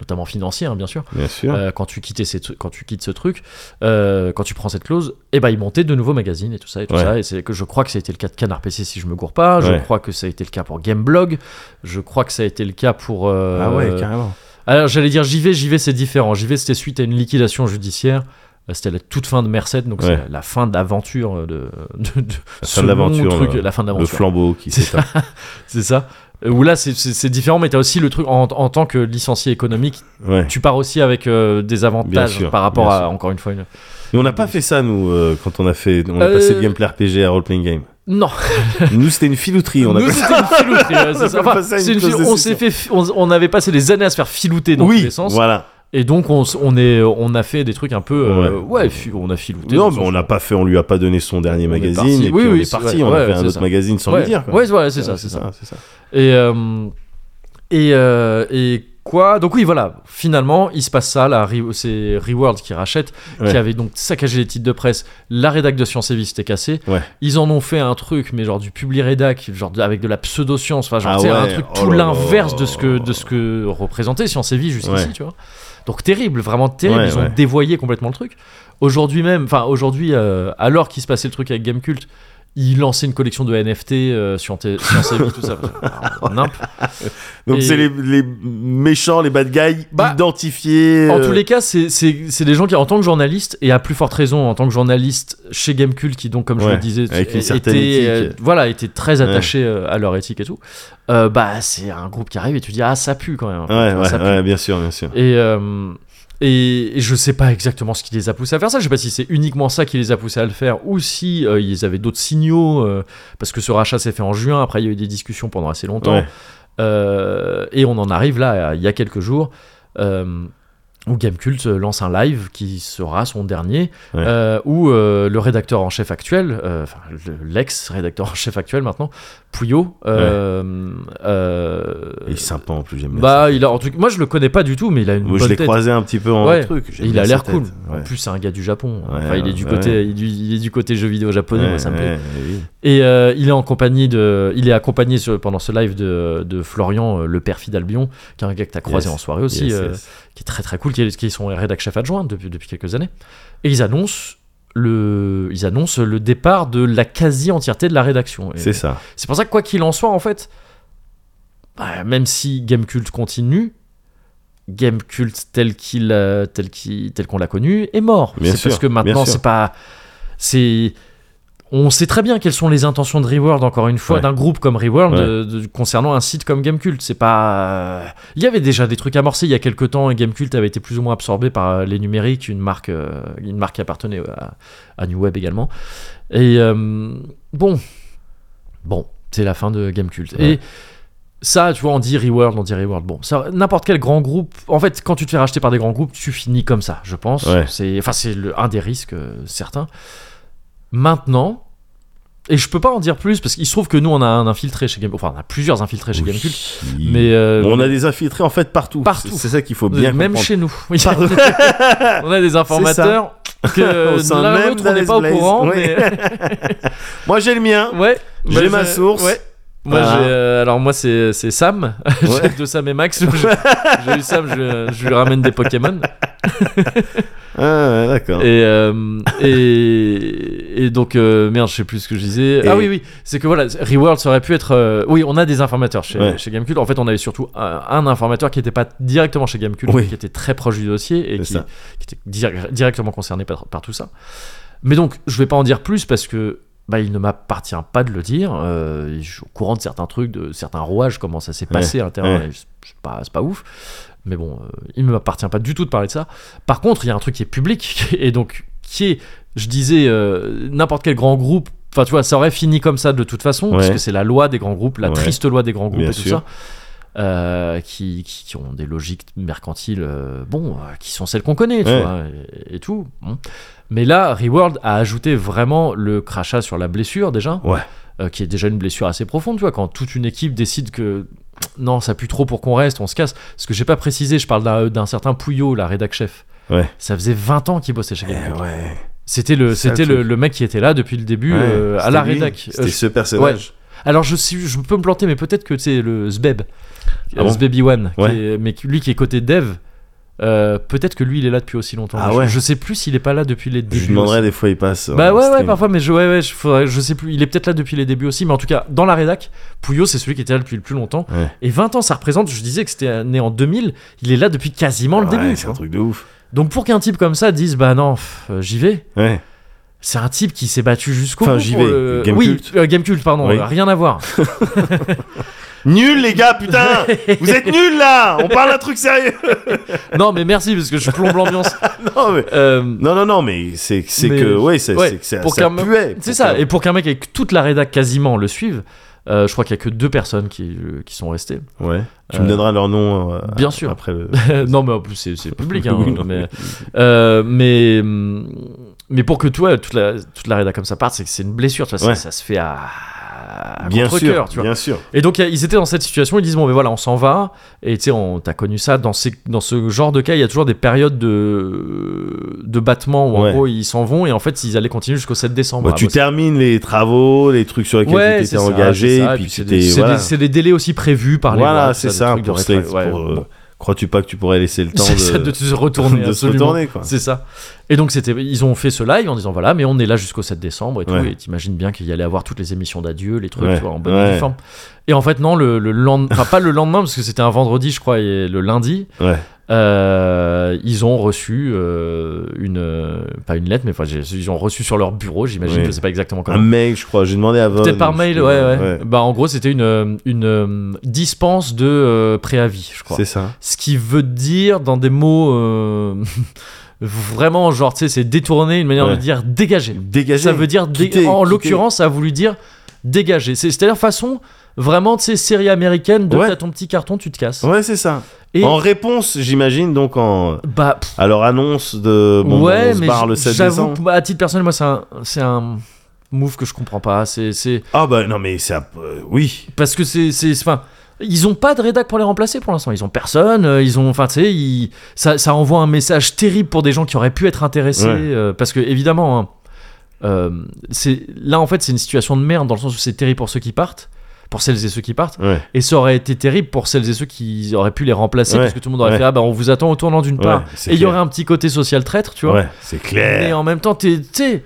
[SPEAKER 1] notamment financiers, hein, bien sûr.
[SPEAKER 2] Bien sûr.
[SPEAKER 1] Euh, quand tu quittais ces tru- quand tu quittes ce truc, euh, quand tu prends cette clause, et ben ils montaient de nouveaux magazines et tout ça et tout
[SPEAKER 2] Ouais.
[SPEAKER 1] ça. Et c'est que je crois que ça a été le cas de Canard PC si je me gourre pas. Je
[SPEAKER 2] Ouais.
[SPEAKER 1] crois que ça a été le cas pour Gameblog. Je crois que ça a été le cas pour. euh,
[SPEAKER 2] carrément.
[SPEAKER 1] alors j'allais dire JV, JV c'est différent. JV c'était suite à une liquidation judiciaire Euh, C'était la toute fin de Merced, donc
[SPEAKER 2] Ouais.
[SPEAKER 1] c'est la, la fin d'aventure euh, de, de, de
[SPEAKER 2] La
[SPEAKER 1] ce
[SPEAKER 2] fin euh, de l'aventure,
[SPEAKER 1] long truc,
[SPEAKER 2] le-
[SPEAKER 1] la fin de
[SPEAKER 2] Le
[SPEAKER 1] l'aventure.
[SPEAKER 2] flambeau qui
[SPEAKER 1] C'est
[SPEAKER 2] s'éteint.
[SPEAKER 1] C'est ça. Euh, Où là, c'est- c'est c'est différent, mais t'as aussi le truc en, en tant que licencié économique,
[SPEAKER 2] Ouais.
[SPEAKER 1] tu pars aussi avec euh, des
[SPEAKER 2] Bien
[SPEAKER 1] avantages
[SPEAKER 2] sûr,
[SPEAKER 1] par rapport
[SPEAKER 2] bien
[SPEAKER 1] à,
[SPEAKER 2] sûr.
[SPEAKER 1] encore une fois, une...
[SPEAKER 2] Mais on n'a pas fait ça, nous, euh, quand on a fait. On a
[SPEAKER 1] Euh,
[SPEAKER 2] passé de gameplay RPG à role-playing game.
[SPEAKER 1] Non,
[SPEAKER 2] Nous, c'était une filouterie. On
[SPEAKER 1] Nous,
[SPEAKER 2] appelle ça.
[SPEAKER 1] c'était une filouterie, ouais, c'est ça.
[SPEAKER 2] On appelle
[SPEAKER 1] Enfin,
[SPEAKER 2] ça une
[SPEAKER 1] c'est une
[SPEAKER 2] clause
[SPEAKER 1] fil-
[SPEAKER 2] de
[SPEAKER 1] on s'est fait, fi- on, on avait passé des années à se faire filouter dans tous
[SPEAKER 2] oui,
[SPEAKER 1] les sens,
[SPEAKER 2] voilà.
[SPEAKER 1] et donc on, s- on est, on a fait des trucs un peu, euh,
[SPEAKER 2] Ouais.
[SPEAKER 1] ouais, fi- on a filouté.
[SPEAKER 2] Non,
[SPEAKER 1] dans
[SPEAKER 2] mais
[SPEAKER 1] le
[SPEAKER 2] on
[SPEAKER 1] sens-
[SPEAKER 2] n'a pas fait, on lui a pas donné son dernier
[SPEAKER 1] On est
[SPEAKER 2] magazine,
[SPEAKER 1] parti.
[SPEAKER 2] et puis
[SPEAKER 1] Oui,
[SPEAKER 2] on
[SPEAKER 1] oui,
[SPEAKER 2] est
[SPEAKER 1] c'est
[SPEAKER 2] parti,
[SPEAKER 1] vrai.
[SPEAKER 2] on a
[SPEAKER 1] Ouais,
[SPEAKER 2] fait un
[SPEAKER 1] c'est
[SPEAKER 2] autre
[SPEAKER 1] ça.
[SPEAKER 2] magazine sans
[SPEAKER 1] ouais.
[SPEAKER 2] lui dire. quoi.
[SPEAKER 1] Ouais, voilà, c'est
[SPEAKER 2] Ouais,
[SPEAKER 1] ça, c'est ça.
[SPEAKER 2] Euh, c'est ça.
[SPEAKER 1] Et, euh, et, euh, et quoi Donc oui, voilà, finalement, il se passe ça, là, Re- c'est Reworld qui rachète,
[SPEAKER 2] Ouais.
[SPEAKER 1] qui avait donc saccagé les titres de presse, la rédac de Science et Vie s'était cassée,
[SPEAKER 2] Ouais.
[SPEAKER 1] ils en ont fait un truc, mais genre du publi-rédac, genre de- avec de la pseudo-science, enfin genre
[SPEAKER 2] Ah
[SPEAKER 1] tu sais, un
[SPEAKER 2] ouais,
[SPEAKER 1] truc
[SPEAKER 2] oh
[SPEAKER 1] tout
[SPEAKER 2] là là.
[SPEAKER 1] l'inverse de ce, que, de ce que représentait Science et Vie jusqu'ici,
[SPEAKER 2] Ouais.
[SPEAKER 1] tu vois donc terrible, vraiment terrible,
[SPEAKER 2] Ouais,
[SPEAKER 1] ils ont
[SPEAKER 2] ouais.
[SPEAKER 1] dévoyé complètement le truc. Aujourd'hui même, enfin aujourd'hui, euh, alors qu'il se passait le truc avec Gamecult, il lançait une collection de NFT euh, sur, tes- sur ses tout ça. Alors, nimp.
[SPEAKER 2] Donc
[SPEAKER 1] Et-
[SPEAKER 2] c'est les, les méchants, les bad guys
[SPEAKER 1] Bah,
[SPEAKER 2] identifiés.
[SPEAKER 1] En
[SPEAKER 2] euh,
[SPEAKER 1] tous les cas, c'est- c'est c'est des gens qui, en tant que journaliste, et à plus forte raison, en tant que journaliste chez Gamecult, qui donc, comme je
[SPEAKER 2] Ouais,
[SPEAKER 1] le disais,
[SPEAKER 2] avec une
[SPEAKER 1] é-
[SPEAKER 2] certaine
[SPEAKER 1] étaient,
[SPEAKER 2] éthique.
[SPEAKER 1] euh, voilà, étaient très
[SPEAKER 2] Ouais.
[SPEAKER 1] attachés euh, à leur éthique et tout, euh, bah c'est un groupe qui arrive et tu dis, ah ça pue quand même.
[SPEAKER 2] Ouais,
[SPEAKER 1] Tu vois,
[SPEAKER 2] ouais,
[SPEAKER 1] ça pue.
[SPEAKER 2] ouais, bien sûr, bien sûr.
[SPEAKER 1] Et, euh, et, et je sais pas exactement ce qui les a poussés à faire ça. Je sais pas si c'est uniquement ça qui les a poussés à le faire ou si euh, ils avaient d'autres signaux. euh, parce que ce rachat s'est fait en juin. Après, il y a eu des discussions pendant assez longtemps.
[SPEAKER 2] Ouais.
[SPEAKER 1] Euh, et on en arrive là, à- il y a quelques jours. euh, où Gamecult euh, lance un live qui sera son dernier,
[SPEAKER 2] Ouais.
[SPEAKER 1] euh, où euh, le rédacteur en chef actuel, euh, enfin le- l'ex-rédacteur en chef actuel maintenant, Pouillot, euh, euh,
[SPEAKER 2] Il est sympa en plus, j'aime bien. ça.
[SPEAKER 1] bah, il a en tout cas- moi je le connais pas du tout, mais il a une
[SPEAKER 2] Moi,
[SPEAKER 1] bonne
[SPEAKER 2] je l'ai
[SPEAKER 1] tête.
[SPEAKER 2] croisé un petit peu en
[SPEAKER 1] Ouais.
[SPEAKER 2] truc. j'aime
[SPEAKER 1] Et il
[SPEAKER 2] bien
[SPEAKER 1] a
[SPEAKER 2] sa
[SPEAKER 1] l'air
[SPEAKER 2] tête.
[SPEAKER 1] cool.
[SPEAKER 2] Ouais.
[SPEAKER 1] En plus, c'est un gars du Japon.
[SPEAKER 2] Ouais,
[SPEAKER 1] enfin, il est du
[SPEAKER 2] ouais,
[SPEAKER 1] côté,
[SPEAKER 2] ouais.
[SPEAKER 1] il, il est du côté jeux vidéo japonais.
[SPEAKER 2] Ouais,
[SPEAKER 1] moi, ça me plaît.
[SPEAKER 2] ouais, oui.
[SPEAKER 1] Et euh, il est en compagnie de, il est accompagné sur- pendant ce live de, de Florian, euh, le perfide Albion, qui est un gars que t'as croisé
[SPEAKER 2] Yes.
[SPEAKER 1] en soirée aussi,
[SPEAKER 2] Yes,
[SPEAKER 1] euh,
[SPEAKER 2] yes.
[SPEAKER 1] qui est très très cool, qui est, qui est son rédac chef adjoint depuis depuis quelques années. Et ils annoncent le, ils annoncent le départ de la quasi entièreté de la rédaction. Et-
[SPEAKER 2] C'est ça.
[SPEAKER 1] c'est pour ça que quoi qu'il en soit, en fait, bah, même si Gamecult continue, Gamecult tel qu'il euh, tel qui tel qu'on l'a connu est mort.
[SPEAKER 2] Bien
[SPEAKER 1] C'est
[SPEAKER 2] sûr,
[SPEAKER 1] parce que
[SPEAKER 2] bien
[SPEAKER 1] maintenant
[SPEAKER 2] sûr.
[SPEAKER 1] c'est pas c'est on sait très bien quelles sont les intentions de Reworld encore une fois
[SPEAKER 2] Ouais.
[SPEAKER 1] d'un groupe comme Reworld
[SPEAKER 2] Ouais.
[SPEAKER 1] euh, de- concernant un site comme Gamecult. C'est pas euh, il y avait déjà des trucs amorcés il y a quelques temps et Gamecult avait été plus ou moins absorbé par euh, les numériques, une marque euh, une marque qui appartenait à, à New Web également. Et euh, bon, bon, c'est la fin de Gamecult.
[SPEAKER 2] Ouais.
[SPEAKER 1] Et ça, tu vois, on dit Reworld, on dit Reworld. Bon, ça, n'importe quel grand groupe. En fait, quand tu te fais racheter par des grands groupes, tu finis comme ça, je pense.
[SPEAKER 2] Ouais.
[SPEAKER 1] C'est, enfin, c'est le- un des risques euh, certains. Maintenant. Et je peux pas en dire plus parce qu'il se trouve que nous on a un infiltré chez Game, enfin on a plusieurs infiltrés chez
[SPEAKER 2] Oui.
[SPEAKER 1] Gamecult, mais euh,
[SPEAKER 2] on a des infiltrés en fait partout.
[SPEAKER 1] Partout.
[SPEAKER 2] C'est c'est ça qu'il faut bien
[SPEAKER 1] même
[SPEAKER 2] comprendre.
[SPEAKER 1] chez nous, Oui. on a des informateurs que
[SPEAKER 2] Au sein
[SPEAKER 1] l'un
[SPEAKER 2] même
[SPEAKER 1] ou l'autre on n'est
[SPEAKER 2] d'Alex
[SPEAKER 1] pas au
[SPEAKER 2] Blaze.
[SPEAKER 1] courant.
[SPEAKER 2] Oui.
[SPEAKER 1] mais-
[SPEAKER 2] Moi j'ai le mien.
[SPEAKER 1] Ouais.
[SPEAKER 2] J'ai
[SPEAKER 1] bah,
[SPEAKER 2] ma
[SPEAKER 1] je-
[SPEAKER 2] source.
[SPEAKER 1] ouais. Moi,
[SPEAKER 2] Voilà.
[SPEAKER 1] j'ai, euh, alors moi c'est, c'est Sam,
[SPEAKER 2] Ouais.
[SPEAKER 1] de Sam et Max. Je- J'ai eu Sam, je, je lui ramène des Pokémon.
[SPEAKER 2] Ah, ouais, d'accord.
[SPEAKER 1] Et, euh, et, et donc euh, merde, je sais plus ce que je disais.
[SPEAKER 2] Et-
[SPEAKER 1] Ah oui oui, c'est que voilà, Reworld ça aurait pu être. euh, Oui, on a des informateurs chez,
[SPEAKER 2] Ouais.
[SPEAKER 1] chez Gamecube. En fait, on avait surtout un, un informateur qui n'était pas directement chez Gamecube,
[SPEAKER 2] Oui.
[SPEAKER 1] qui était très proche du dossier et
[SPEAKER 2] C'est
[SPEAKER 1] qui,
[SPEAKER 2] ça.
[SPEAKER 1] qui était dir- directement concerné par, par tout ça. Mais donc, je vais pas en dire plus parce que bah, il ne m'appartient pas de le dire. Euh, je suis au courant de certains trucs, de certains rouages, comment ça s'est passé à l'intérieur.
[SPEAKER 2] ouais.
[SPEAKER 1] et C'est c'est pas, c'est pas ouf. Mais bon, euh, il ne m'appartient pas du tout de parler de ça. Par contre, il y a un truc qui est public et donc qui est, je disais, euh, n'importe quel grand groupe. Enfin, tu vois, ça aurait fini comme ça de toute façon,
[SPEAKER 2] Ouais.
[SPEAKER 1] parce que c'est la loi des grands groupes, la
[SPEAKER 2] Ouais.
[SPEAKER 1] triste loi des grands groupes
[SPEAKER 2] Bien
[SPEAKER 1] et tout
[SPEAKER 2] sûr.
[SPEAKER 1] ça, euh, qui, qui, qui ont des logiques mercantiles, euh, bon, euh, qui sont celles qu'on connaît, tu
[SPEAKER 2] Ouais.
[SPEAKER 1] vois, et, et tout. bon. Mais là, Reworld a ajouté vraiment le crachat sur la blessure déjà,
[SPEAKER 2] Ouais.
[SPEAKER 1] euh, qui est déjà une blessure assez profonde, tu vois, quand toute une équipe décide que non, ça pue trop pour qu'on reste, on se casse. Ce que j'ai pas précisé, je parle d'un- euh, d'un certain Pouillot, la rédac chef.
[SPEAKER 2] Ouais.
[SPEAKER 1] Ça faisait 20 ans qu'il bossait chez
[SPEAKER 2] Eh
[SPEAKER 1] Gamecube.
[SPEAKER 2] ouais.
[SPEAKER 1] C'était le,
[SPEAKER 2] C'est ça,
[SPEAKER 1] c'était
[SPEAKER 2] le
[SPEAKER 1] le, le mec qui était là depuis le début
[SPEAKER 2] Ouais,
[SPEAKER 1] euh, à
[SPEAKER 2] c'était
[SPEAKER 1] la
[SPEAKER 2] lui.
[SPEAKER 1] rédac.
[SPEAKER 2] C'était
[SPEAKER 1] Euh,
[SPEAKER 2] ce personnage.
[SPEAKER 1] alors je, sais- je peux me planter, mais peut-être que c'est le Zbeb,
[SPEAKER 2] Ah bon
[SPEAKER 1] Zbebi One, qui
[SPEAKER 2] Ouais.
[SPEAKER 1] est- mais qui- lui qui est côté dev. euh, peut-être que lui il est là depuis aussi longtemps.
[SPEAKER 2] Ah
[SPEAKER 1] Je-
[SPEAKER 2] ouais.
[SPEAKER 1] Je, sais plus s'il est pas là depuis les
[SPEAKER 2] Je
[SPEAKER 1] débuts.
[SPEAKER 2] lui
[SPEAKER 1] aussi.
[SPEAKER 2] demanderai des fois il passe.
[SPEAKER 1] Bah
[SPEAKER 2] en
[SPEAKER 1] ouais, ouais,
[SPEAKER 2] stream.
[SPEAKER 1] parfois, mais je, ouais, ouais, je, faudrait- je sais plus. Il est peut-être là depuis les débuts aussi, mais en tout cas, dans la rédac, Pouillot, c'est celui qui était là depuis le plus longtemps.
[SPEAKER 2] Ouais.
[SPEAKER 1] Et 20 ans, ça représente, je disais que c'était né en 2000, il est là depuis quasiment le
[SPEAKER 2] Ouais,
[SPEAKER 1] début. tu
[SPEAKER 2] C'est un
[SPEAKER 1] vois.
[SPEAKER 2] truc de ouf.
[SPEAKER 1] Donc pour qu'un type comme ça dise bah non, pff, euh, j'y vais,
[SPEAKER 2] Ouais.
[SPEAKER 1] c'est un type qui s'est battu jusqu'au
[SPEAKER 2] Enfin,
[SPEAKER 1] bout
[SPEAKER 2] j'y
[SPEAKER 1] pour
[SPEAKER 2] vais.
[SPEAKER 1] le-
[SPEAKER 2] Game
[SPEAKER 1] oui,
[SPEAKER 2] Cult.
[SPEAKER 1] euh, Game Cult, pardon,
[SPEAKER 2] Oui.
[SPEAKER 1] euh, rien à voir.
[SPEAKER 2] Nul les gars, putain Vous êtes nuls là On parle d'un truc sérieux
[SPEAKER 1] non, mais merci parce que je plombe l'ambiance.
[SPEAKER 2] Non mais
[SPEAKER 1] Euh,
[SPEAKER 2] non non non mais c'est c'est
[SPEAKER 1] Mais-
[SPEAKER 2] que ouais c'est
[SPEAKER 1] ouais,
[SPEAKER 2] c'est que ça,
[SPEAKER 1] pour
[SPEAKER 2] ça
[SPEAKER 1] qu'un me-
[SPEAKER 2] puait.
[SPEAKER 1] c'est
[SPEAKER 2] Pour
[SPEAKER 1] ça.
[SPEAKER 2] qu'un-
[SPEAKER 1] Et pour qu'un mec avec toute la rédac quasiment le suive, euh, je crois qu'il y a que deux personnes qui, euh, qui sont restées.
[SPEAKER 2] Ouais. Tu
[SPEAKER 1] Euh,
[SPEAKER 2] me donneras leur nom euh,
[SPEAKER 1] bien sûr.
[SPEAKER 2] après le
[SPEAKER 1] non, mais en plus, c'est c'est public. hein,
[SPEAKER 2] Oui, non,
[SPEAKER 1] mais, euh, mais, mm, mais pour que toi, toute la, toute la rédac comme ça parte, c'est que c'est une blessure. Tu vois, ça-
[SPEAKER 2] Ouais.
[SPEAKER 1] ça, se fait à. à
[SPEAKER 2] Bien sûr,
[SPEAKER 1] contre-cœur, tu vois.
[SPEAKER 2] bien sûr.
[SPEAKER 1] Et donc y a- ils étaient dans cette situation, ils disent bon mais voilà on s'en va, et tu sais on- t'as connu ça, dans, ces- dans ce genre de cas il y a toujours des périodes de, de battement où en
[SPEAKER 2] Ouais.
[SPEAKER 1] gros ils s'en vont et en fait ils allaient continuer jusqu'au 7 décembre.
[SPEAKER 2] Bah,
[SPEAKER 1] à
[SPEAKER 2] tu
[SPEAKER 1] bosser.
[SPEAKER 2] termines les travaux, les trucs sur lesquels
[SPEAKER 1] Ouais,
[SPEAKER 2] tu
[SPEAKER 1] c'est
[SPEAKER 2] t'étais
[SPEAKER 1] ça,
[SPEAKER 2] engagé,
[SPEAKER 1] c'est ça,
[SPEAKER 2] et puis
[SPEAKER 1] c'est
[SPEAKER 2] tu
[SPEAKER 1] des,
[SPEAKER 2] t'es
[SPEAKER 1] c'est
[SPEAKER 2] voilà,
[SPEAKER 1] des- c'est des délais aussi prévus par les
[SPEAKER 2] Voilà,
[SPEAKER 1] lois, tout
[SPEAKER 2] c'est
[SPEAKER 1] des
[SPEAKER 2] ça
[SPEAKER 1] trucs de
[SPEAKER 2] pour, se-
[SPEAKER 1] rétré- ouais,
[SPEAKER 2] pour, euh,
[SPEAKER 1] bon.
[SPEAKER 2] crois-tu pas que tu pourrais laisser le temps
[SPEAKER 1] C'est ça,
[SPEAKER 2] de,
[SPEAKER 1] de se retourner
[SPEAKER 2] de se
[SPEAKER 1] absolument.
[SPEAKER 2] retourner quoi.
[SPEAKER 1] C'est ça. Et donc c'était, ils ont fait ce live en disant voilà, mais on est là jusqu'au 7 décembre et tout.
[SPEAKER 2] Ouais.
[SPEAKER 1] Et t'imagines bien qu'il y allait avoir toutes les émissions d'adieu, les trucs,
[SPEAKER 2] Ouais.
[SPEAKER 1] tu vois, en bonne
[SPEAKER 2] Ouais.
[SPEAKER 1] et due forme. Et en fait non, le, le lendemain, enfin pas le lendemain parce que c'était un vendredi, je crois, et le lundi,
[SPEAKER 2] Ouais.
[SPEAKER 1] euh, ils ont reçu euh, une, euh, pas une lettre, mais enfin j'ai- ils ont reçu sur leur bureau, j'imagine,
[SPEAKER 2] Ouais.
[SPEAKER 1] je sais pas exactement
[SPEAKER 2] Un
[SPEAKER 1] comment.
[SPEAKER 2] mail, je crois, j'ai demandé à Von,
[SPEAKER 1] Peut-être par
[SPEAKER 2] je-
[SPEAKER 1] mail, ouais, ouais. Bah en gros c'était une, euh, une euh, dispense de euh, préavis, je crois.
[SPEAKER 2] C'est ça.
[SPEAKER 1] Ce qui veut dire, dans des mots euh, vraiment, genre, tu sais, c'est détourner, une manière de
[SPEAKER 2] Ouais.
[SPEAKER 1] dire dégager.
[SPEAKER 2] Dégager.
[SPEAKER 1] Ça veut dire, dé-
[SPEAKER 2] quitter,
[SPEAKER 1] en
[SPEAKER 2] quitter.
[SPEAKER 1] l'occurrence, ça a voulu dire dégager. C'est- C'est-à-dire façon vraiment, tu sais, série américaine de
[SPEAKER 2] Ouais.
[SPEAKER 1] t'as ton petit carton, tu te casses.
[SPEAKER 2] Ouais, c'est ça.
[SPEAKER 1] Et
[SPEAKER 2] En réponse, j'imagine donc en
[SPEAKER 1] bah, pff,
[SPEAKER 2] à leur annonce de bon, bah,
[SPEAKER 1] ouais,
[SPEAKER 2] on se
[SPEAKER 1] mais
[SPEAKER 2] barre le
[SPEAKER 1] j-
[SPEAKER 2] 7
[SPEAKER 1] j'avoue,
[SPEAKER 2] décembre.
[SPEAKER 1] que, bah, à titre personnel, moi, c'est un, c'est un move que je comprends pas. C'est c'est-
[SPEAKER 2] Ah bah non mais ça euh, oui.
[SPEAKER 1] parce que c'est, c'est, c'est- enfin. Ils ont pas de rédac pour les remplacer pour l'instant. Ils ont personne. euh, Ils ont, enfin, tu sais, ils- ça, ça envoie un message terrible pour des gens qui auraient pu être intéressés.
[SPEAKER 2] Ouais.
[SPEAKER 1] euh, parce que évidemment, hein, euh, c'est là en fait, c'est une situation de merde dans le sens où c'est terrible pour ceux qui partent, pour celles et ceux qui partent,
[SPEAKER 2] Ouais.
[SPEAKER 1] et ça aurait été terrible pour celles et ceux qui auraient pu les remplacer
[SPEAKER 2] Ouais.
[SPEAKER 1] parce que tout le monde aurait
[SPEAKER 2] Ouais.
[SPEAKER 1] fait ah bah on vous attend au tournant d'une part.
[SPEAKER 2] Ouais, c'est
[SPEAKER 1] et il y
[SPEAKER 2] clair.
[SPEAKER 1] aurait un petit côté social traître, tu vois.
[SPEAKER 2] Ouais, c'est
[SPEAKER 1] Mais
[SPEAKER 2] clair.
[SPEAKER 1] en même temps, t'es- tu sais,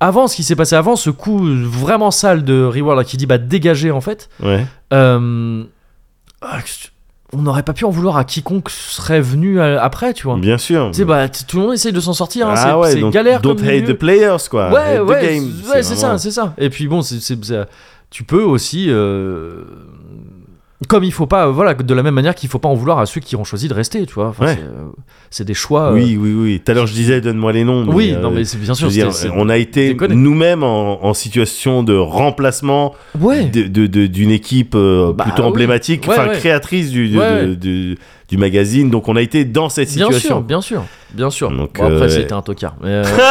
[SPEAKER 1] avant ce qui s'est passé avant, ce coup vraiment sale de Reward là, qui dit bah dégagez en fait.
[SPEAKER 2] Ouais.
[SPEAKER 1] Euh, ah, qu'est-ce que- on n'aurait pas pu en vouloir à quiconque serait venu à- après, tu vois.
[SPEAKER 2] Bien sûr.
[SPEAKER 1] Tu sais, bah, t- tout le monde essaye de s'en sortir, hein, c'est-
[SPEAKER 2] ah ouais,
[SPEAKER 1] c'est
[SPEAKER 2] donc
[SPEAKER 1] galère.
[SPEAKER 2] don't
[SPEAKER 1] comme
[SPEAKER 2] hate
[SPEAKER 1] milieu.
[SPEAKER 2] the players quoi.
[SPEAKER 1] ouais,
[SPEAKER 2] Hate the
[SPEAKER 1] ouais,
[SPEAKER 2] game.
[SPEAKER 1] c'est- ouais, c'est
[SPEAKER 2] vraiment-
[SPEAKER 1] ça, c'est ça. Et puis bon, c'est- c'est- c'est- tu peux aussi, euh, comme il faut pas, voilà, de la même manière qu'il faut pas en vouloir à ceux qui ont choisi de rester, tu vois. Enfin,
[SPEAKER 2] Ouais.
[SPEAKER 1] c'est, euh, C'est des choix. euh,
[SPEAKER 2] Oui, oui, oui. Tout à l'heure, je disais, donne-moi les noms.
[SPEAKER 1] oui,
[SPEAKER 2] euh,
[SPEAKER 1] non mais c'est bien
[SPEAKER 2] je veux
[SPEAKER 1] sûr.
[SPEAKER 2] dire,
[SPEAKER 1] c'est- c'est-
[SPEAKER 2] on a été
[SPEAKER 1] déconner.
[SPEAKER 2] nous-mêmes en, en situation de remplacement
[SPEAKER 1] Ouais.
[SPEAKER 2] de- de- de- d'une équipe euh,
[SPEAKER 1] Bah
[SPEAKER 2] plutôt
[SPEAKER 1] oui.
[SPEAKER 2] emblématique,
[SPEAKER 1] Ouais,
[SPEAKER 2] enfin
[SPEAKER 1] ouais.
[SPEAKER 2] créatrice du, du,
[SPEAKER 1] Ouais,
[SPEAKER 2] de- du- du magazine. Donc on a été dans cette
[SPEAKER 1] Bien sûr,
[SPEAKER 2] situation.
[SPEAKER 1] bien sûr, bien sûr.
[SPEAKER 2] Donc,
[SPEAKER 1] Bon, après,
[SPEAKER 2] euh,
[SPEAKER 1] c'était un tocard. mais, euh,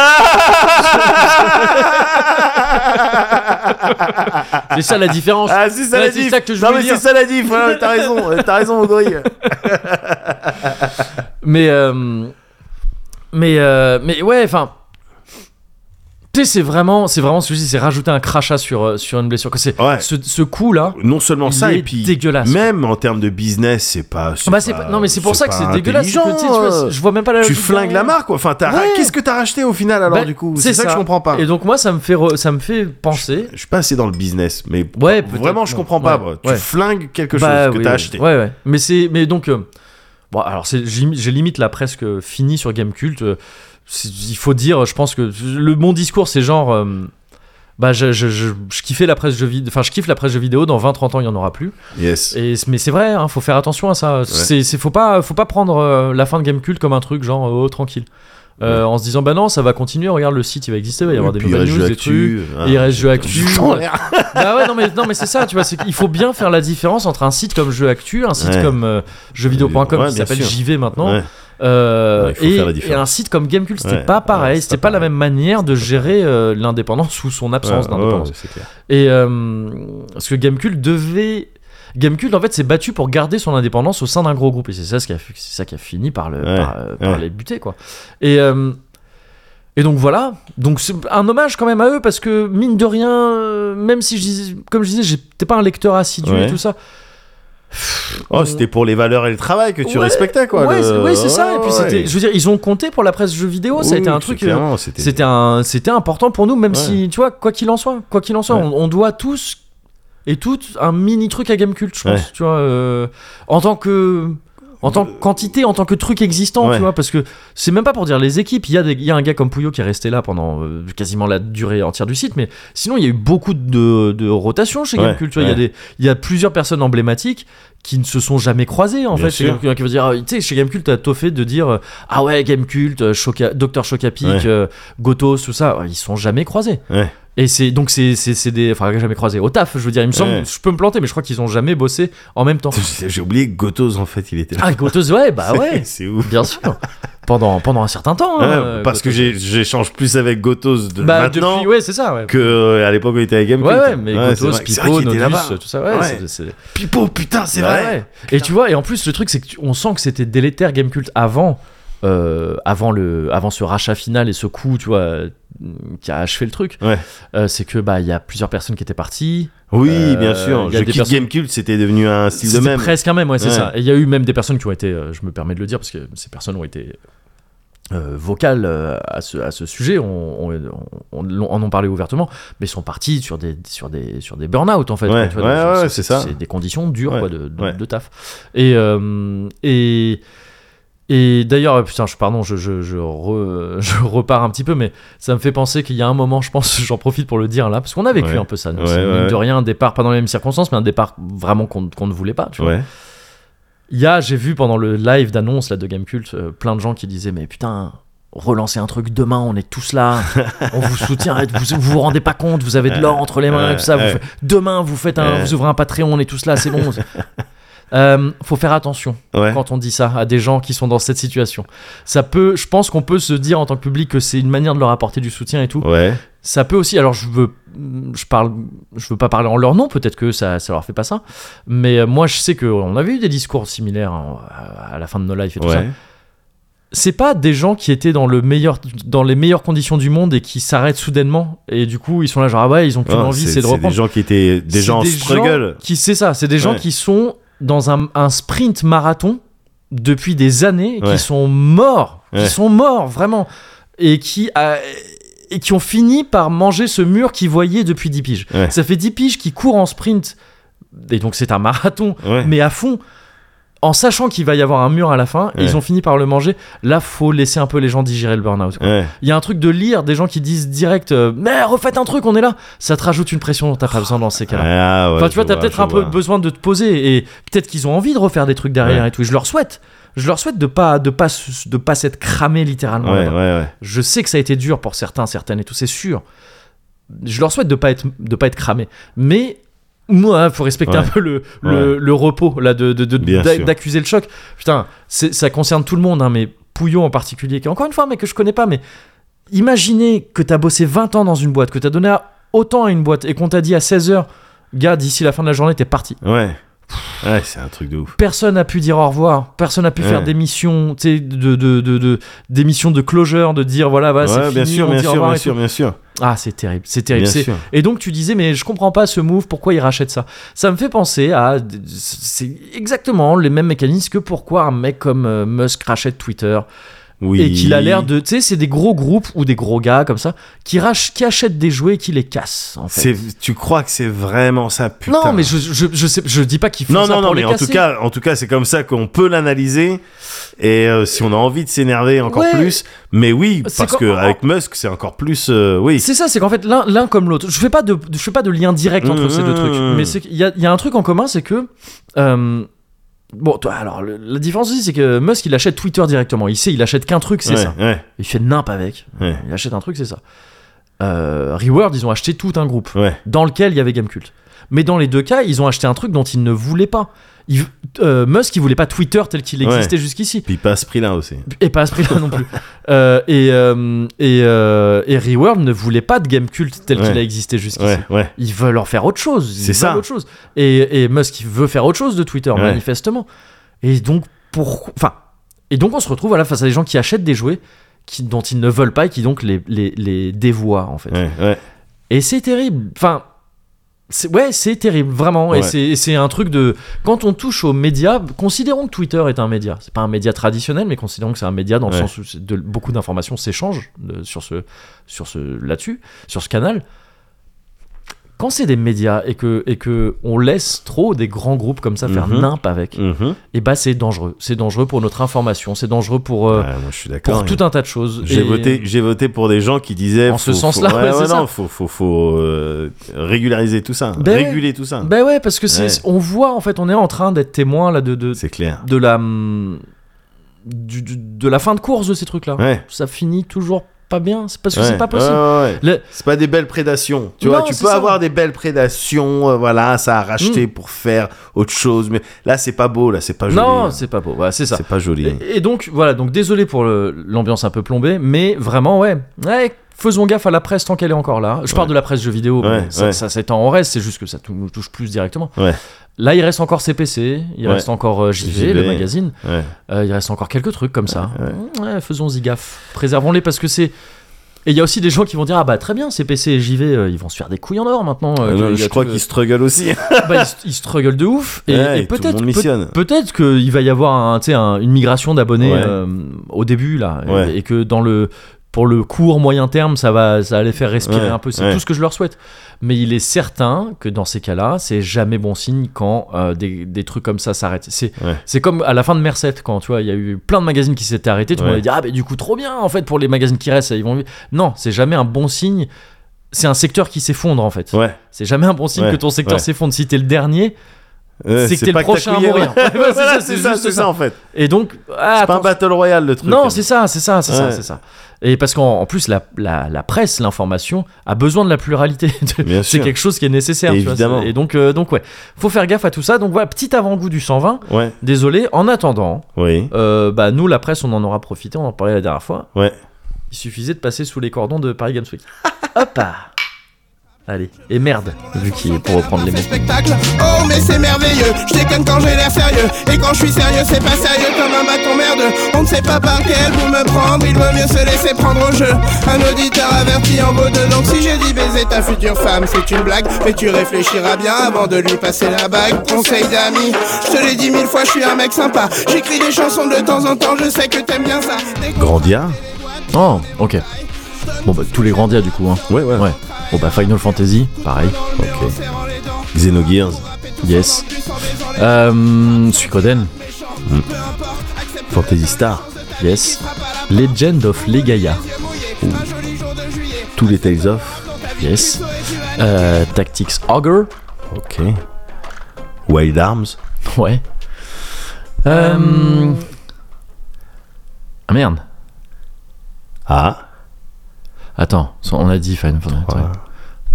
[SPEAKER 1] c'est ça la différence.
[SPEAKER 2] Ah, c'est ça
[SPEAKER 1] Ouais,
[SPEAKER 2] la
[SPEAKER 1] c'est
[SPEAKER 2] diff.
[SPEAKER 1] ça que je
[SPEAKER 2] non,
[SPEAKER 1] voulais
[SPEAKER 2] mais
[SPEAKER 1] dire.
[SPEAKER 2] c'est ça la diff. voilà, t'as raison, euh, t'as raison, Audrey.
[SPEAKER 1] Mais euh, mais euh, mais ouais, enfin. Tu sais, c'est vraiment, c'est vraiment ce que je dis, c'est rajouter un crachat sur, euh, sur une blessure. Que c'est
[SPEAKER 2] Ouais.
[SPEAKER 1] ce, ce coup là,
[SPEAKER 2] Non seulement
[SPEAKER 1] il
[SPEAKER 2] ça,
[SPEAKER 1] est
[SPEAKER 2] et puis
[SPEAKER 1] dégueulasse.
[SPEAKER 2] même en termes de business, c'est pas.
[SPEAKER 1] Bah, c'est pas- non mais c'est pour ça que
[SPEAKER 2] pas
[SPEAKER 1] c'est dégueulasse. parce que, tu sais, tu vois,
[SPEAKER 2] intelligent, euh.
[SPEAKER 1] je vois même pas la
[SPEAKER 2] tu
[SPEAKER 1] logique
[SPEAKER 2] flingues la
[SPEAKER 1] derrière.
[SPEAKER 2] marque, quoi. Enfin, t'as ra-
[SPEAKER 1] Ouais.
[SPEAKER 2] qu'est-ce que t'as racheté au final alors
[SPEAKER 1] Bah,
[SPEAKER 2] du coup
[SPEAKER 1] c'est
[SPEAKER 2] C'est ça, que
[SPEAKER 1] ça.
[SPEAKER 2] je comprends pas.
[SPEAKER 1] Et donc moi ça me fait re- ça me fait penser.
[SPEAKER 2] Je suis pas assez dans le business, mais
[SPEAKER 1] Ouais, peut-être,
[SPEAKER 2] vraiment, je
[SPEAKER 1] non.
[SPEAKER 2] comprends pas.
[SPEAKER 1] Ouais,
[SPEAKER 2] bro.
[SPEAKER 1] ouais.
[SPEAKER 2] Tu flingues quelque chose
[SPEAKER 1] Bah,
[SPEAKER 2] que
[SPEAKER 1] oui,
[SPEAKER 2] t'as
[SPEAKER 1] oui.
[SPEAKER 2] acheté.
[SPEAKER 1] Ouais ouais. Mais c'est mais donc euh, bon alors c'est j'ai j'ai limite là presque fini sur Game Cult. euh, c'est- il faut dire, je pense que le bon discours c'est genre euh, bah je, je, je, je kiffais la presse jeux vidéo, enfin je kiffe la presse jeux vidéo. Dans 20-30 ans il y en aura plus.
[SPEAKER 2] Yes.
[SPEAKER 1] Et, mais c'est vrai, hein, faut faire attention à ça. C'est, c'est- faut pas, faut pas prendre euh, la fin de Gamecult comme un truc genre euh, oh tranquille, Euh, en se disant bah non ça va continuer. Regarde le site, il va exister, il va y avoir des
[SPEAKER 2] Et puis,
[SPEAKER 1] nouvelles
[SPEAKER 2] il
[SPEAKER 1] news,
[SPEAKER 2] reste
[SPEAKER 1] des trucs.
[SPEAKER 2] jeux actu, hein.
[SPEAKER 1] il reste jeux actu.
[SPEAKER 2] Putain, l'air.
[SPEAKER 1] bah ouais non mais non mais c'est ça, tu vois, c'est qu'il faut bien faire la différence entre un site comme Jeux Actu, un site
[SPEAKER 2] Ouais.
[SPEAKER 1] comme euh, jeuxvideo.com
[SPEAKER 2] Ouais,
[SPEAKER 1] qui
[SPEAKER 2] bien
[SPEAKER 1] s'appelle
[SPEAKER 2] sûr.
[SPEAKER 1] JV maintenant,
[SPEAKER 2] Ouais.
[SPEAKER 1] euh,
[SPEAKER 2] Ouais, il faut
[SPEAKER 1] et,
[SPEAKER 2] faire la
[SPEAKER 1] et
[SPEAKER 2] différence.
[SPEAKER 1] un site comme Gamecult, c'était
[SPEAKER 2] Ouais,
[SPEAKER 1] pas pareil,
[SPEAKER 2] ouais, c'est
[SPEAKER 1] c'était
[SPEAKER 2] pas
[SPEAKER 1] pas, la
[SPEAKER 2] pareil.
[SPEAKER 1] même manière de gérer euh, l'indépendance ou son absence
[SPEAKER 2] Ouais,
[SPEAKER 1] d'indépendance.
[SPEAKER 2] ouais, c'est clair.
[SPEAKER 1] Et euh, parce que Gamecult devait. Gamecult en fait s'est battu pour garder son indépendance au sein d'un gros groupe et c'est ça ce qui a fi- c'est ça qui a fini par le
[SPEAKER 2] Ouais,
[SPEAKER 1] par, euh, par
[SPEAKER 2] ouais.
[SPEAKER 1] les buter quoi. Et euh, et donc voilà, donc c'est un hommage quand même à eux parce que mine de rien, euh, même si je disais, comme je disais, j'étais pas un lecteur assidu et
[SPEAKER 2] Ouais.
[SPEAKER 1] tout ça.
[SPEAKER 2] Oh, c'était pour les valeurs et le travail que tu
[SPEAKER 1] Ouais,
[SPEAKER 2] respectais, quoi.
[SPEAKER 1] ouais,
[SPEAKER 2] le-
[SPEAKER 1] c'est- ouais, c'est ça. Et
[SPEAKER 2] Ouais,
[SPEAKER 1] puis
[SPEAKER 2] ouais.
[SPEAKER 1] c'était, je veux dire, ils ont compté pour la presse jeux vidéo, ça a été
[SPEAKER 2] Oui,
[SPEAKER 1] un
[SPEAKER 2] c'est
[SPEAKER 1] truc. euh,
[SPEAKER 2] clairement, c'était-
[SPEAKER 1] C'était un, c'était important pour nous, même
[SPEAKER 2] Ouais.
[SPEAKER 1] si, tu vois, quoi qu'il en soit, quoi qu'il en soit,
[SPEAKER 2] Ouais.
[SPEAKER 1] on, on doit tous et toutes un mini truc à Gamecult, je pense,
[SPEAKER 2] Ouais.
[SPEAKER 1] tu vois, euh, en tant que En tant que quantité, en tant que truc existant,
[SPEAKER 2] Ouais.
[SPEAKER 1] tu vois, parce que c'est même pas pour dire les équipes. Il y, a des- il y a un gars comme Pouillot qui est resté là pendant euh, quasiment la durée entière du site, mais sinon il y a eu beaucoup de, de rotation chez
[SPEAKER 2] Ouais,
[SPEAKER 1] Gamecube. Tu vois, il y a
[SPEAKER 2] ouais.
[SPEAKER 1] des- il y, a plusieurs personnes emblématiques qui ne se sont jamais croisées en
[SPEAKER 2] Bien
[SPEAKER 1] fait. Chez
[SPEAKER 2] sûr.
[SPEAKER 1] Gamecube, Il y en a qui vont dire, ah, tu sais, chez Gamecube, t'as tout fait de dire euh, ah ouais, Gamecube, euh, Choca- Dr Chocapic,
[SPEAKER 2] Ouais.
[SPEAKER 1] euh, Gotos, tout ça, ils sont jamais croisés.
[SPEAKER 2] Ouais.
[SPEAKER 1] Et c'est donc c'est c'est- c'est des enfin jamais croisés au taf. Je veux dire, il me semble,
[SPEAKER 2] Ouais.
[SPEAKER 1] je peux me planter, mais je crois qu'ils ont jamais bossé en même temps.
[SPEAKER 2] J'ai oublié que Gotos, en fait, il était là.
[SPEAKER 1] Ah, Gotos, ouais, bah ouais,
[SPEAKER 2] C'est ouf.
[SPEAKER 1] bien sûr. Pendant, pendant un certain temps.
[SPEAKER 2] Ouais,
[SPEAKER 1] hein, euh,
[SPEAKER 2] parce que
[SPEAKER 1] Gotos.
[SPEAKER 2] j'ai- j'échange plus avec Gotos de
[SPEAKER 1] Bah,
[SPEAKER 2] maintenant
[SPEAKER 1] depuis, ouais, c'est ça, ouais.
[SPEAKER 2] que euh, à l'époque où il était avec
[SPEAKER 1] Ouais,
[SPEAKER 2] Gamecube.
[SPEAKER 1] ouais, mais
[SPEAKER 2] c'est
[SPEAKER 1] Gotos,
[SPEAKER 2] vrai- c'est vrai
[SPEAKER 1] Pipo,
[SPEAKER 2] qu'il était là-bas.
[SPEAKER 1] Nodus, tout ça, ouais.
[SPEAKER 2] Ouais.
[SPEAKER 1] c'est- c'est-
[SPEAKER 2] Pipo, putain, c'est
[SPEAKER 1] Ouais,
[SPEAKER 2] vrai.
[SPEAKER 1] ouais. Et tu vois, et en plus, le truc, c'est qu'on sent que c'était délétère Game Cult avant, euh, avant, le, avant ce rachat final et ce coup, tu vois, euh, qui a achevé le truc.
[SPEAKER 2] Ouais.
[SPEAKER 1] Euh, c'est que, bah, il y a plusieurs personnes qui étaient parties.
[SPEAKER 2] Oui,
[SPEAKER 1] Euh,
[SPEAKER 2] bien sûr.
[SPEAKER 1] il y a
[SPEAKER 2] Je
[SPEAKER 1] des
[SPEAKER 2] quitte
[SPEAKER 1] perso-
[SPEAKER 2] Gamecube, c'était devenu un style de
[SPEAKER 1] C'était
[SPEAKER 2] même.
[SPEAKER 1] presque un même, ouais, c'est
[SPEAKER 2] Ouais.
[SPEAKER 1] ça. Et il y a eu même des personnes qui ont été, euh, je me permets de le dire, parce que ces personnes ont été euh, vocales euh, à, ce, à ce sujet, on, on- on- on- en ont parlé ouvertement, mais sont partis sur des, sur des, sur des burn-out, en fait.
[SPEAKER 2] Ouais,
[SPEAKER 1] quoi, tu vois,
[SPEAKER 2] ouais,
[SPEAKER 1] dans-
[SPEAKER 2] ouais, c'est ça.
[SPEAKER 1] C'est des conditions dures,
[SPEAKER 2] Ouais,
[SPEAKER 1] quoi, de, de-
[SPEAKER 2] ouais.
[SPEAKER 1] de taf. Et, euh, et, et d'ailleurs, euh, putain, je, pardon, je, je, je, re- je repars un petit peu, mais ça me fait penser qu'il y a un moment, je pense, j'en profite pour le dire là, parce qu'on a vécu
[SPEAKER 2] Ouais.
[SPEAKER 1] un peu ça, nous,
[SPEAKER 2] Ouais,
[SPEAKER 1] c'est, mine
[SPEAKER 2] ouais.
[SPEAKER 1] de rien, un départ, pas dans les mêmes circonstances, mais un départ vraiment qu'on qu'on ne voulait pas, tu vois.
[SPEAKER 2] Ouais.
[SPEAKER 1] Il y a, j'ai vu pendant le live d'annonce là, de Gamecult, euh, plein de gens qui disaient Mais putain, relancez un truc demain, on est tous là, on vous soutient, arrête, vous, vous vous rendez pas compte, vous avez de l'or entre les mains et tout ça. vous
[SPEAKER 2] Ouais.
[SPEAKER 1] faites- demain, vous, faites un,
[SPEAKER 2] Ouais.
[SPEAKER 1] vous ouvrez un Patreon, on est tous là, c'est bon. Euh, faut faire attention
[SPEAKER 2] Ouais.
[SPEAKER 1] quand on dit ça à des gens qui sont dans cette situation. Ça peut, je pense qu'on peut se dire en tant que public que c'est une manière de leur apporter du soutien et tout.
[SPEAKER 2] Ouais.
[SPEAKER 1] Ça peut aussi, alors je veux, je parle, je veux pas parler en leur nom, peut-être que ça, ça leur fait pas ça, mais euh, moi je sais qu'on avait eu des discours similaires hein, à à la fin de nos lives et tout ça.
[SPEAKER 2] Ouais.
[SPEAKER 1] C'est pas des gens qui étaient dans, le meilleur, dans les meilleures conditions du monde et qui s'arrêtent soudainement et du coup ils sont là genre ah ouais ils ont plus
[SPEAKER 2] Ah,
[SPEAKER 1] envie, c'est de
[SPEAKER 2] des
[SPEAKER 1] reprendre.
[SPEAKER 2] gens qui étaient des
[SPEAKER 1] C'est
[SPEAKER 2] gens en
[SPEAKER 1] des
[SPEAKER 2] struggle.
[SPEAKER 1] gens qui c'est ça, c'est des gens
[SPEAKER 2] Ouais.
[SPEAKER 1] qui sont dans un, un sprint marathon depuis des années,
[SPEAKER 2] Ouais.
[SPEAKER 1] qui sont morts,
[SPEAKER 2] Ouais.
[SPEAKER 1] qui sont morts vraiment, et qui euh, et qui ont fini par manger ce mur qu'ils voyaient depuis 10 piges.
[SPEAKER 2] Ouais.
[SPEAKER 1] Ça fait 10 piges qui courent en sprint, et donc c'est un marathon,
[SPEAKER 2] Ouais.
[SPEAKER 1] mais à fond. En sachant qu'il va y avoir un mur à la fin, et
[SPEAKER 2] Ouais.
[SPEAKER 1] ils ont fini par le manger. Là, faut laisser un peu les gens digérer le burn-out. quoi.
[SPEAKER 2] Ouais.
[SPEAKER 1] Il y a un truc de lire des gens qui disent direct euh, Mais refaites un truc, on est là Ça te rajoute une pression dont t'as pas besoin dans ces cas-là.
[SPEAKER 2] Ah, ouais,
[SPEAKER 1] Enfin, tu
[SPEAKER 2] je
[SPEAKER 1] vois, t'as
[SPEAKER 2] vois,
[SPEAKER 1] peut-être
[SPEAKER 2] je
[SPEAKER 1] un peu
[SPEAKER 2] vois.
[SPEAKER 1] besoin de te poser et peut-être qu'ils ont envie de refaire des trucs derrière
[SPEAKER 2] Ouais.
[SPEAKER 1] et tout. Et je leur souhaite. Je leur souhaite de pas de pas se- de pas s'être cramé littéralement.
[SPEAKER 2] Ouais, ouais,
[SPEAKER 1] là-bas.
[SPEAKER 2] ouais.
[SPEAKER 1] Je sais que ça a été dur pour certains, certaines et tout, c'est sûr. Je leur souhaite de pas être de pas être cramé, mais moi, hein, faut respecter
[SPEAKER 2] Ouais.
[SPEAKER 1] un peu le, le, le repos là de de- de-
[SPEAKER 2] Bien
[SPEAKER 1] d'a-
[SPEAKER 2] sûr.
[SPEAKER 1] d'accuser le choc. Putain, c'est- ça concerne tout le monde, hein, mais Pouillon en particulier, qui est encore une fois un mec que je connais pas, mais imaginez que t'as bossé 20 ans dans une boîte, que t'as donné à- autant à une boîte et qu'on t'a dit à 16h, gars, d'ici la fin de la journée, t'es parti.
[SPEAKER 2] Ouais. Ouais, c'est un truc de ouf.
[SPEAKER 1] Personne n'a pu dire au revoir, personne n'a pu
[SPEAKER 2] Ouais.
[SPEAKER 1] faire des missions, tu sais, de, de, de, de- des missions de closure, de dire voilà, bah, c'est
[SPEAKER 2] ouais,
[SPEAKER 1] fini,
[SPEAKER 2] bien sûr,
[SPEAKER 1] on
[SPEAKER 2] bien
[SPEAKER 1] dit au
[SPEAKER 2] sûr,
[SPEAKER 1] revoir
[SPEAKER 2] bien
[SPEAKER 1] et tout.
[SPEAKER 2] sûr, bien sûr.
[SPEAKER 1] Ah, c'est terrible, c'est
[SPEAKER 2] Bien
[SPEAKER 1] terrible. c'est-
[SPEAKER 2] sûr.
[SPEAKER 1] Et donc tu disais, mais je comprends pas ce move, pourquoi il rachète ça Ça me fait penser à. C'est exactement les mêmes mécanismes que pourquoi un mec comme euh, Musk rachète Twitter
[SPEAKER 2] Oui.
[SPEAKER 1] et qu'il a l'air de. Tu sais, c'est des gros groupes ou des gros gars comme ça qui, rach- qui achètent des jouets et qui les cassent en fait.
[SPEAKER 2] C'est- Tu crois que c'est vraiment ça, putain.
[SPEAKER 1] Non, mais je, je, je, sais, je dis pas qu'ils font
[SPEAKER 2] Non,
[SPEAKER 1] ça
[SPEAKER 2] non,
[SPEAKER 1] pour
[SPEAKER 2] non,
[SPEAKER 1] les
[SPEAKER 2] mais en tout
[SPEAKER 1] casser.
[SPEAKER 2] cas, en tout cas, c'est comme ça qu'on peut l'analyser. Et euh, si on a envie de s'énerver encore
[SPEAKER 1] Ouais.
[SPEAKER 2] plus, mais oui,
[SPEAKER 1] C'est
[SPEAKER 2] parce
[SPEAKER 1] quand-
[SPEAKER 2] que avec Musk, c'est encore plus. euh, oui.
[SPEAKER 1] C'est ça, c'est qu'en fait l'un l'un comme l'autre. Je fais pas de je fais pas de lien direct entre
[SPEAKER 2] Mmh,
[SPEAKER 1] ces deux trucs,
[SPEAKER 2] mmh.
[SPEAKER 1] mais c'est qu'il y a, il y a un truc en commun, c'est que euh, bon, toi, alors le- la différence aussi, c'est que Musk il achète Twitter directement. Il sait, il achète qu'un truc, c'est
[SPEAKER 2] Ouais,
[SPEAKER 1] ça.
[SPEAKER 2] Ouais,
[SPEAKER 1] Il fait nimp avec.
[SPEAKER 2] ouais,
[SPEAKER 1] Il achète un truc, c'est ça. Euh, Reward, ils ont acheté tout un groupe
[SPEAKER 2] ouais.
[SPEAKER 1] dans lequel il y avait Gamecult. Mais dans les deux cas, ils ont acheté un truc dont ils ne voulaient pas. Ils- euh, Musk, il voulait pas Twitter tel qu'il
[SPEAKER 2] Ouais.
[SPEAKER 1] existait jusqu'ici.
[SPEAKER 2] Puis pas à ce prix-là aussi.
[SPEAKER 1] Et pas à ce prix-là non plus. Euh, et, euh, et, euh, et Reworld ne voulait pas de game culte tel
[SPEAKER 2] Ouais.
[SPEAKER 1] qu'il a existé jusqu'ici.
[SPEAKER 2] Ouais, ouais.
[SPEAKER 1] Ils veulent en faire autre chose. Ils
[SPEAKER 2] C'est ça.
[SPEAKER 1] veulent Autre chose. Et, et Musk il veut faire autre chose de Twitter,
[SPEAKER 2] Ouais.
[SPEAKER 1] manifestement. Et donc, pour... enfin, et donc on se retrouve voilà, face à des gens qui achètent des jouets qui, dont ils ne veulent pas et qui donc les, les, les dévoient en fait.
[SPEAKER 2] Ouais, ouais.
[SPEAKER 1] Et c'est terrible. Enfin, c'est- ouais, c'est terrible, vraiment.
[SPEAKER 2] Ouais.
[SPEAKER 1] Et c'est- Et c'est un truc de. Quand on touche aux médias, considérons que Twitter est un média. C'est pas un média traditionnel, mais considérons que c'est un média dans le
[SPEAKER 2] Ouais.
[SPEAKER 1] sens où c'est de- beaucoup d'informations s'échangent euh, sur ce, sur ce, là-dessus, sur ce canal. quand c'est des médias et que, et que on laisse trop des grands groupes comme ça faire
[SPEAKER 2] Mhm.
[SPEAKER 1] nimp avec,
[SPEAKER 2] Mhm.
[SPEAKER 1] et bah c'est dangereux. C'est dangereux pour notre information, c'est dangereux pour, euh,
[SPEAKER 2] Ouais, moi, je suis d'accord. hein.
[SPEAKER 1] pour tout un tas de choses. Et-
[SPEAKER 2] J'ai voté, j'ai voté pour des gens qui disaient.
[SPEAKER 1] En ce
[SPEAKER 2] faut-
[SPEAKER 1] sens-là,
[SPEAKER 2] faut-
[SPEAKER 1] ouais,
[SPEAKER 2] ouais, ouais,
[SPEAKER 1] c'est
[SPEAKER 2] non, faut, faut, faut euh, régulariser tout ça,
[SPEAKER 1] Ben ouais.
[SPEAKER 2] réguler tout ça.
[SPEAKER 1] Ben ouais, parce que c'est,
[SPEAKER 2] Ouais.
[SPEAKER 1] on voit en fait, on est en train d'être témoin là de, de,
[SPEAKER 2] C'est clair.
[SPEAKER 1] de la hum, du- du- de la fin de course de ces trucs là.
[SPEAKER 2] Ouais.
[SPEAKER 1] Ça finit toujours pas bien, c'est parce que
[SPEAKER 2] Ouais.
[SPEAKER 1] c'est pas possible.
[SPEAKER 2] Ouais, ouais, ouais.
[SPEAKER 1] Le-
[SPEAKER 2] C'est pas des belles prédations. Tu
[SPEAKER 1] Non,
[SPEAKER 2] vois, tu
[SPEAKER 1] c'est
[SPEAKER 2] peux
[SPEAKER 1] ça. Mm.
[SPEAKER 2] avoir des belles prédations, euh, voilà, ça a racheté pour faire autre chose, mais là c'est pas beau, là c'est pas joli. hein.
[SPEAKER 1] non, c'est pas beau. Ouais, c'est ça.
[SPEAKER 2] Ah, C'est pas joli. hein.
[SPEAKER 1] Et, et donc voilà, donc désolé pour le- l'ambiance un peu plombée, mais vraiment ouais, ouais, faisons gaffe à la presse tant qu'elle est encore là. Je parle
[SPEAKER 2] Ouais.
[SPEAKER 1] de la presse jeux vidéo,
[SPEAKER 2] Ouais,
[SPEAKER 1] mais ça,
[SPEAKER 2] ouais.
[SPEAKER 1] ça, c'est en reste, c'est juste que ça tou- nous touche plus directement.
[SPEAKER 2] Ouais.
[SPEAKER 1] Là, il reste encore CPC, il
[SPEAKER 2] Ouais.
[SPEAKER 1] reste encore euh, JV, le
[SPEAKER 2] JV.
[SPEAKER 1] magazine.
[SPEAKER 2] Ouais.
[SPEAKER 1] Euh, il reste encore quelques trucs comme ça. Mm, Ouais, Faisons-y gaffe. Préservons-les parce que c'est. Et il y a aussi des gens qui vont dire Ah bah très bien, CPC et JV, euh, ils vont se faire des couilles en or maintenant. euh,
[SPEAKER 2] Euh,
[SPEAKER 1] qu'il y a
[SPEAKER 2] non, je
[SPEAKER 1] tout
[SPEAKER 2] crois
[SPEAKER 1] le-
[SPEAKER 2] qu'ils struggle aussi. hein.
[SPEAKER 1] bah, ils, se- ils struggle de ouf. Et,
[SPEAKER 2] Ouais,
[SPEAKER 1] et
[SPEAKER 2] et tout le
[SPEAKER 1] peut-être
[SPEAKER 2] monde
[SPEAKER 1] peut-
[SPEAKER 2] missionne.
[SPEAKER 1] peut-être qu'il va y avoir un, tu sais, un- une migration d'abonnés
[SPEAKER 2] Ouais.
[SPEAKER 1] euh, au début là, et-
[SPEAKER 2] Ouais.
[SPEAKER 1] et, que dans le pour le court moyen terme, ça va, ça va les faire respirer
[SPEAKER 2] Ouais,
[SPEAKER 1] un peu. C'est
[SPEAKER 2] ouais.
[SPEAKER 1] tout ce que je leur souhaite. Mais il est certain que dans ces cas-là, c'est jamais bon signe quand euh, des, des trucs comme ça s'arrêtent. C'est
[SPEAKER 2] Ouais.
[SPEAKER 1] c'est comme à la fin de Merced quand tu vois, il y a eu plein de magazines qui s'étaient arrêtés. Tout le
[SPEAKER 2] Ouais.
[SPEAKER 1] monde a dit ah mais du coup trop bien en fait pour les magazines qui restent, ils vont. Non, c'est jamais un bon signe. C'est un secteur qui s'effondre en fait.
[SPEAKER 2] Ouais.
[SPEAKER 1] C'est jamais un bon signe
[SPEAKER 2] Ouais,
[SPEAKER 1] que ton secteur
[SPEAKER 2] ouais.
[SPEAKER 1] s'effondre. Si t'es le dernier,
[SPEAKER 2] Ouais,
[SPEAKER 1] c'est que t'es
[SPEAKER 2] pas
[SPEAKER 1] le
[SPEAKER 2] t'as
[SPEAKER 1] prochain à
[SPEAKER 2] couillé,
[SPEAKER 1] mourir.
[SPEAKER 2] ouais.
[SPEAKER 1] Ouais, voilà,
[SPEAKER 2] Voilà,
[SPEAKER 1] c'est
[SPEAKER 2] c'est
[SPEAKER 1] juste
[SPEAKER 2] ça, c'est
[SPEAKER 1] ça.
[SPEAKER 2] ça en fait.
[SPEAKER 1] et donc ah,
[SPEAKER 2] C'est pas un
[SPEAKER 1] attention.
[SPEAKER 2] battle royale le truc.
[SPEAKER 1] non, c'est ça, c'est ça, c'est ça,
[SPEAKER 2] Ouais.
[SPEAKER 1] c'est ça. Et parce qu'en en plus la, la, la presse, l'information a besoin de la pluralité.
[SPEAKER 2] Bien
[SPEAKER 1] c'est
[SPEAKER 2] sûr.
[SPEAKER 1] quelque chose qui est nécessaire. tu vois,
[SPEAKER 2] Évidemment.
[SPEAKER 1] c'est- et donc euh, donc ouais, faut faire gaffe à tout ça. Donc voilà, petit avant-goût du 120.
[SPEAKER 2] Ouais.
[SPEAKER 1] Désolé. En attendant,
[SPEAKER 2] Oui.
[SPEAKER 1] euh, bah nous la presse, on en aura profité. On en parlait la dernière fois.
[SPEAKER 2] Ouais.
[SPEAKER 1] Il suffisait de passer sous les cordons de Paris Games Week. Hop. ah. Allez. Et merde, vu qu'il est pour reprendre les
[SPEAKER 5] Parfait
[SPEAKER 1] mecs.
[SPEAKER 5] spectacle, oh mais c'est merveilleux Je déconne quand j'ai l'air sérieux Et quand je suis sérieux c'est pas sérieux comme un bâton merdeux On ne sait pas par quel bout me prendre Il vaut mieux se laisser prendre au jeu Un auditeur averti en mode Donc si j'ai dit baiser ta future femme c'est une blague Mais tu réfléchiras bien avant de lui passer la bague Conseil d'amis, je te l'ai dit mille fois je suis un mec sympa J'écris des chansons de temps en temps je sais que t'aimes bien ça Dès qu'on
[SPEAKER 2] Grandia.
[SPEAKER 1] Oh, ok. Bon, bah, tous les grandia du coup. Hein.
[SPEAKER 2] Ouais, ouais.
[SPEAKER 1] Ouais. Bon, bah, Final Fantasy, pareil.
[SPEAKER 2] Ok. Xenogears.
[SPEAKER 1] Yes. Euh, Suikoden,
[SPEAKER 2] Fantasy Star.
[SPEAKER 1] yes. Legend of Legaia,
[SPEAKER 2] Tous les Tales of.
[SPEAKER 1] yes. Euh, Tactics Ogre,
[SPEAKER 2] Ok. Wild Arms.
[SPEAKER 1] ouais. Euh... Ah merde.
[SPEAKER 2] Ah.
[SPEAKER 1] Attends, on a dit Final Fantasy. ouais.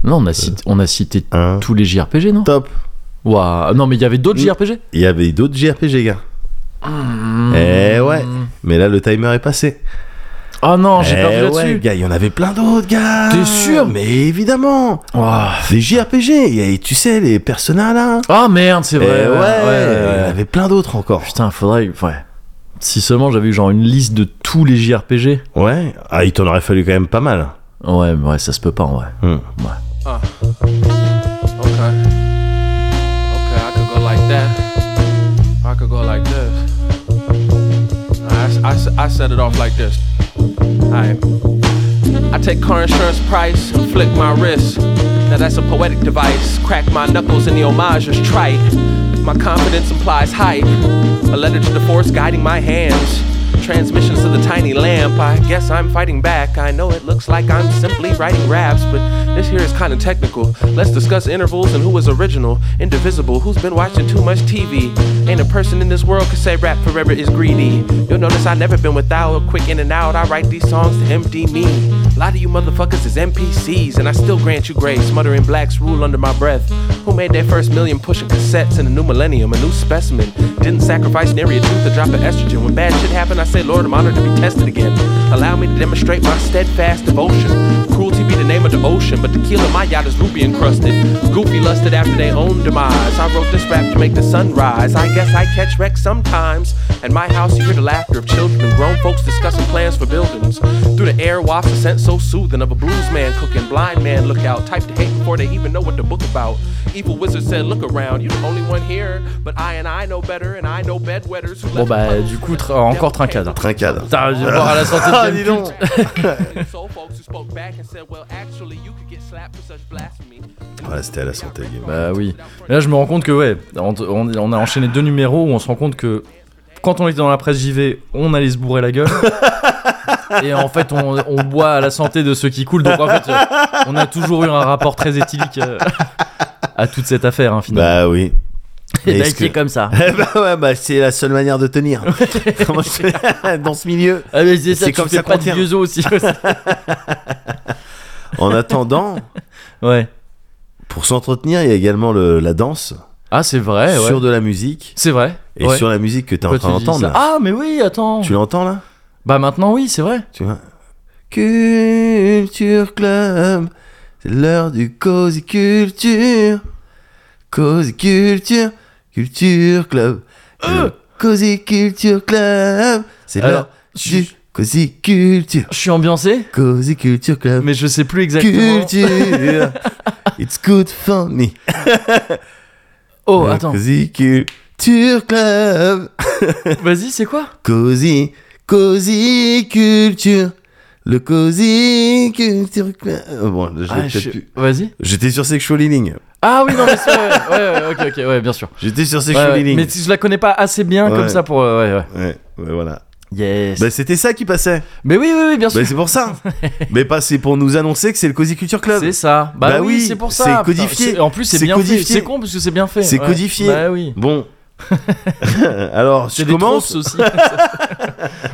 [SPEAKER 1] Non, on a cité, on a cité
[SPEAKER 2] Un.
[SPEAKER 1] tous les JRPG, non
[SPEAKER 2] Top.
[SPEAKER 1] Waouh, non, mais il y avait d'autres
[SPEAKER 2] Mm.
[SPEAKER 1] JRPG
[SPEAKER 2] Il y avait d'autres JRPG, gars. Eh ouais. Mais là, le timer est passé.
[SPEAKER 1] Oh Mm. non, j'ai
[SPEAKER 2] Eh
[SPEAKER 1] perdu
[SPEAKER 2] ouais,
[SPEAKER 1] là-dessus.
[SPEAKER 2] gars, il y en avait plein d'autres, gars.
[SPEAKER 1] T'es sûr
[SPEAKER 2] Mais évidemment.
[SPEAKER 1] Ouah.
[SPEAKER 2] Des JRPG. il y a- tu sais, les personnages là.
[SPEAKER 1] Ah merde, c'est
[SPEAKER 2] Eh
[SPEAKER 1] vrai. ouais,
[SPEAKER 2] il y en
[SPEAKER 1] ouais, ouais.
[SPEAKER 2] avait plein d'autres encore.
[SPEAKER 1] Putain, faudrait. Ouais. Si seulement j'avais eu genre une liste de tous les JRPG.
[SPEAKER 2] Ouais. Ah, il t'en aurait fallu quand même pas mal.
[SPEAKER 1] Ouais, mais ouais, ça se peut pas en vrai.
[SPEAKER 2] Hmm.
[SPEAKER 6] Okay. Okay, I could go like that. I could go like this. I, s- I s- I set it off like this. Alright. I take car insurance price and flick my wrist. Now that's a poetic device. Crack my knuckles and the homage is trite. My confidence implies hype. A letter to the force guiding my hands. Transmissions to the tiny lamp. I guess I'm fighting back. I know it looks like I'm simply writing raps, but this here is kind of technical. Let's discuss intervals and who was original, indivisible. Who's been watching too much TV? Ain't a person in this world could say rap forever is greedy. You'll notice I've never been without a quick in and out. I write these songs to empty me. A lot of you motherfuckers is NPCs, and I still grant you grace. Muttering blacks rule under my breath. Who made their first million pushing cassettes in a new millennium, a new specimen? Didn't sacrifice nary a tooth or drop of estrogen. When bad shit happened, I say, Lord, I'm honored to be tested again. Allow me to demonstrate my steadfast devotion. Cruelty be the name of the ocean, but the keel of my yacht is ruby encrusted. Goofy lusted after their own demise. I wrote this rap to make the sun rise. I guess I catch wreck sometimes. At my house, you hear the laughter of children and grown folks discussing plans for buildings. Through the air wafts a scent so soothing of a blues man cooking, blind man look out, type to hate before they even know what the book about. Evil wizard said, look around, you the only one here, but I and I know better, and I know bedwetters who
[SPEAKER 1] Bon
[SPEAKER 6] left
[SPEAKER 1] bah,
[SPEAKER 6] puddles
[SPEAKER 1] du
[SPEAKER 6] from
[SPEAKER 1] coup,
[SPEAKER 6] the
[SPEAKER 1] tr- encore
[SPEAKER 6] devil
[SPEAKER 1] trincade.
[SPEAKER 6] came
[SPEAKER 2] Trincade.
[SPEAKER 1] Putain, je vais boire à la santé de
[SPEAKER 2] Ah,
[SPEAKER 1] Ken
[SPEAKER 2] dis donc.
[SPEAKER 1] Kut.
[SPEAKER 6] Soul folks who spoke back and said, well, actually, you could get slapped for such blasphemy.
[SPEAKER 2] Voilà, c'était à la santé, Guillaume.
[SPEAKER 1] Bah oui. Mais là, je me rends compte que, ouais, on, on- on a enchaîné deux numéros où on se rend compte que quand on était dans la presse JV, on allait se bourrer la gueule. Et en fait, on, on boit à la santé de ceux qui coulent. Donc en fait, euh, on a toujours eu un rapport très éthylique euh, à toute cette affaire, hein, finalement.
[SPEAKER 2] Bah oui.
[SPEAKER 1] Et
[SPEAKER 2] mais
[SPEAKER 1] là,
[SPEAKER 2] est-ce
[SPEAKER 1] il est
[SPEAKER 2] que-
[SPEAKER 1] comme ça.
[SPEAKER 2] Eh bah ouais, bah c'est la seule manière de tenir. Comment je fais Dans ce milieu.
[SPEAKER 1] Ah, mais c'est
[SPEAKER 2] C'est
[SPEAKER 1] ça, tu
[SPEAKER 2] comme
[SPEAKER 1] fais
[SPEAKER 2] ça
[SPEAKER 1] pas
[SPEAKER 2] qu'on
[SPEAKER 1] de
[SPEAKER 2] tient.
[SPEAKER 1] vieux os aussi.
[SPEAKER 2] En attendant,
[SPEAKER 1] ouais.
[SPEAKER 2] pour s'entretenir, il y a également le- la danse
[SPEAKER 1] Ah, c'est vrai, ouais.
[SPEAKER 2] sur de la musique
[SPEAKER 1] C'est vrai.
[SPEAKER 2] et
[SPEAKER 1] ouais.
[SPEAKER 2] sur la musique que t'es en
[SPEAKER 1] Pourquoi
[SPEAKER 2] train
[SPEAKER 1] tu dis
[SPEAKER 2] d'entendre.
[SPEAKER 1] ça
[SPEAKER 2] là.
[SPEAKER 1] Ah, mais oui, attends.
[SPEAKER 2] Tu l'entends là
[SPEAKER 1] Bah maintenant, oui, c'est vrai.
[SPEAKER 2] Tu vois Culture Club, c'est l'heure du Cozy Culture. Cozy Culture, Culture Club. Le Cozy Culture Club, c'est
[SPEAKER 1] Euh. Alors,
[SPEAKER 2] l'heure
[SPEAKER 1] je-
[SPEAKER 2] du Cozy Culture.
[SPEAKER 1] Je suis ambiancé,
[SPEAKER 2] Cozy Culture Club.
[SPEAKER 1] mais je sais plus exactement.
[SPEAKER 2] Culture, it's good for me.
[SPEAKER 1] Oh,
[SPEAKER 2] Le
[SPEAKER 1] attends.
[SPEAKER 2] Cozy Culture Club.
[SPEAKER 1] Vas-y, c'est quoi
[SPEAKER 2] Cozy, Cozy Culture. Le Cozy Culture Club. Euh, Bon, je l'ai
[SPEAKER 1] Ah,
[SPEAKER 2] peut-être
[SPEAKER 1] je-
[SPEAKER 2] plus.
[SPEAKER 1] Vas-y.
[SPEAKER 2] J'étais sur Sexual Healing.
[SPEAKER 1] Ah oui, non, mais c'est ouais, ouais, ouais, ok, ok, ouais, bien sûr.
[SPEAKER 2] J'étais sur
[SPEAKER 1] Ouais,
[SPEAKER 2] Sexual
[SPEAKER 1] ouais,
[SPEAKER 2] Healing.
[SPEAKER 1] Mais si je la connais pas assez bien comme
[SPEAKER 2] Ouais.
[SPEAKER 1] ça pour. euh, ouais, ouais.
[SPEAKER 2] Ouais, ouais, voilà.
[SPEAKER 1] Yes.
[SPEAKER 2] Bah, c'était ça qui passait.
[SPEAKER 1] mais oui, oui, oui, bien sûr.
[SPEAKER 2] Bah, c'est pour ça. Mais pas, c'est pour nous annoncer que c'est le Cozy Culture Club.
[SPEAKER 1] C'est ça. Bah,
[SPEAKER 2] Bah
[SPEAKER 1] oui,
[SPEAKER 2] oui,
[SPEAKER 1] c'est pour ça.
[SPEAKER 2] c'est
[SPEAKER 1] putain.
[SPEAKER 2] codifié.
[SPEAKER 1] C'est- En plus, c'est
[SPEAKER 2] C'est
[SPEAKER 1] bien fait.
[SPEAKER 2] codifié.
[SPEAKER 1] C'est con parce que c'est bien fait.
[SPEAKER 2] C'est
[SPEAKER 1] ouais.
[SPEAKER 2] codifié.
[SPEAKER 1] Bah oui.
[SPEAKER 2] Bon. Alors,
[SPEAKER 1] C'est
[SPEAKER 2] je
[SPEAKER 1] des
[SPEAKER 2] commence.
[SPEAKER 1] trousses aussi.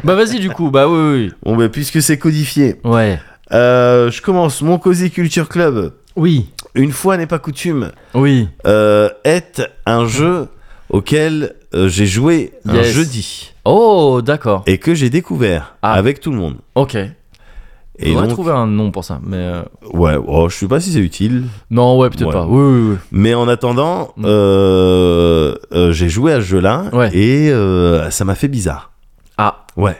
[SPEAKER 1] bah vas-y du coup. Bah oui, oui,
[SPEAKER 2] Bon, bah, puisque c'est codifié,
[SPEAKER 1] oui. Ouais.
[SPEAKER 2] euh, je commence mon Cozy Culture Club.
[SPEAKER 1] Oui.
[SPEAKER 2] Une fois n'est pas coutume.
[SPEAKER 1] Oui.
[SPEAKER 2] euh, est un jeu auquel euh, j'ai joué un
[SPEAKER 1] Yes.
[SPEAKER 2] jeudi
[SPEAKER 1] Oh, d'accord.
[SPEAKER 2] et que j'ai découvert
[SPEAKER 1] Ah.
[SPEAKER 2] avec tout le monde.
[SPEAKER 1] Ok.
[SPEAKER 2] Et
[SPEAKER 1] On va
[SPEAKER 2] donc-
[SPEAKER 1] trouver un nom pour ça, mais euh,
[SPEAKER 2] ouais, oh, je sais pas si c'est utile,
[SPEAKER 1] non, ouais, peut-être
[SPEAKER 2] Ouais.
[SPEAKER 1] pas. Oui, oui, oui.
[SPEAKER 2] mais en attendant,
[SPEAKER 1] Mm.
[SPEAKER 2] euh, euh, j'ai joué à ce jeu-là
[SPEAKER 1] Ouais.
[SPEAKER 2] et euh, ça m'a fait bizarre.
[SPEAKER 1] Ah,
[SPEAKER 2] Ouais.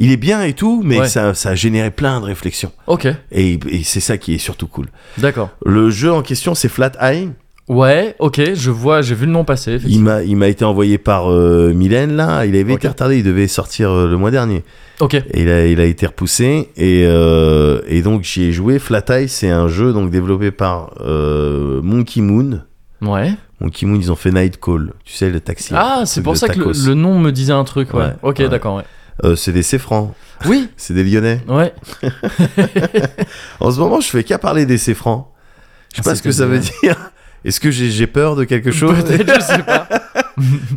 [SPEAKER 2] Il est bien et tout, mais
[SPEAKER 1] Ouais.
[SPEAKER 2] ça, ça a généré plein de réflexions.
[SPEAKER 1] ok,
[SPEAKER 2] Et, et c'est ça qui est surtout cool.
[SPEAKER 1] d'accord.
[SPEAKER 2] Le jeu en question, c'est Flat Eye.
[SPEAKER 1] Ouais, ok, je vois, j'ai vu le nom passer.
[SPEAKER 2] Il
[SPEAKER 1] effectivement.
[SPEAKER 2] m'a il m'a été envoyé par euh, Mylène, là. Il avait été
[SPEAKER 1] Ok.
[SPEAKER 2] retardé, il devait sortir euh, le mois dernier.
[SPEAKER 1] Ok,
[SPEAKER 2] Et il a, il a été repoussé et, euh, et donc j'y ai joué. Flat Eye, c'est un jeu donc développé par euh, Monkey Moon.
[SPEAKER 1] ouais.
[SPEAKER 2] Monkey Moon, ils ont fait Night Call, tu sais le taxi.
[SPEAKER 1] Ah,
[SPEAKER 2] le
[SPEAKER 1] c'est
[SPEAKER 2] truc
[SPEAKER 1] pour
[SPEAKER 2] de
[SPEAKER 1] ça que le,
[SPEAKER 2] tacos.
[SPEAKER 1] le nom me disait un truc, ouais.
[SPEAKER 2] Ouais,
[SPEAKER 1] ok,
[SPEAKER 2] ouais.
[SPEAKER 1] d'accord, ouais.
[SPEAKER 2] Euh, c'est des Céfrans,
[SPEAKER 1] Oui,
[SPEAKER 2] c'est des Lyonnais.
[SPEAKER 1] ouais.
[SPEAKER 2] En ce moment, je fais qu'à parler des Céfrans. Je sais
[SPEAKER 1] Ah,
[SPEAKER 2] pas ce que ça veut
[SPEAKER 1] c'est-à-dire
[SPEAKER 2] dire. Est-ce que j'ai j'ai peur de quelque chose
[SPEAKER 1] Peut-être, je sais pas.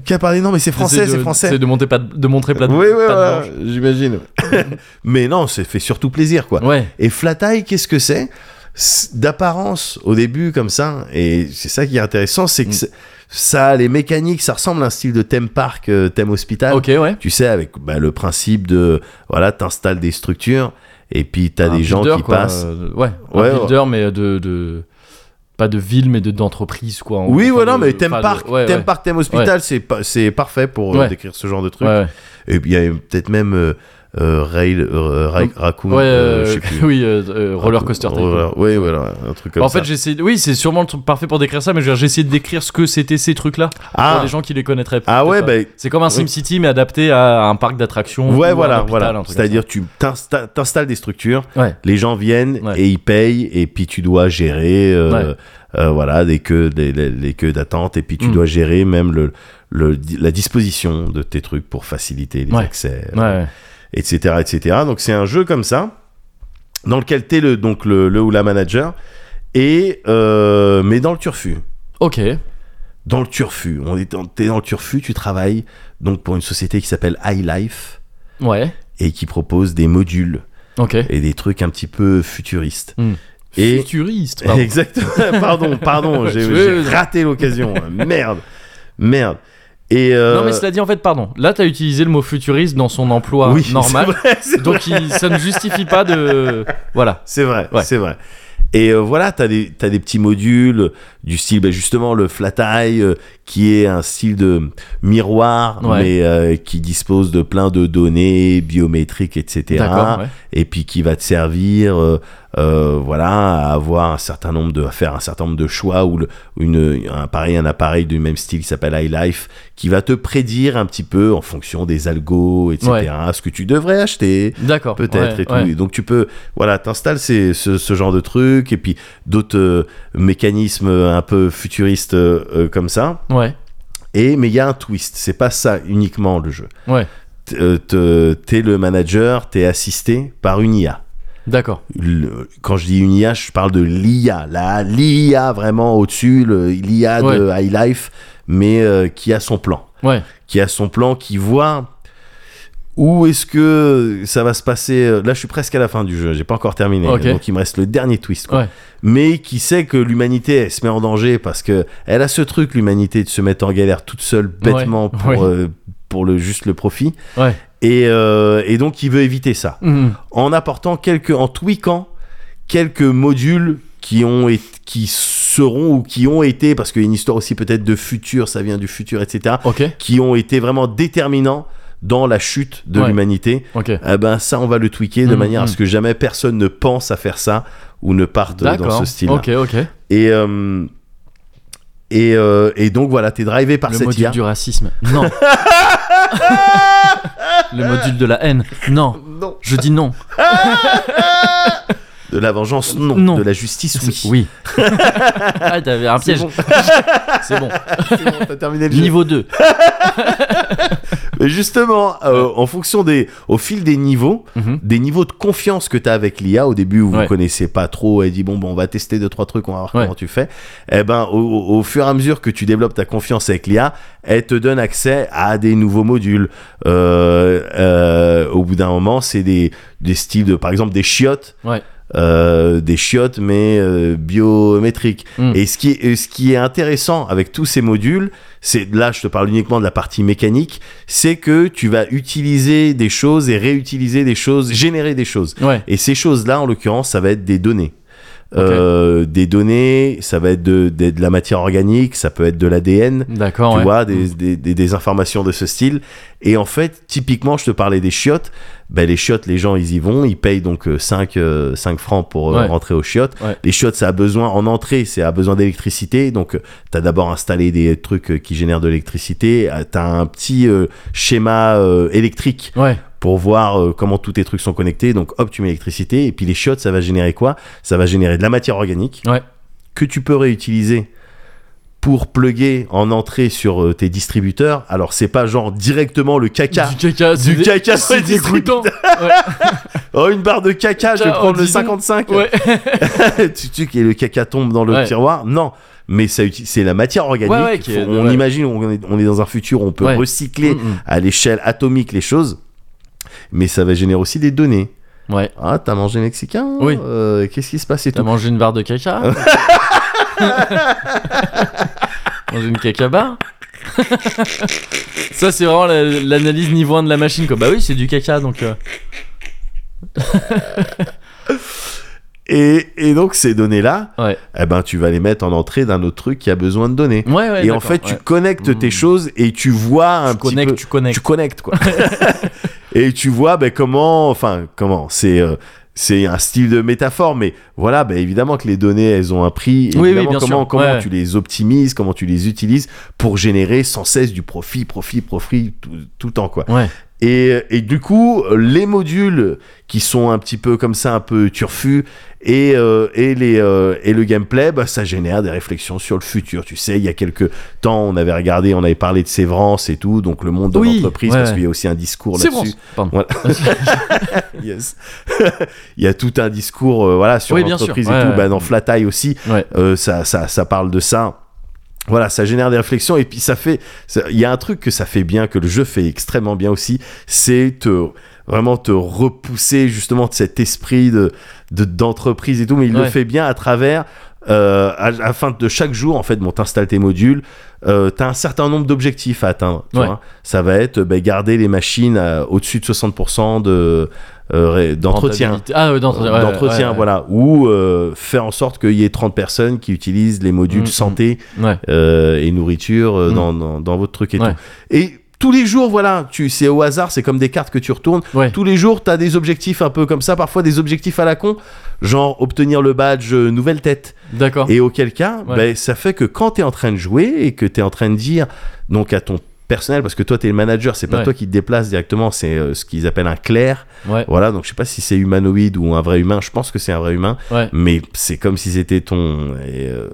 [SPEAKER 2] Qu'à parler non, mais c'est français,
[SPEAKER 1] J'essaie
[SPEAKER 2] c'est
[SPEAKER 1] de-
[SPEAKER 2] français.
[SPEAKER 1] j'essaie de, monter pas de, de montrer plat de
[SPEAKER 2] oui, oui,
[SPEAKER 1] plat
[SPEAKER 2] voilà,
[SPEAKER 1] de
[SPEAKER 2] j'imagine. mais non, c'est fait surtout plaisir quoi.
[SPEAKER 1] blanche. Ouais,
[SPEAKER 2] Et Flataille, qu'est-ce que c'est C'est D'apparence au début comme ça, et c'est ça qui est intéressant, c'est que
[SPEAKER 1] Mm.
[SPEAKER 2] c'est- ça, a les mécaniques, ça ressemble à un style de thème park, euh, thème hospital.
[SPEAKER 1] ok, ouais.
[SPEAKER 2] Tu sais, avec bah, le principe de, voilà, t'installes des structures, et puis t'as
[SPEAKER 1] Un
[SPEAKER 2] des gens
[SPEAKER 1] builder,
[SPEAKER 2] qui
[SPEAKER 1] quoi,
[SPEAKER 2] passent.
[SPEAKER 1] euh, ouais, un
[SPEAKER 2] Ouais, ouais.
[SPEAKER 1] builder, mais de, de- Pas de ville, mais de- d'entreprise, quoi. en
[SPEAKER 2] Oui,
[SPEAKER 1] gros,
[SPEAKER 2] voilà,
[SPEAKER 1] enfin, de-
[SPEAKER 2] mais thème
[SPEAKER 1] enfin, de-
[SPEAKER 2] park,
[SPEAKER 1] ouais,
[SPEAKER 2] thème
[SPEAKER 1] ouais.
[SPEAKER 2] park, thème hospital, c'est pa- c'est parfait pour euh,
[SPEAKER 1] Ouais.
[SPEAKER 2] décrire ce genre de truc.
[SPEAKER 1] Ouais, ouais.
[SPEAKER 2] Et puis il y a peut-être même euh, euh, Rail, euh, Ra-
[SPEAKER 1] Donc,
[SPEAKER 2] Raccoon,
[SPEAKER 1] Ouais,
[SPEAKER 2] euh,
[SPEAKER 1] euh,
[SPEAKER 2] je sais plus.
[SPEAKER 1] oui, euh, euh, roller coaster. type.
[SPEAKER 2] Roller- Oui, voilà, un truc comme
[SPEAKER 1] en
[SPEAKER 2] ça.
[SPEAKER 1] fait, j'ai essayé. Oui, c'est sûrement le truc parfait pour décrire ça, mais je veux dire, j'ai essayé de décrire ce que c'était ces trucs-là pour
[SPEAKER 2] ah,
[SPEAKER 1] les gens qui les connaîtraient.
[SPEAKER 2] ah
[SPEAKER 1] peut-être
[SPEAKER 2] ouais,
[SPEAKER 1] pas.
[SPEAKER 2] bah,
[SPEAKER 1] C'est comme un SimCity mais adapté à un parc d'attractions. ou à
[SPEAKER 2] Ouais,
[SPEAKER 1] un
[SPEAKER 2] voilà,
[SPEAKER 1] hôpital,
[SPEAKER 2] voilà.
[SPEAKER 1] un truc
[SPEAKER 2] C'est-à-dire, tu t'insta- t'installes des structures,
[SPEAKER 1] comme ça. Ouais.
[SPEAKER 2] les gens viennent
[SPEAKER 1] Ouais.
[SPEAKER 2] et ils payent, et puis tu dois gérer, euh,
[SPEAKER 1] Ouais.
[SPEAKER 2] euh, voilà, des queues, des, des- des queues d'attente, et puis tu
[SPEAKER 1] Mm.
[SPEAKER 2] dois gérer même le, le, la disposition de tes trucs pour faciliter les
[SPEAKER 1] Ouais.
[SPEAKER 2] accès,
[SPEAKER 1] Ouais, ouais.
[SPEAKER 2] etc., etc. Donc, c'est un jeu comme ça, dans lequel t'es le, donc le, le ou la manager, et, euh, mais dans le turfu.
[SPEAKER 1] Ok.
[SPEAKER 2] Dans le turfu. On est dans- T'es dans le turfu, tu travailles, donc, pour une société qui s'appelle iLife,
[SPEAKER 1] Ouais.
[SPEAKER 2] et qui propose des modules
[SPEAKER 1] Ok.
[SPEAKER 2] et des trucs un petit peu futuristes.
[SPEAKER 1] Hmm.
[SPEAKER 2] Et
[SPEAKER 1] Futuriste. pardon.
[SPEAKER 2] exactement. Pardon, pardon, j'ai
[SPEAKER 1] Tu
[SPEAKER 2] j'ai
[SPEAKER 1] veux-
[SPEAKER 2] raté l'occasion. Merde, merde. Et euh,
[SPEAKER 1] Non mais cela dit en fait pardon. Là t'as utilisé le mot futuriste dans son emploi
[SPEAKER 2] oui,
[SPEAKER 1] normal.
[SPEAKER 2] c'est vrai, c'est vrai,
[SPEAKER 1] Donc il- ça ne justifie pas de voilà.
[SPEAKER 2] c'est vrai,
[SPEAKER 1] Ouais.
[SPEAKER 2] c'est vrai. Et euh, voilà, t'as des t'as des petits modules du style, ben justement le flat eye euh, qui est un style de miroir,
[SPEAKER 1] Ouais.
[SPEAKER 2] mais euh, qui dispose de plein de données biométriques, etc.
[SPEAKER 1] D'accord. ouais.
[SPEAKER 2] et puis qui va te servir euh, euh, voilà, à avoir un certain nombre de, à faire un certain nombre de choix ou le- ou une, un appareil, un appareil du même style qui s'appelle iLife, qui va te prédire un petit peu en fonction des algos, etc. Ce que tu devrais acheter.
[SPEAKER 1] D'accord.
[SPEAKER 2] Peut-être
[SPEAKER 1] ouais,
[SPEAKER 2] et tout.
[SPEAKER 1] ouais.
[SPEAKER 2] Et donc tu peux, voilà, t'installes ces- ce, ce genre de trucs et puis d'autres euh, mécanismes un peu futuristes euh, euh, comme ça.
[SPEAKER 1] Ouais.
[SPEAKER 2] Et mais il y a un twist, c'est pas ça uniquement le jeu.
[SPEAKER 1] Ouais.
[SPEAKER 2] T- euh, te- T'es le manager, t'es assisté par une IA.
[SPEAKER 1] D'accord.
[SPEAKER 2] Le- quand je dis une IA, je parle de l'IA, la l'IA vraiment au-dessus, le- l'IA de High Life, mais euh, qui a son plan,
[SPEAKER 1] Ouais.
[SPEAKER 2] qui a son plan, qui voit où est-ce que ça va se passer. Là, je suis presque à la fin du jeu, j'ai pas encore terminé,
[SPEAKER 1] Ok.
[SPEAKER 2] donc il me reste le dernier twist. quoi.
[SPEAKER 1] Ouais.
[SPEAKER 2] Mais qui sait que l'humanité elle se met en danger parce que elle a ce truc, l'humanité, de se mettre en galère toute seule bêtement
[SPEAKER 1] Ouais,
[SPEAKER 2] pour
[SPEAKER 1] ouais.
[SPEAKER 2] euh, pour le juste le profit.
[SPEAKER 1] Ouais.
[SPEAKER 2] Et, euh, et donc, il veut éviter ça
[SPEAKER 1] Mhm.
[SPEAKER 2] en apportant quelques, en tweakant quelques modules qui ont et- qui seront ou qui ont été, parce qu'il y a une histoire aussi peut-être de futur, ça vient du futur, etc.,
[SPEAKER 1] Ok.
[SPEAKER 2] qui ont été vraiment déterminants dans la chute de
[SPEAKER 1] Ouais.
[SPEAKER 2] l'humanité.
[SPEAKER 1] Ok.
[SPEAKER 2] Eh ben ça, on va le tweaker de
[SPEAKER 1] Mhm,
[SPEAKER 2] manière à ce
[SPEAKER 1] mhm.
[SPEAKER 2] que jamais personne ne pense à faire ça ou ne parte dans
[SPEAKER 1] D'accord.
[SPEAKER 2] ce style.
[SPEAKER 1] Ok. Ok.
[SPEAKER 2] Et euh, et, euh, et donc voilà, t'es drivé par
[SPEAKER 1] Le
[SPEAKER 2] cette
[SPEAKER 1] module
[SPEAKER 2] IA.
[SPEAKER 1] du racisme. Non. le module de la haine. Non.
[SPEAKER 2] Non.
[SPEAKER 1] Je dis non.
[SPEAKER 2] De la vengeance, non.
[SPEAKER 1] Non.
[SPEAKER 2] De la justice, oui.
[SPEAKER 1] Oui. ah, t'avais un
[SPEAKER 2] C'est
[SPEAKER 1] piège.
[SPEAKER 2] bon,
[SPEAKER 1] C'est bon.
[SPEAKER 2] c'est bon, t'as terminé le jeu.
[SPEAKER 1] Niveau 2.
[SPEAKER 2] Mais justement, euh, en fonction des, au fil des niveaux,
[SPEAKER 1] Mhm.
[SPEAKER 2] des niveaux de confiance que tu as avec l'IA au début où
[SPEAKER 1] Ouais.
[SPEAKER 2] vous connaissez pas trop, elle dit bon, bon, on va tester deux trois trucs, on va voir
[SPEAKER 1] Ouais.
[SPEAKER 2] comment tu fais. Eh ben, au, au- au fur et à mesure que tu développes ta confiance avec l'IA, elle te donne accès à des nouveaux modules. Euh, euh, au bout d'un moment, c'est des des styles de, par exemple, des chiottes.
[SPEAKER 1] Ouais.
[SPEAKER 2] Euh, des chiottes mais euh, biométriques
[SPEAKER 1] Mm.
[SPEAKER 2] et ce qui est, ce qui est intéressant avec tous ces modules c'est là je te parle uniquement de la partie mécanique c'est que tu vas utiliser des choses et réutiliser des choses, générer des choses.
[SPEAKER 1] Ouais.
[SPEAKER 2] Et ces choses-là, en l'occurrence, ça va être des données.
[SPEAKER 1] Ok.
[SPEAKER 2] Euh, des données, ça va être de, de- de la matière organique, ça peut être de l'ADN,
[SPEAKER 1] D'accord.
[SPEAKER 2] tu
[SPEAKER 1] ouais.
[SPEAKER 2] vois, des, des- des- des informations de ce style. Et en fait, typiquement, je te parlais des chiottes. Ben, les chiottes, les gens, ils y vont, ils payent donc 5, francs pour euh,
[SPEAKER 1] Ouais.
[SPEAKER 2] rentrer aux chiottes.
[SPEAKER 1] Ouais.
[SPEAKER 2] Les chiottes, ça a besoin, en entrée, ça a besoin d'électricité. Donc, tu as d'abord installé des trucs euh, qui génèrent de l'électricité. Tu as un petit euh, schéma euh, électrique
[SPEAKER 1] Ouais.
[SPEAKER 2] pour voir euh, comment tous tes trucs sont connectés. Donc hop, tu mets l'électricité et puis les chiottes, ça va générer quoi Ça va générer de la matière organique
[SPEAKER 1] Ouais.
[SPEAKER 2] que tu peux réutiliser pour plugger en entrée sur euh, tes distributeurs. Alors c'est pas genre directement le caca.
[SPEAKER 1] Du caca. c'est
[SPEAKER 2] Du
[SPEAKER 1] dé-
[SPEAKER 2] caca sur
[SPEAKER 1] C'est
[SPEAKER 2] les
[SPEAKER 1] dégoûtant.
[SPEAKER 2] Oh une barre de caca, je vais
[SPEAKER 1] Putain,
[SPEAKER 2] prendre
[SPEAKER 1] oh,
[SPEAKER 2] le
[SPEAKER 1] dis donc.
[SPEAKER 2] 55.
[SPEAKER 1] Ouais.
[SPEAKER 2] tu tu et le caca tombe dans le
[SPEAKER 1] Ouais.
[SPEAKER 2] tiroir. Non, mais ça uti- c'est la matière organique.
[SPEAKER 1] Ouais, ouais, qui est-
[SPEAKER 2] Faut- on
[SPEAKER 1] ouais.
[SPEAKER 2] imagine on est, on est dans un futur où on peut
[SPEAKER 1] Ouais.
[SPEAKER 2] recycler
[SPEAKER 1] Mm,
[SPEAKER 2] à l'échelle atomique les choses, mais ça va générer aussi des données.
[SPEAKER 1] mm. Ouais.
[SPEAKER 2] Ah, t'as mangé mexicain
[SPEAKER 1] Oui.
[SPEAKER 2] Euh, Qu'est-ce qui se passe et
[SPEAKER 1] T'as
[SPEAKER 2] tout
[SPEAKER 1] mangé une barre de caca Mangé une caca barre Ça, c'est vraiment la- l'analyse niveau 1 de la machine. Quoi. Bah oui, c'est du caca donc. euh,
[SPEAKER 2] et, et donc, ces données-là,
[SPEAKER 1] Ouais.
[SPEAKER 2] eh ben, tu vas les mettre en entrée d'un autre truc qui a besoin de données.
[SPEAKER 1] Ouais, ouais.
[SPEAKER 2] et en
[SPEAKER 1] d'accord,
[SPEAKER 2] fait,
[SPEAKER 1] ouais.
[SPEAKER 2] tu connectes
[SPEAKER 1] Mm.
[SPEAKER 2] tes choses et tu vois un
[SPEAKER 1] tu
[SPEAKER 2] petit
[SPEAKER 1] connectes,
[SPEAKER 2] peu-
[SPEAKER 1] tu connectes.
[SPEAKER 2] tu connectes quoi. et tu vois ben, comment, enfin comment, c'est euh, c'est un style de métaphore, mais voilà, ben, évidemment que les données elles ont un prix.
[SPEAKER 1] Oui, oui,
[SPEAKER 2] Évidemment,
[SPEAKER 1] bien
[SPEAKER 2] comment
[SPEAKER 1] sûr.
[SPEAKER 2] comment
[SPEAKER 1] Ouais.
[SPEAKER 2] tu les optimises, comment tu les utilises pour générer sans cesse du profit, profit, profit tout, tout le temps quoi.
[SPEAKER 1] Ouais.
[SPEAKER 2] Et, et du coup, les modules qui sont un petit peu comme ça, un peu turfus, et, euh, et, les, euh, et le gameplay, bah, ça génère des réflexions sur le futur. Tu sais, il y a quelques temps, on avait regardé, on avait parlé de Sévrance et tout, donc le monde de
[SPEAKER 1] Oui,
[SPEAKER 2] l'entreprise,
[SPEAKER 1] ouais,
[SPEAKER 2] parce
[SPEAKER 1] ouais.
[SPEAKER 2] qu'il y a aussi un discours
[SPEAKER 1] C'est bon.
[SPEAKER 2] là-dessus.
[SPEAKER 1] Pardon.
[SPEAKER 2] Voilà. Yes. il y a tout un discours euh, voilà, sur
[SPEAKER 1] Oui, bien sûr.
[SPEAKER 2] l'entreprise et
[SPEAKER 1] Ouais,
[SPEAKER 2] tout.
[SPEAKER 1] ouais.
[SPEAKER 2] Bah, dans Flat Eye aussi,
[SPEAKER 1] Ouais.
[SPEAKER 2] euh, ça, ça, ça parle de ça. Voilà, ça génère des réflexions et puis ça fait. ça- Il y a un truc que ça fait bien, que le jeu fait extrêmement bien aussi, c'est te vraiment te repousser justement de cet esprit de de- d'entreprise et tout, mais il le
[SPEAKER 1] Ouais.
[SPEAKER 2] fait bien à travers. Euh, à, à fin de chaque jour, en fait, bon, t'installes tes modules, euh, t'as un certain nombre d'objectifs à atteindre. tu
[SPEAKER 1] Ouais.
[SPEAKER 2] vois. hein. Ça va être bah, garder les machines à- au-dessus de 60% de euh, ré- d'entretien
[SPEAKER 1] Rentabilité. Ah, ouais, d'entretien. ouais, ouais,
[SPEAKER 2] d'entretien,
[SPEAKER 1] ouais,
[SPEAKER 2] voilà, ou euh, faire en sorte qu'il y ait 30 personnes qui utilisent les modules
[SPEAKER 1] Mm,
[SPEAKER 2] santé
[SPEAKER 1] Ouais.
[SPEAKER 2] euh, et nourriture euh,
[SPEAKER 1] Mm.
[SPEAKER 2] dans, dans, dans votre truc et
[SPEAKER 1] Ouais.
[SPEAKER 2] tout. Et tous les jours, voilà, tu c'est au hasard, c'est comme des cartes que tu retournes.
[SPEAKER 1] Ouais.
[SPEAKER 2] Tous les jours, t'as des objectifs un peu comme ça, parfois des objectifs à la con, genre obtenir le badge euh, nouvelle tête.
[SPEAKER 1] D'accord.
[SPEAKER 2] Et auquel cas,
[SPEAKER 1] Ah. Ouais.
[SPEAKER 2] ben, ça fait que quand t'es en train de jouer et que t'es en train de dire, donc à ton personnel, parce que toi t'es le manager, c'est pas
[SPEAKER 1] Ouais.
[SPEAKER 2] toi qui te déplace directement, c'est euh, ce qu'ils appellent un clerc.
[SPEAKER 1] Ouais.
[SPEAKER 2] Voilà, donc je sais pas si c'est humanoïde ou un vrai humain, je pense que c'est un vrai humain,
[SPEAKER 1] Ouais.
[SPEAKER 2] mais c'est comme si c'était ton euh,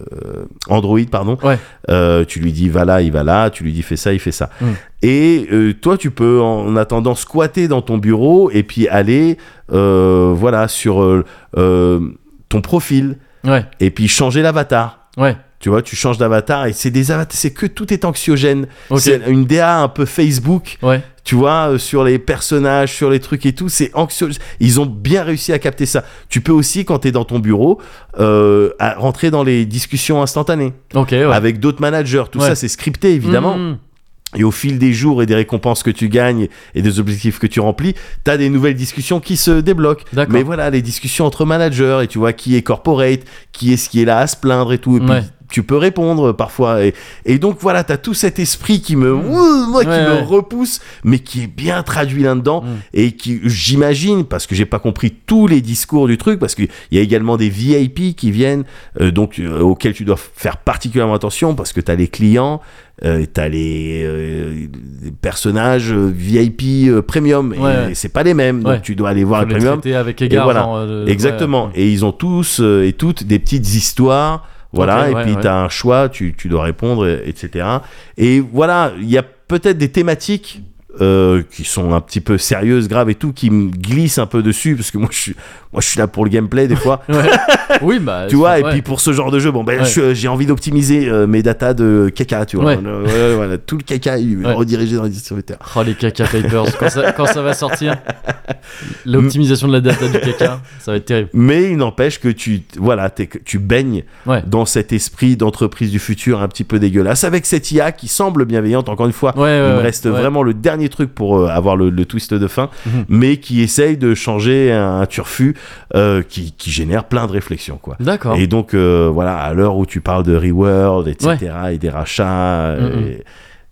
[SPEAKER 2] Android, pardon.
[SPEAKER 1] Ouais.
[SPEAKER 2] Euh, tu lui dis va là, il va là, tu lui dis fais ça, il fait ça.
[SPEAKER 1] Mm.
[SPEAKER 2] Et euh, toi, tu peux en attendant squatter dans ton bureau et puis aller, euh, voilà, sur euh, euh, ton profil
[SPEAKER 1] Ouais.
[SPEAKER 2] et puis changer l'avatar.
[SPEAKER 1] Ouais.
[SPEAKER 2] Tu vois, tu changes d'avatar et c'est des avatars, c'est que tout est anxiogène.
[SPEAKER 1] Ok.
[SPEAKER 2] C'est une DA un peu Facebook
[SPEAKER 1] Ouais.
[SPEAKER 2] tu vois, euh, sur les personnages, sur les trucs et tout, c'est anxieux. Ils ont bien réussi à capter ça. Tu peux aussi, quand t'es dans ton bureau, euh, à rentrer dans les discussions instantanées
[SPEAKER 1] Ok. Ouais.
[SPEAKER 2] avec d'autres managers. Tout
[SPEAKER 1] Ouais.
[SPEAKER 2] ça, c'est scripté, évidemment.
[SPEAKER 1] Mm.
[SPEAKER 2] Et au fil des jours et des récompenses que tu gagnes et des objectifs que tu remplis, t'as des nouvelles discussions qui se débloquent.
[SPEAKER 1] D'accord.
[SPEAKER 2] Mais voilà, les discussions entre managers et tu vois qui est corporate, qui est ce qui est là à se plaindre et tout. Et puis,
[SPEAKER 1] Ouais.
[SPEAKER 2] tu peux répondre parfois. Et, et donc voilà, t'as tout cet esprit qui me, Ouh, moi, qui
[SPEAKER 1] Mm. Ouais,
[SPEAKER 2] me
[SPEAKER 1] ouais.
[SPEAKER 2] repousse, mais qui est bien traduit là-dedans
[SPEAKER 1] Mm.
[SPEAKER 2] et qui, j'imagine, parce que j'ai pas compris tous les discours du truc, parce qu'il y a également des VIP qui viennent, euh, donc euh, auxquels tu dois faire particulièrement attention parce que t'as les clients. Euh, t'as les, euh, les personnages euh, VIP euh, premium et,
[SPEAKER 1] Ouais, ouais.
[SPEAKER 2] c'est pas les mêmes donc
[SPEAKER 1] Ouais.
[SPEAKER 2] tu dois aller voir
[SPEAKER 1] Faut
[SPEAKER 2] les
[SPEAKER 1] les
[SPEAKER 2] premium
[SPEAKER 1] traiter avec égard.
[SPEAKER 2] voilà.
[SPEAKER 1] genre, euh, de-
[SPEAKER 2] Exactement.
[SPEAKER 1] ouais.
[SPEAKER 2] Et ils ont tous euh, et toutes des petites histoires. Voilà.
[SPEAKER 1] Ok,
[SPEAKER 2] et
[SPEAKER 1] ouais,
[SPEAKER 2] puis,
[SPEAKER 1] ouais.
[SPEAKER 2] tu as un choix, tu, tu dois répondre, et- etc. Et voilà, il y a peut-être des thématiques. euh, qui sont un petit peu sérieuses, graves et tout, qui me glissent un peu dessus, parce que moi je suis, moi, je suis là pour le gameplay des fois,
[SPEAKER 1] Oui, bah.
[SPEAKER 2] tu vois,
[SPEAKER 1] c'est-
[SPEAKER 2] et
[SPEAKER 1] ouais.
[SPEAKER 2] puis pour ce genre de jeu, bon ben
[SPEAKER 1] Ouais.
[SPEAKER 2] je- j'ai envie d'optimiser euh, mes datas de caca, tu vois,
[SPEAKER 1] Ouais.
[SPEAKER 2] Euh, ouais, voilà, tout le caca il est
[SPEAKER 1] Ouais.
[SPEAKER 2] redirigé dans les distributeurs.
[SPEAKER 1] Oh, les caca papers, quand ça, quand ça va sortir, l'optimisation de la data du caca, ça va être terrible.
[SPEAKER 2] Mais il n'empêche que tu, voilà, t'es- que tu baignes
[SPEAKER 1] Ouais.
[SPEAKER 2] dans cet esprit d'entreprise du futur un petit peu dégueulasse, avec cette IA qui semble bienveillante, encore une fois.
[SPEAKER 1] Ouais, ouais,
[SPEAKER 2] il me
[SPEAKER 1] ouais,
[SPEAKER 2] reste
[SPEAKER 1] ouais.
[SPEAKER 2] vraiment le dernier truc pour euh, avoir le, le twist de fin,
[SPEAKER 1] Mhm.
[SPEAKER 2] mais qui essaye de changer un, un turfu euh, qui, qui génère plein de réflexions, quoi.
[SPEAKER 1] D'accord.
[SPEAKER 2] Et donc, euh, voilà, à l'heure où tu parles de Reworld, etc., et des rachats,
[SPEAKER 1] Mhm.
[SPEAKER 2] et,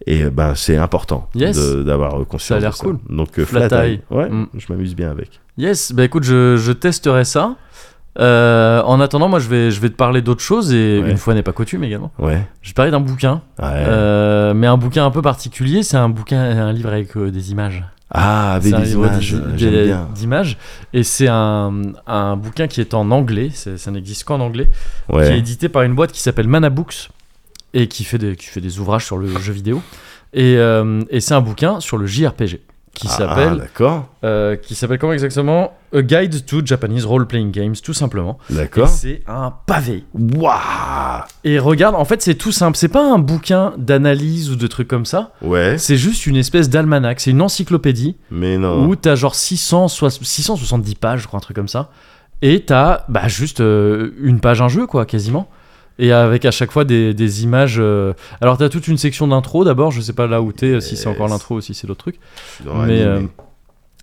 [SPEAKER 2] et, ben, c'est important
[SPEAKER 1] Yes.
[SPEAKER 2] de- d'avoir conscience.
[SPEAKER 1] Ça a l'air
[SPEAKER 2] de
[SPEAKER 1] cool.
[SPEAKER 2] Donc, euh,
[SPEAKER 1] Flat
[SPEAKER 2] Flat,
[SPEAKER 1] Eye.
[SPEAKER 2] Eye. Ouais,
[SPEAKER 1] Mhm.
[SPEAKER 2] je m'amuse bien avec.
[SPEAKER 1] Yes, bah écoute, je, je testerai ça. Euh, en attendant, moi, je vais, je vais te parler d'autre chose et
[SPEAKER 2] Ouais.
[SPEAKER 1] une fois n'est pas coutume également.
[SPEAKER 2] Ouais.
[SPEAKER 1] Je vais te parler d'un bouquin,
[SPEAKER 2] Ouais.
[SPEAKER 1] euh, mais un bouquin un peu particulier. C'est un bouquin, un livre avec euh, des images.
[SPEAKER 2] ah, avec
[SPEAKER 1] C'est un
[SPEAKER 2] des
[SPEAKER 1] livre
[SPEAKER 2] images,
[SPEAKER 1] d'i-
[SPEAKER 2] euh,
[SPEAKER 1] d'i-
[SPEAKER 2] j'aime bien.
[SPEAKER 1] d'images. Et c'est un, un bouquin qui est en anglais. c'est- Ça n'existe qu'en anglais. qui est
[SPEAKER 2] Ouais.
[SPEAKER 1] édité par une boîte qui s'appelle Mana Books et qui fait des, qui fait des ouvrages sur le jeu vidéo. Et, euh, et c'est un bouquin sur le JRPG qui
[SPEAKER 2] Ah,
[SPEAKER 1] s'appelle
[SPEAKER 2] D'accord.
[SPEAKER 1] euh, qui s'appelle comment exactement A Guide to Japanese Role Playing Games tout simplement. Et
[SPEAKER 2] D'accord.
[SPEAKER 1] c'est un pavé.
[SPEAKER 2] Waouh
[SPEAKER 1] Et regarde, en fait, c'est tout simple. C'est pas un bouquin d'analyse ou de trucs comme ça.
[SPEAKER 2] Ouais,
[SPEAKER 1] C'est juste une espèce d'almanach. C'est une encyclopédie
[SPEAKER 2] mais non.
[SPEAKER 1] où t'as genre 600, soix- 670 pages, je crois, un truc comme ça. Et t'as bah, juste euh, une page, un jeu, quoi, quasiment. Et avec à chaque fois des, des images. euh, Alors t'as toute une section d'intro d'abord, je sais pas là où t'es, euh, si c'est encore
[SPEAKER 2] Yes.
[SPEAKER 1] l'intro ou si c'est l'autre truc.
[SPEAKER 2] Non,
[SPEAKER 1] mais,
[SPEAKER 2] animé.
[SPEAKER 1] euh,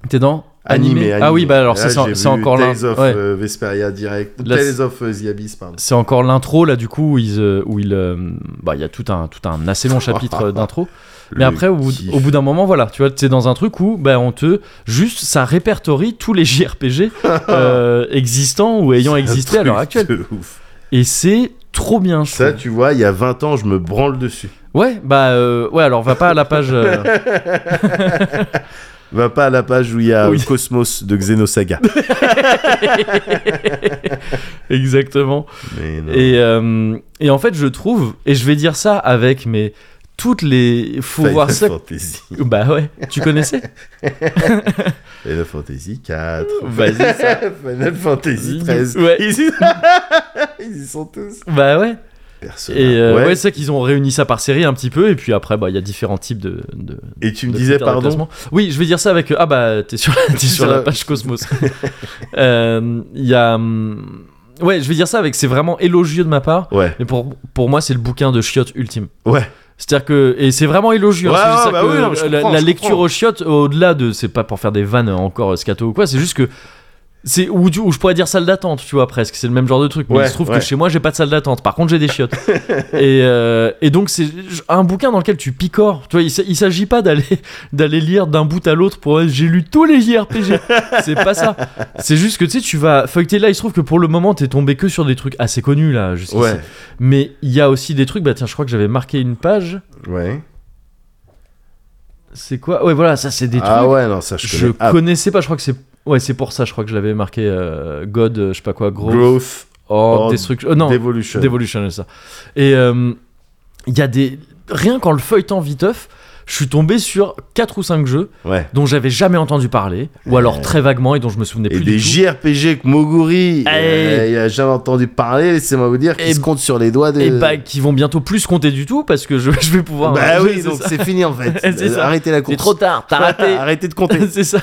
[SPEAKER 1] T'es dans
[SPEAKER 2] Animé, animé.
[SPEAKER 1] Ah oui, bah alors c'est
[SPEAKER 2] Là,
[SPEAKER 1] c'est-
[SPEAKER 2] j'ai
[SPEAKER 1] c'est
[SPEAKER 2] vu
[SPEAKER 1] encore là.
[SPEAKER 2] Tales of
[SPEAKER 1] ouais.
[SPEAKER 2] euh, Vesperia direct.
[SPEAKER 1] Là,
[SPEAKER 2] Tales of euh, the Abyss, pardon.
[SPEAKER 1] C'est encore l'intro là du coup où il où il euh, bah il y a tout un tout un assez long chapitre euh, d'intro. Mais
[SPEAKER 2] Le
[SPEAKER 1] après au bout,
[SPEAKER 2] kiff.
[SPEAKER 1] au bout d'un moment voilà tu vois t'es dans un truc où bah on te juste ça répertorie tous les JRPG euh, existants ou ayant
[SPEAKER 2] C'est un
[SPEAKER 1] existé à
[SPEAKER 2] truc
[SPEAKER 1] l'heure actuelle.
[SPEAKER 2] de ouf.
[SPEAKER 1] Et c'est trop bien je
[SPEAKER 2] Ça,
[SPEAKER 1] trouve.
[SPEAKER 2] tu vois, il y a 20 ans, je me branle dessus.
[SPEAKER 1] Ouais bah euh, ouais alors va pas à la page. euh,
[SPEAKER 2] Va pas à la page où il y a
[SPEAKER 1] Oui.
[SPEAKER 2] euh, Cosmos de Xenosaga.
[SPEAKER 1] Exactement.
[SPEAKER 2] mais non.
[SPEAKER 1] Et euh, et en fait je trouve et je vais dire ça avec mais toutes les faut
[SPEAKER 2] Final
[SPEAKER 1] voir ça.
[SPEAKER 2] Fantasy.
[SPEAKER 1] Bah ouais tu connaissais.
[SPEAKER 2] Final Fantasy 4.
[SPEAKER 1] Vas-y, ça.
[SPEAKER 2] Final Fantasy 13.
[SPEAKER 1] Ouais.
[SPEAKER 2] Ils, y... Ils y sont tous.
[SPEAKER 1] Bah ouais.
[SPEAKER 2] Personne.
[SPEAKER 1] Et euh, ouais,
[SPEAKER 2] ouais.
[SPEAKER 1] c'est qu'ils ont réuni ça par série un petit peu, et puis après, bah, il y a différents types de. de
[SPEAKER 2] Et tu me
[SPEAKER 1] de
[SPEAKER 2] disais
[SPEAKER 1] critères de
[SPEAKER 2] pardon.
[SPEAKER 1] classement. Oui, je vais dire ça avec. euh, Ah bah, t'es sur, la- t'es sur
[SPEAKER 2] Sur
[SPEAKER 1] la
[SPEAKER 2] la-
[SPEAKER 1] page Cosmos. Euh, Il y a. hum, Ouais, je vais dire ça avec. C'est vraiment élogieux de ma part,
[SPEAKER 2] Ouais.
[SPEAKER 1] mais pour, pour moi, c'est le bouquin de chiottes ultime.
[SPEAKER 2] Ouais.
[SPEAKER 1] C'est-à-dire que. Et c'est vraiment élogieux. hein,
[SPEAKER 2] Ouais,
[SPEAKER 1] c'est-à-dire
[SPEAKER 2] ouais, bah
[SPEAKER 1] que
[SPEAKER 2] oui, non, mais je
[SPEAKER 1] la,
[SPEAKER 2] comprends,
[SPEAKER 1] la
[SPEAKER 2] je
[SPEAKER 1] lecture
[SPEAKER 2] comprends.
[SPEAKER 1] euh, aux chiottes, au-delà de. C'est pas pour faire des vannes encore scato ou quoi, c'est juste que. C'est où, du- où je pourrais dire salle d'attente, tu vois, presque. C'est le même genre de truc. Mais
[SPEAKER 2] Ouais,
[SPEAKER 1] il se trouve
[SPEAKER 2] ouais.
[SPEAKER 1] que chez moi, j'ai pas de salle d'attente. Par contre, j'ai des chiottes. et, euh, et donc, c'est un bouquin dans lequel tu picores. Tu vois, il, s- il s'agit pas d'aller d'aller lire d'un bout à l'autre pour ouais, j'ai lu tous les JRPG. c'est pas ça. C'est juste que tu sais, tu vas feuilleter là. Il se trouve que pour le moment, t'es tombé que sur des trucs assez connus là. jusqu'ici.
[SPEAKER 2] Ouais,
[SPEAKER 1] Mais il y a aussi des trucs. Bah tiens, je crois que j'avais marqué une page.
[SPEAKER 2] ouais.
[SPEAKER 1] C'est quoi Ouais, voilà, ça, c'est des
[SPEAKER 2] Ah
[SPEAKER 1] trucs.
[SPEAKER 2] ouais, non, ça je,
[SPEAKER 1] je
[SPEAKER 2] connais. Ah,
[SPEAKER 1] connaissais pas. Je crois que c'est. Ouais, c'est pour ça, je crois que je l'avais marqué euh, God, euh, je sais pas quoi, gros.
[SPEAKER 2] Growth,
[SPEAKER 1] Oh,
[SPEAKER 2] Or
[SPEAKER 1] Destruction. euh, non,
[SPEAKER 2] Devolution.
[SPEAKER 1] Devolution, c'est ça. Et il y a des. Rien qu'en le feuilletant viteuf, je suis tombé sur 4 ou 5 jeux
[SPEAKER 2] ouais.
[SPEAKER 1] dont j'avais jamais entendu parler, ou alors très vaguement et dont je me souvenais
[SPEAKER 2] Et
[SPEAKER 1] plus
[SPEAKER 2] des
[SPEAKER 1] du tout. Eh.
[SPEAKER 2] JRPG que Moguri, euh, il a jamais entendu parler, laissez-moi vous dire,
[SPEAKER 1] Et-
[SPEAKER 2] qui se compte sur les doigts de.
[SPEAKER 1] Et bah, qui vont bientôt plus compter du tout parce que je, je vais pouvoir.
[SPEAKER 2] Bah
[SPEAKER 1] ranger,
[SPEAKER 2] oui,
[SPEAKER 1] hein. c'est
[SPEAKER 2] donc
[SPEAKER 1] ça.
[SPEAKER 2] c'est fini en fait.
[SPEAKER 1] C'est ça.
[SPEAKER 2] Arrêtez la course.
[SPEAKER 1] C'est trop tard, t'as raté.
[SPEAKER 2] Arrêtez de compter.
[SPEAKER 1] c'est ça.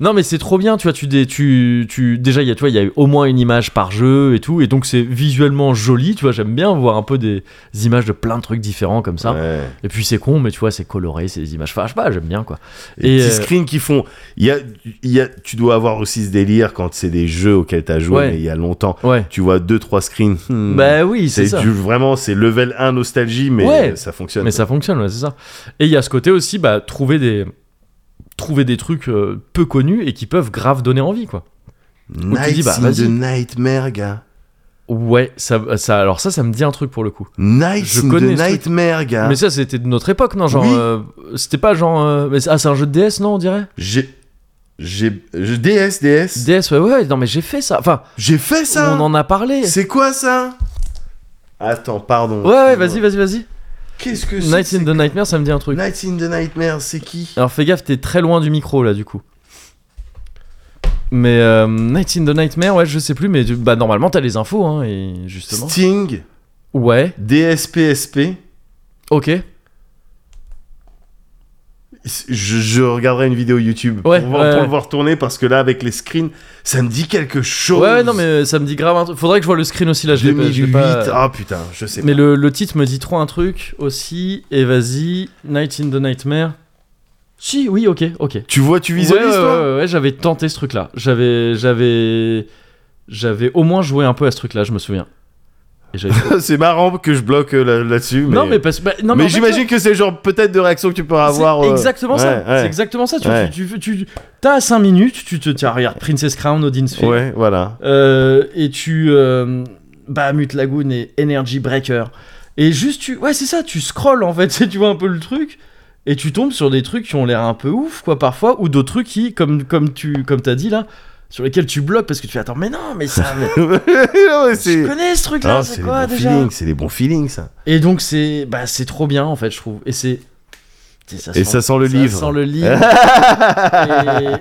[SPEAKER 1] Non mais c'est trop bien, tu vois, tu dé- tu tu déjà il y a tu vois, il y a au moins une image par jeu et tout et donc c'est visuellement joli, tu vois, j'aime bien voir un peu des images de plein de trucs différents comme ça.
[SPEAKER 2] Ouais.
[SPEAKER 1] Et puis c'est con mais tu vois, c'est coloré, c'est des images enfin, je sais pas, j'aime bien quoi.
[SPEAKER 2] Et
[SPEAKER 1] Et,
[SPEAKER 2] petits
[SPEAKER 1] euh,
[SPEAKER 2] screens qui font. Il y a, il y a, tu dois avoir aussi ce délire quand c'est des jeux auxquels t'as joué,
[SPEAKER 1] Ouais.
[SPEAKER 2] mais il y a longtemps.
[SPEAKER 1] Ouais.
[SPEAKER 2] Tu vois deux trois screens. Hmm.
[SPEAKER 1] Bah oui, c'est
[SPEAKER 2] c'est
[SPEAKER 1] ça.
[SPEAKER 2] du, vraiment c'est level 1 nostalgie, mais
[SPEAKER 1] Ouais.
[SPEAKER 2] ça fonctionne.
[SPEAKER 1] Mais ça fonctionne, ouais, c'est ça. Et il y a ce côté aussi bah trouver des trouver des trucs euh, peu connus et qui peuvent grave donner envie quoi. Ou tu
[SPEAKER 2] Nights
[SPEAKER 1] dis, bah,
[SPEAKER 2] in
[SPEAKER 1] vas-y.
[SPEAKER 2] the Nightmare, gars.
[SPEAKER 1] Ouais, ça, ça alors ça ça me dit un truc pour le coup.
[SPEAKER 2] Nights
[SPEAKER 1] Je
[SPEAKER 2] in
[SPEAKER 1] connais
[SPEAKER 2] the
[SPEAKER 1] ce truc.
[SPEAKER 2] Nightmare, gars.
[SPEAKER 1] Mais ça, c'était de notre époque, non Genre,
[SPEAKER 2] Ah. Oui.
[SPEAKER 1] euh, c'était pas genre. euh, mais c'est- ah, c'est un jeu de DS, non On dirait
[SPEAKER 2] J'ai. J'ai. je- DS, DS.
[SPEAKER 1] DS, ouais, ouais, non, mais j'ai fait ça. Enfin,
[SPEAKER 2] J'ai fait ça.
[SPEAKER 1] on en a parlé.
[SPEAKER 2] C'est quoi ça Attends, pardon.
[SPEAKER 1] Ouais, ouais,
[SPEAKER 2] excuse-moi.
[SPEAKER 1] vas-y, vas-y, vas-y.
[SPEAKER 2] Qu'est-ce que c'est
[SPEAKER 1] Night in
[SPEAKER 2] c'est-
[SPEAKER 1] the Nightmare, ça me dit un truc.
[SPEAKER 2] Nights in the Nightmare, c'est qui
[SPEAKER 1] Alors, fais gaffe, t'es très loin du micro, là, du coup. Mais euh, Night in the Nightmare, ouais, je sais plus, mais tu- bah, normalement, t'as les infos, hein, et justement.
[SPEAKER 2] Sting,
[SPEAKER 1] Ouais,
[SPEAKER 2] DSPSP.
[SPEAKER 1] ok.
[SPEAKER 2] Je, je regarderai une vidéo YouTube
[SPEAKER 1] Ouais,
[SPEAKER 2] pour, voir-
[SPEAKER 1] ouais,
[SPEAKER 2] pour
[SPEAKER 1] ouais.
[SPEAKER 2] le voir tourner parce que là, avec les screens, ça me dit quelque chose.
[SPEAKER 1] Ouais, ouais, non, mais ça me dit grave un truc. Faudrait que je vois le screen aussi, là, je l'ai pas- je
[SPEAKER 2] 2008.
[SPEAKER 1] l'ai pas.
[SPEAKER 2] Ah putain, je sais
[SPEAKER 1] Mais
[SPEAKER 2] pas.
[SPEAKER 1] le, le titre me dit trop un truc aussi. Et vas-y, Night in the Nightmare. Si, oui, ok, ok.
[SPEAKER 2] Tu vois, tu visualises
[SPEAKER 1] ouais, ouais,
[SPEAKER 2] toi
[SPEAKER 1] ouais, ouais, j'avais tenté ce truc-là. J'avais, j'avais, j'avais au moins joué un peu à ce truc-là, je me souviens. Et j'avais-
[SPEAKER 2] C'est marrant que je bloque euh, là- là-dessus. mais...
[SPEAKER 1] Non, mais parce bah, non,
[SPEAKER 2] mais
[SPEAKER 1] en fait,
[SPEAKER 2] j'imagine que c'est le genre peut-être de réaction que tu peux
[SPEAKER 1] c'est
[SPEAKER 2] avoir. euh,
[SPEAKER 1] exactement ça.
[SPEAKER 2] ouais, ouais.
[SPEAKER 1] C'est exactement ça. Tu, vois,
[SPEAKER 2] Ouais.
[SPEAKER 1] tu, tu, tu- t'as 5 minutes, tu te tiens, regarde Princess Crown, Odin's Sphere.
[SPEAKER 2] Ouais, voilà.
[SPEAKER 1] Euh, et tu euh, Bahamut Lagoon et Energy Breaker. Et juste tu ouais, c'est ça, tu scrolls en fait, tu sais, tu vois un peu le truc et tu tombes sur des trucs qui ont l'air un peu ouf quoi parfois ou d'autres trucs qui comme comme tu comme t'as dit là sur lesquels tu bloques parce que tu fais attends mais non mais ça mais
[SPEAKER 2] Non,
[SPEAKER 1] je
[SPEAKER 2] mais c'est.
[SPEAKER 1] connais ce truc là
[SPEAKER 2] Ah,
[SPEAKER 1] c'est
[SPEAKER 2] les
[SPEAKER 1] quoi
[SPEAKER 2] bons
[SPEAKER 1] déjà
[SPEAKER 2] feelings, c'est des bons feelings ça.
[SPEAKER 1] et donc c'est bah c'est trop bien en fait je trouve et c'est tu sais,
[SPEAKER 2] Et ça sent le livre.
[SPEAKER 1] sent le livre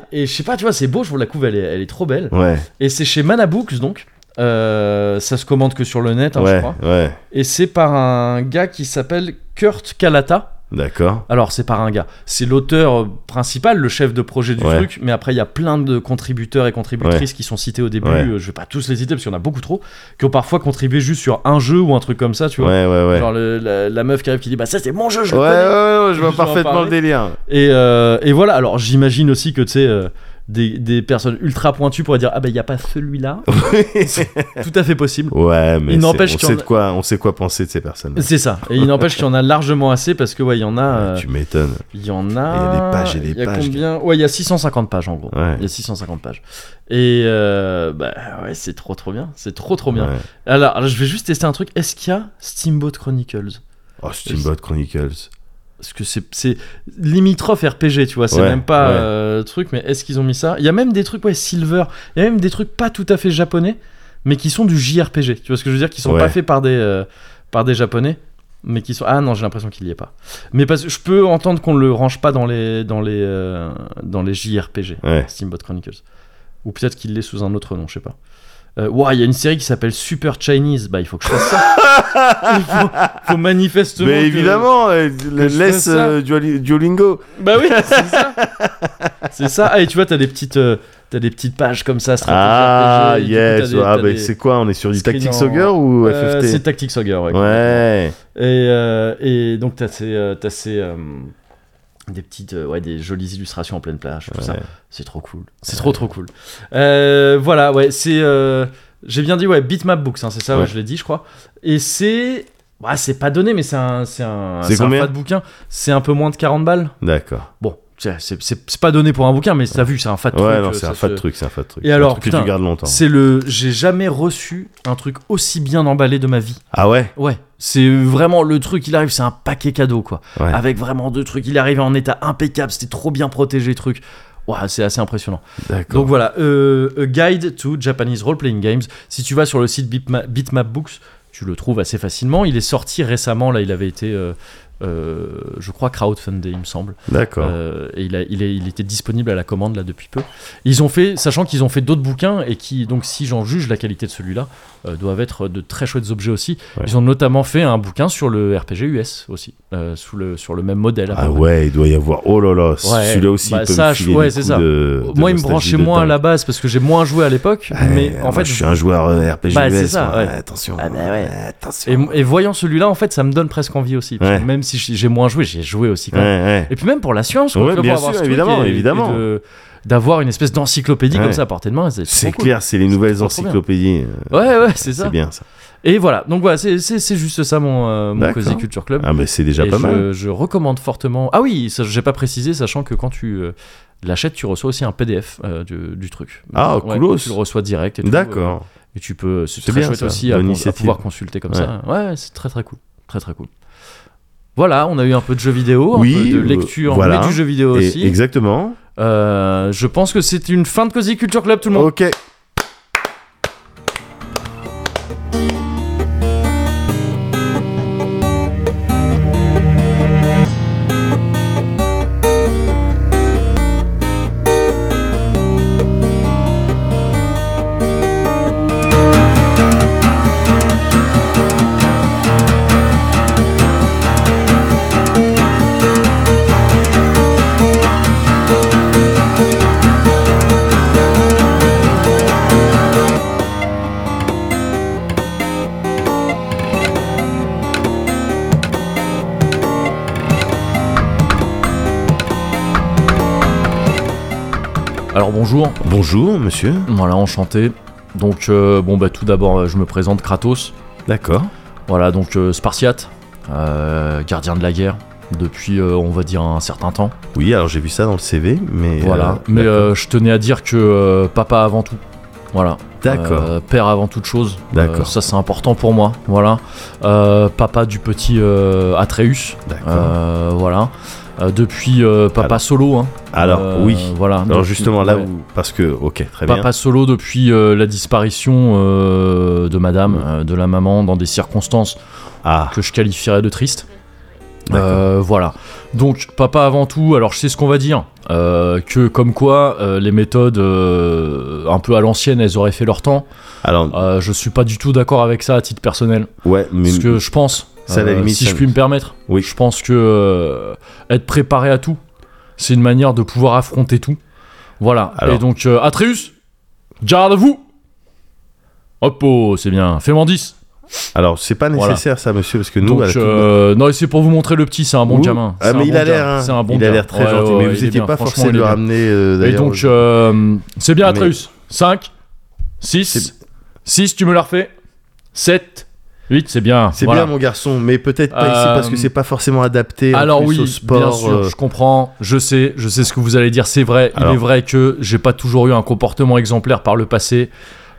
[SPEAKER 1] et, et je sais pas tu vois c'est beau je trouve la couve elle est, elle est trop belle
[SPEAKER 2] Ouais,
[SPEAKER 1] et c'est chez Manabooks donc. Euh, ça se commande que sur le net, hein, je
[SPEAKER 2] ouais,
[SPEAKER 1] crois.
[SPEAKER 2] ouais.
[SPEAKER 1] Et c'est par un gars qui s'appelle Kurt Kalata.
[SPEAKER 2] D'accord.
[SPEAKER 1] Alors, c'est par un gars. C'est l'auteur euh, principal, le chef de projet du
[SPEAKER 2] Ouais.
[SPEAKER 1] truc. Mais après, il y a plein de contributeurs et contributrices qui sont cités au début.
[SPEAKER 2] Ouais.
[SPEAKER 1] Euh, Je vais pas tous les citer parce qu'il y en a beaucoup trop. Qui ont parfois contribué juste sur un jeu ou un truc comme ça, tu
[SPEAKER 2] Ouais,
[SPEAKER 1] vois.
[SPEAKER 2] ouais, ouais.
[SPEAKER 1] Genre le- la, la meuf qui arrive qui dit Bah, ça, c'est mon jeu, je
[SPEAKER 2] Ouais,
[SPEAKER 1] le
[SPEAKER 2] ouais,
[SPEAKER 1] connais.
[SPEAKER 2] ouais, ouais, je
[SPEAKER 1] Je
[SPEAKER 2] vois
[SPEAKER 1] vous en
[SPEAKER 2] parfaitement le
[SPEAKER 1] parlais.
[SPEAKER 2] délire.
[SPEAKER 1] Et, euh, et voilà, alors j'imagine aussi que tu sais, euh, des, des personnes ultra pointues pourraient dire Ah ben il n'y a pas celui-là. Tout à fait possible.
[SPEAKER 2] Ouais, mais
[SPEAKER 1] Il
[SPEAKER 2] c'est-
[SPEAKER 1] n'empêche
[SPEAKER 2] on,
[SPEAKER 1] qu'il y
[SPEAKER 2] sait
[SPEAKER 1] en
[SPEAKER 2] de
[SPEAKER 1] a-
[SPEAKER 2] quoi, on sait quoi penser de ces personnes.
[SPEAKER 1] C'est ça. Et il n'empêche qu'il y en a largement assez parce que ouais, il y en a. euh,
[SPEAKER 2] tu m'étonnes.
[SPEAKER 1] Il y en a.
[SPEAKER 2] Il y a des pages et des
[SPEAKER 1] il y a
[SPEAKER 2] pages.
[SPEAKER 1] Combien ouais, il y a 650 pages en gros.
[SPEAKER 2] Ouais.
[SPEAKER 1] Il y a 650 pages. Et euh, bah ouais, c'est trop trop bien. C'est trop trop bien.
[SPEAKER 2] Ouais.
[SPEAKER 1] Alors, alors, je vais juste tester un truc. Est-ce qu'il y a Steamboat Chronicles
[SPEAKER 2] Oh, Steamboat Chronicles.
[SPEAKER 1] Parce que c'est c'est limitrophe RPG, tu vois. C'est
[SPEAKER 2] Ouais,
[SPEAKER 1] même pas
[SPEAKER 2] ouais.
[SPEAKER 1] euh, truc, mais est-ce qu'ils ont mis ça Il y a même des trucs, ouais, Silver. Il y a même des trucs pas tout à fait japonais, mais qui sont du JRPG. Tu vois ce que je veux dire Qui sont
[SPEAKER 2] Ouais.
[SPEAKER 1] pas faits par des, euh, par des japonais. Mais qui sont ah non j'ai l'impression qu'il y est pas mais parce que je peux entendre qu'on le range pas dans les dans les euh, dans les JRPG
[SPEAKER 2] Ouais.
[SPEAKER 1] Steamboat Chronicles ou peut-être qu'il l'est sous un autre nom je sais pas euh, ouah, il y a une série qui s'appelle Super Chinese bah il faut que je fasse ça il faut, faut manifestement
[SPEAKER 2] Mais
[SPEAKER 1] que-
[SPEAKER 2] évidemment, euh, la-
[SPEAKER 1] je
[SPEAKER 2] laisse
[SPEAKER 1] fasse ça.
[SPEAKER 2] euh, Duoli- Duolingo.
[SPEAKER 1] bah oui, c'est ça. c'est ça. Ah, et tu vois, t'as des petites, euh, t'as des petites pages comme ça. stratégie,
[SPEAKER 2] Ah,
[SPEAKER 1] RPG, et du coup,
[SPEAKER 2] yes.
[SPEAKER 1] t'as des-
[SPEAKER 2] ah,
[SPEAKER 1] t'as
[SPEAKER 2] ben
[SPEAKER 1] des-
[SPEAKER 2] c'est quoi On est sur du
[SPEAKER 1] screen
[SPEAKER 2] Tactics
[SPEAKER 1] en-
[SPEAKER 2] Ogre ou
[SPEAKER 1] Euh, C'est
[SPEAKER 2] FFT
[SPEAKER 1] Tactics Ogre, ouais.
[SPEAKER 2] Ouais.
[SPEAKER 1] Et, euh, et donc t'as ces, euh, t'as ces, euh,
[SPEAKER 7] des petites, euh, ouais, des jolies illustrations en pleine plage, tout ça. C'est trop cool.
[SPEAKER 1] C'est trop trop cool. Euh, voilà, ouais, c'est. euh, J'ai bien dit, ouais, Bitmap Books, hein, c'est ça, ouais,
[SPEAKER 2] Ouais.
[SPEAKER 1] je l'ai dit, je crois. Et c'est. Bah, c'est pas donné, mais c'est un. C'est un.
[SPEAKER 2] C'est
[SPEAKER 1] un
[SPEAKER 2] combien
[SPEAKER 1] fat bouquin. C'est un peu moins de 40 balles.
[SPEAKER 2] D'accord.
[SPEAKER 1] Bon, c'est c'est- c'est c'est pas donné pour un bouquin, mais t'as vu, c'est un fat truc.
[SPEAKER 2] Ouais, non,
[SPEAKER 1] euh,
[SPEAKER 2] c'est
[SPEAKER 1] ça
[SPEAKER 2] un fat
[SPEAKER 1] se-
[SPEAKER 2] truc, c'est un fat truc.
[SPEAKER 1] Et
[SPEAKER 2] C'est un
[SPEAKER 1] alors,
[SPEAKER 2] truc que
[SPEAKER 1] putain,
[SPEAKER 2] tu gardes longtemps.
[SPEAKER 1] C'est le. J'ai jamais reçu un truc aussi bien emballé de ma vie.
[SPEAKER 2] Ah ouais
[SPEAKER 1] Ouais, c'est vraiment le truc, il arrive, c'est un paquet cadeau, quoi.
[SPEAKER 2] Ouais.
[SPEAKER 1] Avec vraiment deux trucs, il est arrivé en état impeccable, c'était trop bien protégé, le truc. Ouah, c'est assez impressionnant.
[SPEAKER 2] D'accord.
[SPEAKER 1] Donc voilà, euh, A Guide to Japanese Role-Playing Games. Si tu vas sur le site Bitma- Bitmap Books, tu le trouves assez facilement. Il est sorti récemment, là, il avait été, euh, euh, je crois, crowdfundé, il me semble.
[SPEAKER 2] D'accord.
[SPEAKER 1] Euh, et il, a- il est- il était disponible à la commande là depuis peu. Ils ont fait, sachant qu'ils ont fait d'autres bouquins et qui, donc si j'en juge la qualité de celui-là, euh, doivent être de très chouettes objets aussi.
[SPEAKER 2] Ouais.
[SPEAKER 1] Ils ont notamment fait un bouquin sur le RPG US aussi, euh, sous le, sur le même modèle. à peu
[SPEAKER 2] Ah
[SPEAKER 1] près.
[SPEAKER 2] ouais, il doit y avoir. Oh là là, celui-là aussi,
[SPEAKER 1] bah,
[SPEAKER 2] il peut
[SPEAKER 1] ça,
[SPEAKER 2] me filer
[SPEAKER 1] je- ouais,
[SPEAKER 2] des
[SPEAKER 1] c'est
[SPEAKER 2] coups
[SPEAKER 1] ça.
[SPEAKER 2] de- de
[SPEAKER 1] Moi, il me
[SPEAKER 2] nostalgie
[SPEAKER 1] branchait
[SPEAKER 2] de
[SPEAKER 1] moins à
[SPEAKER 2] dingue.
[SPEAKER 1] la base parce que j'ai moins joué à l'époque,
[SPEAKER 2] Ouais,
[SPEAKER 1] mais en
[SPEAKER 2] moi,
[SPEAKER 1] fait,
[SPEAKER 2] je suis un joueur euh, RPG
[SPEAKER 1] Bah, c'est
[SPEAKER 2] US,
[SPEAKER 1] ça,
[SPEAKER 2] moi.
[SPEAKER 1] ouais.
[SPEAKER 2] Attention.
[SPEAKER 1] Ah, bah, ouais.
[SPEAKER 2] Attention.
[SPEAKER 1] et, et voyant celui-là, en fait, ça me donne presque envie aussi. Parce que
[SPEAKER 2] Ouais.
[SPEAKER 1] Même si j'ai j'ai moins joué, j'ai joué aussi quand
[SPEAKER 2] Ouais,
[SPEAKER 1] même.
[SPEAKER 2] ouais.
[SPEAKER 1] Et puis même pour la science, quoi,
[SPEAKER 2] Ouais,
[SPEAKER 1] tu vois,
[SPEAKER 2] bien
[SPEAKER 1] pour avoir
[SPEAKER 2] sûr,
[SPEAKER 1] ce truc
[SPEAKER 2] évidemment,
[SPEAKER 1] et- et
[SPEAKER 2] évidemment.
[SPEAKER 1] de- D'avoir une espèce d'encyclopédie comme
[SPEAKER 2] Ouais.
[SPEAKER 1] ça à portée de main, c'est
[SPEAKER 2] C'est
[SPEAKER 1] trop cool.
[SPEAKER 2] clair, c'est les nouvelles
[SPEAKER 1] trop, trop bien.
[SPEAKER 2] encyclopédies. euh,
[SPEAKER 1] Ouais, ouais, c'est ça.
[SPEAKER 2] C'est bien ça.
[SPEAKER 1] Et voilà, donc voilà, c'est- c'est c'est juste ça mon, euh, mon
[SPEAKER 2] D'accord.
[SPEAKER 1] Cozy Culture Club.
[SPEAKER 2] Ah, mais c'est déjà
[SPEAKER 1] Et
[SPEAKER 2] pas
[SPEAKER 1] je,
[SPEAKER 2] mal.
[SPEAKER 1] je recommande fortement. Ah oui, ça, j'ai pas précisé, sachant que quand tu euh, l'achètes, tu reçois aussi un PDF euh, du, du truc.
[SPEAKER 2] Ah,
[SPEAKER 1] Ouais,
[SPEAKER 2] coolos.
[SPEAKER 1] Tu le reçois direct. et tout,
[SPEAKER 2] D'accord.
[SPEAKER 1] euh, et tu peux. C'est
[SPEAKER 2] C'est
[SPEAKER 1] très
[SPEAKER 2] bien,
[SPEAKER 1] chouette
[SPEAKER 2] ça,
[SPEAKER 1] aussi
[SPEAKER 2] bonne
[SPEAKER 1] à, con- à
[SPEAKER 2] initiative.
[SPEAKER 1] pouvoir consulter comme
[SPEAKER 2] Ouais.
[SPEAKER 1] ça. Ouais, c'est très très cool. Très très cool. Voilà, on a eu un peu de jeux vidéo,
[SPEAKER 2] Oui,
[SPEAKER 1] un peu de
[SPEAKER 2] euh,
[SPEAKER 1] lecture,
[SPEAKER 2] voilà.
[SPEAKER 1] mais du jeu vidéo
[SPEAKER 2] Et-
[SPEAKER 1] aussi.
[SPEAKER 2] exactement.
[SPEAKER 1] Euh, je pense que c'est une fin de Cozy Culture Club, tout le monde.
[SPEAKER 2] Ok.
[SPEAKER 1] Alors bonjour.
[SPEAKER 2] Bonjour, monsieur.
[SPEAKER 1] Voilà, enchanté. Donc, euh, bon, bah, tout d'abord, euh, je me présente Kratos.
[SPEAKER 2] D'accord.
[SPEAKER 1] Voilà, donc euh, Spartiate, euh, gardien de la guerre, depuis, euh, on va dire, un certain temps.
[SPEAKER 2] Oui, alors j'ai vu ça dans le CV, mais.
[SPEAKER 1] voilà.
[SPEAKER 2] euh,
[SPEAKER 1] Mais
[SPEAKER 2] d'accord.
[SPEAKER 1] euh, je tenais à dire que euh, papa avant tout. Voilà.
[SPEAKER 2] D'accord.
[SPEAKER 1] Euh, père avant toute chose.
[SPEAKER 2] D'accord.
[SPEAKER 1] Euh, ça, c'est important pour moi. Voilà. Euh, papa du petit euh, Atreus.
[SPEAKER 2] D'accord.
[SPEAKER 1] Euh, voilà. Euh, depuis euh, papa solo. hein.
[SPEAKER 2] alors,
[SPEAKER 1] Euh,
[SPEAKER 2] oui.
[SPEAKER 1] Voilà.
[SPEAKER 2] Alors,
[SPEAKER 1] Donc,
[SPEAKER 2] justement, là,
[SPEAKER 1] ouais.
[SPEAKER 2] où- parce que. Ok, très bien.
[SPEAKER 1] Papa solo depuis euh, la disparition euh, de madame,
[SPEAKER 2] Mm.
[SPEAKER 1] euh, de la maman, dans des circonstances
[SPEAKER 2] Ah,
[SPEAKER 1] que je qualifierais de triste.
[SPEAKER 2] D'accord.
[SPEAKER 1] Euh, voilà. Donc, papa avant tout, alors je sais ce qu'on va dire, euh, que comme quoi euh, les méthodes euh, un peu à l'ancienne, elles auraient fait leur temps.
[SPEAKER 2] alors,
[SPEAKER 1] Euh, je suis pas du tout d'accord avec ça à titre personnel.
[SPEAKER 2] ouais, mais.
[SPEAKER 1] Ah, Parce que je pense,
[SPEAKER 2] Ça, à la
[SPEAKER 1] euh,
[SPEAKER 2] limite,
[SPEAKER 1] si
[SPEAKER 2] ça-
[SPEAKER 1] je puis me permettre,
[SPEAKER 2] Oui.
[SPEAKER 1] je pense que euh, être préparé à tout, c'est une manière de pouvoir affronter tout. Voilà.
[SPEAKER 2] Alors-
[SPEAKER 1] Et donc, euh, Atreus, garde-vous Hop, oh, c'est bien. Fais-moi 10.
[SPEAKER 2] Alors, c'est pas
[SPEAKER 1] Voilà.
[SPEAKER 2] nécessaire, ça, monsieur, parce que nous,
[SPEAKER 1] Donc,
[SPEAKER 2] à la toute-
[SPEAKER 1] euh, non, c'est pour vous montrer le petit, c'est un bon
[SPEAKER 2] Ouh.
[SPEAKER 1] gamin.
[SPEAKER 2] Ah,
[SPEAKER 1] C'est un
[SPEAKER 2] mais il
[SPEAKER 1] bon
[SPEAKER 2] a l'air.
[SPEAKER 1] gamin.
[SPEAKER 2] hein.
[SPEAKER 1] C'est un bon
[SPEAKER 2] il a
[SPEAKER 1] gamin.
[SPEAKER 2] l'air très
[SPEAKER 1] Ouais,
[SPEAKER 2] gentil,
[SPEAKER 1] ouais,
[SPEAKER 2] mais
[SPEAKER 1] ouais, il
[SPEAKER 2] vous
[SPEAKER 1] est
[SPEAKER 2] étiez
[SPEAKER 1] bien.
[SPEAKER 2] pas
[SPEAKER 1] Franchement,
[SPEAKER 2] forcé
[SPEAKER 1] il
[SPEAKER 2] de
[SPEAKER 1] est
[SPEAKER 2] le
[SPEAKER 1] bien.
[SPEAKER 2] ramener. euh,
[SPEAKER 1] Et
[SPEAKER 2] d'ailleurs,
[SPEAKER 1] donc,
[SPEAKER 2] je-
[SPEAKER 1] euh, c'est bien,
[SPEAKER 2] Mais-
[SPEAKER 1] Atreus. 5, 6, 6, tu me la refais. 7, 8, c'est bien.
[SPEAKER 2] C'est
[SPEAKER 1] Voilà.
[SPEAKER 2] bien, mon garçon, mais peut-être pas ici
[SPEAKER 1] Euh,
[SPEAKER 2] parce que c'est pas forcément adapté en
[SPEAKER 1] Alors
[SPEAKER 2] plus
[SPEAKER 1] oui,
[SPEAKER 2] au sport.
[SPEAKER 1] bien sûr,
[SPEAKER 2] euh,
[SPEAKER 1] je comprends, je sais, je sais ce que vous allez dire, c'est vrai, il
[SPEAKER 2] Alors-
[SPEAKER 1] est vrai que j'ai pas toujours eu un comportement exemplaire par le passé.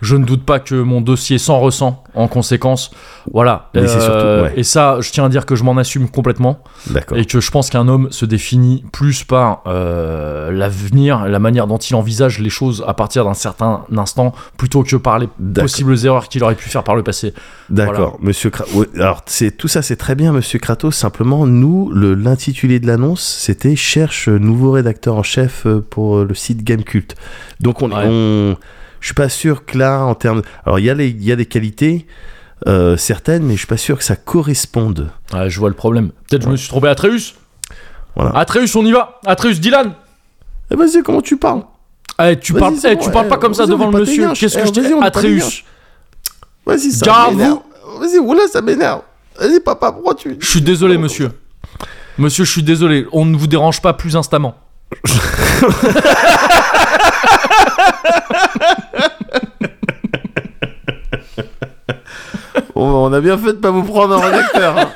[SPEAKER 1] Je ne doute pas que mon dossier s'en ressent en conséquence. Voilà. Euh,
[SPEAKER 2] Mais c'est surtout- ouais.
[SPEAKER 1] Et ça, je tiens à dire que je m'en assume complètement.
[SPEAKER 2] D'accord.
[SPEAKER 1] Et que je pense qu'un homme se définit plus par euh, l'avenir, la manière dont il envisage les choses à partir d'un certain instant, plutôt que par les
[SPEAKER 2] D'accord.
[SPEAKER 1] possibles erreurs qu'il aurait pu faire par le passé.
[SPEAKER 2] D'accord, Monsieur. Kra- ouais, Alors c'est tout ça, c'est très bien, Monsieur Kratos. Simplement, nous, le- l'intitulé de l'annonce, c'était cherche euh, nouveau rédacteur en chef euh, pour euh, le site Game Cult. Donc on,
[SPEAKER 1] Ouais.
[SPEAKER 2] on- je suis pas sûr que là, en termes, alors il y a les- il y a des qualités euh, certaines, mais je suis pas sûr que ça corresponde.
[SPEAKER 1] Ouais, je vois le problème. Peut-être je me suis trompé. Atreus
[SPEAKER 2] Voilà.
[SPEAKER 1] Atreus, on y va Atreus, Dylan
[SPEAKER 2] Eh, vas-y, comment tu parles
[SPEAKER 1] Eh, tu
[SPEAKER 2] Vas-y,
[SPEAKER 1] parles,
[SPEAKER 2] c'est
[SPEAKER 1] eh,
[SPEAKER 2] bon,
[SPEAKER 1] tu parles
[SPEAKER 2] eh,
[SPEAKER 1] pas comme ça
[SPEAKER 2] vas-y, on
[SPEAKER 1] devant
[SPEAKER 2] est
[SPEAKER 1] le
[SPEAKER 2] pas
[SPEAKER 1] monsieur.
[SPEAKER 2] dégueulasse.
[SPEAKER 1] Qu'est-ce que
[SPEAKER 2] Eh,
[SPEAKER 1] je
[SPEAKER 2] vas-y,
[SPEAKER 1] dis
[SPEAKER 2] on est pas dégueulasse.
[SPEAKER 1] Atreus,
[SPEAKER 2] Vas-y, ça
[SPEAKER 1] Garde-vous.
[SPEAKER 2] m'énerve. Vas-y, voilà, ça m'énerve. Vas-y, papa, pourquoi tu
[SPEAKER 1] je suis désolé, monsieur. Monsieur, je suis désolé, on ne vous dérange pas plus instamment.
[SPEAKER 2] On, on a bien fait de pas vous prendre un rédacteur. hein.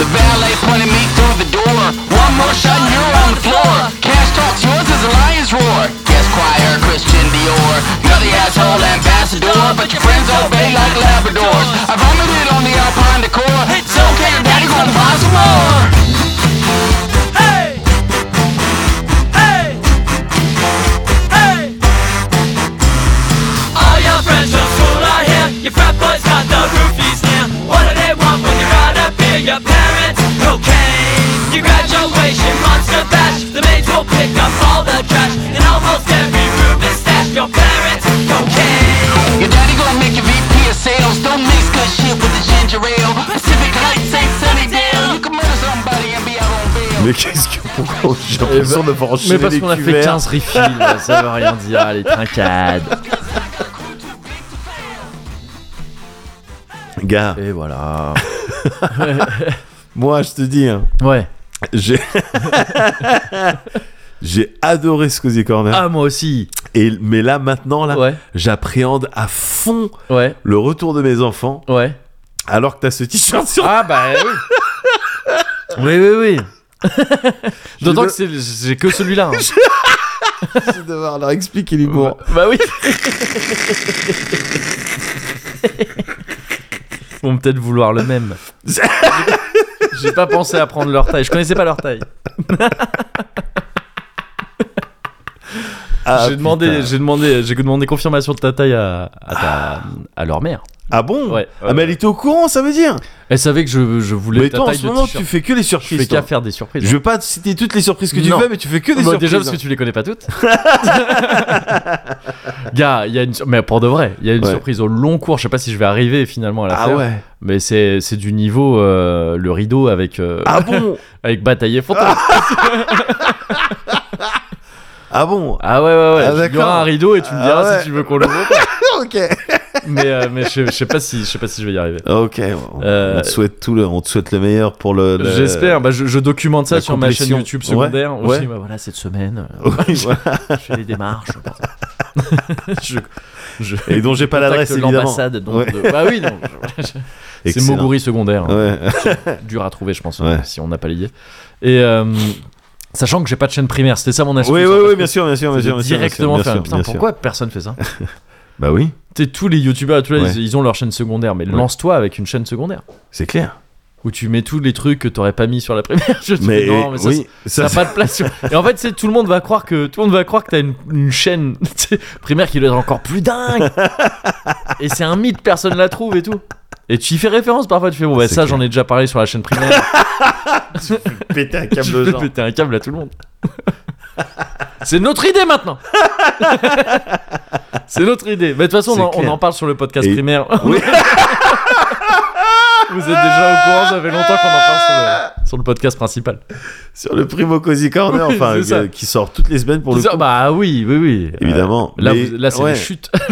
[SPEAKER 8] The valet pointed me through the door. One more shot and you're on the floor. Cash talks yours as a lion's roar. Guest choir, Christian Dior. You're the asshole ambassador, but your friends obey like Labradors. I vomited on the Alpine decor. It's okay, your daddy gonna buy some more.
[SPEAKER 9] All your friends from school are here. Your frat boys got the roofies near. What do they want when you're out of here? Your parents, cocaine. Your graduation monster bash. The maids will pick up all the trash. In almost every room is stashed. Your parents, cocaine.
[SPEAKER 8] Your daddy gonna make your VP of sales. Don't mix good shit with the ginger ale. Pacific Heights ain't Sunnydale. You can murder somebody and be out on bail.
[SPEAKER 2] Mais qu'est-ce que pourquoi j'ai l'impression de voir
[SPEAKER 1] Eh ben, Mais
[SPEAKER 2] enchaîner
[SPEAKER 1] parce
[SPEAKER 2] les
[SPEAKER 1] qu'on a fait
[SPEAKER 2] cuverts.
[SPEAKER 1] 15 refills, ça veut rien dire, allez, trincade.
[SPEAKER 2] Gars,
[SPEAKER 1] Et voilà.
[SPEAKER 2] moi je te dis, hein,
[SPEAKER 1] Ouais.
[SPEAKER 2] j'ai j'ai adoré ce Cozy Corner.
[SPEAKER 1] Ah, moi aussi.
[SPEAKER 2] Et mais là maintenant là,
[SPEAKER 1] Ouais,
[SPEAKER 2] j'appréhende à fond
[SPEAKER 1] ouais,
[SPEAKER 2] le retour de mes enfants.
[SPEAKER 1] ouais.
[SPEAKER 2] Alors que t'as ce t-shirt sur.
[SPEAKER 1] Ah, bah oui. Oui, oui, oui. D'autant
[SPEAKER 2] Je
[SPEAKER 1] que c'est- j'ai que celui-là. hein.
[SPEAKER 2] Je vais devoir leur expliquer l'humour.
[SPEAKER 1] Bah oui. Ils vont peut-être vouloir le même. J'ai pas pensé à prendre leur taille. Je connaissais pas leur taille.
[SPEAKER 2] Ah,
[SPEAKER 1] j'ai demandé,
[SPEAKER 2] putain.
[SPEAKER 1] j'ai demandé, j'ai demandé confirmation de ta taille à, à, ta- à leur mère.
[SPEAKER 2] Ah bon
[SPEAKER 1] Ouais.
[SPEAKER 2] Ah mais elle était au courant, ça veut dire.
[SPEAKER 1] Elle savait que je, je voulais
[SPEAKER 2] mais
[SPEAKER 1] ta
[SPEAKER 2] toi en
[SPEAKER 1] taille
[SPEAKER 2] ce
[SPEAKER 1] de
[SPEAKER 2] moment
[SPEAKER 1] t-shirt.
[SPEAKER 2] tu fais que les
[SPEAKER 1] Je
[SPEAKER 2] surprises.
[SPEAKER 1] fais qu'à
[SPEAKER 2] toi.
[SPEAKER 1] faire des surprises.
[SPEAKER 2] Je veux pas te citer toutes les surprises que tu
[SPEAKER 1] Non.
[SPEAKER 2] fais, mais tu fais que des
[SPEAKER 1] Bah,
[SPEAKER 2] surprises.
[SPEAKER 1] déjà parce que tu les connais pas toutes. Gars, il y a une sur- mais pour de vrai, il y a une
[SPEAKER 2] Ouais.
[SPEAKER 1] surprise au long cours. Je sais pas si je vais arriver finalement à la
[SPEAKER 2] Ah
[SPEAKER 1] faire.
[SPEAKER 2] ouais.
[SPEAKER 1] Mais c'est c'est du niveau euh, le rideau avec euh,
[SPEAKER 2] Ah bon
[SPEAKER 1] avec bataille et frontal. Ah,
[SPEAKER 2] Ah bon
[SPEAKER 1] ouais ouais ouais.
[SPEAKER 2] Ah,
[SPEAKER 1] il y
[SPEAKER 2] d'accord.
[SPEAKER 1] aura un rideau et tu me
[SPEAKER 2] Ah
[SPEAKER 1] diras
[SPEAKER 2] ouais.
[SPEAKER 1] si tu veux qu'on le voit. ou pas.
[SPEAKER 2] Ah, Ok.
[SPEAKER 1] mais euh, mais je, je sais pas si je sais pas si je vais y arriver.
[SPEAKER 2] Ok. On,
[SPEAKER 1] Euh,
[SPEAKER 2] on te souhaite tout le, on te souhaite le meilleur pour le. le-
[SPEAKER 1] J'espère. Bah, je, je documente ça
[SPEAKER 2] la
[SPEAKER 1] sur ma chaîne
[SPEAKER 2] complétion.
[SPEAKER 1] YouTube secondaire.
[SPEAKER 2] Ouais,
[SPEAKER 1] Aussi,
[SPEAKER 2] ouais.
[SPEAKER 1] bah, voilà cette semaine, euh,
[SPEAKER 2] Oui, voilà.
[SPEAKER 1] je fais les démarches. je, je
[SPEAKER 2] Et dont j'ai pas
[SPEAKER 1] contacte
[SPEAKER 2] l'adresse évidemment.
[SPEAKER 1] L'ambassade. donc,
[SPEAKER 2] Ouais.
[SPEAKER 1] de- Bah oui. non, je- C'est
[SPEAKER 2] Excellent.
[SPEAKER 1] Moguri secondaire. hein.
[SPEAKER 2] Ouais.
[SPEAKER 1] Dur à trouver, je pense,
[SPEAKER 2] Ouais.
[SPEAKER 1] si on n'a pas l'idée. Et euh, sachant que j'ai pas de chaîne primaire, c'était ça mon astuce.
[SPEAKER 2] Oui,
[SPEAKER 1] hein,
[SPEAKER 2] oui,
[SPEAKER 1] parce
[SPEAKER 2] oui,
[SPEAKER 1] que
[SPEAKER 2] bien sûr, bien sûr, bien
[SPEAKER 1] de
[SPEAKER 2] sûr. bien sûr,
[SPEAKER 1] directement
[SPEAKER 2] bien
[SPEAKER 1] faire.
[SPEAKER 2] sûr,
[SPEAKER 1] Putain,
[SPEAKER 2] bien sûr.
[SPEAKER 1] pourquoi personne fait ça
[SPEAKER 2] Bah oui,
[SPEAKER 1] Tu sais, tous les youtubeurs, tu vois,
[SPEAKER 2] Ouais.
[SPEAKER 1] ils, ils ont leur chaîne secondaire, mais
[SPEAKER 2] Ouais.
[SPEAKER 1] lance-toi avec une chaîne secondaire
[SPEAKER 2] c'est clair.
[SPEAKER 1] où tu mets tous les trucs que t'aurais pas mis sur la première. Je te
[SPEAKER 2] Mais,
[SPEAKER 1] dis, non, mais ça,
[SPEAKER 2] oui,
[SPEAKER 1] ça
[SPEAKER 2] ça,
[SPEAKER 1] n'a pas de place. sur- Et en fait, c'est tout le monde va croire que tout le monde va croire que t'as une, une chaîne tu sais, primaire qui doit être encore plus dingue. et c'est un mythe, personne la trouve et tout. Et tu y fais référence parfois, tu fais bon, bah,
[SPEAKER 2] C'est
[SPEAKER 1] ça
[SPEAKER 2] clair.
[SPEAKER 1] j'en ai déjà parlé sur la chaîne primaire.
[SPEAKER 2] péter un
[SPEAKER 1] tu peux péter un câble à tout le monde. c'est notre idée maintenant. c'est notre idée. Mais de toute façon,
[SPEAKER 2] C'est
[SPEAKER 1] on en, on
[SPEAKER 2] clair.
[SPEAKER 1] en parle sur le podcast
[SPEAKER 2] Et-
[SPEAKER 1] primaire.
[SPEAKER 2] Oui.
[SPEAKER 1] Vous êtes déjà au courant, ça fait longtemps qu'on en parle sur le, sur le podcast principal.
[SPEAKER 2] Sur le Primo Cozy Corner,
[SPEAKER 1] Oui,
[SPEAKER 2] enfin,
[SPEAKER 1] c'est ça.
[SPEAKER 2] euh, qui sort toutes les semaines pour le coup.
[SPEAKER 1] Bah oui, oui, oui. Euh,
[SPEAKER 2] Évidemment.
[SPEAKER 1] Là,
[SPEAKER 2] Mais-
[SPEAKER 1] vous- là c'est
[SPEAKER 2] ouais.
[SPEAKER 1] une chute.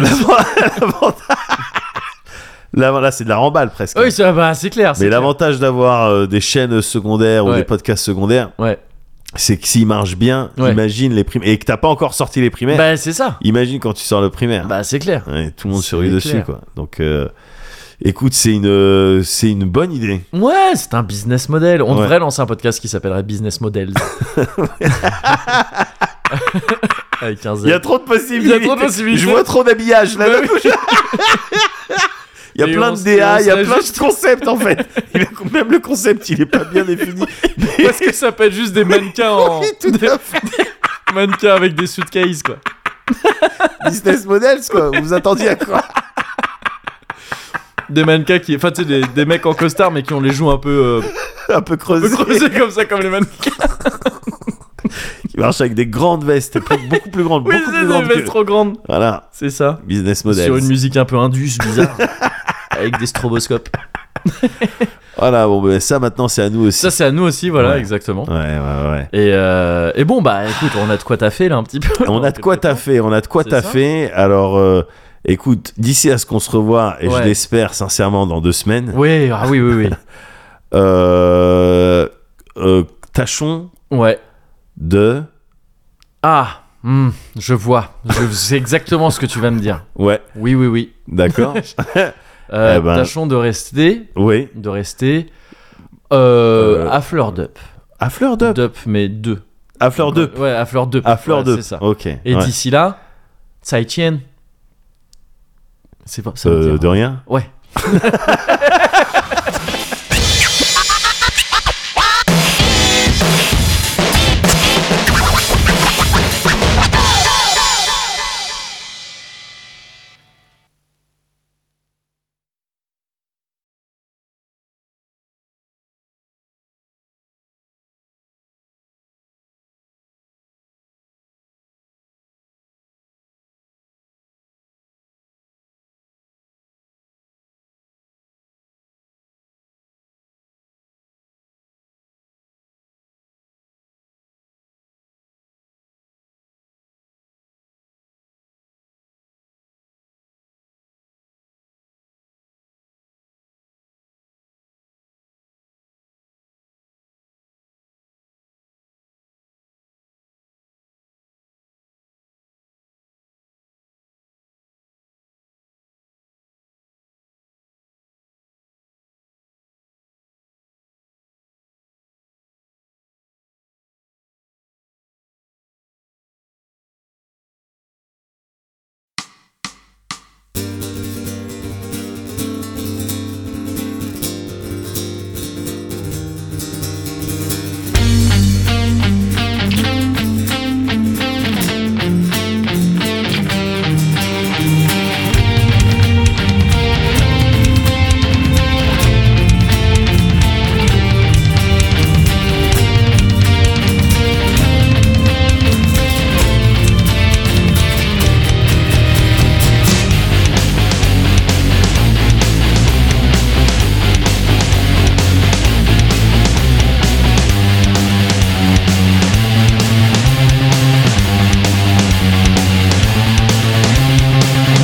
[SPEAKER 2] Là, voilà, c'est de la remballe presque.
[SPEAKER 1] oui, ça, bah, c'est clair. c'est
[SPEAKER 2] Mais
[SPEAKER 1] clair.
[SPEAKER 2] l'avantage d'avoir euh, des chaînes secondaires ou
[SPEAKER 1] Ouais.
[SPEAKER 2] des podcasts secondaires,
[SPEAKER 1] Ouais.
[SPEAKER 2] c'est que s'ils marchent bien,
[SPEAKER 1] Ouais.
[SPEAKER 2] imagine les primaires. Et que t'as pas encore sorti les primaires,
[SPEAKER 1] Bah, c'est ça.
[SPEAKER 2] imagine quand tu sors le primaire.
[SPEAKER 1] Bah, c'est clair.
[SPEAKER 2] Ouais, tout le monde
[SPEAKER 1] c'est
[SPEAKER 2] survit dessus,
[SPEAKER 1] clair.
[SPEAKER 2] quoi. Donc, euh, écoute, c'est une, euh, c'est une bonne idée.
[SPEAKER 1] Ouais, c'est un business model. On
[SPEAKER 2] Ouais.
[SPEAKER 1] devrait lancer un podcast qui s'appellerait Business Models. Avec un Z.
[SPEAKER 2] Il y a trop de possibilités.
[SPEAKER 1] Il y a trop de possibilités.
[SPEAKER 2] Je vois trop d'habillage là.
[SPEAKER 1] Bah oui.
[SPEAKER 2] Il y a
[SPEAKER 1] Et
[SPEAKER 2] plein
[SPEAKER 1] on
[SPEAKER 2] de
[SPEAKER 1] s-
[SPEAKER 2] DA,
[SPEAKER 1] et on
[SPEAKER 2] il y a
[SPEAKER 1] serait
[SPEAKER 2] plein
[SPEAKER 1] juste-
[SPEAKER 2] de concepts en fait. Il a- Même le concept, il est pas bien défini.
[SPEAKER 1] Parce que ça peut être juste des mannequins en.
[SPEAKER 2] tout
[SPEAKER 1] des mannequins avec des suitcases, quoi.
[SPEAKER 2] Business models quoi. Vous vous attendiez à quoi
[SPEAKER 1] Des mannequins qui. Enfin, tu sais, des, des mecs en costard, mais qui ont les joues un peu, euh,
[SPEAKER 2] Un peu
[SPEAKER 1] un peu
[SPEAKER 2] creusé.
[SPEAKER 1] creusées comme ça, comme les mannequins.
[SPEAKER 2] Il marche avec des grandes vestes, plus- beaucoup plus grandes,
[SPEAKER 1] Oui,
[SPEAKER 2] beaucoup
[SPEAKER 1] c'est
[SPEAKER 2] plus
[SPEAKER 1] des
[SPEAKER 2] grandes.
[SPEAKER 1] vestes
[SPEAKER 2] Que...
[SPEAKER 1] trop grandes.
[SPEAKER 2] Voilà,
[SPEAKER 1] C'est ça.
[SPEAKER 2] business models.
[SPEAKER 1] Sur une musique un peu indus, bizarre. avec des stroboscopes. Voilà, bon, ben, ça maintenant c'est à nous aussi.
[SPEAKER 2] Ça, c'est à nous aussi, voilà,
[SPEAKER 1] Ouais.
[SPEAKER 2] exactement.
[SPEAKER 1] Ouais, ouais, ouais.
[SPEAKER 2] Et, euh, et bon, bah écoute, on a de quoi taffer là un petit peu.
[SPEAKER 1] On a de quoi
[SPEAKER 2] taffer
[SPEAKER 1] taffer, on a de quoi
[SPEAKER 2] C'est ça
[SPEAKER 1] taffer. Alors, euh, écoute, d'ici à ce qu'on se revoit, et je
[SPEAKER 2] Ouais.
[SPEAKER 1] l'espère sincèrement dans deux semaines,
[SPEAKER 2] Oui, ah oui, oui,
[SPEAKER 1] euh, euh, tâchons
[SPEAKER 2] oui. ouais.
[SPEAKER 1] de.
[SPEAKER 2] Ah, hmm, je vois. Je sais exactement ce que tu vas me dire.
[SPEAKER 1] Ouais,
[SPEAKER 2] Oui, oui, oui.
[SPEAKER 1] d'accord.
[SPEAKER 2] Euh,
[SPEAKER 1] Eh ben-
[SPEAKER 2] Tâchons de rester,
[SPEAKER 1] oui,
[SPEAKER 2] de rester euh,
[SPEAKER 1] Euh,
[SPEAKER 2] à fleur d'up.
[SPEAKER 1] à fleur d'up.
[SPEAKER 2] D'up, mais deux.
[SPEAKER 1] À fleur d'up.
[SPEAKER 2] Ouais, à fleur d'up.
[SPEAKER 1] À fleur
[SPEAKER 2] Ouais,
[SPEAKER 1] d'up.
[SPEAKER 2] C'est ça.
[SPEAKER 1] Ok.
[SPEAKER 2] Et
[SPEAKER 1] ouais.
[SPEAKER 2] d'ici là, Tsai Chien. C'est pas ça. veut
[SPEAKER 1] Euh,
[SPEAKER 2] dire-
[SPEAKER 1] de rien
[SPEAKER 2] Ouais.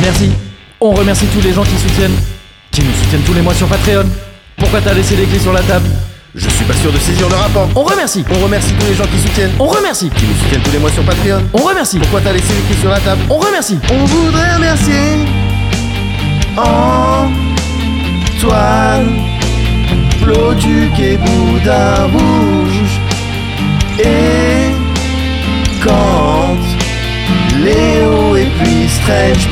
[SPEAKER 2] Merci. On remercie tous les gens qui soutiennent, qui nous soutiennent tous les mois sur Patreon. Pourquoi t'as laissé les clés sur la table
[SPEAKER 1] Je suis pas sûr de saisir le rapport.
[SPEAKER 2] On remercie.
[SPEAKER 1] On remercie tous les gens qui soutiennent.
[SPEAKER 2] On remercie.
[SPEAKER 1] Qui nous soutiennent tous les mois sur Patreon.
[SPEAKER 2] On remercie.
[SPEAKER 1] Pourquoi t'as laissé les clés sur la table
[SPEAKER 2] On remercie.
[SPEAKER 1] On voudrait remercier Antoine, Ploduc et Boudin Rouge et Kant, Léo et puis Strange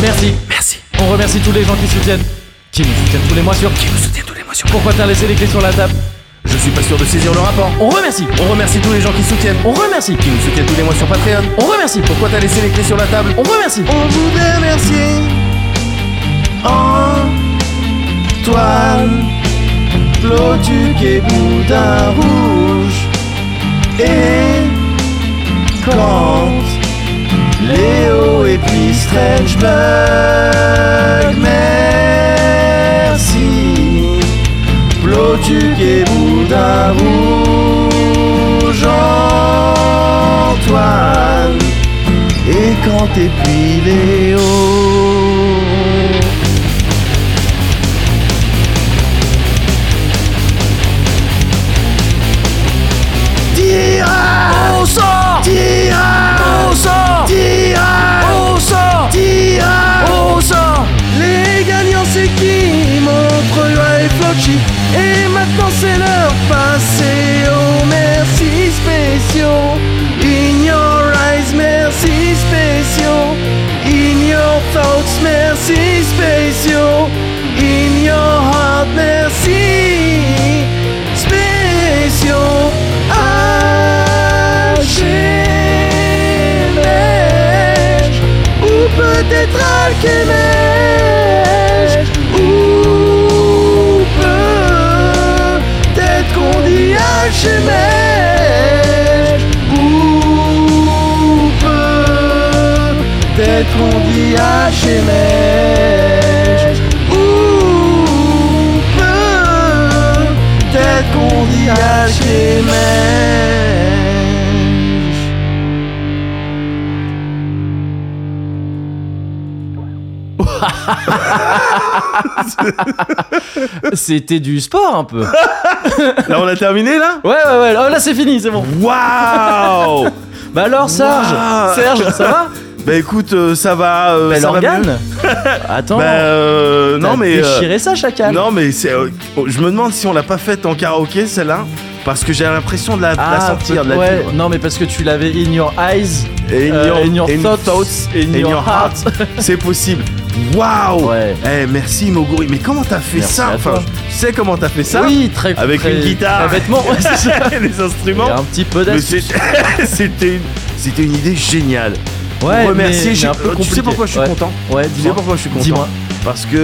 [SPEAKER 2] Merci. Merci. On remercie tous les gens qui soutiennent, qui nous soutiennent tous les mois sur. Qui nous soutiennent tous les mois sur. Pourquoi t'as laissé les clés sur la table
[SPEAKER 1] Je suis pas sûr de saisir le rapport.
[SPEAKER 2] On remercie.
[SPEAKER 1] On remercie tous les gens qui soutiennent.
[SPEAKER 2] On remercie.
[SPEAKER 1] Qui nous soutiennent tous les mois sur Patreon.
[SPEAKER 2] On remercie.
[SPEAKER 1] Pourquoi t'as laissé les clés sur la table
[SPEAKER 2] On remercie.
[SPEAKER 1] On voudrait remercier Antoine, Plotuc et Boudin Rouge et Kant, Léo et puis Strange Bug. Merci Plotuc et Boudin Rouge Antoine et quand t'es puis Léo.
[SPEAKER 2] On sort. On sort. On sort. On sort.
[SPEAKER 1] Les gagnants c'est qui Montre et Flochi Et maintenant c'est l'heure passée aux merci spéciaux In your eyes merci spéciaux In your thoughts merci spéciaux In your heart merci spéciaux HMH ou peut-être Alchemège, ou peut-être qu'on dit Alchemège, ou
[SPEAKER 10] maquillage et mèche. Ou peut-être qu'on dira chez mèche.
[SPEAKER 1] C'était du sport un peu. Ouais,
[SPEAKER 2] Là, on a terminé là
[SPEAKER 1] ouais, ouais. Oh, Là, là, c'est fini, c'est bon.
[SPEAKER 2] Waouh
[SPEAKER 1] Bah alors, Serge
[SPEAKER 2] Waouh
[SPEAKER 1] Serge, ça va
[SPEAKER 2] Bah écoute, euh, ça va. euh,
[SPEAKER 1] Bel
[SPEAKER 2] ça va mieux
[SPEAKER 1] organe Attends.
[SPEAKER 2] Bah euh,
[SPEAKER 1] t'as
[SPEAKER 2] non mais. euh,
[SPEAKER 1] Déchiré ça, chacal
[SPEAKER 2] non mais c'est. euh, je me demande si on l'a pas faite en karaoké celle-là. Parce que j'ai l'impression de la, de la
[SPEAKER 1] Ah,
[SPEAKER 2] sentir, de la
[SPEAKER 1] ouais,
[SPEAKER 2] vivre.
[SPEAKER 1] non mais parce que tu l'avais in your eyes,
[SPEAKER 2] Et in
[SPEAKER 1] euh,
[SPEAKER 2] your-
[SPEAKER 1] in your
[SPEAKER 2] in-
[SPEAKER 1] thoughts, in,
[SPEAKER 2] in
[SPEAKER 1] your,
[SPEAKER 2] your
[SPEAKER 1] heart.
[SPEAKER 2] C'est possible. Waouh
[SPEAKER 1] Ouais.
[SPEAKER 2] Eh, merci Moguri, mais comment t'as fait
[SPEAKER 1] Merci
[SPEAKER 2] ça
[SPEAKER 1] à
[SPEAKER 2] Enfin,
[SPEAKER 1] toi.
[SPEAKER 2] je sais comment t'as fait ça.
[SPEAKER 1] oui, très
[SPEAKER 2] Avec
[SPEAKER 1] très-
[SPEAKER 2] une guitare.
[SPEAKER 1] Très bêtement, ouais, c'est ça. Il
[SPEAKER 2] les
[SPEAKER 1] y a
[SPEAKER 2] instruments.
[SPEAKER 1] un petit peu
[SPEAKER 2] Mais
[SPEAKER 1] d'astuce.
[SPEAKER 2] c'est- c'était une, c'était une idée géniale.
[SPEAKER 1] Ouais,
[SPEAKER 2] Remercier,
[SPEAKER 1] mais-
[SPEAKER 2] j'ai-
[SPEAKER 1] mais un peu
[SPEAKER 2] tu sais
[SPEAKER 1] compliqué.
[SPEAKER 2] pourquoi je suis
[SPEAKER 1] Ouais.
[SPEAKER 2] content
[SPEAKER 1] Ouais,
[SPEAKER 2] Tu sais
[SPEAKER 1] dis-moi.
[SPEAKER 2] pourquoi je suis content
[SPEAKER 1] Dis-moi.
[SPEAKER 2] Parce que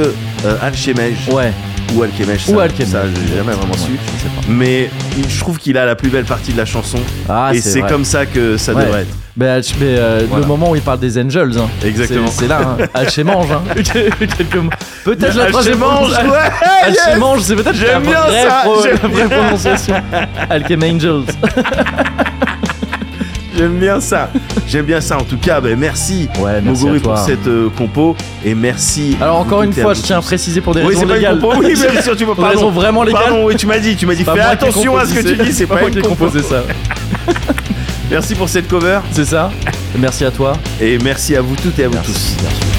[SPEAKER 2] euh, Alchemège
[SPEAKER 1] Ouais.
[SPEAKER 2] ou Alchemège, ça,
[SPEAKER 1] Ou Alchemège.
[SPEAKER 2] ça j'ai jamais vraiment su.
[SPEAKER 1] Ouais, je sais pas.
[SPEAKER 2] Mais il- je trouve qu'il a la plus belle partie de la chanson
[SPEAKER 1] Ah,
[SPEAKER 2] et c'est
[SPEAKER 1] vrai.
[SPEAKER 2] comme ça que ça
[SPEAKER 1] Ouais.
[SPEAKER 2] devrait être.
[SPEAKER 1] Mais, Hatch- mais, euh,
[SPEAKER 2] Voilà.
[SPEAKER 1] le moment où il parle des Angels, hein.
[SPEAKER 2] Exactement.
[SPEAKER 1] c'est c'est là, hein. Hatch et mange. Hein. Quelques mots. peut-être la troisième
[SPEAKER 2] Alchemège,
[SPEAKER 1] Hatch-
[SPEAKER 2] ouais,
[SPEAKER 1] Hatch et
[SPEAKER 2] yes.
[SPEAKER 1] mange, c'est peut-être la
[SPEAKER 2] J'aime bien
[SPEAKER 1] vraie,
[SPEAKER 2] ça,
[SPEAKER 1] pro- la
[SPEAKER 2] j'aime
[SPEAKER 1] vraie
[SPEAKER 2] bien.
[SPEAKER 1] prononciation. Alchem Angels.
[SPEAKER 2] J'aime bien ça. J'aime bien ça. En tout cas, ben, merci,
[SPEAKER 1] Ouais, merci
[SPEAKER 2] Moguri
[SPEAKER 1] à toi.
[SPEAKER 2] pour cette euh, compo et merci.
[SPEAKER 1] Alors encore une
[SPEAKER 2] d'écouter
[SPEAKER 1] fois,
[SPEAKER 2] à
[SPEAKER 1] je
[SPEAKER 2] vous
[SPEAKER 1] tiens à
[SPEAKER 2] tous.
[SPEAKER 1] préciser pour des
[SPEAKER 2] Oui,
[SPEAKER 1] raisons
[SPEAKER 2] c'est pas
[SPEAKER 1] légales.
[SPEAKER 2] une compo. Oui, bien sûr, tu vois.
[SPEAKER 1] Pour des raisons
[SPEAKER 2] Pardon.
[SPEAKER 1] vraiment légales.
[SPEAKER 2] Pardon, oui, tu m'as dit, tu m'as dit,
[SPEAKER 1] C'est pas
[SPEAKER 2] fais
[SPEAKER 1] moi qui ai
[SPEAKER 2] attention à ce que
[SPEAKER 1] composé,
[SPEAKER 2] tu dis, c'est pas
[SPEAKER 1] moi qui
[SPEAKER 2] une
[SPEAKER 1] ai
[SPEAKER 2] compo.
[SPEAKER 1] composé ça.
[SPEAKER 2] Merci pour cette cover
[SPEAKER 1] C'est ça Merci à toi.
[SPEAKER 2] et merci à vous toutes et à vous tous.
[SPEAKER 1] Merci.